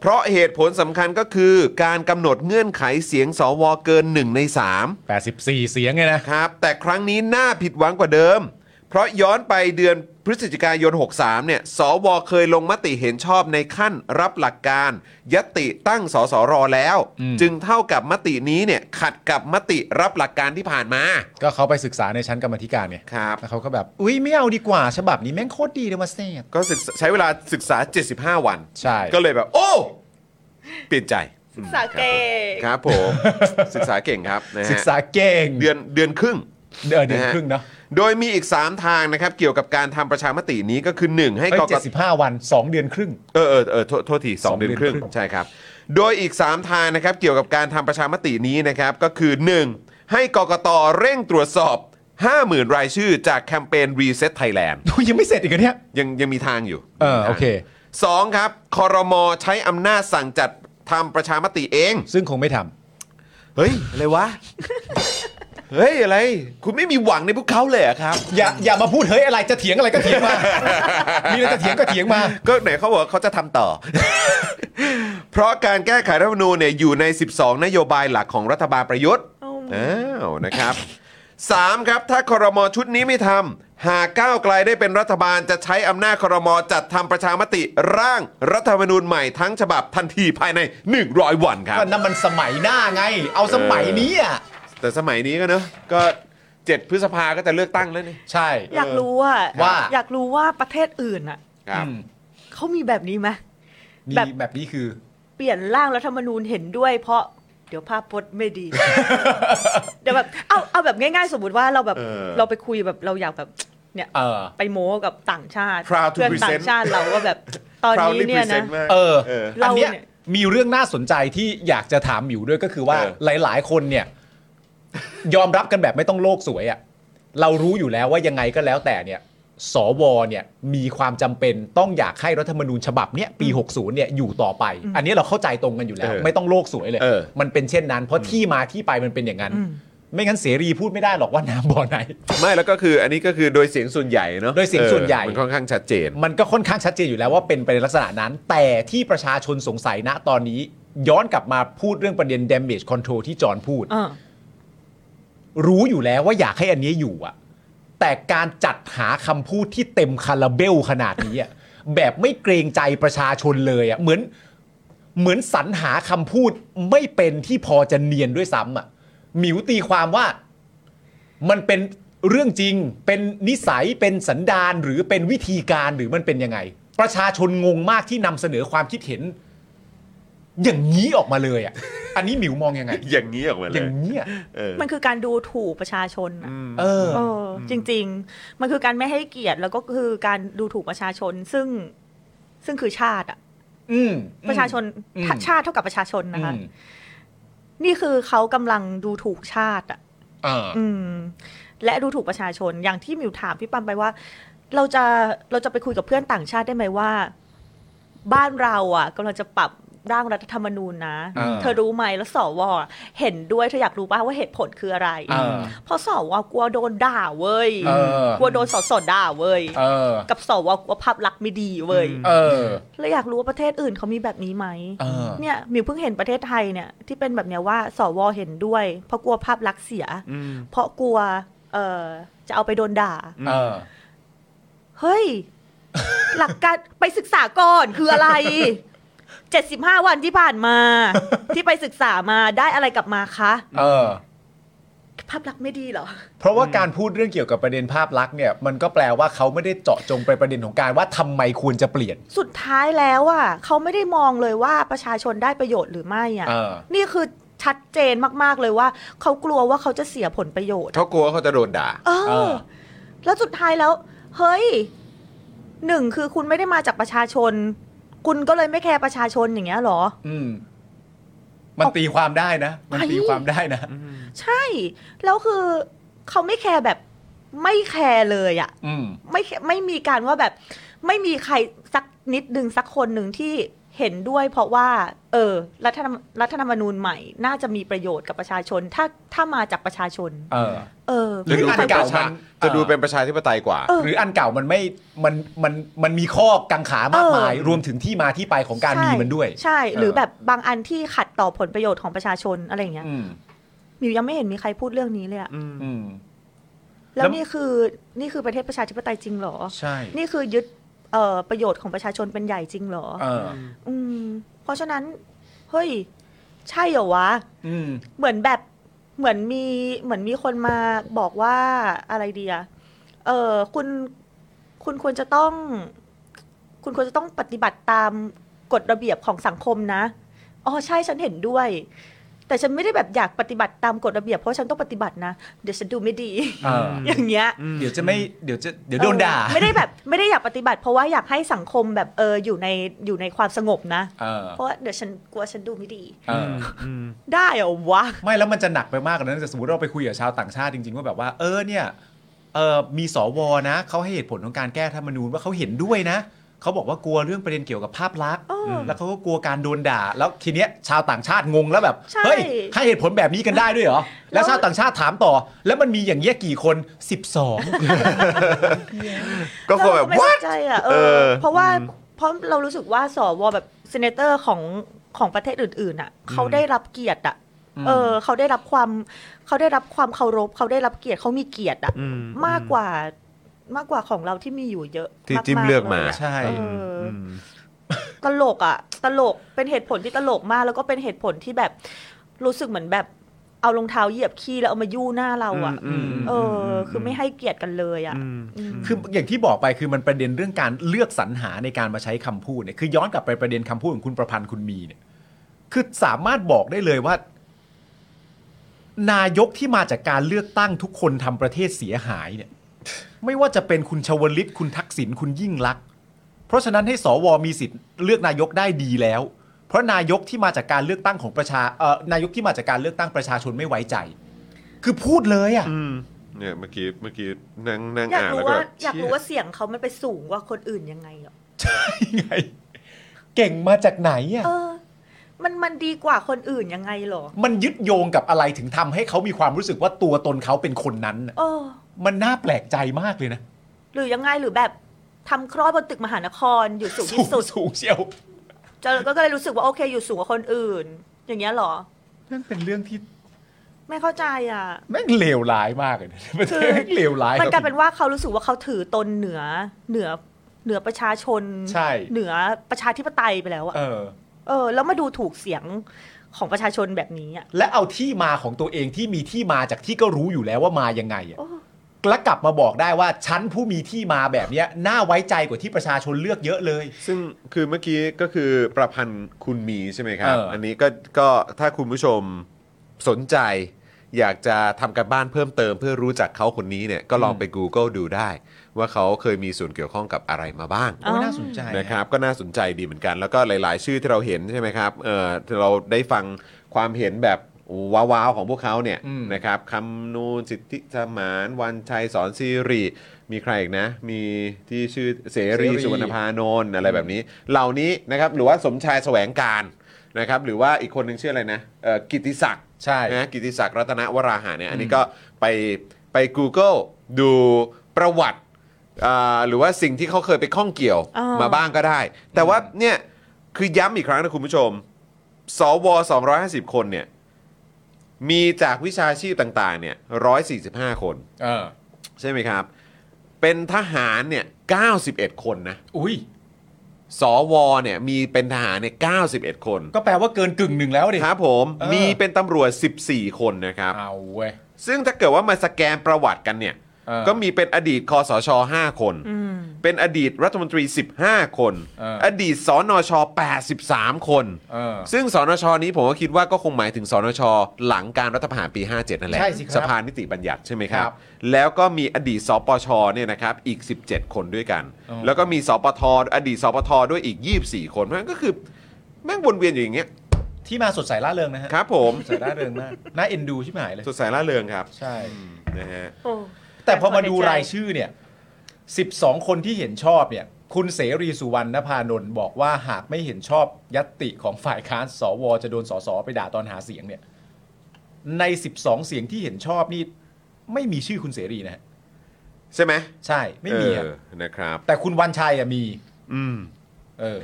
เพราะเหตุผลสำคัญก็คือการกำหนดเงื่อนไขเสียงสวเกิน 1 ใน 3 84 เสียงไงนะ ครับ แต่ครั้งนี้น่าผิดหวังกว่าเดิม เพราะย้อนไปเดือนพฤศจิกายน 63 เนี่ย สวเคยลงมติเห็นชอบในขั้นรับหลักการ ยติตั้งสสรแล้ว อืม จึงเท่ากับมตินี้เนี่ยขัดกับมติรับหลักการที่ผ่านมา ก็เขาไปศึกษาในชั้นกรรมาธิการไง ครับ แล้วเขาก็แบบ อุ้ยไม่เอาดีกว่า ฉบับนี้แม่งโคตรดีเลยมาเซต ก็ศึกษาใช้เวลาศึกษา 75 วัน ใช่ ก็เลยแบบ โอ้ เปลี่ยนใจ ศึกษาเก่ง ครับผม ศึกษาเก่งครับนะฮะ ศึกษาเก่ง เดือนเดือนครึ่ง เดือนเดือน ฮ ครึ่งเนาะ โดยมีอีก 3 ทางนะครับ เกี่ยวกับการทำประชามตินี้ก็คือ 1 ให้ เอ้ย กกต 75 วัน 2 เดือนครึ่ง เออเออเออโทษโทษที สอง 2 เดือนครึ่ง เดือนครึ่ง ใช่ครับ โดยอีก 3 ทางนะครับ เกี่ยวกับการทำประชามตินี้นะครับ ก็คือ 1 ให้กกตเร่งตรวจสอบ 50,000 รายชื่อจากแคมเปญ Reset Thailand โอ้ยยังไม่เสร็จอีกเหรอเนี่ย ยังยังมีทางอยู่ เออโอเค สองครับคอรมอใช้อำนาจสั่งจัดทำประชามติเอง ซึ่งคงไม่ทำ เฮ้ย อะไรวะ เฮ้ย อะไร คุณไม่มีหวังในพวกเขาเลยเหรอครับ *laughs* อย่าอย่ามาพูดเฮ้ยอะไรจะเถียงอะไรก็เถียงมา *laughs* มีอะไรจะเถียงก็เถียงมา ก็ไหนเขาบอกว่าเขาจะทำต่อ *laughs* เพราะการแก้ไขรัฐธรรมนูญเนี่ยอยู่ใน 12 นโยบายหลักของรัฐบาลประยุทธ์ อ้าวนะครับ 3 ครับ ถ้าครมชุดนี้ไม่ทำ หากก้าวไกลได้เป็นรัฐบาลจะใช้อำนาจครมจัดทำประชามติร่างรัฐธรรมนูญใหม่ทั้งฉบับทันทีภายใน 100 วันครับ ก็นั่นมันสมัยหน้าไง เอาสมัยนี้อ่ะ แต่สมัยนี้ก็เนอะก็ 7 พฤษภาก็จะเลือกตั้งแล้วนี่ ใช่ อยากรู้ว่า ว่า อยากรู้ว่าประเทศอื่นอ่ะ ครับ อืม เขามีแบบนี้ไหม นี่ แบบ แบบนี้คือ เปลี่ยนร่างรัฐธรรมนูญเห็นด้วย เพราะเดี๋ยวภาพพจน์ไม่ *laughs* ดี เดี๋ยวแบบเอาเอาแบบง่ายๆ สมมติว่าเราแบบ เออ เราไปคุยแบบเราอยากแบบเนี่ย เออ ไปโม้กับต่างชาติ Proud to เพื่อนต่าง present ชาติเราก็แบบตอนนี้ Proudly เนี่ยนะ present มาก เออ เออ อันเนี้ย เราเนี่ย มีเรื่องน่าสนใจที่อยากจะถามอยู่ด้วยก็คือว่า เออ หลาย ๆ คนเนี่ย ยอมรับกันแบบไม่ต้องโลกสวยอะ่ะเรารู้อยู่แล้วว่ายังไงก็แล้วแต่เนี่ยสวเนี่ยมีความจำเป็นต้องอยากให้รัฐธรรมนูญฉบับเนี้ยปี 60เนี่ยอยู่ต่อไป อันนี้เราเข้าใจตรงกันอยู่แล้ว เออ ไม่ต้องโลกสวยเลย เออ มันเป็นเช่นนั้น เพราะที่มาที่ไปมันเป็นอย่างนั้น ไม่งั้นเสรีพูดไม่ได้หรอกว่าน้ำบ่อไหน ไม่แล้วก็คืออันนี้ก็คือโดยเสียงส่วนใหญ่เนอะ โดยเสียงส่วนใหญ่ เออมันค่อนข้างชัดเจน มันก็ค่อนข้างชัดเจนอยู่แล้วว่าเป็นไปในลักษณะนั้น แต่ที่ประชาชนสงสัยณตอนนี้ ย้อนกลับมาพูดเรื่องประเด็น damage control ที่จอห์นพูด เออ รู้อยู่แล้วว่าอยากให้อันนี้อยู่อะแต่การจัดหาคำพูดที่เต็มคาราเบลขนาดนี้อะแบบไม่เกรงใจประชาชนเลยอะเหมือนเหมือนสรรหาคำพูดไม่เป็นที่พอจะเนียนด้วยซ้ำอะหมิวตีความว่ามันเป็นเรื่องจริง เป็นนิสัยเป็นสันดานหรือเป็นวิธีการหรือมันเป็นยังไง ประชาชนงงมากที่นำเสนอความคิดเห็น อย่างนี้ออกมาเลยอะอันนี้หมิวมองยังไง *laughs* อย่างนี้ออกมา อ เล ย่าย งนี้อะ เออ มันคือการดูถูกประชาชนน่ะ เออ เออจริง ๆ มันคือการไม่ให้เกียรติแล้วก็คือการดูถูกประชาชนซึ่งซึ่งคือชาติอะ อืม ประชาชน อืม ชาติเท่ากับประชาชนนะคะ อืม นี่คือเขากำลังดูถูกชาติอะ อ่า อืม และดูถูกประชาชนอย่างที่มิวถามพี่ปั๊มไปว่า เราจะเราจะไปคุยกับเพื่อนต่างชาติได้ไหมว่า บ้านเราอ่ะกำลังจะปรับร่างรัฐธรรมนูญนะ อ่า เธอรู้ไหมแล้วสวอะเห็นด้วยเธออยากรู้ป่ะว่าเหตุผลคืออะไร อ่า เพราะสวกลัวโดนด่าเว้ย เออ กลัวโดนสอสอด่าเว้ย เออ กับสวกลัวภาพลักษณ์ไม่ดีเว้ย เออ แล้วอยากรู้ว่าประเทศอื่นเขามีแบบนี้ไหม เออ เนี่ยหมิวเพิ่งเห็นประเทศไทยเนี่ยที่เป็นแบบเนี้ยว่า สวเห็นด้วย เพราะกลัวภาพลักษณ์เสีย เพราะกลัวเอ่อจะเอาไปโดนด่า เออ เฮ้ย หลักการไปศึกษาก่อนคือ *laughs* อะไร 75 วันที่ผ่านมา ที่ไปศึกษามาได้อะไรกลับมาคะ เออ ภาพลักษณ์ไม่ดีเหรอ เพราะว่าการพูดเรื่องเกี่ยวกับประเด็นภาพลักษณ์เนี่ย มันก็แปลว่าเขาไม่ได้เจาะจงไปประเด็นของการว่าทำไมควรจะเปลี่ยน สุดท้ายแล้วอ่ะเขาไม่ได้มองเลยว่าประชาชนได้ประโยชน์หรือไม่อ่ะ เออ นี่คือชัดเจนมากๆเลยว่า เขากลัวว่าเขาจะเสียผลประโยชน์ เขากลัวว่าเขาจะโดนด่า เอ เอ อ อ แล้วสุดท้ายแล้ว เฮ้ยหนึ่งคือคุณไม่ได้มาจากประชาชน คุณก็เลยไม่แคร์ประชาชนอย่างเงี้ยเหรอ อืม มันตีความได้นะ มันตีความได้นะ ใช่ แล้วคือเขาไม่แคร์แบบไม่แคร์เลยอะ อืม ไม่แคร์ไม่มีการว่าแบบ ไม่มีใครสักนิดหนึ่งสักคนหนึ่งที่เห็นด้วย เพราะว่า เออรัฐธรรมรัฐธรรมนูญใหม่ น่าจะมีประโยชน์กับประชาชน ถ้าถ้ามาจากประชาชน เออ เออ หรื จะดูเป็น อันปเก่าระชา มัน จะดูเป็นประชาธิปไตยกว่า เออ หรืออันเก่ามันไม่ มัน มัน มันมีข้อกังขามากมาย รวมถึงที่มาที่ไปของการมีมันด้วย ใช่ เออ หรือแบบบางอันที่ขัดต่อผลประโยชน์ของประชาชนอะไรอย่างเงี้ย อืม มิวยังไม่เห็นมีใครพูดเรื่องนี้เลยอะ อืม แล้ แล้ว ว นี่คือนี่คือประเทศประชาธิปไตยจริงเหรอ ใช่ นี่คือยึดเอ่อประโยชน์ของประชาชนเป็นใหญ่จริงเหรอ เออ อืม เพราะฉะนั้น เฮ้ย ใช่เหรอวะ อืม เหมือนแบบเหมือนมีเหมือนมีคนมาบอกว่าอะไรดีอะเออคุณคุณควรจะต้อง คุณควรจะต้องปฏิบัติตามกฎระเบียบของสังคมนะอ๋อใช่ฉันเห็นด้วย แต่ฉันไม่ได้แบบอยากปฏิบัติตามกฎระเบียบเพราะฉันต้องปฏิบัตินะเดี๋ยวฉันดูไม่ดี เออ อย่างเงี้ย เดี๋ยวจะไม่ เดี๋ยวจะ เดี๋ยวโดนด่า เออไม่ได้แบบไม่ได้อยากปฏิบัติเพราะว่าอยากให้สังคมแบบเอออยู่ในอยู่ในความสงบนะ เออ เพราะว่าเดี๋ยวฉันกลัวฉันดูไม่ดี เออ ได้เหรอวะ ไม่แล้วมันจะหนักไปมากกว่านั้นแต่สมมติเราไปคุยกับชาวต่างชาติจริงๆว่าแบบว่าเออเนี่ยเออมีสวนะเขาให้เหตุผลของการแก้ธรรมนูญว่าเขาเห็นด้วยนะเขาบอกว่ากลัวเรื่องประเด็นเกี่ยวกับภาพลักษณ์ เออ แล้วเขาก็กลัวการโดนด่า แล้วทีเนี้ยชาวต่างชาติงงแล้วแบบ ใช่ เฮ้ยให้เหตุผลแบบนี้กันได้ด้วยเหรอ *laughs* แล้ แล้ว ว ชาวต่างชาติถามต่อ แล้วมันมีอย่างเงี้ยกี่คน 12 ก็คงแบบ เราไม่ what เข้าใจอ่ะเอ เอ อ อ เพราะว่าเพราะเรารู้สึกว่าสวแบบเซเนเตอร์ของของประเทศอื่นๆอ่ะเขาได้รับเกียรติอ่ะเออเขาได้รับความเขาได้รับความเคารพเขาได้รับเกียรติเขามีเกียรติอ่ะมากกว่า มากกว่าของเราที่มีอยู่เยอะ ที่จิ้มเลือกมา ยะ ใช่ เอออ อืม ตลกอะ่ะ ตลกเป็นเหตุผลที่ตลกมาก แล้วก็เป็นเหตุผลที่แบบรู้สึกเหมือนแบบเอารองเท้าเหยียบขี้แล้วเอามายู่หน้าเราอะ่ะ อืมอืม เอออ ม คือไม่ให้เกียรติกันเลยอะ่ะอืม คืออย่างที่บอกไปคือมันประเด็นเรื่องการเลือกสรรหาในการมาใช้คำพูดเนี่ยคือย้อนกลับไปประเด็นคำพูดของคุณประพันธ์คุณมีเนี่ยคือสามารถบอกได้เลยว่า นายกที่มาจากการเลือกตั้งทุกคนทำประเทศเสียหายเนี่ย ไม่ว่าจะเป็นคุณชวลิตคุณทักษิณคุณยิ่งลักษณ์เพราะฉะนั้นให้สวมีสิทธิ์เลือกนายกได้ดีแล้ว เพราะนายกที่มาจากการเลือกตั้งของประชาเอ่อนายกที่มาจากการเลือกตั้งประชาชนไม่ไว้ใจ คือพูดเลยอ่ะ *laughs* เนี่ยเมื่อกี้เมื่อกี้นั่งนั่ง อยาก อ่าน รู้ แล้วก็ ว่า แบบ อยากรู้ว่าเสียงเขามันไปสูงกว่าคนอื่นยังไงเหรอ ยังไง เก่งมาจากไหนอ่ะ เออ มันมันดีกว่าคนอื่นยังไงเหรอ มันยึดโยงกับอะไรถึงทำให้เขามีความรู้สึกว่าตัวตนเขาเป็นคนนั้นน่ะ เออ มันน่าแปลกใจมากเลยนะ หรือยังไงหรือแบบทำคลอดบนตึกมหานครอยู่สูงที่ *laughs* สุด สูงเชียว จะก็ก็เลยรู้สึกว่าโอเคอยู่สูงกว่าคนอื่น อย่างเงี้ยเหรอ นั่นเป็นเรื่องที่ ไม่เข้าใจอ่ะ แม่งเลวร้ายมากเลยนะมัน คือ แม่งเลวร้าย มันกลาย ค เป็ รับ นว่าเขารู้สึกว่าเขาถือตนเหนือเหนือเหนือประชาชน ใช่ เหนือประชาธิปไตยไปแล้วอะ เออ เออ แล้วมาดูถูกเสียงของประชาชนแบบนี้อะ และเอาที่มาของตัวเองที่มีที่มาจากที่ก็รู้อยู่แล้วว่ามายังไงอะ โอ้ แล้วกลับมาบอกได้ว่าฉันผู้มีที่มาแบบเนี้ยน่าไว้ใจกว่าที่ประชาชนเลือกเยอะเลย ซึ่งคือเมื่อกี้ก็คือประพันธ์คุณมีใช่ไหมครับ เอออั อันนี้ก็ก็ถ้าคุณผู้ชมสนใจ อยากจะทำการบ้านเพิ่มเติมเพื่อรู้จักเขาคนนี้เนี่ยก็ลอง อืม ไป Google ดูได้ ว่าเขาเคยมีส่วนเกี่ยวข้องกับอะไรมาบ้าง โอ้ยน่าสนใจ นะครับก็น่าสนใจดีเหมือนกัน แล้วก็หลาย ๆ ชื่อที่เราเห็นใช่ไหมครับเออที่เราได้ฟังความเห็นแบบว้าวๆของพวกเขาเนี่ย อืม นะครับคำนูนสิทธิสมานวันชัยสอนซีรี มีใครอีกนะ มีที่ชื่อเสรีสุวรรณพานนท์อะไรแบบนี้ เหล่านี้นะครับหรือว่าสมชายแสวงการนะครับหรือว่าอีกคนหนึ่งชื่ออะไรนะเอ่อกิตติศักดิ์ ใช่ นะกิติศักดิ์รัตนวราหะเนี่ยอันนี้ก็ไปไป Google ดูประวัติอ่าหรือว่าสิ่งที่เขาเคยไปข้องเกี่ยวมาบ้างก็ได้ แต่ว่าเนี่ยคือย้ำอีกครั้งนะคุณผู้ชม สว 250 คนเนี่ยมีจากวิชาชีพต่างๆเนี่ย145 คน เออ ใช่ไหมครับ เป็นทหารเนี่ย91 คนนะ อุ้ย สวเนี่ยมีเป็นทหารเนี่ย91 คน ก็แปลว่าเกินกึ่งหนึ่งแล้วดิ ครับผม เออ มีเป็นตำรวจ 14 คนนะครับ เอาเว้ย ซึ่งถ้าเกิดว่ามาสแกนประวัติกันเนี่ย เออ ก็มีเป็นอดีตคอสช 5 คน อืม เป็นอดีตรัฐมนตรี 15 คน เออ อดีตสนช 83 คน เออ ซึ่งสนช นี้ผมก็คิดว่าก็คงหมายถึงสนช หลังการรัฐประหารปี 57 นั่นแหละ ใช่สิครับ สภานิติบัญญัติใช่ไหมครับ ครับ แล้วก็มีอดีตสปชเนี่ยนะครับอีก 17 คนด้วยกัน อ๋อ แล้วก็มีสปทอดีตสปทด้วยอีก 24 คนเพราะฉะนั้นก็คือแม่งวนเวียนอยู่อย่างเงี้ย ที่มาสดใสร่าเริงนะฮะ ครับผม สดใสร่าเริงมากน่าเอ็นดูชิบหายเลย สดใสร่าเริงครับ ใช่ นะฮะ โอ้ แต่พอมาดูรายชื่อเนี่ย 12 คนที่เห็นชอบเนี่ย คุณเสรีสุวรรณพานนท์บอกว่าหากไม่เห็นชอบยัตติของฝ่ายค้านสว จะโดนสสไปด่าตอนหาเสียงเนี่ย ใน 12 เสียงที่เห็นชอบนี่ ไม่มีชื่อคุณเสรีนะฮะ ใช่ไหม ใช่ไม่มีอะ เออนะครับ แต่คุณวันชัยอะมี อืม เออ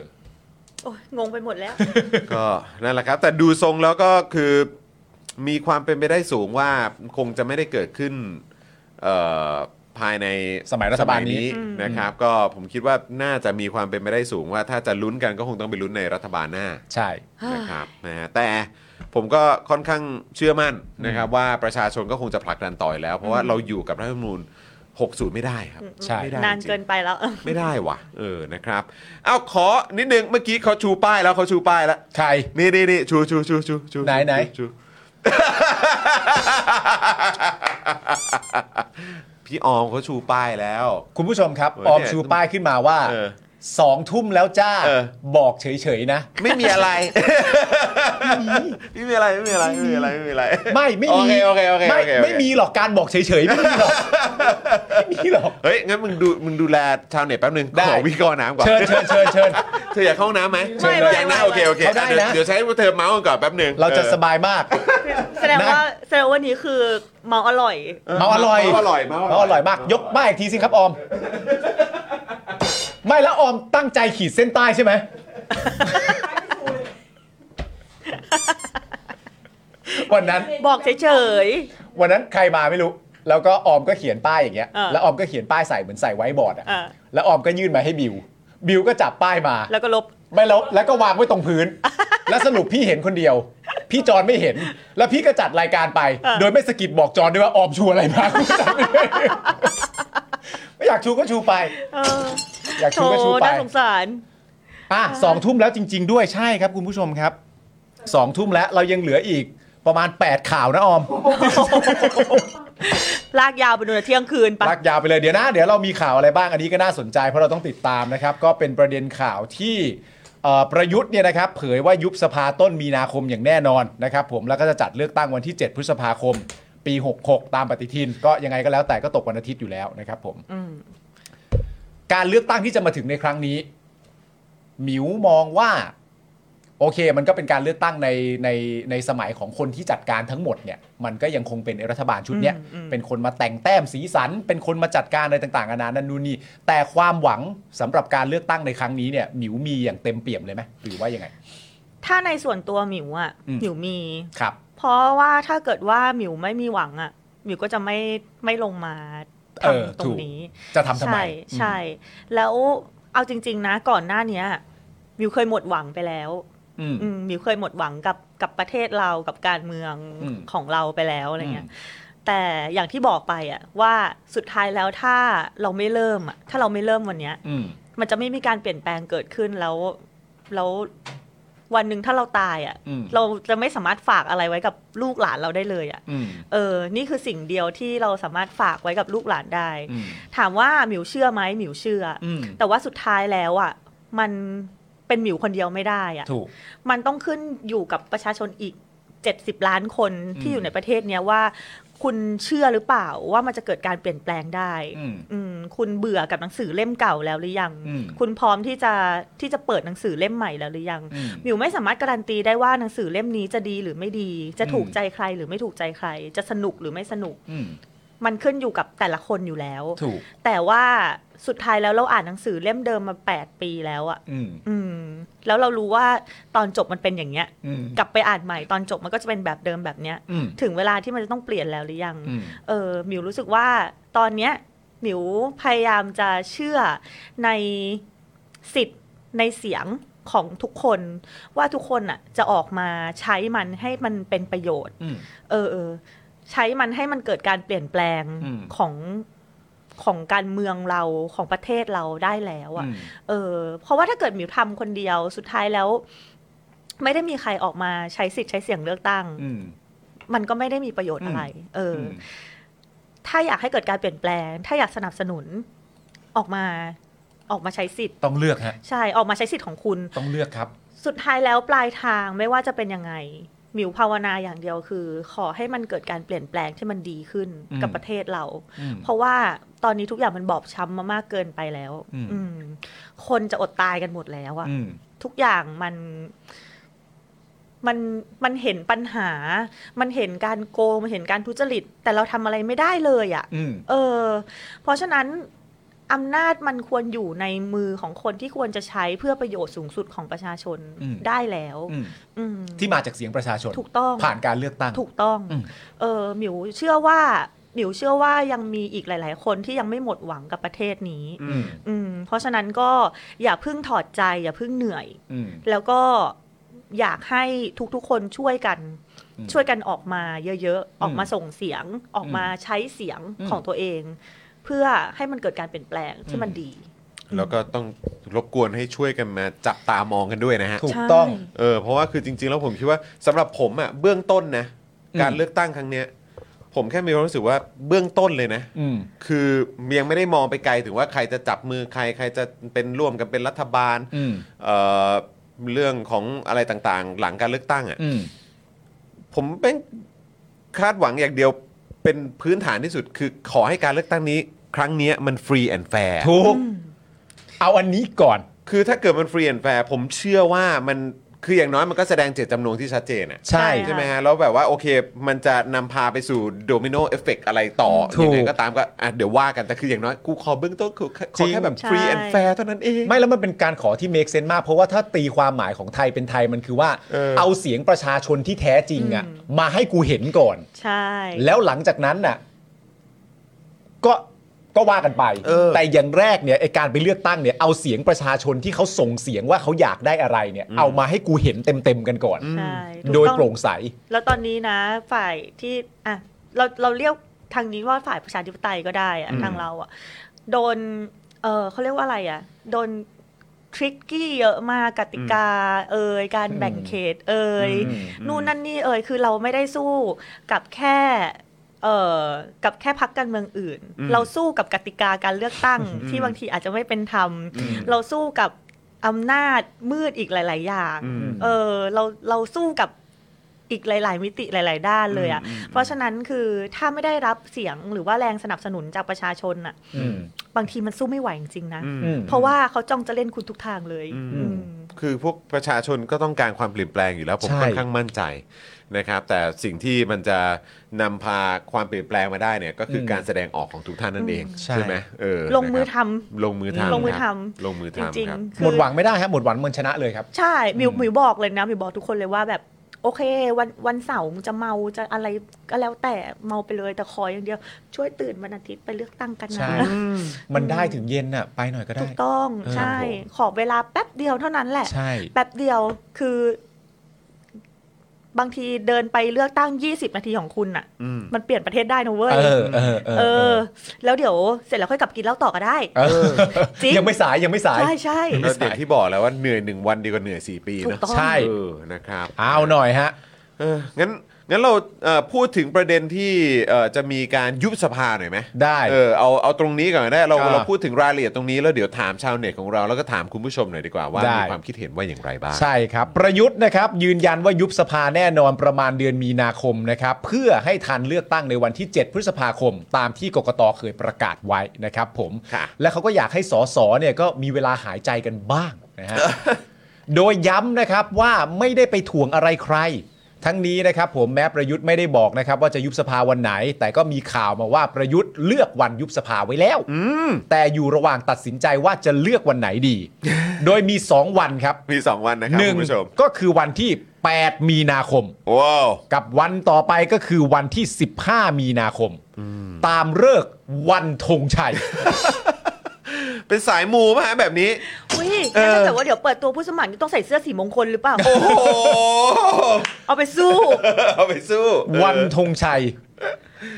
โอ้ยงงไปหมดแล้ว ก็นั่นแหละครับ แต่ดูทรงแล้วก็คือมีความเป็นไปได้สูงว่าคงจะไม่ได้เกิดขึ้นเอ่อภายใน สมัยรัฐบาลนี้ นะครับ ก็ผมคิดว่าน่าจะมีความเป็นไปได้สูงว่าถ้าจะลุ้นกันก็คงต้องไปลุ้นในรัฐบาลหน้า ใช่ นะครับนะฮะแต่ผมก็ค่อนข้างเชื่อมั่นนะครับ ว่าประชาชนก็คงจะผลักดันต่อยแล้ว เพราะว่าเราอยู่กับรัฐธรรมนูญ60 ไม่ได้ครับ ใช่ ไม่ได้ นาน จริง เกินไปแล้ว ไม่ได้ว่ะ เออ นะครับ เอาขอนิดนึง เมื่อกี้เขาชูป้ายแล้วเขาชูป้ายแล้ว ใคร นี่นี่นี่ชูชูชูชูชู ไหนไหน ชู *laughs* พี่ออมเขาชูป้ายแล้ว คุณผู้ชมครับ เออ ออม เนี่ย ชูป้ายขึ้นมาว่า เออ สองทุ่มแล้วจ้า เออ บอกเฉยๆนะ ไม่มีอะไร ไม่มีอะไร ไม่มีอะไร ไม่มีอะไร ไม่มีอะไร ไม่ไม่มี โอเคโอเคโอเค ไม่ โอเคโอเค ไม่มีหรอกการบอกเฉยๆไม่มีหรอกไม่มีหรอก เฮ้ย งั้นมึงดู มึงดูแลชาวเน็ตแป๊บนึง ได้ ขอวิกรณ์น้ำก่อน เชิญเชิญเชิญเชิญ เธออยากเข้าห้องน้ำไหม ไม่ไม่ อยากนะ ไม่ โอเค โอเค เขาได้นะ เดี๋ยวใช้เธอเมาส์กันก่อนแป๊บนึง เราจะ ออ สบายมาก แสดงว่าแสดงว่าวันนี้คือเมาอร่อย เมาอร่อย เมาอร่อยเมาอร่อย เมาอร่อยมาก ยกป้ายอีกทีสิครับออม ไม่แล้วออมตั้งใจขีดเส้นใต้ใช่ไหมวันนั้น บอกเฉย วันนั้นใครมาไม่รู้ แล้วก็ออมก็เขียนป้ายอย่างเงี้ย เออ แล้วออมก็เขียนป้ายใส่เหมือนใส่ไว้บอร์ดอะ เออ แล้วออมก็ยื่นมาให้บิว บิวก็จับป้ายมา แล้วก็ลบ ไม่ลบแล้วก็วางไว้ตรงพื้น *laughs* แล้วสรุปพี่เห็นคนเดียว พี่จอนไม่เห็น แล้วพี่ก็จัดรายการไป เออ โดยไม่สะกิดบอกจอนด้วยว่าออมชูอะไรมา *laughs* กูจำไม่ได้ไม่อยากชูก็ชูไป เออ อยาก โถ ชูก็ชูไป น่าสงสาร อ่ะสองทุ่มแล้วจริง ๆ ด้วยใช่ครับคุณผู้ชมครับสองทุ่มแล้วเรายังเหลืออีกประมาณ 8 ข่าวนะออม ลากยาวไปดูนะเที่ยงคืนปะ ลากยาวไปเลยเดี๋ยวนะเดี๋ยวเรามีข่าวอะไรบ้างอันนี้ก็น่าสนใจเพราะเราต้องติดตามนะครับ ก็เป็นประเด็นข่าวที่เอ่อประยุทธ์เนี่ยนะครับ เผยว่ายุบสภาต้นมีนาคมอย่างแน่นอนนะครับ ผมแล้วก็จะจัดเลือกตั้งวันที่ 7 พฤษภาคม ปี 66 ตามปฏิทิน ก็ยังไงก็แล้วแต่ก็ตกวันอาทิตย์อยู่แล้วนะครับ ผม อืม การเลือกตั้งที่จะมาถึงในครั้งนี้ หมิวมองว่า โอเค มันก็เป็นการเลือกตั้งในในในสมัยของคนที่จัดการทั้งหมดเนี่ยมันก็ยังคงเป็นไอ้รัฐบาลชุดเนี้ย อืมอืม เป็นคนมาแต่งแต้มสีสัน เป็นคนมาจัดการอะไรต่างๆนานานั่นนู่นนี่แต่ความหวังสำหรับการเลือกตั้งในครั้งนี้เนี่ยหมิวมีอย่างเต็มเปี่ยมเลยไหมหรือว่ายังไง ถ้าในส่วนตัวหมิวอ่ะ อืม หมิวมี ครับ เพราะว่าถ้าเกิดว่าหมิวไม่มีหวังอ่ะหมิวก็จะไม่ไม่ลงมา เออ ทำตร ถู ง ก นี้ จะทำทำไม ใช่ใช่ แล้วเอาจริง ๆ นะก่อนหน้าเนี้ยหมิวเคยหมดหวังไปแล้ว อืม อืมหมิวเคยหมดหวังกับกับประเทศเรากับการเมือง อืม ของเราไปแล้วอะไรเงี้ยแต่อย่างที่บอกไปอ่ะว่าสุดท้ายแล้วถ้าเราไม่เริ่มอ่ะถ้าเราไม่เริ่มวันเนี้ย อืม มันจะไม่มีการเปลี่ยนแปลงเกิดขึ้นแล้วแล้ววันหนึ่งถ้าเราตายอ่ะ อืม เราจะไม่สามารถฝากอะไรไว้กับลูกหลานเราได้เลยอ่ะ อืม เออ นี่คือสิ่งเดียวที่เราสามารถฝากไว้กับลูกหลานได้ อืม ถามว่าหมิวเชื่อไหมหมิวเชื่ออ อืม แต่ว่าสุดท้ายแล้วอ่ะ มันเป็นหมิวคนเดียวไม่ได้อ่ะ ถูก มันต้องขึ้นอยู่กับประชาชนอีก 70 ล้านคนที่ อืม อยู่ในประเทศเนี้ยว่า คุณเชื่อหรือเปล่าว่ามันจะเกิดการเปลี่ยนแปลงได้ อืม อืมคุณเบื่อกับหนังสือเล่มเก่าแล้วหรือยัง อืม คุณพร้อมที่จะที่จะเปิดหนังสือเล่มใหม่แล้วหรือยัง อืม หมิวไม่สามารถการันตีได้ว่าหนังสือเล่มนี้จะดีหรือไม่ดี จะ อืม ถูกใจใครหรือไม่ถูกใจใคร จะสนุกหรือไม่สนุก อืม มันขึ้นอยู่กับแต่ละคนอยู่แล้ว ถูก แต่ว่าสุดท้ายแล้วเราอ่านหนังสือเล่มเดิมมา 8 ปีแล้วอะ อืม อืม แล้วเรารู้ว่าตอนจบมันเป็นอย่างเงี้ย อืม กลับไปอ่านใหม่ตอนจบมันก็จะเป็นแบบเดิมแบบเนี้ย อืม ถึงเวลาที่มันจะต้องเปลี่ยนแล้วหรือยัง อืม เออหมิวรู้สึกว่าตอนเนี้ยหมิวพยายามจะเชื่อในสิทธิ์ในเสียงของทุกคน ว่าทุกคนอ่ะจะออกมาใช้มันให้มันเป็นประโยชน์ อืม เออเออใช้มันให้มันเกิดการเปลี่ยนแปลง อืม ของของการเมืองเราของประเทศเราได้แล้วอ่ะ อืม เออเพราะว่าถ้าเกิดหมิวทำคนเดียวสุดท้ายแล้ว ไม่ได้มีใครออกมาใช้สิทธิ์ใช้เสียงเลือกตั้ง อืม มันก็ไม่ได้มีประโยชน์อะไร เอออ ม ถ้าอยากให้เกิดการเปลี่ยนแปลง ถ้าอยากสนับสนุนออกมาออกมาใช้สิทธิ์ ต้องเลือกฮะ ใช่ออกมาใช้สิทธิ์ของคุณ ต้องเลือกครับ สุดท้ายแล้วปลายทางไม่ว่าจะเป็นยังไงหมิวภาวนาอย่างเดียวคือ ขอให้มันเกิดการเปลี่ยนแปลงที่มันดีขึ้น อืม กับประเทศเรา อืม เพราะว่าตอนนี้ทุกอย่างมันบอบช้ำมามากเกินไปแล้ว อืม อืมคนจะอดตายกันหมดแล้วอะ อืม ทุกอย่างมันมันมันเห็นปัญหา มันเห็นการโกงมันเห็นการทุจริต แต่เราทำอะไรไม่ได้เลยอะ อืม เออ เพราะฉะนั้นอำนาจมันควรอยู่ในมือของคนที่ควรจะใช้เพื่อประโยชน์สูงสุดของประชาชน อืม ได้แล้ว อืม อืม ที่มาจากเสียงประชาชน ถูกต้อง ผ่านการเลือกตั้ง ถูกต้อง อืม เออหมิวเชื่อว่าหมิวเชื่อว่ายังมีอีกหลาย ๆ คนที่ยังไม่หมดหวังกับประเทศนี้ อืม อืม เพราะฉะนั้นก็อย่าเพิ่งถอดใจ อย่าเพิ่งเหนื่อย อืม แล้วก็อยากให้ทุกๆ คนช่วยกัน อืม ช่วยกันออกมาเยอะๆ ออกมา อืม ส่งเสียงออกมาใช้เสียง อืม ของตัวเอง เพื่อให้มันเกิดการเปลี่ยนแปลง อื ที่ ม มันดี แล้วก็ต้องรบกวนให้ช่วยกันมาจับตามองกันด้วยนะฮะ ถูกต้อง เออเพราะว่าคือจริง ๆ แล้วผมคิดว่าสำหรับผมอะ่ะเบื้องต้นนะ อืม การเลือกตั้งครั้งเนี้ย ผมแค่มีความรู้สึกว่าเบื้องต้นเลยนะ อืม คือยังไม่ได้มองไปไกลถึงว่าใครจะจับมือใครใครจะเป็นร่วมกันเป็นรัฐบาล อืม เอ่อเรื่องของอะไรต่างๆ หลังการเลือกตั้งอะ่ะ อืม ผมเป็นคาดหวังอย่างเดียวเป็นพื้นฐานที่สุด คือขอให้การเลือกตั้งนี้ ครั้งเนี้ยมันฟรีแอนด์แฟร์ ถูก เอาอันนี้ก่อน คือถ้าเกิดมันฟรีแอนแฟร์ผมเชื่อว่ามันคืออย่างน้อยมันก็แสดงเจตจำนงที่ชัดเจนอะ ใช่ ใช่ไหมฮะ แล้วแบบว่าโอเค มันจะนำพาไปสู่โดมิโนเอฟเฟกอะไรต่อ ถูก ยังไงก็ตามก็อ่ะเดี๋ยวว่ากัน แต่คืออย่างน้อยกูขอเบื้องต้นขอขอแค่แบบฟรี ใช่ แอนแฟร์เท่านั้นเอง ไม่แล้วมันเป็นการขอที่ make sense มาก เพราะว่าถ้าตีความหมายของไทยเป็นไทยมันคือว่า เออ เอาเสียงประชาชนที่แท้จริงอ่ะ มาให้กูเห็นก่อน ใช่ แล้วหลังจากนั้นน่ะ ก็ก็ว่ากันไป เออ แต่อย่างแรกเนี่ยไอการไปเลือกตั้งเนี่ยเอาเสียงประชาชนที่เขาส่งเสียงว่าเขาอยากได้อะไรเนี่ย เอามาให้กูเห็นเต็มๆกันก่อน ใช่ถูก โดย ต้อง โปร่งใส แล้วตอนนี้นะฝ่ายที่อ่ะเราเราเรียกทางนี้ว่าฝ่ายประชาธิปไตยก็ได้อะ อืม ทางเราอะโดนเออเขาเรียกว่าอะไรอะโดนทริกกี้เยอะมากกติกาเอ่ยการแบ่งเขตเอ่ย อืม นู่นนั่นนี่เอ่ยคือเราไม่ได้สู้กับแค่เอ่อกับแค่พักการเมืองอื่น อืม เราสู้กับกติกาการเลือก *laughs* ตั้งที่บางทีอาจจะไม่เป็นธรรม อืม เราสู้กับอำนาจมืดอีกหลาย ๆ อย่าง อืม เออเราเราสู้กับอีกหลาย ๆ มิติหลาย ๆ ด้านเลยอะ่ะ อืมอืม เพราะฉะนั้นคือถ้าไม่ได้รับเสียงหรือว่าแรงสนับสนุนจากประชาชนอ่ะ อืม บางทีมันสู้ไม่ไหวจริง ๆ นะ อืม เพราะว่าเขาจ้องจะเล่นคุณทุกทางเลย อืม อืม คือพวกประชาชนก็ต้องการความเปลี่ยนแปลงอยู่แล้วผม ใช่ ค่อนข้างมั่นใจนะครับ แต่สิ่งที่มันจะนำพาความเปลี่ยนแปลงมาได้เนี่ยก็คือการแสดงออกของทุกท่านนั่นเอง ใช่ ใช่ไหมเออ ลงมือ นะค ทำ รับลงมือทำ ลงมือ ครับ ทำ ลงมือ จ ทำ ริง ครับ ๆคือ หมดหวังไม่ได้ฮะหมดหวังมันชนะเลยครับ ใช่มิว อืม มิวบอกเลยนะมิวบอกทุกคนเลยว่าแบบ โอเค วันวันเสาร์จะเมาจะอะไรก็แล้วแต่เมาไปเลยแต่ขออย่างเดียว ช่วยตื่นวันอาทิตย์ไปเลือกตั้งกัน ใช่ นะ มันได้ถึงเย็นน่ะไปหน่อยก็ได้ ถูกต้อง เออ ใช่ ครับผม ขอเวลาแป๊บเดียวเท่านั้นแหละ ใช่ แป๊บเดียวคือบางทีเดินไปเลือกตั้ง 20 นาทีของคุณอะ อืม มันเปลี่ยนประเทศได้นะเว้ย เออเออเออ เออ แล้วเดี๋ยวเสร็จแล้วค่อยกลับกินเหล้าต่อก็ได้ เออ จริง ยังไม่สายยังไม่สาย ใช่ใช่ ก็อย่างที่บอกแล้วว่าเหนื่อยหนึ่งวันดีกว่าเหนื่อยสี่ปี ถูก นะ ต้อง ใช่ เออนะครับ เอาหน่อยฮะ เอองั้นงั้นเราเอ่อพูดถึงประเด็นที่เอ่อจะมีการยุบสภาหน่อยไหม ได้ เออเอาเอาตรงนี้ก่อนได้เรา อ่า เราพูดถึงรายละเอียดตรงนี้แล้วเดี๋ยวถามชาวเน็ตของเราแล้วก็ถามคุณผู้ชมหน่อยดีกว่าว่า ได้ มีความคิดเห็นว่าอย่างไรบ้าง ใช่ครับ ประยุทธ์นะครับ ยืนยันว่ายุบสภาแน่นอนประมาณเดือนมีนาคมนะครับ เพื่อให้ทันเลือกตั้งในวันที่ 7 พฤษภาคม ตามที่กกตเคยประกาศไว้นะครับผม ค่ะ และเขาก็อยากให้สสเนี่ยก็มีเวลาหายใจกันบ้างนะฮ *laughs* ะ โดยย้ำนะครับว่าไม่ได้ไปถ่วงอะไรใคร ทั้งนี้นะครับผมแม้ประยุทธ์ไม่ได้บอกนะครับว่าจะยุบสภาวันไหน แต่ก็มีข่าวมาว่าประยุทธ์เลือกวันยุบสภาไว้แล้ว แต่อยู่ระหว่างตัดสินใจว่าจะเลือกวันไหนดี *laughs* โดยมี 2 วันครับ มี 2 วันนะครับ หนึ่ง คุณผู้ชม ก็คือวันที่ 8 มีนาคม ว้าว กับวันต่อไปก็คือวันที่ 15 มีนาคม ตามเลิกษ์วันธงชัย เป็นสายมูมาฮะแบบนี้ อุ้ย เออ งั้นถ้าเกิดว่าเดี๋ยวเปิดตัวผู้สมัครนี่ต้องใส่เสื้อสีมงคลหรือเปล่า โอ้โห *laughs* เอาไปสู้ เอาไปสู้ วันธงชัย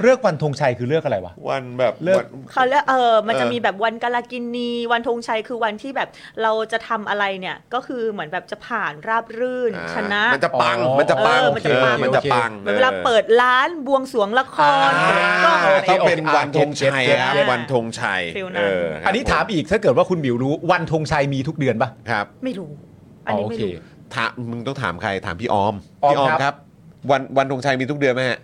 เลิกษ์วันธงชัยคือเลิกษ์อะไรวะ วันแบบ เลิก วัน เขาเรียกเออ มันจะ เออ มีแบบวันกาลากินีวันธงชัยคือวันที่แบบเราจะทำอะไรเนี่ย ก็คือเหมือนแบบจะผ่านราบรื่น อ่า ชนะ มันจะปัง อ๋อ มันจะปัง เออมันจะปัง เออมันจะปัง เหมือนเวลาเปิดร้านบวงสรวงละคร อ่า เปิดกล้องอะไร ต้องเป็นวันธงชัยครับ เก็ตเก็ต วันธงชัย ฟิลนั้น เออครับ อันนี้ถามอีกถ้าเกิดว่าคุณบิวรู้วันธงชัยมีทุกเดือนปะ ครับ ไม่รู้ อันนี้ โอ ไม่ เค รู้ ถามมึงต้องถามใครถามพี่ออม ออม พี่ออม ครับ ครับ วันวันธงชัยมีทุกเดือนไหมฮะ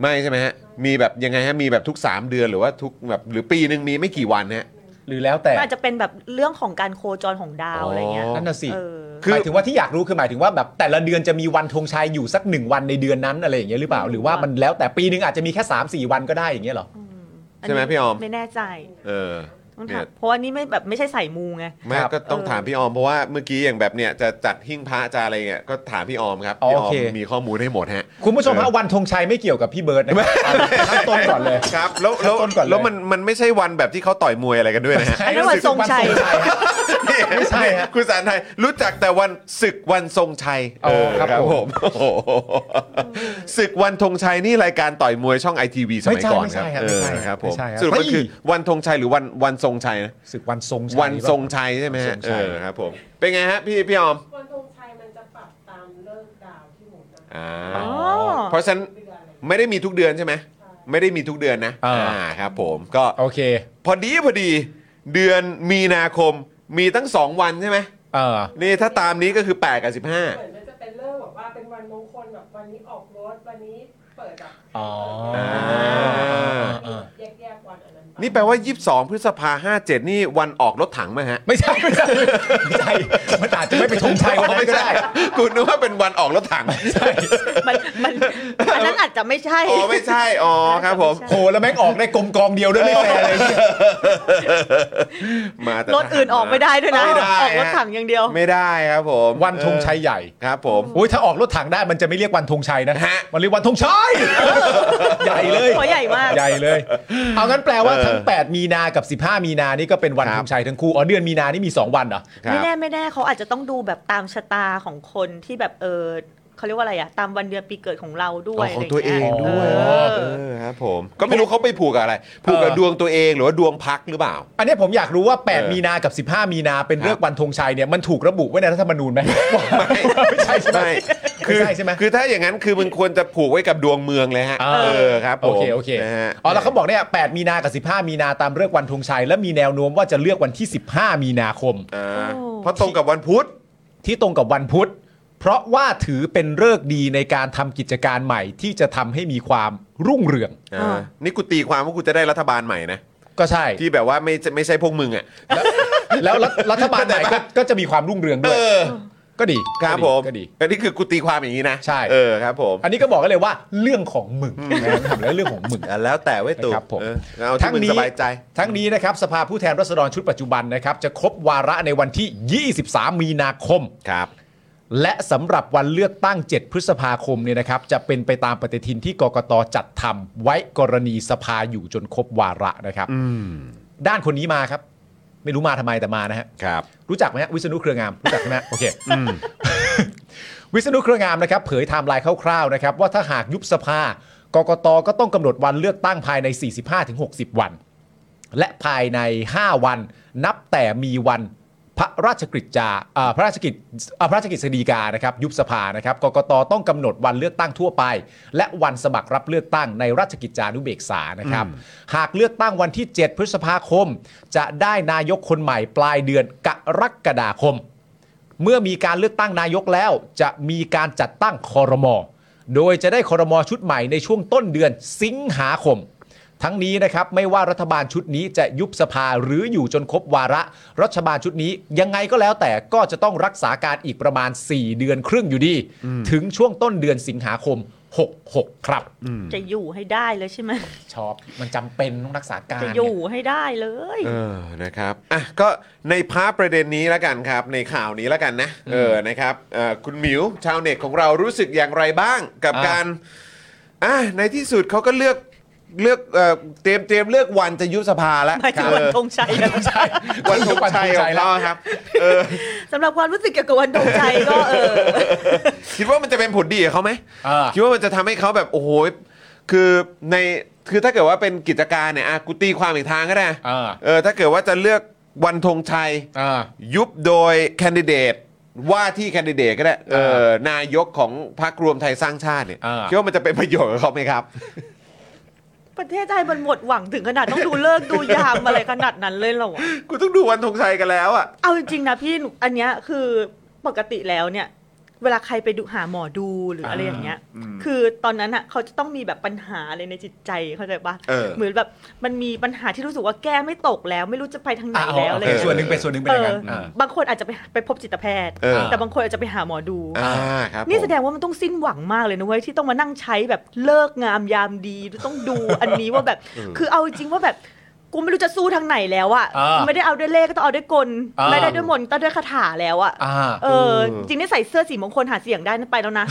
ไม่ใช่ไหมฮะมีแบบยังไงฮะมีแบบทุก 3 เดือนหรือว่าทุกแบบหรือปีหนึ่งมีไม่กี่วันฮะ หรือแล้วแต่ มันอาจจะเป็นแบบเรื่องของการโคจรของดาวอะไรเงี้ย อ๋อ นั่นน่ะสิ เออ คือหมายถึงว่าที่อยากรู้คือหมายถึงว่าแบบแต่ละเดือนจะมีวันธงชัยอยู่สักหนึ่งวันในเดือนนั้นอะไรอย่างเงี้ยหรือเปล่าหรือว่ามันแล้วแต่ปีนึงอาจจะมีแค่สามสี่วันก็ได้อย่างเงี้ยเหรอ อัน ใช่ไหมพี่ออม ไม่แน่ใจ เออ ต้อง เนี่ ถาม ย เพราะว่านี่ไม่แบบไม่ใช่ใส่มูไง แม่ ครับ ก็ต้องถามพี่ออมเพราะว่าเมื่อกี้อย่างแบบเนี่ยจะจัดหิ้งพระจะอะไรเงี้ยก็ถามพี่ออมครับ อ๋อ พี่ออม โอเค มีข้อมูลให้หมดฮะ คุณผู้ชม เอ ฮะ อ วันธงชัยไม่เกี่ยวกับพี่เบิ *laughs* ร์ดนะครับตั้งต้นก่อนเลย ครับ แล้วแล้ว ขั้นต้นก่อนเลย แล้วมันมันไม่ใช่วันแบบที่เขาต่อยมวยอะไรกันด้วยนะฮะ อันนั้นวันธงชัย ไม่ใช่ฮะ คุณสารไทยรู้จักแต่วันศึกวันทรงชัย อ๋อครับผม โอ้โหศึกวันธงชัยนี่รายการต่อยมวยช่องไอทีวีส ไม่ มัย ใช่ ก่อน ไม่ ครั ใช่ บ ครับ เอ ไม่ อ ใช่ ครับผมสบไม่ใช่ฮะรุปก็คือ เฮ้ย วันธงชัยหรือวันวันทรงชัยนะ ศึกวันทรงชัย วันทรงชัยใช่ไหมฮะเออครับผมเป็นไงฮะพี่พี่ออม วันธงชัยมันจะปรับตามเลิกดาวที่หมุนนะ อ่า อ๋อ เพราะฉะนั้นไม่ได้มีทุกเดือนใช่ไหมไม่ได้มีทุกเดือนนะ อ่า ครับผมก็ โอเค พอดีพอดีเดือนมีนาคมมีตั้ง 2 วันใช่ไหม เออ นี่ถ้าตามนี้ก็คือ 8 กับ เหมือนมันจะเป็นเลิกแบบว่าเป็นวันมงคลแบบวันนี้ออกรถวันนี้เปิดแบบ อ๋อ เปิดงาน อ่า แยกๆวันอันนั้นไป นี่แปลว่า 22 พฤษภา57 นี่วันออกรถถังไหมฮะ ไม่ใช่ไม่ใช่ไม่ใช่มันอาจจะไม่เป็นธงชัยวันนั้นก็ได้ คุณนึกว่าเป็นวันออกรถถัง มันมันอันนั้นอาจจะไม่ใช่ อ๋อไม่ใช่อ๋อครับผม โหแล้วแม่งออกได้กลมกองเดียวด้วยไม่แฟร์เลย มาแต่ รถอื่นออกไม่ได้ด้วยนะ ไม่ได้ ออกรถถังอย่างเดียว ไม่ได้ครับผม วันธงชัยใหญ่ ครับผม โอ้ยถ้าออกรถถังได้มันจะไม่เรียกวันธงชัยนะ ฮะ มันเรียกวันธงชัย ใหญ่เลย หัวใหญ่มาก ใหญ่เลย เอางั้นแปลว่า เออ ทั้ง 8 มีนากับ 15 มีนานี่ก็เป็นวัน ครั ธ บ งชัยทั้งคู่ อ๋อเดือนมีนานี่มี 2 วันเหรอ ค ไม่ รับ แน่ไม่แน่เขาอาจจะต้องดูแบบตามชะตาของคนที่แบบเออเขาเรียกว่าอะไรอะตามวันเดือนปีเกิดของเราด้วย อ๋อของตัวเองด้วย เออ เออครับผมก็ไม่รู้เขาไปผูกกับอะไร ผูกกับ เออ ดวงตัวเองหรือว่าดวงพักหรือเปล่า อันเนี้ยผมอยากรู้ว่า เออ 8 มีนากับ 15 มีนาเป็น ครับ เรื่องวันธงชัยเนี่ยมันถูกระบุไว้ในรัฐธรรมนู *laughs* ญไหม ไม่ใช่ใช่ไหม ไม่คือ ไม่ใช่ใช่ไหม คือถ้าอย่างนั้นคือมันควรจะผูกไว้กับดวงเมืองเลยฮะ เออ เออครับผ โอ ม เคโอเค นะฮะ อ๋อแล้วเขาบอกเนี่ย8มีนากับ 15 มีนาตามเลือกวันธงชัย และมีแนวโน้มว่าจะเลือกวันที่ 15 มีนาคม อ่า โอ้ เพราะตรงกับวันพุธ ที่ตรงกับวันพุธ เพราะว่าถือเป็นฤกษ์ดีในการทำกิจการใหม่ที่จะทำให้มีความรุ่งเรือง อ่า นี่กูตีความว่ากูจะได้รัฐบาลใหม่นะ ก็ใช่ ที่แบบว่าไม่ไม่ใช่พวกมึงอ่ะ *laughs* แล้วรัฐรัฐบาลใหม่ก็ *laughs* ก็จะมีความรุ่งเรืองด้วเอยอ ก็ดี ครับ ก็ผดีม ก็ดี อันนี้คือกูตีความอย่างนี้นะ ใช่ เออครับผม อันนี้ก็บอกกันเลยว่าเรื่องของมึงนะครับ *laughs* ทำแล้วเรื่องของมึง อ่ะแล้วแต่ไว้ยตู่ นะครับผม เออเอาที่มึงสบายใจ ทั้งนี้นะครับสภาผู้แทนราษฎรชุดปัจจุบันนะครับจะครบวาระในวันที่ 23 มีนาคม ครับ และสำหรับวันเลือกตั้ง 7 พฤษภาคมเนี่ยนะครับจะเป็นไปตามปฏิทินที่กกตจัดทำไว้กรณีสภาอยู่จนครบวาระนะครับ อืม ด้านคนนี้มาครับ ไม่รู้มาทำไมแต่มานะฮะ ครับ รู้จักไหมฮะวิษณุเครืองามรู้จักใช่ไหมฮะโอเควิษณุเครืองามนะครับเผยไทม์ไลน์คร่าวๆนะครับว่าถ้าหากยุบสภากกตก็ต้องกำหนดวันเลือกตั้งภายใน 45-60 วัน และภายใน 5 วัน นับแต่มีวันพระราชกฤษจาเอ่อพระราชกิจเอ่อพระราชกิจสฎีกานะครับยุบสภานะครับกกตต้องกำหนดวันเลือกตั้งทั่วไป และวันสมัครรับเลือกตั้งในราชกิจจานุเบกษานะครับ หากเลือกตั้งวันที่ 7 พฤษภาคม จะได้นายกคนใหม่ปลายเดือนกรกฎาคม เมื่อมีการเลือกตั้งนายกแล้ว จะมีการจัดตั้งคอรมอโดยจะได้คอรมอชุดใหม่ในช่วงต้นเดือนสิงหาคม ทั้งนี้นะครับไม่ว่ารัฐบาลชุดนี้จะยุบสภาหรืออยู่จนครบวาระ รัฐบาลชุดนี้ยังไงก็แล้วแต่ก็จะต้องรักษาการอีกประมาณ 4 เดือนครึ่งอยู่ดี ถึงช่วงต้นเดือนสิงหาคม 66 ครับ จะอยู่ให้ได้เลยใช่ไหม ชอบมันจำเป็นต้องรักษาการ จะ เนี่ย อยู่ให้ได้เลย เออ นะครับ อ่ะ ก็ในพาร์ทประเด็นนี้แล้วกันครับ ในข่าวนี้แล้วกันนะ เออ นะครับเอ่อคุณหมิว ชาวเน็ตของเรารู้สึกอย่างไรบ้างกับ อ่ะ การ อ่ะ ในที่สุดเขาก็เลือก เลือกเอ่อเตรียมเตรียมเลือกวันจะยุบสภาแล้ว หมายถึงวันธงชัย เออวันธงชัยของเราครับ เออ *laughs* สำหรับความรู้สึกเกี่ยวกับวันดวงใจก็เออ *laughs* คิดว่ามันจะเป็นผลดีกับเขาไหม เออ คิดว่ามันจะทำให้เขาแบบ โอ้โห คือใน คือถ้าเกิดว่าเป็นกิจการเนี่ย อ่ะ กูตีความอีกทางก็ได้ เออ เออ ถ้าเกิดว่าจะเลือกวันธงชัย อ่า ยุบโดยแคนดิเดตว่าที่แคนดิเดตก็ได้เออ เออน ายกของพรรครวมไทยสร้างชาติเนี่ย เออ คิดว่ามันจะเป็นประโยชน์กับเขาไหมครับ ประเทศไทยมันหมดหวังถึงขนาดต้องดูเลิกษ์ดูยามอะไรขนาดนั้นเลยเหรอวะ กูต้องดูวันธงชัยกันแล้วอ่ะ เอาจริงๆนะพี่หนูอันเนี้ยคือปกติแล้วเนี่ย เวลาใครไปดูหาหมอดูหรืออะไรอย่างเงี้ย คือตอนนั้นอ่ะเขาจะต้องมีแบบปัญหาอะไรในจิตใจเข้าใจปะ เออ เหมือนแบบมันมีปัญหาที่รู้สึกว่าแก้ไม่ตกแล้ว ไม่รู้จะไปทางไหน อ่า แล้ว โอ อะไร เค อย่าง ส่วนหนึ่เงี้ยงเป็นส่วนหนึ่งเป็น เอ อย่าง อ นั้นอ่า บางคนอาจจะไปไปพบจิตแพทย์ เออ แต่บางคนอาจจะไปหาหมอดู อ่าครับผนี่ม แสดงว่ามันต้องสิ้นหวังมากเลยนะเว้ยที่ต้องมานั่งใช้แบบเลิกงามยามดีต้องดู อันนี้ว่าแบบ คือเอาจริงว่าแบบกูไม่รู้จะสู้ทางไหนแล้วอะ อ่ากู ไม่ได้เอาด้วยเลขก็ต้องเอาด้วยกล อ่า ไม่ได้ด้วยมนต์ก็ด้วยคาถาแล้วอะ อ่า เออจริงได้ใส่เสื้อสีมงคลหาเสียงได้นั่นไปแล้วนะ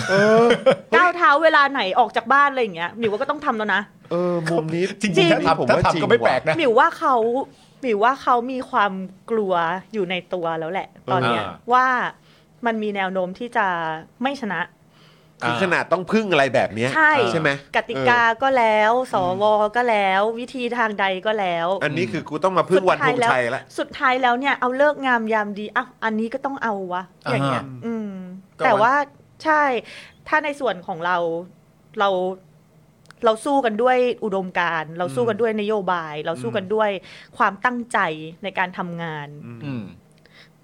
ก้าวเท้าเวลาไหนออกจากบ้านอะไรอย่างเงี้ยหมิวว่าก็ต้องทำแล้วนะ เออมุมนี้ จริงๆถ้าทำถ้าทำก็ไม่แปลกนะ หมิวว่าเขาหมิวว่าเขามีความกลัวอยู่ในตัวแล้วแหละ ตอนเนี้ย อ่า ว่ามันมีแนวโน้มที่จะไม่ชนะ คือขนาดต้องพึ่งอะไรแบบเนี้ย ใช่ ใช่ไหม กติกาก็แล้ว สวก็แล้ว วิธีทางใดก็แล้ว เอออันนี้คือกูต้องมาพึ่งวันธงชัยละ สุดท้ายแล้วเนี่ยเอาเลิกษ์งามยามดีอ่ะอันนี้ก็ต้องเอาวะอย่างเงี้ย อ่า อืม ก็ แต่ว่าใช่ ถ้าในส่วนของเราเราเราสู้กันด้วยอุดมการณ์ เราสู้กันด้วยนโยบาย เราสู้กันด้วยความตั้งใจในการทำงาน อืม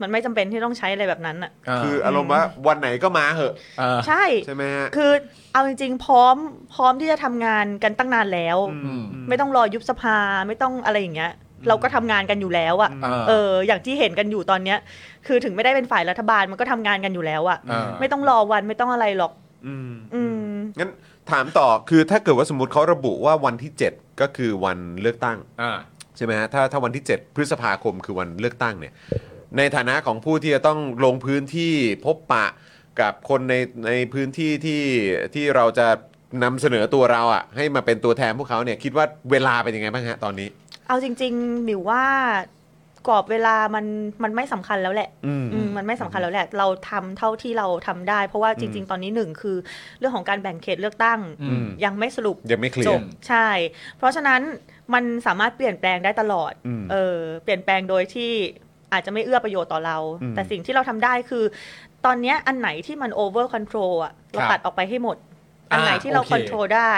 มันไม่จำเป็นที่ต้องใช้อะไรแบบนั้นอ่ะ คืออารมณ์ว่าวันไหนก็มาเหอะ เออ ใช่ ใช่ไหมฮะ คือเอาจริงๆพร้อมพร้อมที่จะทำงานกันตั้งนานแล้ว ม ไม่ต้องรอยุบสภาไม่ต้องอะไรอย่างเงี้ย เราก็ทำงานกันอยู่แล้วอะ อ่า เออ อย่างที่เห็นกันอยู่ตอนเนี้ย คือถึงไม่ได้เป็นฝ่ายรัฐบาลมันก็ทำงานกันอยู่แล้วอะ อ่า ไม่ต้องรอวันไม่ต้องอะไรหรอก อืม อืม งั้นถามต่อคือถ้าเกิดว่าสมมติเขาระบุว่าวันที่ 7 ก็คือวันเลือกตั้ง อ่า ใช่ไหมฮะถ้าถ้าวันที่ 7 พฤษภาคมคือวันเลือกตั้งเนี่ยในฐานะของผู้ที่จะต้องลงพื้นที่พบปะกับคนในในพื้นที่ที่ที่เราจะนำเสนอตัวเราอะ่ะให้มาเป็นตัวแทนพวกเขาเนี่ยคิดว่าเวลาเป็นยังไงบ้างฮะตอนนี้ เอาจริงๆหมิวว่ากรอบเวลามันมันไม่สำคัญแล้วแหละ อืม อืมมันไม่สำคัญแล้วแหละ เราทำเท่าที่เราทำได้ เพราะว่าจริง ๆ ตอนนี้หนึ่งคือเรื่องของการแบ่งเขตเลือกตั้ง อืม ยังไม่สรุป ยังไม่เคลีย จ ร์ บใช่ เพราะฉะนั้นมันสามารถเปลี่ยนแปลงได้ตลอด อืม เออเปลี่ยนแปลงโดยที่อาจจะไม่เอื้อประโยชน์ต่อเรา อืม แต่สิ่งที่เราทำได้คือ ตอนเนี้ยอันไหนที่มันโอเวอร์คอนโทรลอะเรา ครับ ตัดออกไปให้หมด อันไหนที่เรา โอเค คอนโทรลได้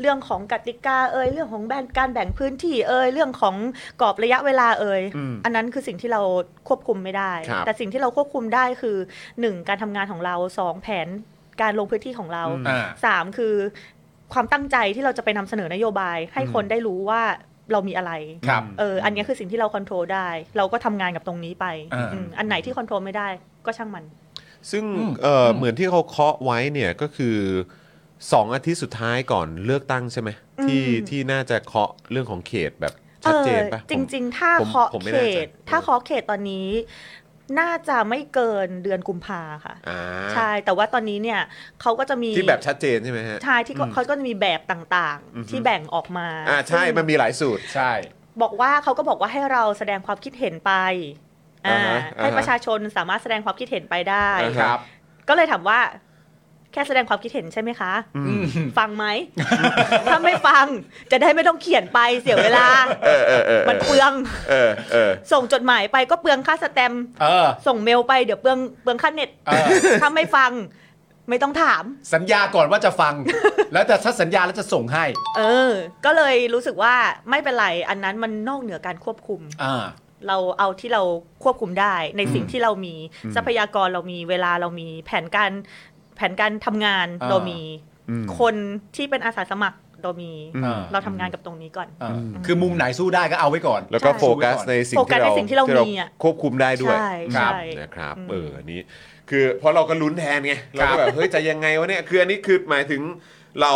เรื่องของกติกาเอยเรื่องของแบ่งการแบ่งพื้นที่เอยเรื่องของกรอบระยะเวลาเอย อืม อันนั้นคือสิ่งที่เราควบคุมไม่ได้ ครับ แต่สิ่งที่เราควบคุมได้คือหนึ่งการทำงานของเราสองแผนการลงพื้นที่ของเรา อ่า สามคือความตั้งใจที่เราจะไปนำเสนอนโยบาย ให้คนได้รู้ว่าเรามีอะไร ครับ เอออันเนี้ยคือสิ่งที่เราควบคุมได้ เราก็ทำงานกับตรงนี้ไป อ่า มอันไหนที่ควบคุมไม่ได้ก็ช่างมัน ซึ่ง อืม เอ่ออ ม เหมือนที่เขาเคาะไว้เนี่ยก็คือสองอาทิตย์สุดท้ายก่อนเลือกตั้งใช่ไหม อืม ที่ที่น่าจะเคาะเรื่องของเขตแบบ อ ชัด อ เจนปะผม จริง ๆ ถ้า ผม เคาะ ผมไม่ เข แน่ใจ ต ถ้าเคาะเขตตอนนี้ น่าจะไม่เกินเดือนกุมภาค่ะ อ่า ใช่ แต่ว่าตอนนี้เนี่ยเขาก็จะมี ที่แบบชัดเจนใช่ไหมฮะ ใช่ที่เขาเขาก็จะมีแบบต่าง อือฮึ ๆ ที่แบ่งออกมา อ่าใช่ ซึ่ง มันมีหลายสูตร ใช่ บอกว่าเขาก็บอกว่าให้เราแสดงความคิดเห็นไปอ่า อ่าฮะ ให้ อ่าฮะ ประชาชนสามารถแสดงความคิดเห็นไปได้ อ่า ครับ ก็เลยถามว่า แค่แสดงความคิดเห็นใช่ไหมคะ อืม ฟังไหม ถ้าไม่ฟังจะได้ไม่ต้องเขียนไปเสียเวลา เออเออเออ มันเปลือง เออเออ ส่งจดหมายไปก็เปลืองค่าสแตมป์ เออ ส่งเมลไปเดี๋ยวเปลืองเปลืองค่าเน็ต เออ ถ้าไม่ฟัง ไม่ต้องถาม สัญญาก่อนว่าจะฟัง แล้วแต่ถ้าสัญญาแล้วจะส่งให้ เออ ก็เลยรู้สึกว่าไม่เป็นไร อันนั้นมันนอกเหนือการควบคุม อ่า เราเอาที่เราควบคุมได้ในสิ่ง อืม ที่เรามีทรัพยากรเรามีเวลาเรามีแผนการแผนการทำงาน อ่า เรามี อืม คนที่เป็นอาสาสมัครเรามี อืม อ่า เราทำงานกับตรงนี้ก่อน อ่าคือมุมไหนสู้ได้ก็เอาไว้ก่อน แล้วก็ ใช่ โฟกัสในสิ่ง โฟกัส ที่ ใน เรา สิ่งที่เรามีอะ ควบคุมได้ด้วยคใช่รับ ใช่ นะครับ อืม เอออันนี้ คือเพราะเราก็ลุ้นแทนไงเราก็แบบเฮ้ยจะยังไงวะเนี่ยคืออันนี้คือหมายถึงเรา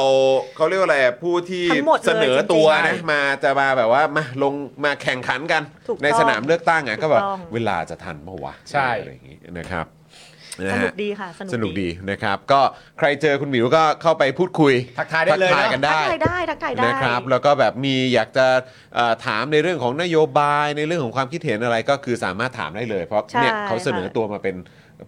เขาเรียกว่าอะไรอะผู้ที่ ทั้งหมดเลย เสนอตัว จริ นะ งๆ มาจะมาแบบว่ามาลงมาแข่งขันกัน ถูกต้อง ในสนามเลือกตั้งอ่ะก็แบบ ถูกต้อง เวลาจะทันเมื่อวะ ใช่ อะไรอย่างงี้นะครับ ส นะ นุ ฮะ กดีค่ะ ส สนุ นุ กดีนะครับ ก็ใครเจอคุณหมิวก็เข้าไปพูดคุย ทักทายได้เลยนะ ทักทายกัน ทัก ได้ ทายได้ทักทายได้ นะครับแล้วก็แบบมีอยากจะเอ่อถามในเรื่องของนโยบายในเรื่องของความคิดเห็นอะไรก็คือสามารถถามได้เลย เพราะ ใช่ เนี่ยเขาเสนอ ค่ะ ตัวมาเป็น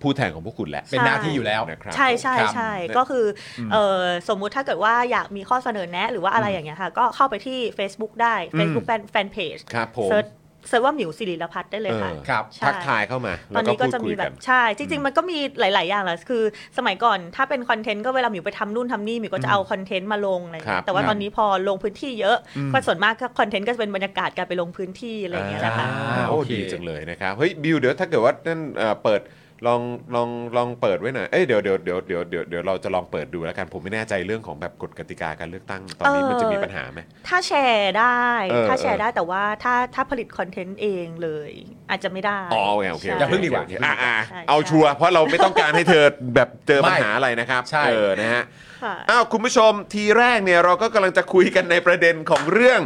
ผู้แทนของพวกคุณแหละ เป็นหน้าที่อยู่แล้ว นะครับ ใช่ใช่ ครับ ใช่ นะ ก็คืออเออสมมุติถ้าเกิดว่าอยากมีข้อเสนอแนะ หรือว่าอะไรอย่างเงี้ยค่ะ ก็เข้าไปที่ Facebook ได้ Facebook อืม แฟนแฟนเพจ ครับผม เซิร์ชเซิร์ชว่าหมิวสิริรพัฒน์ได้เลยค่ะ ออ ครับ ใช่ ทักทายเข้ามา ตอ แล้ว น ก็ นี้ก็ พูด จะ คุ มี ย แบ กัน บใช่จริง ๆ มันก็มีหลาย ๆ อย่างแหละคือ สมัยก่อนถ้าเป็นคอนเทนต์ก็เวลาหมิวไปทำนู่นทำนี่หมิวก็จะเอาคอนเทนต์มาลงอะไรอย่าง ครับเงี้ยแต่ว่า ครับ ตอนนี้พอลงพื้นที่เยอะก็ส่วนมากก็คอนเทนต์ก็จะเป็นบรรยากาศการไปลงพื้นที่อะไรอย่างเงี้ยแหละค่ะ าโอ้ โอเค ดีจังเลยนะครับเฮ้ยบิวเดี๋ยวถ้าเกิดว่านั่นเอ่อเปิดลองลองลองเปิดไว้หน่อยเอ้ยเดี๋ยวเดี๋ยวเดี๋ยวเดี๋ยวเดี๋ยวเดี๋ยวเราจะลองเปิดดูแล้วกันผมไม่แน่ใจเรื่องของแบบกฎกติกาการเลือกตั้งตอนนี้มันจะมีปัญหาไหม ถ้าแชร์ได้ เออ ถ้าแชร์ เออ ได้แต่ว่าถ้าถ้าผลิตคอนเทนต์เองเลย อาจจะไม่ได้ อ๋อโอเคโอเค ใช่ อย่าเพิ่งดีกว่า โอเคอ่ะอ่ะ ใช่ เอาชัวร์เพราะเราไม่ต้องการให้เธอแบบเจอปัญหา ไม่ อะไรนะครับ ใช่ เออนะฮะ ค่ะ อ้าวคุณผู้ชมทีแรกเนี่ยเราก็กำลังจะคุยกันในประเด็นของเรื่อง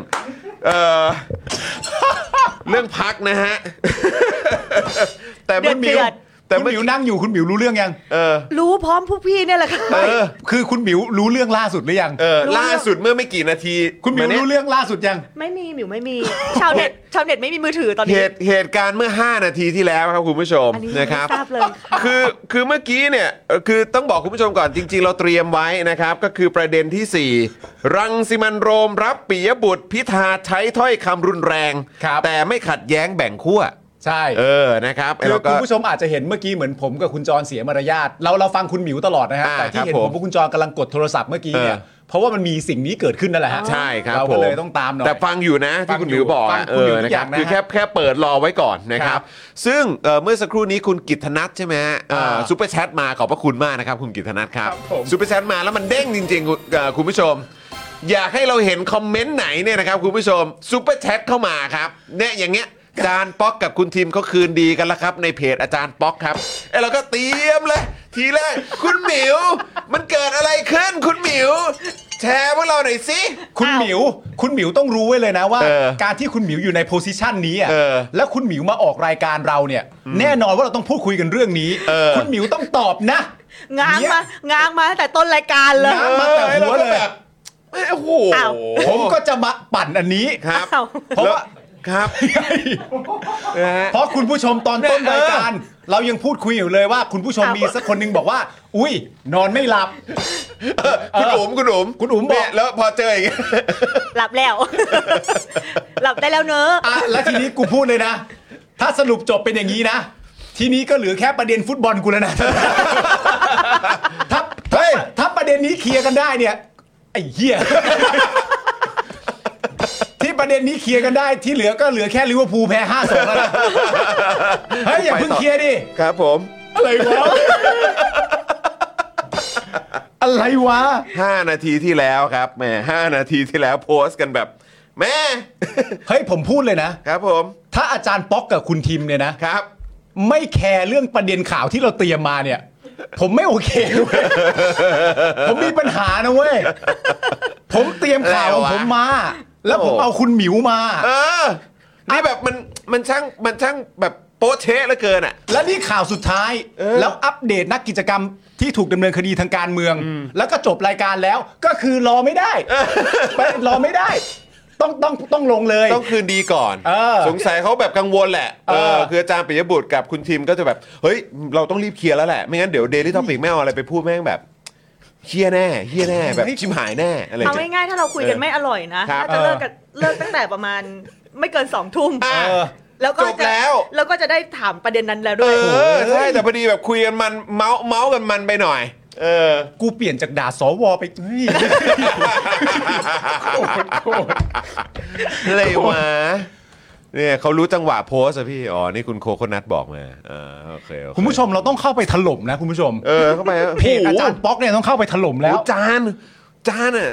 *laughs* เออเรื่องพักนะฮะ *laughs* แต่เมื่อ เดื มิ อด ว เดือด แต่ คุณ เมื่อ หมิวนั่งอยู่คุณหมิวรู้เรื่องยัง เออ รู้พร้อมพวกพี่เนี่ยแหละค่ะ เออ คือคุณหมิวรู้เรื่องล่าสุดหรือยัง เออ รู้เรื่อง ล่าสุดเมื่อไม่กี่นาที คุณหมิว าเนี่ย รู้เรื่องล่าสุดยัง ไม่มีหมิวไม่มี ชาวเน็ตชาวเน็ตไม่มีมือถือตอน เห นี้ ตุเหตุการณ์เมื่อ 5 นาทีที่แล้วครับคุณผู้ชม อันนี้ นะครับ ไม่ทราบเลยค่ะ คือคือเมื่อกี้เนี่ยเอ่อคือต้องบอกคุณผู้ชมก่อนจริง ๆ เราเตรียมไว้นะครับ ก็คือประเด็นทีสี่ 4 รังสิมันต์โรมรับปิยบุตรพิธาใช้ถ้อยคำรุนแรง ครับ แต่ไม่ขัดแย้งแบ่งขั้ว ใช่ เออนะครับ คือ แล้ว คุ ก็ ณผู้ชมอาจจะเห็นเมื่อกี้เหมือนผมกับคุณจรเสียมารยาทเราเราฟังคุณหมิวตลอดนะฮะ อ่า แต่ที่เห็น ครับ ผ ผม มกับคุณจรกำลังกดโทรศัพท์เมื่อกี้เนี่ย เอ เพราะว่ามันมีสิ่งนี้เกิดขึ้นนั่นแหละฮะ ใช่ครับ เรา ผ ก็ ม เลยต้องตามหน่อย แต่ฟังอยู่นะ ฟั ที่ ง คุณหมิวบอกอะ อยู่ เออ ฟังคุณหมิวทุก นะครับอย่างนะ คือแค่แค่เปิดรอไว้ก่อนนะครั ครับ บ ซึ่งเอ่อเมื่อสักครู่นี้คุณกิตนัทใช่ไหมฮะเอ่อ อ่า ซูเปอร์แชทมาขอบพระคุณมากนะครับ คุณกิตนัทครับ ครับผม ซูเปอร์แชทมาแล้วมันเด้งจริงๆคุณเอ่อคุณผู้ชม อยากให้เราเห็นคอมเมนต์ไหนเนี่ยนะครับคุณผู้ชมซูเปอร์แชทเข้ามาครับเนี่ยอย่างเงี้ยอาจารย์ป๊อกกับคุณทีมเขาคืนดีกันแล้วครับ ในเพจอาจารย์ป๊อกครับไอ้เราก็เตรียมเลย ทีแรกคุณหมิว มันเกิดอะไรขึ้นคุณหมิว แชร์พวกเราหน่อยสิ คุณหมิว คุณหมิวต้องรู้ไว้เลยนะว่า เออ การที่คุณหมิวอยู่ในโพสิชันนี้อ่ะ เออ แล้วคุณหมิวมาออกรายการเราเนี่ย แน่นอนว่าเราต้องพูดคุยกันเรื่องนี้ เออ คุณหมิวต้องตอบนะ ง้าง เนี่ย มางางมาตั้งแต่ต้นรายการเลย ง้างมาแต่หัวออแราเลยก็แบบเอ้ยโอ้โห อ้าว ผมก็จะมาปั่นอันนี้ ครับ เอา เพราะว่า ครับนะฮะ เพราะคุณผู้ชมตอนต้นรายการ เรายังพูดคุยอยู่เลยว่า คุณผู้ชม เอามี มีสักคนหนึงบอกว่า อุ้ย นอนไม่หลับ คุณอุ๋มคุณอุ๋ม คุณอุ๋มบอเนี่กยแล้วพอเจออย่างเงี้ย หลับ *laughs* แล้ว หลับได้แล้วเนอะ อ่ะแล้วทีนี้กูพูดเลยนะ ถ้าสรุปจบเป็นอย่างนี้นะ ทีนี้ก็เหลือแค่ประเด็นฟุตบอลกูแล้วนะ ถ้าเฮ้ยถ้าประเด็นนี้เคลียร์กันได้เนี่ย ไอ้เหี้ย ที่ประเด็นนี้เคลียร์กันได้ที่เหลือก็เหลือแค่ลิเวอร์พูลแพ้ห้าสองแล้วนะ เฮ้ยอย่าเพิ่ง ไปต่อ เคลียร์ดิ ครับผม อะไรวะ อะไรวะ 5 นาทีที่แล้วครับแหม5นาทีที่แล้วโพสต์กันแบบ แม่ *laughs* เฮ้ยผมพูดเลยนะ ครับผม ถ้าอาจารย์ป๊อกกับคุณทีมเนี่ยนะ ครับ ไม่แคร์เรื่องประเด็นข่าวที่เราเตรียมมาเนี่ย ผมไม่โอเคเว้ย *laughs* ผมมีปัญหานะเว้ย ผมเตรียมข่าวของผมมา แล้วผมเอาคุณหมิวมา เออ นี่แบบมันมันช่างมันช่างแบบโป๊ะเชะเหลือเกินอ่ะ และนี่ข่าวสุดท้าย เออ แล้วอัปเดตนักกิจกรรมที่ถูกดำเนินคดีทางการเมือง แล้วก็จบรายการแล้ว ก็คือรอไม่ *laughs* ได้ไปรอไม่ได้ ต้องต้องต้องลงเลย ต้องคืนดีก่อน เออ สงสัยเขาแบบกังวลแหละ เอ เอ อ อ คืออาจารย์ปิยบุตรกับคุณทีมก็จะแบบ เฮ้ย เราต้องรีบเคลียร์แล้วแหละ ไม่งั้นเดี๋ยวเดลิทอปิกไม่เอาอะไรไปพูดแม่งแบบเฮียแน่เฮียแน่ *laughs* แบบชิมหายแน่อะไรอย่าง เอา เงี้ย ง่ายๆถ้าเราคุยกันไม่อร่อยนะครับ ถ้าจะเลิกกันเลิกตั้งแต่ประมาณไม่เกินสองทุ่ม อ่ะ เออ แล้วก็ จบ จะ แล้ว แล้วก็จะได้ถามประเด็นนั้นแล้ว เอ ด้วย อ ใช่ แต่พอดีแบบคุยกันมันเมาส์เมาส์กันมันไปหน่อย เออ กูเปลี่ยนจากด่าสวไปเฮ้ย *laughs* เลยวะเนี่ยเขารู้จังหวะโพสอะพี่ อ๋อ นี่คุณโคโคนัทบอกมาเออโอเคโอเ คุณผู้ชมเราต้องเข้าไปถล่มนะคุณผู้ชม เออ เข้าไป เพจอาจารย์ป๊อกเนี่ยต้องเข้าไปถล่ม แล้ แล้วว จานจานอ่ะ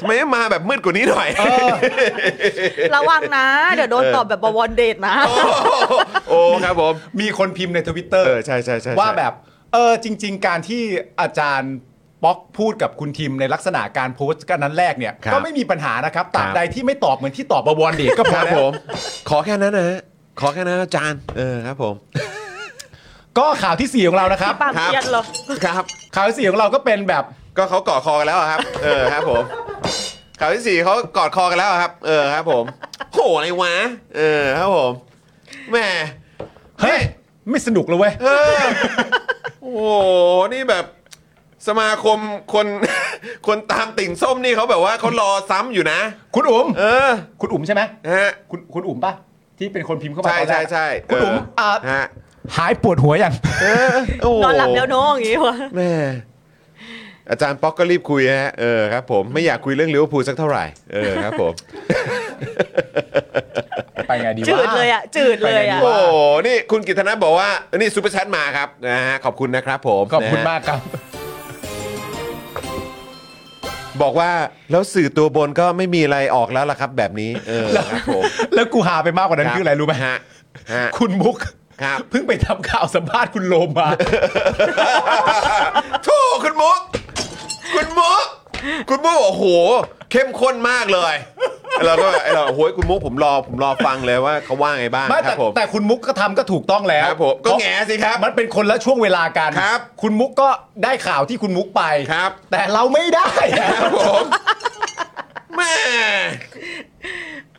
ทำไมไม่มาแบบมืดกว่านี้หน่อย ระวังนะ เดี๋ยวโดนตอบแบบบวรเดชนะ โอ้ครับผม มีคนพิมพ์ในทวิตเตอ เอ ร์ อ ใช่ใช่ใช่ใช่ ว่าแบบ เออจริง ๆ การที่อาจารย์ป๊อกพูดกับคุณทีมในลักษณะการโพสต์กันนั้นแรกเนี่ย ครับ ก็ไม่มีปัญหานะครับตรา ค บ รับ ใดที่ไม่ตอบเหมือนที่ตอบบวรเดชก็คพอ รับ แล้ว ผม ขอแค่นั้นนะฮะขอแค่นั้นอาจารย์เออครับผม ก็ข่าวที่สี่ของเรานะครับ ปาก ครับ เปียกเหรอ ครับ ข่าวที่สี่ของเราก็เป็นแบบ ก็เขากอดคอกันแล้วอะครับ เออครับผมข่าวที่สี่เขากอดคอกันแล้วอะครับ เออครับผมโหอะไรวะ เออครับผมแหม่ เฮ้ย ไม่สนุกเลยเว้ย เออโอ้โหนี่แบบสมาคมคน คนตามติ่งส้มนี่เขาแบบว่าเขารอซ้ำอยู่นะ คุณอุ๋ม เออ คุณอุ๋มใช่ไหม นะฮะ คุณคุณอุ๋มปะที่เป็นคนพิมพ์เข้ามา ใช่ ตอนแร ใช่ ก ใช่ คุณอุ๋ม เ อ่า ฮะ หายปวดหัวยัง เออโโ นอนหลับแล้วเน้องอย่างงี้วะ แม่อาจารย์ป๊อกก็รีบคุยฮะเออครับผมไม่อยากคุยเรื่องลิเวอร์พูลสักเท่าไหร่เออครับผม ไปไงดีวะ จืดเลยอ่ะ จืดเลยอ่ะ โอ้โหนี่คุณกิตนะบอกว่านี่ซูเปอร์แชทมาครับนะฮะขอบคุณนะครับผม ขอบคุณ นะฮะ มากครับ บอกว่าแล้วสื่อตัวบนก็ไม่มีอะไรออกแล้วล่ะครับ แบบนี้เออครับผม แล้วกูหาไปมากกว่านั้นคืออะไรรู้ไหม ฮะฮะ คุณมุก ครับ เพิ่งไปทำข่าวสัมภาษณ์คุณโลมา ถูกคุณมุก คุณมุก คุณมุกบอกโอ้โห เข้มข้นมากเลยเราก็ไอเราโอ้โหคุณมุกผมรอผมรอฟังเลยว่าเขาว่าไงบ้าง ไม่ ค แต่ รับผม แต่คุณมุกก็ทำก็ถูกต้องแล้ว ครับผมก็แหงสิครับ มันเป็นคนละช่วงเวลากัน ครับ คุณมุกก็ได้ข่าวที่คุณมุกไป ครับ แต่เราไม่ได้ ครับผมแม่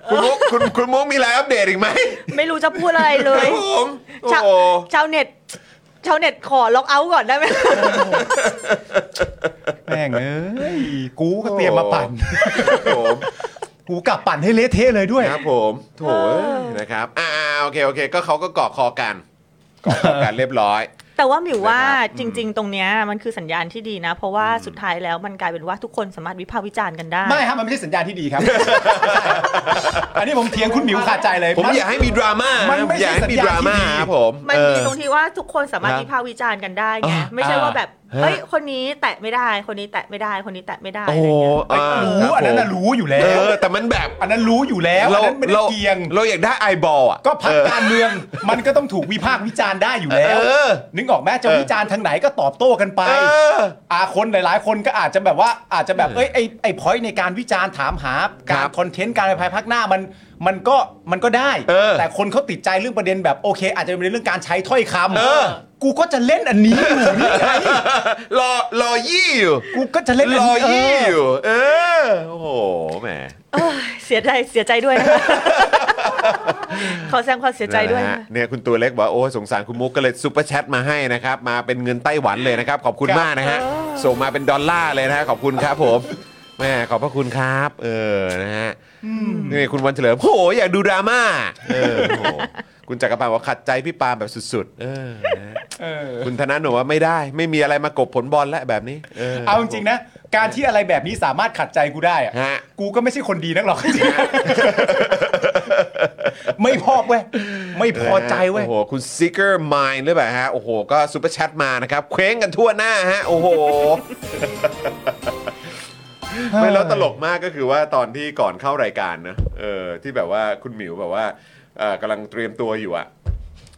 คุณมุกคุณคุณมุกมีอะไรอัปเดตอีกไหม ไม่รู้จะพูดอะไรเล ค ย รับผมโอ้ ชาว โห ชาวเน็ต ชาวเน็ตขอล็อกเอาท์ก่อนได้ไหม แม่งเอ้ยกูก็เตรียมมาปั่น ครับผม กูกลับปั่นให้เละเทะเลยด้วย ครับผมโถนะครับอ่าโอเคโอเค ก็เขาก็กอดคอกันกอดคอกันเรียบร้อย แต่ว่าหมิวว่า นะครับ จริง ๆ ตรงเนี้ยมันคือสัญญาณที่ดีนะ เพราะว่าสุดท้ายแล้วมันกลายเป็นว่าทุกคนสามารถวิพากษ์วิจารณ์กันได้ ไม่ครับมันไม่ใช่สัญญาณที่ดีครับ อันนี้ผมเถียงคุณหมิวขาดใจเลย ผมอยากให้มีดราม่า มันไม่ใช่ อยากให้มีดสัญญา รา ณที่ ม่า ดี ครับผม มัน เอ มี อ ตรงที่ว่าทุกคนสามารถ ครับ วิพากษ์วิจารณ์กันได้ไง อ่า ไม่ใช่ว่าแบบ ฮะ เฮ้ยคนนี้แตะไม่ได้คนนี้แตะไม่ได้คนนี้แตะไม่ได้ โอ้ อะไร โหอ่าคเงี้ยรู้ บ อันนั้นน่ะรู้อยู่แล้ เอ ว อ แต่มันแบบ อันนั้นรู้อยู่แล้วอันนั้นไม่ได้เกียง เราอยากได้ไอบอลอ่ะ ก็พัก เออ การเมือง มันก็ต้องถูกวิพากษ์วิจารณ์ได้อยู่แล้ว เออ นึกออกไหมจะวิจารณ์ทางไหนก็ตอบโต้กันไป เออ อาคนหลาย ๆ คนก็อาจจะแบบว่าอาจจะแบบ เออ เอ้ยไอไอพอยในการวิจารณ์ถามหาการ ครับ คอนเทนต์การไปภายภาคหน้ามันมันก็มันก็ได้ เออ แต่คนเขาติดใจเรื่องประเด็นแบบโอเค อาจจะเป็นเรื่องการใช้ถ้อยค เออ ำกูก็จะเล่นอันนี้อยู่ *laughs* นี่ไง รอรอยี่อยู่ กูก็จะเล่นอั ร น อ นี้เอ ยี่ อ อยู่ เออ โอ้โหแหม เอ้ยเสียใจเสียใจด้วย *laughs* นะคะ ขอแสดงความเสียใจด้วย นะ นะ ฮะเนี่ยคุณตัวเล็กบอกว่าโอ้สงสารคุณมุกก็เลยซูเปอร์แชทมาให้นะครับ มาเป็นเงินไต้หวันเลยนะครับ ขอบคุณมากนะฮะ ส่งมาเป็นดอลลาร์เลยนะฮะ ขอบคุณครับผมแม่ขอบพระคุณครับ เออนะฮะนี่คุณวันเฉลิมโอ้โหอยากดูดราม่าเออโอ้โหคุณจักรพันธ์บอกขัดใจพี่ปาล์มแบบสุดๆ เออนะฮะ เออ คุณธนาหนูว่าไม่ได้ ไม่มีอะไรมากบผลบอลแล้วแบบนี้ เอาจริงๆนะ การที่อะไรแบบนี้สามารถขัดใจกูได้อะ ฮะ กูก็ไม่ใช่คนดีนัก *laughs* หรอก ไม่พอบเว้ยไม่พอใจเว้ย โอ้โห คุณ Seeker Mind หรือเปล่าฮะ โอ้โห ก็ซูเปอร์แชทมานะครับ เคว้งกันทั่วหน้าฮะ โอ้โห ไม่แล้วตลกมากก็คือว่าตอนที่ก่อนเข้ารายการนะเออที่แบบว่าคุณหมิวแบบว่าเอ่อกำลังเตรียมตัวอยู่อะ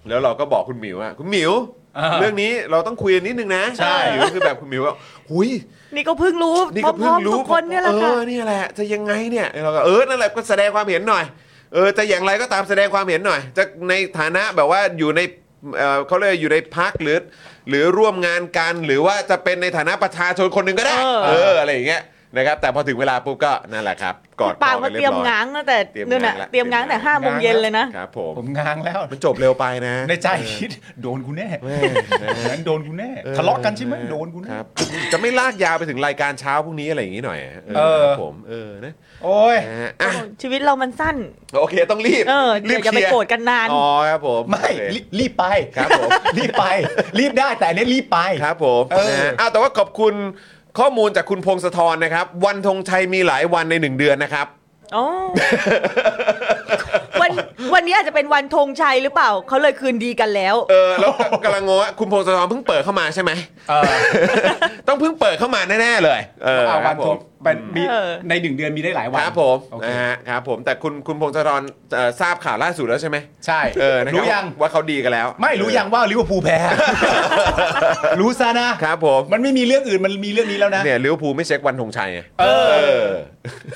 แล้วเราก็บอกคุณหมิวอะคุณหมิว อ่า เรื่องนี้เราต้องคุยกันนิดนึงนะ ใช่ หมิวคือแบบคุณหมิวว่าหุย นี่ก็เพิ่งรู้ นี่ พ ก็เพิ่ ร้ ง อมๆ รู้ ทุกคนเนี่ยแหละ เอ ค่ะ อเนี่ยแหละ จะยังไงเนี่ยเราก็เออนั่นแหละก็แสดงความเห็นหน่อย เออจะอย่างไรก็ตามแสดงความเห็นหน่อย จะในฐานะแบบว่าอยู่ในเอ่อเขาเรียกอยู่ในพักหรือ หรือร่วมงานกันหรือว่าจะเป็นในฐานะประชาชนคนหนึ่งก็ได้ เออ เอออะไรอย่างเงี้ยนะครับ แต่พอถึงเวลาปุ๊บก็นั่นแหละครับกอดค ปา อ ล์ม กั ก็ น เต เรี รี ย ย บ ม ร้อย ง้างตั้งแต่ เตรียม นู่นน่ะ ง้างละ เตรียมง้างแต่ห้าโมงเย็นเลยนะ ครับผม ผมง้างแล้ว มันจบเร็วไปนะ ในใจคิดโดนกูแน่งั้นโดนกูแน่ ทะเลาะกันใช่ไหมโดนกูแน่ ครับจะไม่ลากยาวไปถึงรายการเช้าพรุ่งนี้อะไรอย่างงี้หน่อยฮะ เออ ครับผมเออนะ โอ้ย นะฮะอ่ะ ชีวิตเรามันสั้น โอเคต้องรีบ เออเดี๋ยวจะไป เคลีย โกรธกันนาน อ๋อครับผม ไม่ โอเค รีรีบไป ครับผม รีบไป รีบได้แต่อันนี้รีบไป ครับผม เออ นะฮะอ้าวแต่ว่าขอบคุณข้อมูลจากคุณพงศธรนะครับ วันธงชัยมีหลายวันในหนึ่งเดือนนะครับ โอ้วันวันนี้อาจจะเป็นวันธงชัยหรือเปล่า เขาเลยคืนดีกันแล้ว เออแล้วกำลังงงว่าคุณพงศธรเพิ่งเปิดเข้ามาใช่ไหม เออ ต้องเพิ่งเปิดเข้ามาแน่ๆเลย เออ เอา ค วั รั น บผ ทุ ม กเป็นมี เออ ในหนึ่งเดือนมีได้หลายวัน ครับผม โอเค นะฮะครับผมแต่คุณคุณพงศธรเอ่อทราบข่าวล่าสุดแล้วใช่ไหม ใช่ เออนะคบ รู้ยัง ว่าเขาดีกันแล้ว ไม่รู้ยังว่าลิเวอร์พูลแพ้ รู้ซะนะครับ ผม มันไม่มีเรื่องอื่นมันมีเรื่องนี้แล้วนะ เนี่ยลิเวอร์พูลไม่เช็ควันธงชัยไง เอ เอออ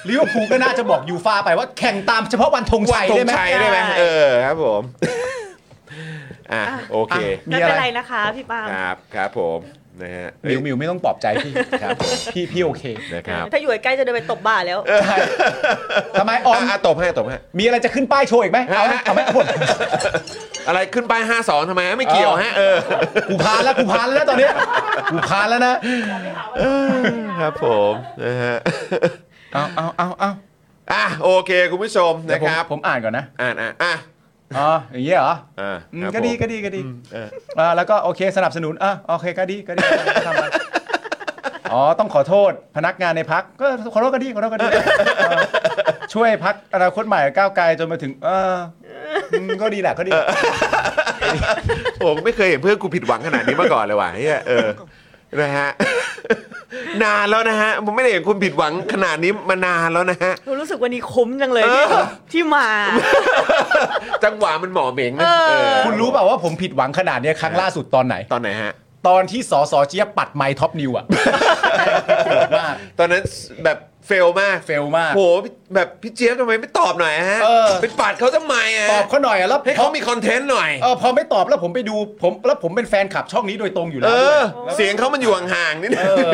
ลิเวอร์พูลก็น่าจะบอกยูฟ่าไปว่าแข่งตามเฉพาะวันธง วั ชั นธยได้ ง ไหม ชัยได้ไหมเออครับ *laughs* ผมอ่ะโอเค อ่ะ มี ไม่ อะไร เป็นไรนะคะ พี่ปาล์ม ครับครับผมนะฮะ หมิวหมิวไม่ต้องปลอบใจพี่ครับพี่พี่โอเค นะครับ ถ้าอยู่ใกล้ๆจะเดินไปตบบ่าแล้ว ใช่ทำไมออม อ่ะตบให้ตบให้ มีอะไรจะขึ้นป้ายโชว์อีกไหมเอาไหมเอาไหมเอาหมด อะไรขึ้นไป 52ทำไมฮะไม่เกี่ยวฮะเออ กูพานแล้วกูพานแล้วนะตอนเนี้ยกูพานแล้วนะ ครับผมนะฮะ เอาเอาเอาเอา อ่ะโอเค คุณผู้ชม เดี๋ย นะ วผม ครับ ผมอ่านก่อนนะ อ่านอ่ะอ่ะ อ๋อ อย่างเงี้ยเหรอ อ่ะ อืม ครับ ก็ดี ผม ก็ดีก็ดี เออ อ่าแล้วก็โอเคสนับสนุนอ่ะโอเคก็ดีก็ดีก็ทำไปอ๋อ ต้องขอโทษพนักงานในพักก็ขอโทษก็ดีขอโทษก็ดีเออช่วยพักอนาคตใหม่ก้าวไกลจนมาถึงเอออืมก็ดีแหละก็ดี ผมไม่เคยเห็นเพื่อนกูผิดหวังขนาดนี้มาก่อนเลยว่ะเฮียเออนะฮะ *laughs* นานแล้วนะฮะผมไม่ได้เห็นคุณผิดหวังขนาดนี้มานานแล้วนะฮะ หนูรู้สึกวันนี้คุ้มจังเลยที่ เออ ที่มา *laughs* จังหวะมันหมอเหม่งนะเออ คุณรู้เปล่าว่าผมผิดหวังขนาดเนี้ยครั้งล่าสุดตอนไหน ตอนไหนฮะ ตอนที่สอสอเจี๊ยบปัดไมค์ท็อปนิว *laughs* อะโกรธมาก ตอนนั้นแบบเฟลมาก เฟลมาก โหแบบพี่เจี๊ยบทำไมไม่ตอบหน่อยฮะ เออ เป็นปาดเขาทำไมอะ ตอบเขาหน่อยอะแล้ว ให้เขามีคอนเทนต์หน่อย เออพอไม่ตอบแล้วผมไปดูผมแล้วผมเป็นแฟนคลับช่องนี้โดยตรงอยู่ เอ แล้วด้ว อ ย เสียงเขามันอยู่ห่างๆนิดนึง เออ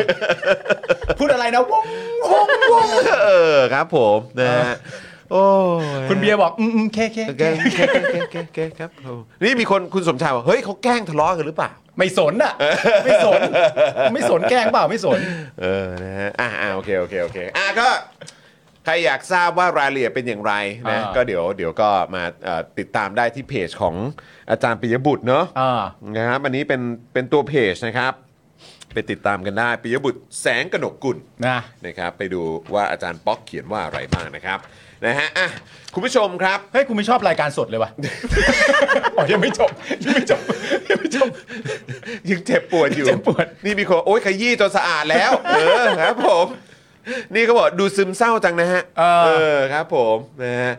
พูดอะไรนะวงวงวง เออครับผมนะฮะโอ้ย คุณเบียร์บอกอืมอืมเคเค โอเคโอเคโอเคโอเคโอเคครับผมนี่มีคนคุณสมชายบอกเฮ้ยเขาแกล้งทะเลาะกันหรือเปล่า ไม่สน *laughs* อ่ะไม่สน ไม่สนแกล้งเปล่าไม่สน เออนะฮะอ่าโอเคโอเคโอเคอ่ะก็ ใครอยากทราบว่ารายละเอียดเป็นอย่างไรนะ อ่า ก็เดี๋ยวเดี๋ยวก็มาเอ่อติดตามได้ที่เพจของอาจารย์ปิยบุตรเนาะ อ่า นะครับอันนี้เป็นเป็นตัวเพจนะครับ ไปติดตามกันได้ปิยบุตรแสงกนกกุล นะ นะครับไปดูว่าอาจารย์ป๊อกเขียนว่าอะไรบ้างนะครับนะฮะอ่ะคุณผู้ชมครับ เฮ้ยกูไม่ชอบรายการสดเลย *laughs* ว่ะ อ๋อยังไม่จบยังไม่จบยังไม่จบ *laughs* ยังเจ็บปวดอยู่ เจ็บปวด นี่มีคนโอ๊ยขยี้จนสะอาด *laughs* แล้ว เออครับผม นี่เขาบอกดูซึมเศร้าจังนะฮะ เออ อครับผมนะฮะ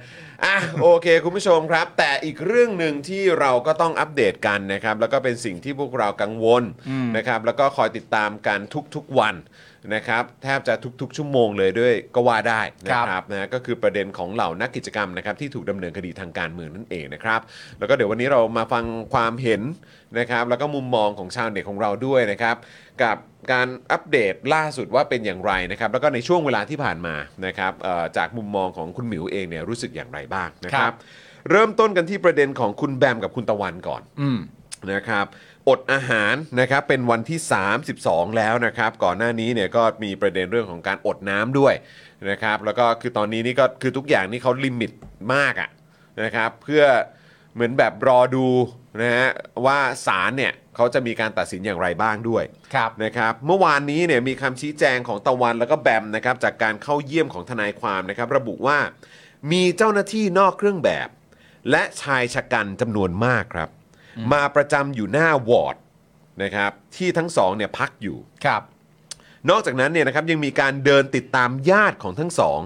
อ่ะโอเค คุณผู้ชมครับ แต่อีกเรื่องหนึ่งที่เราก็ต้องอัปเดตกันนะครับ แล้วก็เป็นสิ่งที่พวกเรากังวลนะครับ แล้วก็คอยติดตามกันทุกๆวันนะครับ แทบจะทุกๆ ชั่วโมงเลยด้วยก็ว่าได้นะครับ ครับนะก็คือประเด็นของเหล่านักกิจกรรมนะครับที่ถูกดำเนินคดีทางการเมืองนั่นเองนะครับ แล้วก็เดี๋ยววันนี้เรามาฟังความเห็นนะครับ แล้วก็มุมมองของชาวเน็ตของเราด้วยนะครับ กับการอัปเดตล่าสุดว่าเป็นอย่างไรนะครับ แล้วก็ในช่วงเวลาที่ผ่านมานะครับเอ่อจากมุมมองของคุณหมิวเองเนี่ยรู้สึกอย่างไรบ้างนะค ครั รับ บ เริ่มต้นกันที่ประเด็นของคุณแบมกับคุณตะวันก่อน อืม นะครับอดอาหารนะครับเป็นวันที่ 32 แล้วนะครับ ก่อนหน้านี้เนี่ยก็มีประเด็นเรื่องของการอดน้ำด้วยนะครับ แล้วก็คือตอนนี้นี่ก็คือทุกอย่างนี่เขาลิมิตมากอะนะครับ เพื่อเหมือนแบบรอดูนะฮะว่าศาลเนี่ยเขาจะมีการตัดสินอย่างไรบ้างด้วย ครับ นะครับเมื่อวานนี้เนี่ยมีคำชี้แจงของตะวันแล้วก็แบมนะครับจากการเข้าเยี่ยมของทนายความนะครับ ระบุว่ามีเจ้าหน้าที่นอกเครื่องแบบ และชายชะกันจำนวนมากครับ มาประจำอยู่หน้าวอร์ดนะครับที่ทั้งสองเนี่ยพักอยู่ ครับ นอกจากนั้นเนี่ยนะครับยังมีการเดินติดตามญาติของทั้งสอง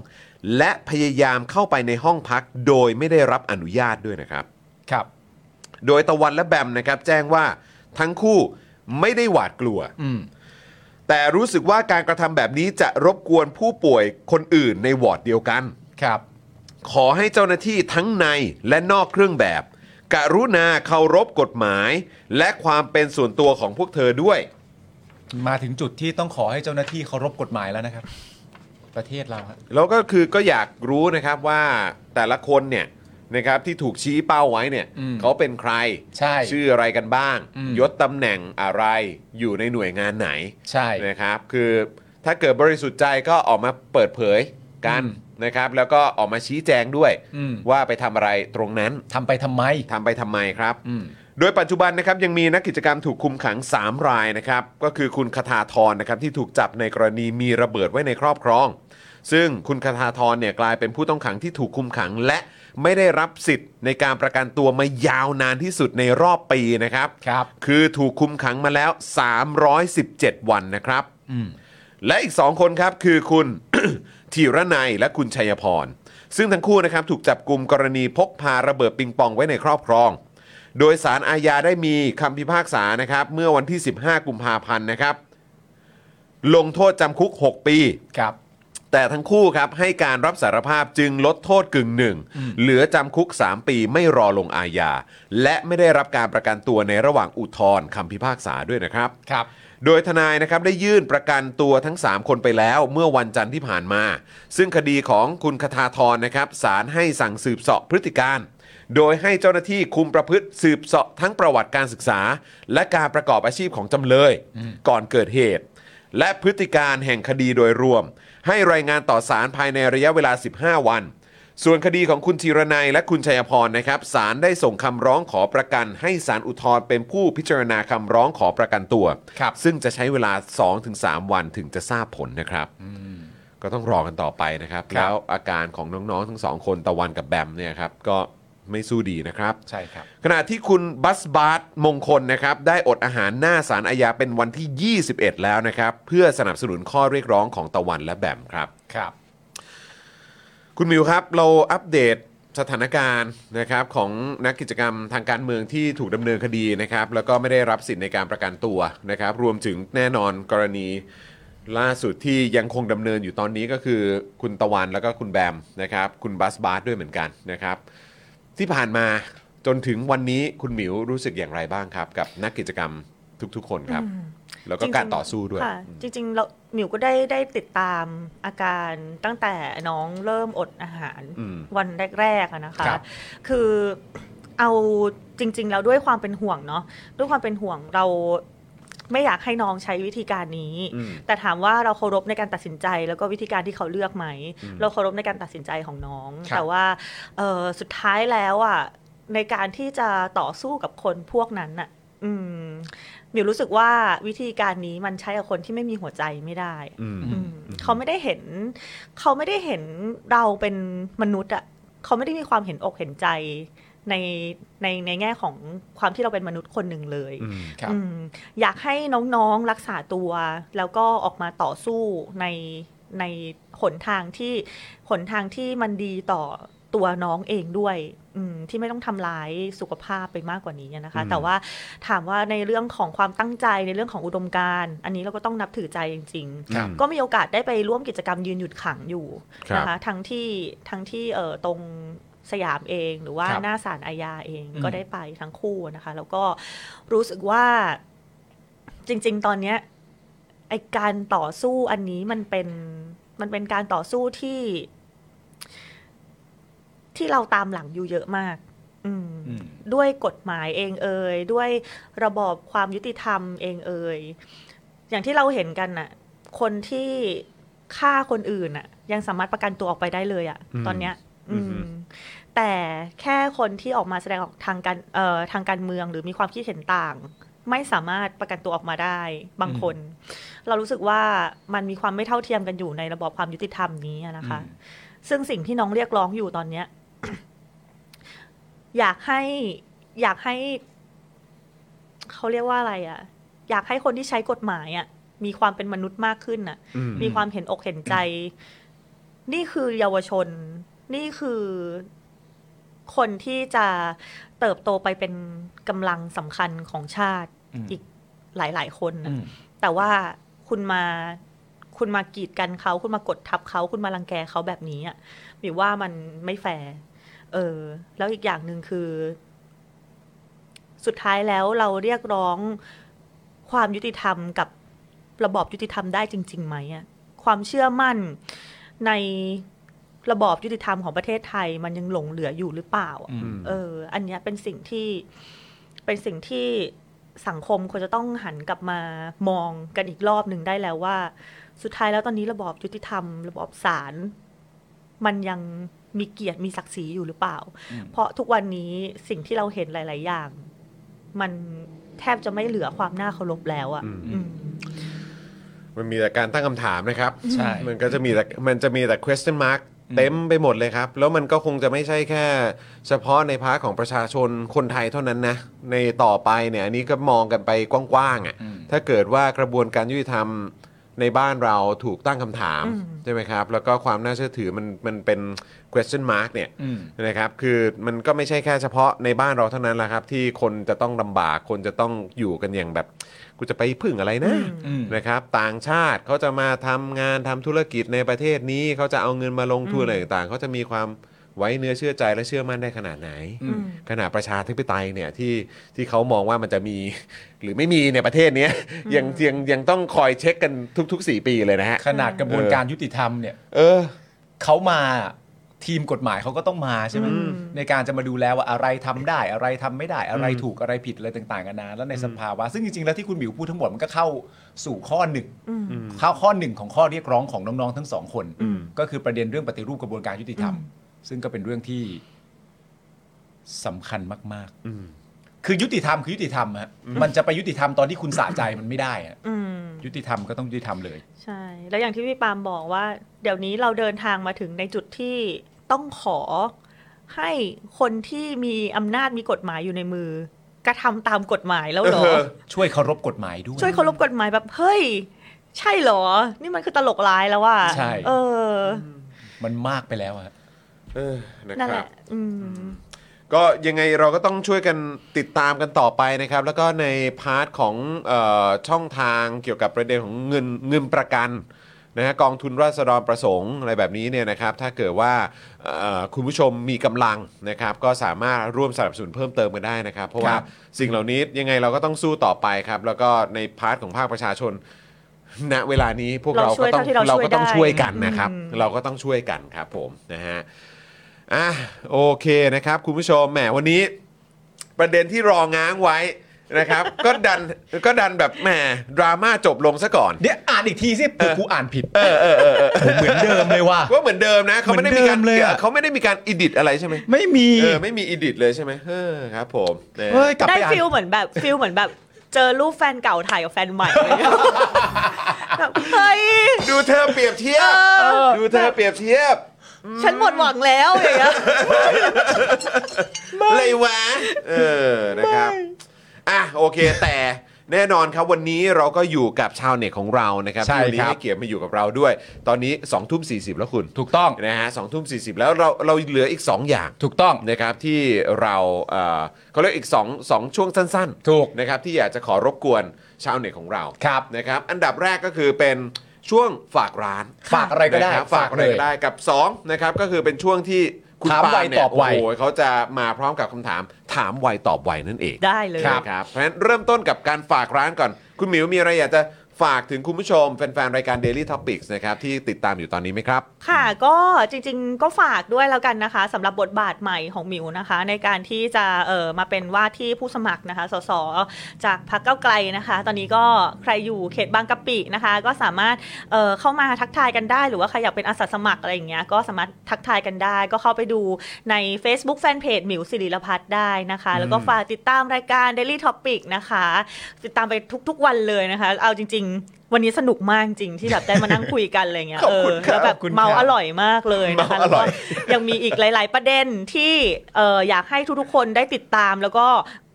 และพยายามเข้าไปในห้องพักโดยไม่ได้รับอนุญาตด้วยนะครับ ครับ โดยตะวันและแบมนะครับแจ้งว่าทั้งคู่ไม่ได้หวาดกลัว อืม แต่รู้สึกว่าการกระทำแบบนี้จะรบกวนผู้ป่วยคนอื่นในวอร์ดเดียวกัน ครับ ขอให้เจ้าหน้าที่ทั้งในและนอกเครื่องแบบ กรุณาเคารพกฎหมาย และความเป็นส่วนตัวของพวกเธอด้วย มาถึงจุดที่ต้องขอให้เจ้าหน้าที่เคารพกฎหมายแล้วนะครับ ประเทศเราฮะ แล้วก็คือก็อยากรู้นะครับว่าแต่ละคนเนี่ยนะครับที่ถูกชี้เป้าไว้เนี่ย อืม เขาเป็นใคร ใช่ ชื่ออะไรกันบ้าง อืม ยศตำแหน่งอะไรอยู่ในหน่วยงานไหน ใช่ นะครับคือถ้าเกิดบริสุทธิ์ใจก็ออกมาเปิดเผยกัน อืม นะครับแล้วก็ออกมาชี้แจงด้วย อืม ว่าไปทำอะไรตรงนั้น ทำไปทำไม ทำไปทำไมครับ อืม โดยปัจจุบันนะครับยังมีนักกิจกรรมถูกคุมขัง 3 รายนะครับก็คือคุณคทาธรนะครับที่ถูกจับในกรณีมีระเบิดไว้ในครอบครอง ซึ่งคุณคทาธรเนี่ยกลายเป็นผู้ต้องขังที่ถูกคุมขัง และไม่ได้รับสิทธิ์ในการประกันตัวมายาวนานที่สุดในรอบปีนะครับ ครับ คือถูกคุมขังมาแล้ว 317 วันนะครับ และอีก 2 คนครับคือคุณ *coughs* ธีรนัยและคุณชัยพร ซึ่งทั้งคู่นะครับถูกจับกลุ่มกรณีพกพาระเบิดปิงปองไว้ในครอบครอง โดยสารอาญาได้มีคำพิพากษานะครับ เมื่อวันที่ 15 กุมภาพันธ์นะครับ ลงโทษจำคุก 6 ปี ครับ แต่ทั้งคู่ครับให้การรับสารภาพจึงลดโทษกึ่งหนึ่ง เหลือจำคุก 3 ปีไม่รอลงอาญาและไม่ได้รับการประกันตัวในระหว่างอุทธรณ์คำพิพากษาด้วยนะครับ ครับ โดยทนายนะครับได้ยื่นประกันตัวทั้ง 3 คนไปแล้วเมื่อวันจันทร์ที่ผ่านมา ซึ่งคดีของคุณคทาธรนะครับศาลให้สั่งสืบเสาะพฤติการ โดยให้เจ้าหน้าที่คุมประพฤติสืบเสาะทั้งประวัติการศึกษา และการประกอบอาชีพของจำเลย ก่อนเกิดเหตุ และพฤติการแห่งคดีโดยรวม ให้รายงานต่อศาลภายในระยะเวลา 15 วัน ส่วนคดีของคุณธีรนัยและคุณชัยพรนะครับศาลได้ส่งคำร้องขอประกัน ให้ศาลอุทธรณ์เป็นผู้พิจารณาคำร้องขอประกันตัว ครับ ซึ่งจะใช้เวลา 2-3 วันถึงจะทราบผลนะครับ ก็ต้องรอกันต่อไปนะครับ ครับ แล้วอาการของน้อง ๆ ทั้งสองคนตะวันกับแบมเนี่ยครับก็ไม่สู้ดีนะครับ ใช่ครับ ขณะที่คุณบัสบาร์ตมงคลนะครับ ได้อดอาหารหน้าสารอาญาเป็นวันที่ 21 แล้วนะครับ เพื่อสนับสนุนข้อเรียกร้องของตะวันและแบมครับ ครับ คุณมิวครับ เราอัปเดตสถานการณ์นะครับของนักกิจกรรมทางการเมืองที่ถูกดำเนินคดีนะครับ แล้วก็ไม่ได้รับสิทธิ์ในการประกันตัวนะครับ รวมถึงแน่นอนกรณีล่าสุดที่ยังคงดำเนินอยู่ตอนนี้ก็คือคุณตะวันแล้วก็คุณแบมนะครับ คุณบัสบาสด้วยเหมือนกันนะครับ ที่ผ่านมาจนถึงวันนี้คุณหมิวรู้สึกอย่างไรบ้างครับ กับนักกิจกรรมทุกๆ คนครับ แล้วก็การต่อสู้ด้วย ค่ะจริงๆเราหมิวก็ได้ได้ติดตามอาการตั้งแต่น้องเริ่มอดอาหาร อืม วันแรกๆอะนะคะ ครับ คือเอาจริง ๆ แล้วด้วยความเป็นห่วงเนาะด้วยความเป็นห่วงเรา ไม่อยากให้น้องใช้วิธีการนี้ อืม แต่ถามว่าเราเคารพในการตัดสินใจแล้วก็วิธีการที่เขาเลือกไหม อืม เราเคารพในการตัดสินใจของน้อง ครับ แต่ว่าเอ่อสุดท้ายแล้วอ่ะในการที่จะต่อสู้กับคนพวกนั้นอ่ะอืมมิวรู้สึกว่าวิธีการนี้มันใช้กับคนที่ไม่มีหัวใจไม่ได้ อืม อืมเขาไม่ได้เห็น เขาไม่ได้เห็นเราเป็นมนุษย์อ่ะเขาไม่ได้มีความเห็นอกเห็นใจในในในแง่ของความที่เราเป็นมนุษย์คนหนึ่งเลย อืม ครับ อืมอยากให้น้องๆรักษาตัว แล้วก็ออกมาต่อสู้ในในหนทางที่หนทางที่มันดีต่อตัวน้องเองด้วยอืมที่ไม่ต้องทำร้ายสุขภาพไปมากกว่านี้นะคะ อืม แต่ว่าถามว่าในเรื่องของความตั้งใจในเรื่องของอุดมการณ์ อันนี้เราก็ต้องนับถือใจจริง ๆ ครับ ก็มีโอกาสได้ไปร่วมกิจกรรมยืนหยุดขังอยู่ ครับ นะคะทั้งที่ทั้งที่เอ่อตรงสยามเองหรือว่า ครับ หน้าศาลอาญาเอง อืม ก็ได้ไปทั้งคู่นะคะ แล้วก็รู้สึกว่าจริง ๆ ตอนเนี้ยไอการต่อสู้อันนี้มันเป็นมันเป็นการต่อสู้ที่ ที่เราตามหลังอยู่เยอะมาก อืม อืม ด้วยกฎหมายเองเอ่ยด้วยระบอบความยุติธรรมเองเอ่ยอย่างที่เราเห็นกันน่ะ คนที่ฆ่าคนอื่นน่ะ ยังสามารถประกันตัวออกไปได้เลยอะ อืม ตอนเนี้ย อืม อืม แต่แค่คนที่ออกมาแสดงออกทางการเอ่อทางการเมืองหรือมีความคิดเห็นต่าง ไม่สามารถประกันตัวออกมาได้บางคน เรารู้สึกว่ามันมีความไม่เท่าเทียมกันอยู่ในระบอบความยุติธรรมนี้อะนะคะ ซึ่งสิ่งที่น้องเรียกร้องอยู่ตอนเนี้ย *coughs* อยากให้อยากให้ เขาเรียกว่าอะไรอะ่ะ อยากให้คนที่ใช้กฎหมายอะ่ะ มีความเป็นมนุษย์มากขึ้นอ่ะ อืม มีความเห็นอกเห็นใจ นี่คือเยาวชน นี่คือคนที่จะเติบโตไปเป็นกำลังสำคัญของชาติ อืม อีกหลาย ๆ คน อื น่ะ ม แต่ว่าคุณมาคุณมากีดกันเขา คุณมากดทับเขาคุณมารังแกเขาแบบนี้อ่ะหรือว่ามันไม่แฟร์เออ แล้วอีกอย่างหนึ่งคือ สุดท้ายแล้วเราเรียกร้องความยุติธรรมกับระบอบยุติธรรมได้จริงๆไหมอ่ะความเชื่อมั่นในระบอบยุติธรรมของประเทศไทย มันยังหลงเหลืออยู่หรือเปล่าอะ อืม เออ อันเนี้ยเป็นสิ่งที่เป็นสิ่งที่สังคมควรจะต้องหันกลับมามองกันอีกรอบหนึ่งได้แล้วว่า สุดท้ายแล้วตอนนี้ระบอบยุติธรรม ระบอบศาลมันยังมีเกียรติมีศักดิ์ศรีอยู่หรือเปล่า อืม เพราะทุกวันนี้สิ่งที่เราเห็นหลาย ๆ อย่าง มันแทบจะไม่เหลือความน่าเคารพแล้วอะ่ะอืม มันมีแต่การตั้งคำถามนะครับ ใช่ มันก็จะมีแต่ มันจะมีแต่ question mark อืม เต็มไปหมดเลยครับ แล้วมันก็คงจะไม่ใช่แค่ เฉพาะในพาร์ทของประชาชนคนไทยเท่านั้นนะ ในต่อไปเนี่ยอันนี้ก็มองกันไปกว้างๆอะ่ะ อืม ถ้าเกิดว่ากระบวนการยุติธรรมในบ้านเราถูกตั้งคำถาม อืม ใช่ไหมครับ แล้วก็ความน่าเชื่อถือมันมันเป็น question mark เนี่ย อืม นะครับคือมันก็ไม่ใช่แค่เฉพาะในบ้านเราเท่านั้นแหละครับ ที่คนจะต้องลำบากคนจะต้องอยู่กันอย่างแบบ กูจะไปพึ่งอะไรนะ อืม นะครับ ต่างชาติเขาจะมาทำงานทำธุรกิจในประเทศนี้เขาจะเอาเงินมาลงทุนอะไรต่างๆเขาจะมีความไว้เนื้อเชื่อใจและเชื่อมั่นได้ขนาดไหน อืม ขนาดประชาธิปไตยเนี่ยที่ที่เขามองว่ามันจะมี หรือไม่มีในประเทศเนี้ยยังยังยังต้องคอยเช็คกันทุกๆ 4 ปีเลยนะฮะ ขนาดกระบวนการยุติธรรมเนี่ย เออ เขามาทีมกฎหมายเขาก็ต้องมาใช่ไหมในการจะมาดูแลวว่าอะไรทำได้อะไรทำไม่ได้อะไร อืม ถูกอะไรผิดอะไรต่างๆกันานาแล้วในสภาวะซึ่งจริงๆแล้วที่คุณหมิวพูดทั้งหมดมันก็เข้าสู่ข้อหนึ่งเข้าข้อหนึ่งของข้อเรียกร้องของน้องๆทั้งสองคน อืม ก็คือประเด็นเรื่องปฏิรูปกระบวนการยุติธรรม ซึ่งก็เป็นเรื่องที่สำคัญมาก อืม ๆ คือยุติธรรมคือยุติธรรมฮะมันจะไปยุติธรรมตอนที่คุณสะใจมันไม่ได้อะ อืม ยุติธรรมก็ต้องยุติธรรมเลย ใช่ แล้วอย่างที่พี่ปาล์มบอกว่า เดี๋ยวนี้เราเดินทางมาถึงในจุดที่ต้องขอให้คนที่มีอำนาจมีกฎหมายอยู่ในมือ กระทำตามกฎหมายแล้วเหรอ เออ ช่วยเคารพกฎหมายด้วย ช่วยเคารพกฎหมายแบบ เฮ้ย ใช่เหรอ นี่มันคือตลกร้ายแล้วว่า ใช่ เออ มันมากไปแล้วอะ เออนะ นั่น ค แห รับ ละ อืม ก็ยังไงเราก็ต้องช่วยกันติดตามกันต่อไปนะครับ แล้วก็ในพาร์ทของเออช่องทางเกี่ยวกับประเด็นของเงินเงินประกันนะฮะกองทุนราษฎรประสงค์อะไรแบบนี้เนี่ยนะครับ ถ้าเกิดว่าเอ่อคุณผู้ชมมีกำลังนะครับ ก็สามารถร่วมสนับสนุนเพิ่มเติมกันได้นะครับ เพราะ ครั ว่า บ สิ่งเหล่านี้ยังไงเราก็ต้องสู้ต่อไปครับ แล้วก็ในพาร์ทของภาคประชาชนณเวลานี้พวกเราก็ต้อง เราช่วยเท่าที่เรา เราก็ต้อง ช่วยได้ ช่วยกันนะครับ เราก็ต้องช่วยกันครับผมนะฮะ อ่ะโอเคนะครับ คุณผู้ชมแหมวันนี้ประเด็นที่รอง้างไว้ นะครับ *laughs* ก็ดันก็ดันแบบแหมดราม่าจบลงซะก่อน เดี๋ยวอ่านอีกทีสิเผื่อกูอ่านผิด เออเออเออเออ ผมเหมือนเดิมเลยว่ะ ว่าเหมือนเดิมนะเขาไม่ได้มีการ เหมือนเดิมเลยอะ เขาไม่ได้มีการอิดิตอะไรใช่ไหม ไม่มี เออไม่มีอิดิตเลยใช่ไหมเออครับผมนะ เฮ้ยกลับ ได้ ไปอ่าน ฟิลเหมือนแบบฟิลเหมือนแบบ เจอรูปแฟนเก่าถ่ายกับแฟนใหม่เลยแบบเฮ้ย ดูเธอเปรียบเทียบ เออ ดูเธอเปรียบเทียบ ฉันหมดหวังแล้วอย่างเงี้ย เลยวะเออนะครับอ่ะโอเคแต่แน่นอนครับวันนี้เราก็อยู่กับชาวเน็ตของเรานะครับ ใช่ ที่วันนี้ ครับ ให้เกียรติมาอยู่กับเราด้วย ตอนนี้2องทุ่มสีแล้วคุณ ถูกต้อง นะฮะสองทุ่มสีแล้วเราเราเหลืออีก 2 อย่าง ถูกต้อง นะครับที่เราเอ่อเขาเรียกอีก2 2ช่วงสั้นๆ ถูก นะครับที่อยากจะขอรบกวนชาวเน็ตของเรา ครับ นะครับอันดับแรกก็คือเป็นช่วงฝากร้าน ฝากอะไรก็ได้ นคบฝากอะไรก็ได้กับ2นะครับก็คือเป็นช่วงที่คุณ ถาม ปา ไว เนี่ ต ย อบไว โอ้โหเขาจะมาพร้อมกับคำถามถามไวตอบไวนั่นเอง ได้เลย ครับครับเพราะฉะนั้นเริ่มต้นกับการฝากร้านก่อน คุณหมิวมีอะไรอยากจะฝากถึงคุณผู้ชมแฟนๆรายการ Daily Topics นะครับที่ติดตามอยู่ตอนนี้ไหมครับ ค่ะก็จริงๆก็ฝากด้วยแล้วกันนะคะสำหรับบทบาทใหม่ของหมิวนะคะ ในการที่จะเออมาเป็นว่าที่ผู้สมัครนะคะสสจากพรรคเก้าวไกลนะคะ ตอนนี้ก็ใครอยู่เขตบางกะปินะคะ ก็สามารถเออเข้ามาทักทายกันได้ หรือว่าใครอยากเป็นอาสาสมัครอะไรอย่างเงี้ยก็สามารถทักทายกันได้ ก็เข้าไปดูใน Facebook Fanpage หมิวสิริรพัฒน์ได้นะคะ แล้วก็ฝากติดตามรายการ Daily Topic นะคะ ติดตามไปทุกๆวันเลยนะคะ เอาจริง ๆ วันนี้สนุกมากจริงๆที่แบบได้มานั่งคุยกันอะไรเงี้ย ขอบ เออ คุณครับ แล้วแบบ ขอบคุณ เมา ครับ อร่อยมากเลยนะคะ เมาอร่อย แล้วก็ยังมีอีกหลาย ๆ ประเด็นที่เอออยากให้ทุกๆคนได้ติดตามแล้วก็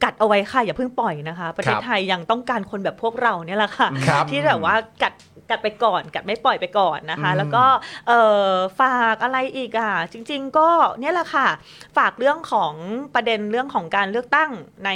กัดเอาไว้ค่ะอย่าเพิ่งปล่อยนะคะ ประเทศไทยยังต้องการคนแบบพวกเราเนี่ยแหละค่ะ ครับ ที่แบบว่ากัดกัดไปก่อนกัดไม่ปล่อยไปก่อนนะคะ แล้วก็เอ่อฝากอะไรอีกอ่ะจริง ๆ ก็เนี่ยแหละค่ะ ฝากเรื่องของประเด็นเรื่องของการเลือกตั้งใน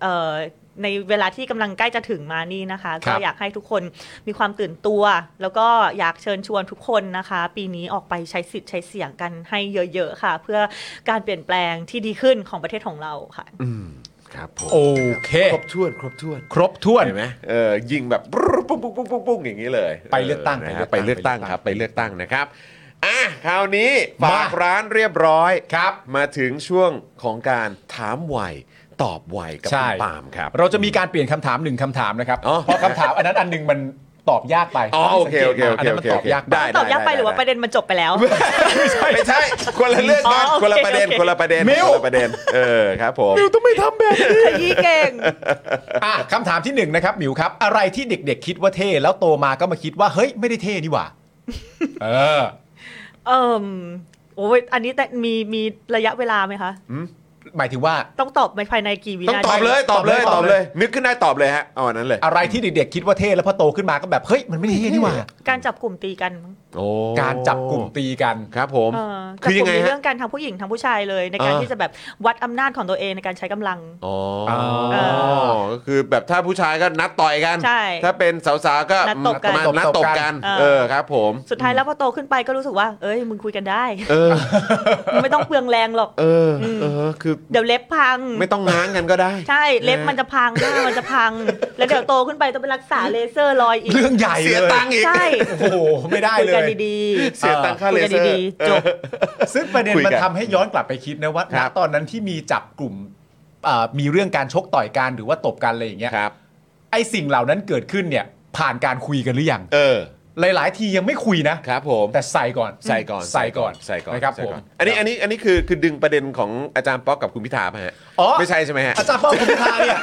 เอ่อในเวลาที่กำลังใกล้จะถึงมานี่นะคะ ครั ก็ บ อยากให้ทุกคนมีความตื่นตัว แล้วก็อยากเชิญชวนทุกคนนะคะ ปีนี้ออกไปใช้สิทธิ์ใช้เสียงกันให้เยอะๆค่ะ เพื่อการเปลี่ยนแปลงที่ดีขึ้นของประเทศของเราค่ะ อืมครับผม โอเค ครบถ้วนครบถ้วน ครบถ้วน เห็นไหมเออยิงแบบปุ๊บปุ๊บปุ๊บปุ๊บปุ๊บปุ๊บอย่างนี้เลย ไปเลือกตั้ง นะฮะไป ไปเลื เลือ อก กตั้ ตั้ง ง ครับไปเลือกตั้งนะครับอ่ะคราวนี้ฝาก มา ร้านเรียบร้อย ครับ มาถึงช่วงของการถามไวตอบไวกับ ใช่ คุณปาล์มครับ เราจะมีการเปลี่ยนคำถามหนึ่งคำถามนะครับ อ๋อ เพราะคำถามอันนั้นอันหนึงมันตอบยากไป อ๋อโอเคโอเคโอ อัน เค นั้น โอ มัน เค ต โอ อบ เค ยากไป ได้ ตอบยากไปหรือว่าประเด็นมันจบไปแล้ว *laughs* ไม่ใช่ไม่ใช่คนละเรื่องกัน อ๋อโอเค คนละประเด็น โอเค คนละประเด็น มิ้ว คนละประเด็นเออครับผม ต้องไม่ทำแบบ ขยี้เก่ง อ่ะคำถามที่หนึ่งนะครับหมิวครับ อะไรที่เด็กๆ คิดว่าเท่แล้วโตมาก็มาคิดว่าเฮ้ยไม่ได้เท่นี่หว่า เออ เอ่มโอ้ยอันนี้แต่มีมีระยะเวลาไหมคะ หมายถึงว่า ต้องตอบในภายในกี่วิ ต้อง นา ตอบ ที เลยตอบเลย ต ต อ อ บบ เล เลย ย นึกขึ้นได้ตอบเลยฮะเอาอันนั้นเลย อะไรที่เด็กๆ คิดว่าเท่แล้วพอโตขึ้นมาก็แบบเฮ้ยมันไม่ได้เท่นี่หว่า การจับกลุ่มตีกันมั้ง โอ้ การจับกลุ่มตีกัน ครับผม เอ่อจั คื บ อก ยังลุ่ม ไง ใน ฮะ เรื่องการทางผู้หญิงทางผู้ชายเลย ในการ อ่า ที่จะแบบวัดอำนาจของตัวเองในการใช้กำลัง อ๋อ อ๋อ อ๋อก็คือแบบถ้าผู้ชายก็นัดต่อยกัน ใช่ ถ้าเป็นสาวๆก็ นัดตบกัน มานัดตบกัน เออ เออครับผม สุดท้ายแล้วพอโตขึ้นไปก็รู้สึกว่า เอ้ยมึงคุยกัน *laughs* ได้ เออ มึงไม่ต้องเปลืองแรงหรอก เออ ม เออ คือ เดี๋ยวเล็บพัง ไม่ต้องง้างกันก็ได้ ใช่เล็บมันจะพังหน้ามันจะพัง แล้วเดี๋ยวโตขึ้นไปต้องไปรักษาเลเซอร์รอยอีก เรื่องใหญ่ เสีย เลย ตังค์อีก ใช่ โอ้โหไม่ได้ คุย เล กัน ย ดีๆ เสียตังค่าเลเซอ คุยกันดี ร์ ๆจบ เออ ซึ่งประเด็น คุยกั มัน นทำให้ย้อนกลับไปคิดนะว่า ค ณ รับ ตอนนั้นที่มีจับกลุ่มเอ่อมีเรื่องการชกต่อยกันหรือว่าตบกันอะไรอย่างเงี้ย ครับ ไอสิ่งเหล่านั้นเกิดขึ้นเนี่ย ผ่านการคุยกันหรือยัง เออ หลาย ๆ ทียังไม่คุยนะครับ ผม แต่ใส่ก่อน ใส่ก่อน ใส่ก่อน ใส่ก่อน นะครับ ใส่ ผ ก่ ม อันนี้ อันนี้ อันนี้คือ คือดึงประเด็นของอาจารย์ป๊อกกับคุณพิธาไหมฮะ อ๋อ ไม่ใช่ใช่ไหมฮะ อาจารย์ป้อมคุณพิธาเนี่ย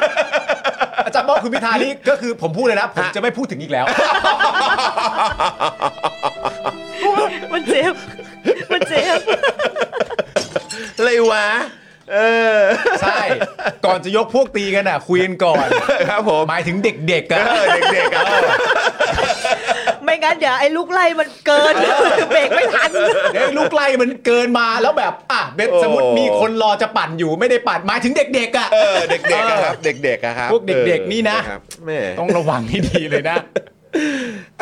อาจารย์ป้อมคุณพิธานี่ก็คือผมพูดเลยนะผม ฮะ จะไม่พูดถึงอีกแล้ว มันเจ็บมันเจ็บ เลยวะ เออ ใช่ก่อนจะยกพวกตีกันอ่ะคุยกันก่อน ครับผม หมายถึงเด็กๆอ่ะ เออ เด็กๆอะ ไม่งั้นเดี๋ยวไอ้ลูกไล่มันเกิน เบรกไม่ทัน เดี๋ยวลูกไล่มันเกินมาแล้วแบบอ่ะเบสสมมติมีคนรอจะปั่นอยู่ไม่ได้ปั่นหมายถึงเด็กๆอ่ะ เออ เด็กๆอะครับ เด็กๆอะครับ พวกเด็กๆนี่นะ เออครับแม่ ต้องระวังให้ดีเลยนะ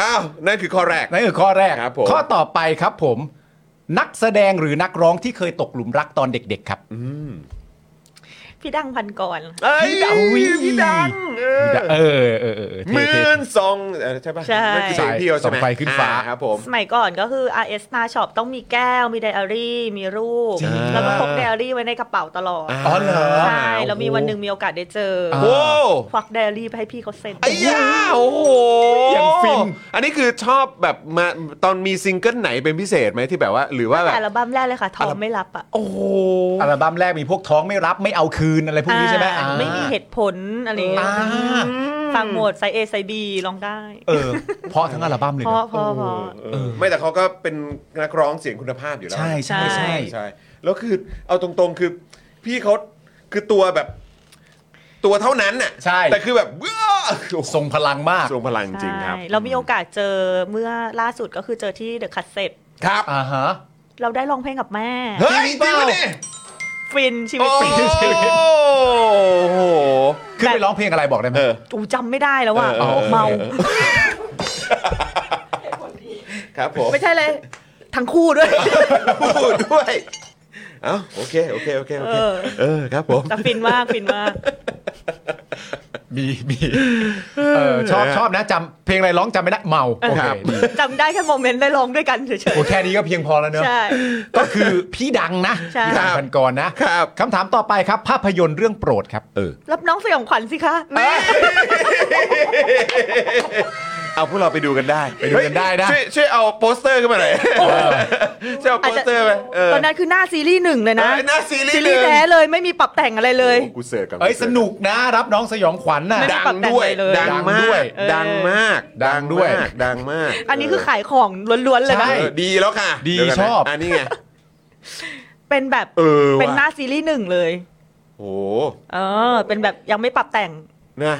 อ้าว นั่นคือข้อแรก นั่นคือข้อแรก ครับผม ข้อต่อไปครับผม นักแสดงหรือนักร้องที่เคยตกหลุมรักตอนเด็ก ๆ ครับ พี่ดังพันกร เอ้ย พี่ดังอุ๊ย พี่ดังเออ เออเออเออเออ ห เท่ๆ มื่นสองเออใช่ป่ะ ใช่ นั่นคือเสียงพี่เขาใช่ไหม ส่องไฟขึ้นฟ้า อ่ครับผม สมัยก่อนก็คือ RS Star Shop ต้องมีแก้ว มีไดอารี่ มีรูป จริง แล้วก็พกไดอารี่ไว้ในกระเป๋าตลอด อ๋อเหรอ ใช่ แล้วมีวันหนึ่งมีโอกาสได้เจอ อ่า โว้ว ควักไดอารี่ไปให้พี่เขาเซ็น ไอ้ยาโอ้โห อย่างฟิน อันนี้คือชอบแบบมาตอนมีซิงเกิลไหนเป็นพิเศษไหมที่แบบว่า หรือว่าแบบ แต่อัลบั้มแรกเลยค่ะทอมไม่รับอ่ะ โอ้โห อัลบั้มแรกมีพวกท้องไม่รับไม่เอาคืนอะไรพวกนี้ใช่ไหม อ่า อ่า ไม่มีเหตุผลอะไรอย่างเงี้ย อ่า ฟังหมดไซเอไซบีลองได้ เออเพราะทั้งอัลบั้มเลย พอ นะ พอพอ ไม่แต่เขาก็เป็นนักร้องเสียงคุณภาพอยู่แล้ว ใช่ใช่ ใช่ ใช่ใช่แล้วคือเอาตรงๆคือพี่เขาคือตัวแบบ ตัวเท่านั้นน่ะ ใช่ แต่คือแบบเบ้อ ทรงพลังมาก ทรงพลังจริงครับ ใช่เรามีโอกาสเจอเมื่อล่าสุดก็คือเจอที่เดอะคัสเซ็ต ครับ อ่าฮะ เราได้ร้องเพลงกับแม่ เฮ้ยจริงปะเนี่ย ฟินชี โอ้ วิตฟิน โห ขึ้นไปร้องเพลงอะไรบอกได้ไหม เออ อูจำไม่ได้แล้วว่า เออเออเออ เมา ครับผม ไม่ใช่เลย ทั้งคู่ด้วย พูดด้วยเอ้าโอเคโอเคโอเคโอเค เออ เออครับผม แต่ฟินมากฟินมาก มีมีเออชอบชอบนะจำเพลงอะไรร้องจำไม่ได้เมาโอเคดี จำได้แค่โมเมนต์ได้ร้องด้วยกันเฉย โอ้แค่นี้ก็เพียงพอแล้วเน ๆ อะ ใช่ ก็คือพี่ดังนะ ใช่ พี่ดังพันกรนะครับ คำถามต่อไปครับภาพยนตร์เรื่องโปรดครับเออ รับน้องสยองขวัญสิคะแม่ เอาพวกเราไปดูกันได้ ไปดูกันได้นะ ช่วยช่วยเอาโปสเตอร์ขึ้นมาหน่อยช่วยเอาโปสเตอร์ไปเออ ตอนนั้นคือหน้าซีรีส์หนึ่งเลยนะ เออหน้าซีรีส์ ซีรีส์ หนึ่ง แท้เลยไม่มีปรับแต่งอะไรเลย โอ้กูเสิร์ชก่อน เอ้ยสนุกนะ รับน้องสยองขวัญน่ะ ไม่ ดั ปรับ ง แต่ง ด้วย อะไรเลย ดังมา ดังด้วย ก ดังมาก ดังด้วย ดังมากดังมาก อันนี้คือขายของล้วนๆเลย ใช่ นะ เออดีแล้วค่ะ ดี เยวกันนะ ชอบ อันนี้ไง เป็นแบบ เออ เป็นหน้า ว่ะ ซีรีส์หนึ่งเลย โอ้โห เออ เป็นแบบยังไม่ปรับแต่ง นะ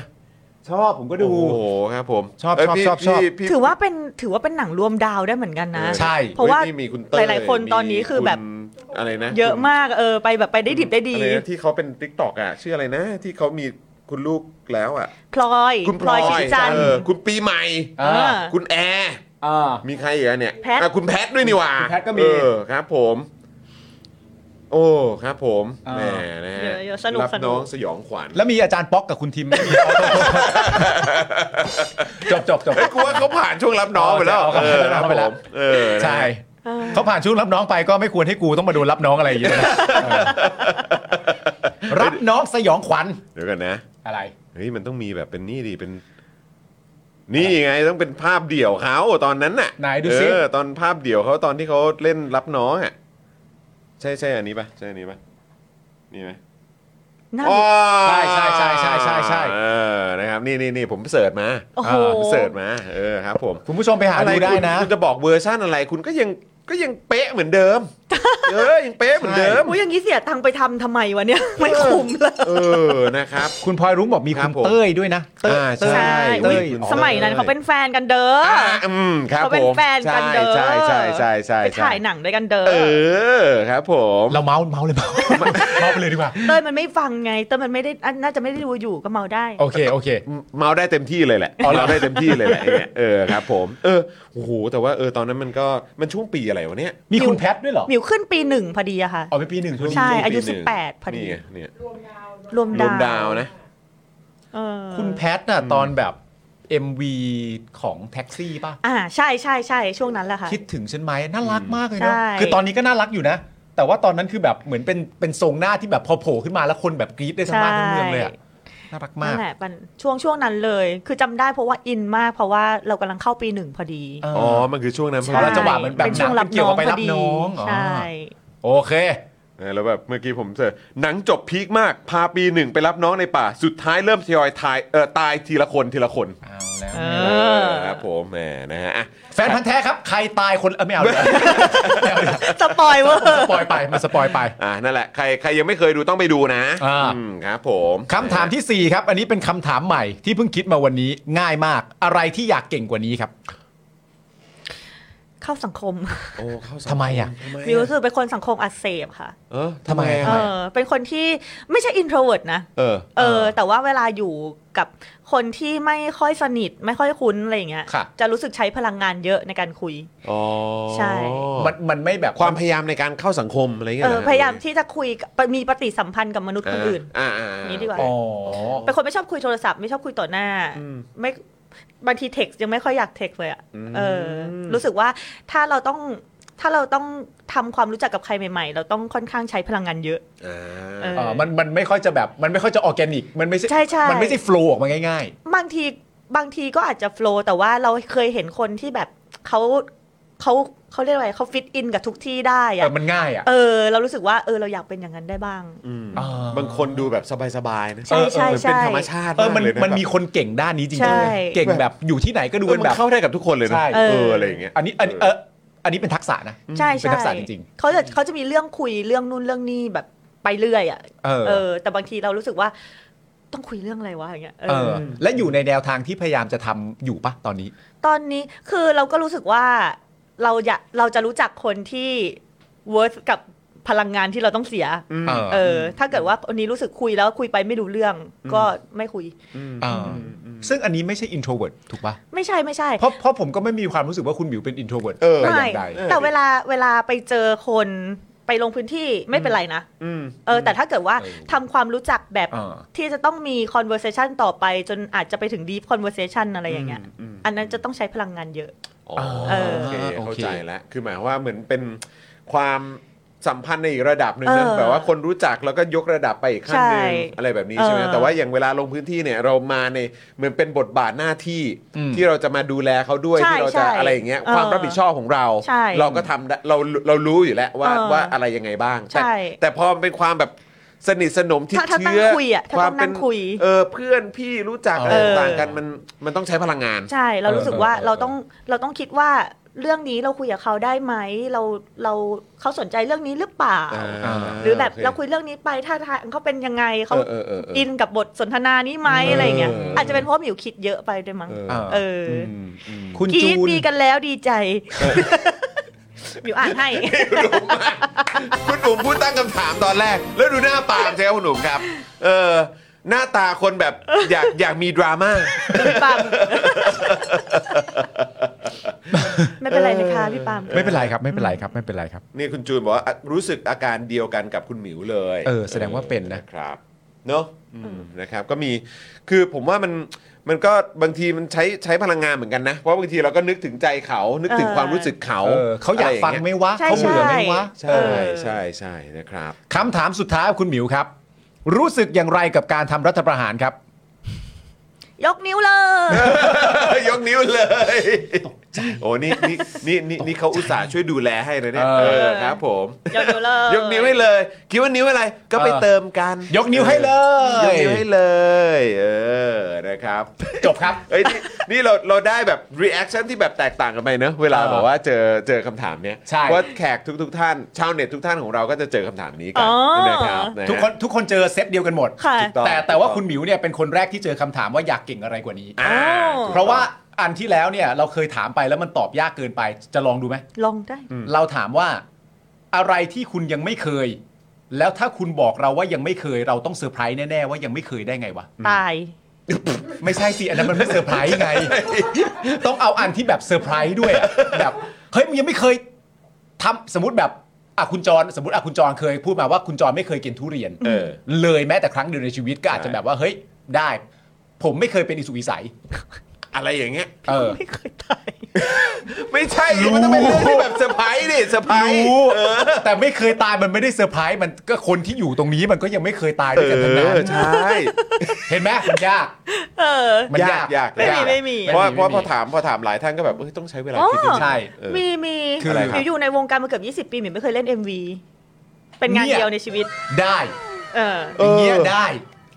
ชอบผมก็ดู โอ้โหครับผม ชอบ เย ชอบ พี่ ชอบชอบ พี่พี่ ถือว่าเป็นถือว่าเป็นหนังรวมดาวได้เหมือนกันนะ เออ ใช่ เพราะว่า ฮ้ยนี่มีคุณเต้ย หลายๆคนตอนนี้คือแบบ มีณอะไรนะ เยอะมากเออไปแบบไปได้ดิบได้ดี อะไรนะที่เขาเป็นติ๊กตอกอ่ะ ชื่ออะไรนะ ที่เขามีคุณลูกแล้วอ่ะ พลอย คุณพ พ ล ล อ อย ยชิดจันทร์ เออคุณปีใหม่ อ่า เออ คุณแอร์ อ่า มีใครอีกอะเนี่ย แพท อ่ะคุณแพทด้วยนี่หว่า คุณแพทก็มี เออครับผม โอ้ครับผม อ่า แหมนะฮะ เยอะๆสนุก รับ สนุก น้องสยองขวัญ *laughs* แล้วมีอาจารย์ป๊อกกับคุณทิมไหมจบจบจบ เอ้ยกูว่าเขาผ่านช่วงรับน้องไปแล้ว อ๋อ เออครับ เขาผ่านช่วผงรับน้องไปแล้ว มเออนะฮะ ใช่เขาผ่านช่วงรับน้องไปก็ไม่ควรให้กูต้องมาโดนรับน้องอะไรอย่างเงี้ยนะเออ *laughs* รับน้องสยองขวัญ เดี๋ยวกันนะ อะไร เฮ้ยมันต้องมีแบบเป็นนี่ดิเป็น นี่ไงต้องเป็นภาพเดี่ยวเขาตอนนั้นน่ะ ไหนดูสิ เออตอนภาพเดี่ยวเขาตอนที่เขาเล่นรับน้องอ่ะใช่ใช่อันนี้ปะใช่อันนี้ปะนี่ไหม น่า อ๋อ ใช่ใช่ใช่ใช่ใช่ใช่ เออนะครับนี่นี่นี่ผมเสิร์ชมา โอ้โห ผมเสิร์ชมาเออครับผม คุณผู้ชมไปหาดูได้นะ คุณคุณจะบอกเวอร์ชั่นอะไรคุณก็ยังก็ยังเป๊ะเหมือนเดิ *laughs* ม เออยังเป๊ะเหมือนเดิม โอ้ยอย่างนี้เสียตังค์ไปทำทำไมวะเนี่ย ไม่คุ้มเลย เออนะครับ คุณพลอยรุ้งบอกมี ครั คุ บ ณ ผม เต้ยด้วยนะเต้ย อ่าใช่อุ๊เต้ยเต้ ย ย คุณ สมัยนั้นเขาเป็นแฟนกันเด้ออ อืมครับ เขาเป็ ผ น ม แฟนกันเด้อ ใช่ใช่ใช่ใช่ ไป ใช่ ถ่ายหนังด้วยกันเด้อ เออครับผม เราเมาส์เมาส์เลยเมาส์ *laughs* เมาส์ไปเลยดีกว่า เต้ยมันไม่ฟังไงเต้ยมันไม่ได้อ่ะน่าจะไม่ได้ดูอยู่ก็เมาได้ โอเคโอเค เมาได้เต็มที่เลยแหละเราได้เต็มที่เลยแหละไอ้เนี่ยเออครับผมเออโอ้โหแต่ว่าเออตอนนั้นมันก็มันช่วงปีอะไรวะเนี่ย มีคุณแพทด้วยเหรอ หมิวขึ้นปีหนึ่งพอดีอะค่ะ ออกไปปีหนึ่งทุน ใช่ ปีหนึ่ง อายุ ปีหนึ่ง 18 พอดี นี่ไงเนี่ย รวม ร ดาว วมดาวนะ เออ คุณแพทน่ะตอนแบบ MV ของแท็กซี่ป่ะ อ่าใช่ใช่ใช่ช่วงนั้นแหละค่ะ คิดถึงฉันไหมน่ารักมากเลย ใช่ เนาะคือตอนนี้ก็น่ารักอยู่นะ แต่ว่าตอนนั้นคือแบบเหมือนเป็นเป็นทรงหน้าที่แบบพอโผล่ขึ้นมาแล้วคนแบบกรี๊ดได้ทั้งบ้านทั้งเมืองเลยอะน่ารักมา นั่ ก นแหละมันช่วงช่วงนั้นเลย คือจำได้เพราะว่าอินมากเพราะว่าเรากำลังเข้าปีหนึ่งพอดี เอ อ๋อ มันคือช่วงนั้นพอ ใช่ ดี แล้วจังหวะมันแบบ เป็นช่วง หนั รั ง บ เกี่ย น้ ว อ กั ง บไป พ รั อบดี น้องอ๋อ ใช่ โอเค เออแล้วแบบเมื่อกี้ผมเจอหนังจบพีคมาก พาปีหนึ่งไปรับน้องในป่า สุดท้ายเริ่มทยอยตายเออตายทีละคนทีละคน เอาแล้ว เอ เอ อ อครับผมแหมนะฮะอ่ะ แฟนพันธ์แท้ครับ ใครตายคนเออไม่เอาเลยไม่เอาเลย สปอยเวอร์ *laughs* สปอยไปมาสปอยไป อ่ะนั่นแหละ ใครใครยังไม่เคยดูต้องไปดูนะ อ่า มครับผม คำถามที่ 4 ครับ อันนี้เป็นคำถามใหม่ที่เพิ่งคิดมาวันนี้ง่ายมาก อะไรที่อยากเก่งกว่านี้ครับ เข้าสังคม โอ้เข้าสังค ทำไมอะ ทำไม วิวรู้สึกเป็นคนสังคมอักเสบค่ะ เออทำไม ทำไมเออะ อ เป็นคนที่ไม่ใช่อินโทรเวิร์ดนะ เออ เออ เออ แต่ว่าเวลาอยู่กับคนที่ไม่ค่อยสนิท ไม่ค่อยคุ้นอะไรอย่างเงี้ย ค่ะ จะรู้สึกใช้พลังงานเยอะในการคุย อ๋อ ใช่ มันมันไม่แบบ ความพยายามในการเข้าสังคมอะไรเงี้ เอย เห อ รอ พยายามที่จะคุยกับมีปฏิสัมพันธ์กับมนุษย์คนอื่น อ่าอ่า นี้ดีกว่า อ๋อ เป็นคนไม่ชอบคุยโทรศัพท์ไม่ชอบคุยต่อหน้า ไม่บางทีเท็กซ์ยังไม่ค่อยอยากเท็กซ์เลยอะเอออ รู้สึกว่าถ้าเราต้องถ้าเราต้องทำความรู้จักกับใครใหม่ๆ เราต้องค่อนข้างใช้พลังงานเยอะ อ่ เอา อ เออมันมันไม่ค่อยจะแบบมันไม่ค่อยจะออร์แกนิก มันไม่ใช่ ใช่ใช่ มันไม่ใช่ฟลูออกมาง่าย บางทีบางทีก็อาจจะโฟลว์แต่ว่าเราเคยเห็นคนที่แบบเขาเขาเขาเรียกว่าอะไรเขาฟิตอินกับทุกที่ได้ ๆเอ อะ อมันง่ายอ่ะ เออ เรารู้สึกว่าเออเราอยากเป็นอย่างนั้นได้บ้าง อืม เออบ างคนดูแบบสบายๆนะ ใช่ใช่ เออเหมือนเป็น ใช่ ธรรมชาติ เออมัน ากเลยะ มันมี แบบ คนเก่งด้านนี้จริง ใช่ ๆเลยเก่งแบบอยู่ที่ไหนก็ดู เออ เป็น มั แบ น บ เข้าได้กับทุกคนเลยนะ ใช่ เอออะไรอย่างเงี้ย อันนี้อันนี้เอออันนี้เป็นทักษะนะ ใช่ เป็น ใช่ ทักษะจริงๆ เขาจะเขาจะมีเรื่องคุยเรื่องนู่นเรื่องนี่แบบไปเรื่อยอะ เออ เออ แต่บางทีเรารู้สึกว่าต้องคุยเรื่องอะไรวะอย่างเงี้ยเอ เอ อ อ และอยู่ในแนวทางที่พยายามจะทำอยู่ปะตอนนี้ ตอนนี้คือเราก็รู้สึกว่าเราอยากเราจะรู้จักคนที่ worth กับพลังงานที่เราต้องเสีย เออ เออ ถ้าเกิดว่าวันนี้รู้สึกคุยแล้วคุยไปไม่รู้เรื่อง ก็ไม่คุย เอออซึ่งอันนี้ไม่ใช่ introvert ถูกปะ ไม่ใช่ไม่ใช่ เพราะเพราะผมก็ไม่มีความรู้สึกว่าคุณหมิวเป็น introvert เออ แต่อ ไม่ ย่างใด แต่เวลาเวลาไปเจอคนไปลงพื้นที่ไม่เป็นไรนะเออ แต่ถ้าเกิดว่าทำความรู้จักแบบ เออ ที่จะต้องมี conversation ต่อไป จนอาจจะไปถึง deep conversation อะไรอย่างเงี้ย อันนั้นจะต้องใช้พลังงานเยอะ อ๋อ เออ โอเค โอเค เข้าใจแล้ว คือหมายความว่าเหมือนเป็นความสัมพันธ์ในอีกระดับหนึ่งนะ เออ แบบว่าคนรู้จักแล้วก็ยกระดับไปอีกขั้นหนึ่ง ใช่ อะไรแบบนี้ใช่ไหม เออ แต่ว่าอย่างเวลาลงพื้นที่เนี่ยเรามาในเหมือนเป็นบทบาทหน้าที่ อืม ที่เราจะมาดูแลเขาด้วย ใช่ ที่เราจะ ใช่ อะไรอย่างเงี้ย เออ ความรับผิดชอบของเรา ใช่ เราก็ทำได้เราเรารู้อยู่แล้วว่า เออ ว่าอะไรยังไงบ้าง แต่ ใช่ แต่พอมันเป็นความแบบสนิทสนมที่ ถ้าถ้า เชื้อ นั่งคุยอะถ้า ความ นั่ เป็น งคุย เออเพื่อนพี่รู้จักอะไร เออ ต่างๆกันมันมันต้องใช้พลังงาน ใช่เรารู้สึกว่า เออเออ เราต้องเราต้องคิดว่าเรื่องนี้เราคุยกับเขาได้ไหมเราเราเขาสนใจเรื่องนี้หรือเปล่า อ่า หรือแบบ โค เราคุยเรื่องนี้ไปท่าทางเขาเป็นยังไงเขา เออเออเออเอออิ อินกับบทสนทนานี้ไหม เอออ อะไรเงี้ย เอออ อาจจะเป็นเพราะหมิวคิดเยอะไปด้วยมั้ง เออ เออ คุ อ ณ กรี จู ด น ดีกันแล้วดีใจหมิวอ่านให้ คุณหนุ่มมากคุณหนุ่มพูดตั้งคำถามตอนแรก แล้วดูหน้าปาล์มใช่ไหมคุณหนุ่มครับ เออ หน้าตาคนแบบ *laughs* อยากอยากมีดราม่า พี่ปาล์มไม่เป็นไรเลยค่ะพี่ปาล์ม ไม่เป็นไรครับไม่เป็นไรครับไม่เป็นไรครับ นี่คุณจูนบอกว่าอ่ะรู้สึกอาการเดียวกันกับคุณหมิวเลย เออแสดงว่าเป็นนะ ครับเนาะอืมนะครับก็มีคือผมว่ามันมันก็บางทีมันใช้ใช้พลังงานเหมือนกันนะ เพราะบางทีเราก็นึกถึงใจเขานึกถึง เออ ความรู้สึกเขา เออเขาอยาก ะร ฟังไหมวะ ใช่ เขาเบื่อไหมวะ ใช่ ใช่ เออ ใช่ใช่นะครับ คำถามสุดท้ายคุณหมิวครับ รู้สึกอย่างไรกับการทำรัฐประหารครับ ยกนิ้วเลย *laughs* ยกนิ้วเลย โอ้นี่นี่นี่นี่นี่เขาอุตส่าห์ช่วยดูแลให้เลยเนี่ย เอ เอ อ อครับผม ยกนิ้วเลย ยกนิ้วให้เลย คิดว่านิ้วอะไร ก็ไปเติมกัน ยกนิ้วให้เลย ยกนิ้วให้เลย เออนะครับ *laughs* จบครับ เอ้ยนี่นี่เราเราได้แบบ reaction ที่แบบแตกต่างกันไปเนอะเวลา เออ บอกว่าเจอเจอคำถามเนี้ย ใช่ ว่าแขกทุก ๆ ท่าน ชาวเน็ตทุกท่านของเราก็จะเจอคำถามนี้กั อ๋ น อ นะครับะฮะ ทุกคนทุกคนเจอเซตเดียวกันหมด ค่ะ ถูกอง แต่แต่ว่าคุณหมิวเนี่ยเป็นคนแรกที่เจอคำถามว่าอยากเก่งอะไรกว่านี้ อ่า อ๋อ เพราะว่าอันที่แล้วเนี่ยเราเคยถามไปแล้วมันตอบยากเกินไป จะลองดูไหม ลองได้ เราถามว่าอะไรที่คุณยังไม่เคย แล้วถ้าคุณบอกเราว่ายังไม่เคย เราต้องเซอร์ไพรส์แน่ๆว่ายังไม่เคยได้ไงวะ ตาย ไม่ใช่สิ อันนั้นมันไม่เซอร์ไพรส์ไง ต้องเอาอันที่แบบเซอร์ไพรส์ด้วยอะแบบเฮ้ยมึงยังไม่เคยทำสมมติแบบอ่ะคุณจรสมมติอ่ะคุณจรเคยพูดมาว่าคุณจรไม่เคยกินทุเรียน เออ เลยแม้แต่ครั้งเดียวในชีวิตก็อาจจะแบบว่าเฮ้ยได้ ผมไม่เคยเป็นอิสุวิสัย อะไรอย่างเงี้ย เออ ไม่เคยตาย ไม่ใช่ มันต้องเป็นเรื่องที่แบบเซอร์ไพรส์ดิเซอร์ไพรส์ รู้แต่ไม่เคยตายมันไม่ได้เซอร์ไพรส์มันก็คนที่อยู่ตรงนี้มันก็ยังไม่เคยตายด้วยกันทั้งนั้น ใช่ เห็นไหมมันยาก เออ *laughs* มัน ยาย าก ก ยาก ไม่มี ยาก ไม่มี เพราะว่า ไม่มี เพราะพอถามพอถามหลายท่านก็แบบเอ้ยต้องใช้เวลาคิดจริงๆ ใช่ เออ มีมี คือ อะไรค ห รับ มิวอยู่ในวงการมาเกือบ20 ปีหมิวไม่เคยเล่น MV เป็นงานเดียวในชีวิต ได้ เออ อย่างเงี้ยได้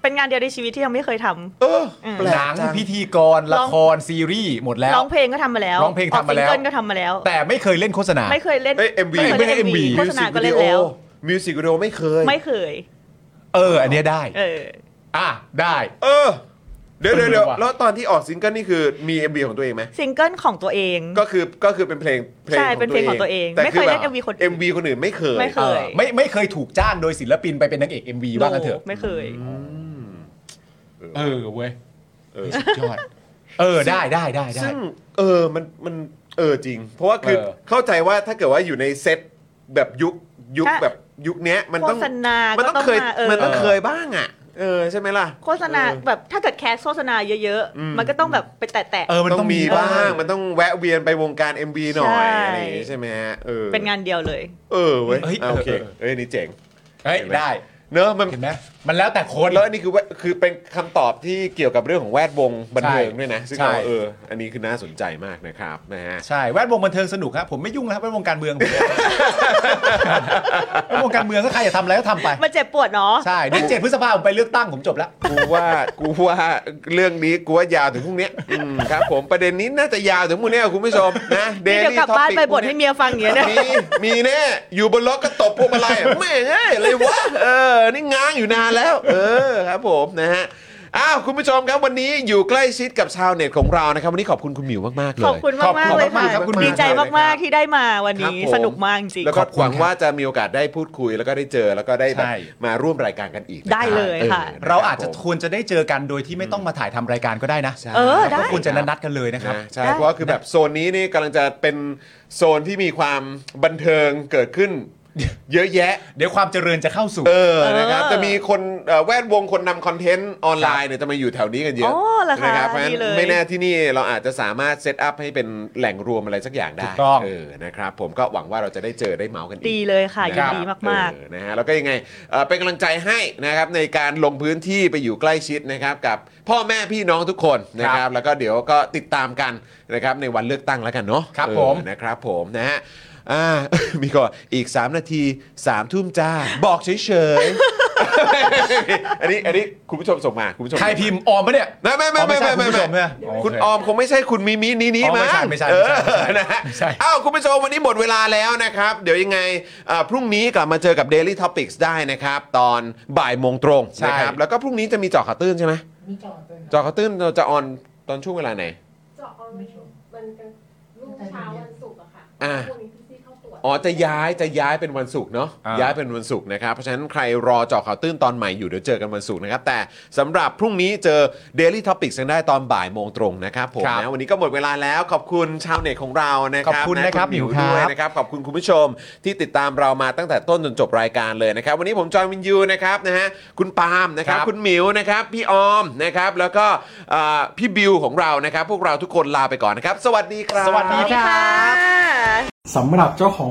เป็นงานเดียวในชีวิตที่ยังไม่เคยทำ เออ อืม แปล ห ก นัง จัง พิธีกรละครซีรีส์หมดแล้ว ร้องเพลงก็ทำมาแล้ว ร้องเพลงทำมาแล้ว ออกซิงเกิลก็ทำมาแล้ว แต่ไม่เคยเล่นโฆษณา ไม่เคยเล่น เอ้ยเอ็มวี ไม่เคยเล่น MV โฆษณาก็เล่นแล้ว มิวสิกวิดีโอไม่เคย ไม่เคย เออ อันเนี้ยได้ เออ อ่ะได้ เออ เดี๋ยวเดี๋ยวเดี๋ยว ว่ะ แล้วตอนที่ออกซิงเกิลนี่คือมี MV ของตัวเองไหม ซิงเกิลของตัวเอง ก็คือก็คือเป็นเพลงเพลง ใช่เป็นเพลงของตัวเอง แต่ ไม่เคยเล่น แบบ MV คนอื่น MV คนอื่นไม่เคย ไม่เค เอย อไม่ไม่เคยถูกจ้างโดยศิลปินไปเป็นนางเอก MV ว่ากันเถอะ ไม่เคย เออเว้ย เออ สุดยอด เออได้ได้ได้ได้ ซึ่งเออมันมันเออจริง เพราะว่าคือ เออ เข้าใจว่าถ้าเกิดว่าอยู่ในเซตแบบยุคยุค ถ้า แบบยุคเนี้ยมัน โฆ ต้อง ษณาม มัน ก็ ต้อง ต้อง เคย มาเออ มันต้องเคยบ้างอ่ะเออใช่ไหมล่ะ โฆษณา เออ แบบถ้าเกิดแคสโฆษณาเยอะ อืม ๆ มันก็ต้องแบบไปแตะ เออมัน ต้ ต้ อ อง ง มี มี บ้า บ้าง ง มันต้องแวะเวียนไปวงการ MV หน่อย ใช่ อะไรอย่างงี้ใช่ไหมฮะเออ ๆ เป็นงานเดียวเลย เออเว้ย เอ้ย อ่ะโอเค เออ เอ้ยนี่เจ๋ง เฮ้ยได้ เนอะมัน เห็นไหมมันแล้วแต่คน แล้วอันนี้คือแวะคือเป็นคำตอบที่เกี่ยวกับเรื่องของแวดวงบันเทิงด้วยนะซึ่งเราเอออันนี้คือน่าสนใจมากนะครับนะฮะ ใช่แวดวงบันเทิงสนุกครับผมไม่ยุ่งนะครับแวดวงการเมือง *laughs* ผมแวดวงการเมืองก็ใครจะทำอะไรก็ *laughs* ทำไป มันเจ็บปวดเนาะ ใช่เดือนเจ็ดพฤษภาผมไปเลือกตั้งผมจบแล้ว กูว่ากูว่าเรื่องนี้กูว่ายาวถึงพรุ่งนี้อืมครับผมประเด็นนี้น่าจะยาวถึงพรุ่งนี้คุณผู้ชมนะ นี่เดี๋ยว Daily กลับบ้าน Topic ไปบ่นให้เมียฟังอย่างเงี้ยเนี่ย มีมีแน่อยู่บนรถก็ตบพวงมาลัยแม่งเอ้ยอะไรวะเออนี่ง้างอยู่นานแล้ว เออครับผมนะฮะอ้าวคุณผู้ชมครับวันนี้อยู่ใกล้ชิดกับชาวเน็ตของเรานะครับ วันนี้ขอบคุณคุณหมิวมากๆเลย ขอบคุณมากมากๆเลยค่ะ ขอบคุณมากๆเลยครับ ดีใจมากๆที่ได้มาวัน ครับ นี้ ผม สนุกมากจริง แล้วก็หวังว่าจะมีโอกาสได้พูดคุยแล้วก็ได้เจอแล้วก็ได้แบบ ใช่ มาร่วมรายการกันอีกนะครับ ได้เลยค่ะ ออนคบ เราอาจจะ ผม ควรจะได้เจอกันโดยที่ไม่ต้องมาถ่ายทำรายการก็ได้นะ ใช่ เออได้ ก็ควรจะนัดๆกันเลยนะครับ นะใช่เพราะว่าคือแบบโซนนี้นี่กำลังจะเป็นโซนที่มีความบันเทิงเกิดขึ้น เยอะแยะ เดี๋ยวความเจริญจะเข้าสู่ เออนะครับ เออ จะมีคนเอ่อแวดวงคนนำคอนเทนต์ออนไลน์เนี่ยจะมาอยู่แถวนี้กันเยอะ อ๋อเหรอคะ นะครับเพราะฉะนั้ ดี น เลย ไม่แน่ที่นี่เราอาจจะสามารถเซตอัพให้เป็นแหล่งรวมอะไรสักอย่างได้ ถูกต้อง เออนะครับผมก็หวังว่าเราจะได้เจอได้เมาส์กันอีก ๆ ดีเลยค่ะยินดี นะครับ มาก เออนะฮะแล้วก็ยังไงเอ่อเป็นกำลังใจให้นะครับในการลงพื้นที่ไปอยู่ใกล้ชิดนะครับกับพ่อแม่พี่น้องทุกคนนะครับแล้วก็เดี๋ยวก็ติดตามกันนะครับในวันเลือกตั้งแล้วกันเนาะ ครับ เออ ผม นะครับผมนะฮะอ่า *laughs* มีก็อีก 3 นาที 3 ทุ่มจ้า บอกเฉยๆ *laughs* อันนี้อันนี้คุณผู้ชมส่งมาคุณผู้ชม ใครพิมพ์ออมปะเนี่ย ไม่ไม่ไม่ไม่ไม่ไม่ อ๋อไม่ใช่คุณผู้ชมใช่ไหม ไม่ อ๋อโอเค คุณออมคงไม่ใช่คุณมิมินี้นี้ อ๋อไม่ใช่ ง ไม่ใช่ เอ ไม่ใช่ไม่ใช่ อนะฮะ ไม่ใช่ อ้าวคุณผู้ชมวันนี้หมดเวลาแล้วนะครับ เดี๋ยวยังไงเอ่อพรุ่งนี้กลับมาเจอกับ Daily Topics ได้นะครับ ตอนบ่ายโมงตรง ใช่ นะครับแล้วก็พรุ่งนี้จะมีเจาะข่าวตื้นใช่ไหม มีจอดเตือนครับ เจาะข่าวตื้นเราจะออนตอนช่วงเวลาไหน เจาะเอาไปมันกันรุ่งเช้าวันศุกร์อะค่ะ อ่า พรุ่งนี้พี่ซี่เข้าตรวจ อ๋อจะย้ายจะย้ายเป็นวันศุกร์เนาะ อ่า ย้ายเป็นวันศุกร์นะครับ เพราะฉะนั้นใครรอเจาะข่าวตื้นตอนใหม่อยู่เดี๋ยวเจอกันวันศุกร์นะครับ แต่สำหรับพรุ่งนี้เจอ Daily Topics กันได้ตอนบ่ายโมงตรงนะครับผม ครับ นะวันนี้ก็หมดเวลาแล้วขอบคุณชาวเน็ตของเรานะครั ขอบคุณนะครับ ณหมิว หมิวคด้วรับยนะครับขอบคุณคุณผู้ชมที่ติดตามเรามาตั้งแต่ต้นจนจบรายการเลยนะครับ วันนี้ผมจอห์นวินยูนะครับนะฮะคุณปาล์มนะครับ ครับ คุณหมิวนะครับพี่ออมนะครับแล้วก็เอ่อพี่บิวของเรานะครับ พวกเราทุกคนลาไปก่อนนะครับ สวัสดีครับ สวัสดี ๆสวัสดีค่ะ สำหรับเจ้าของ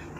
ถ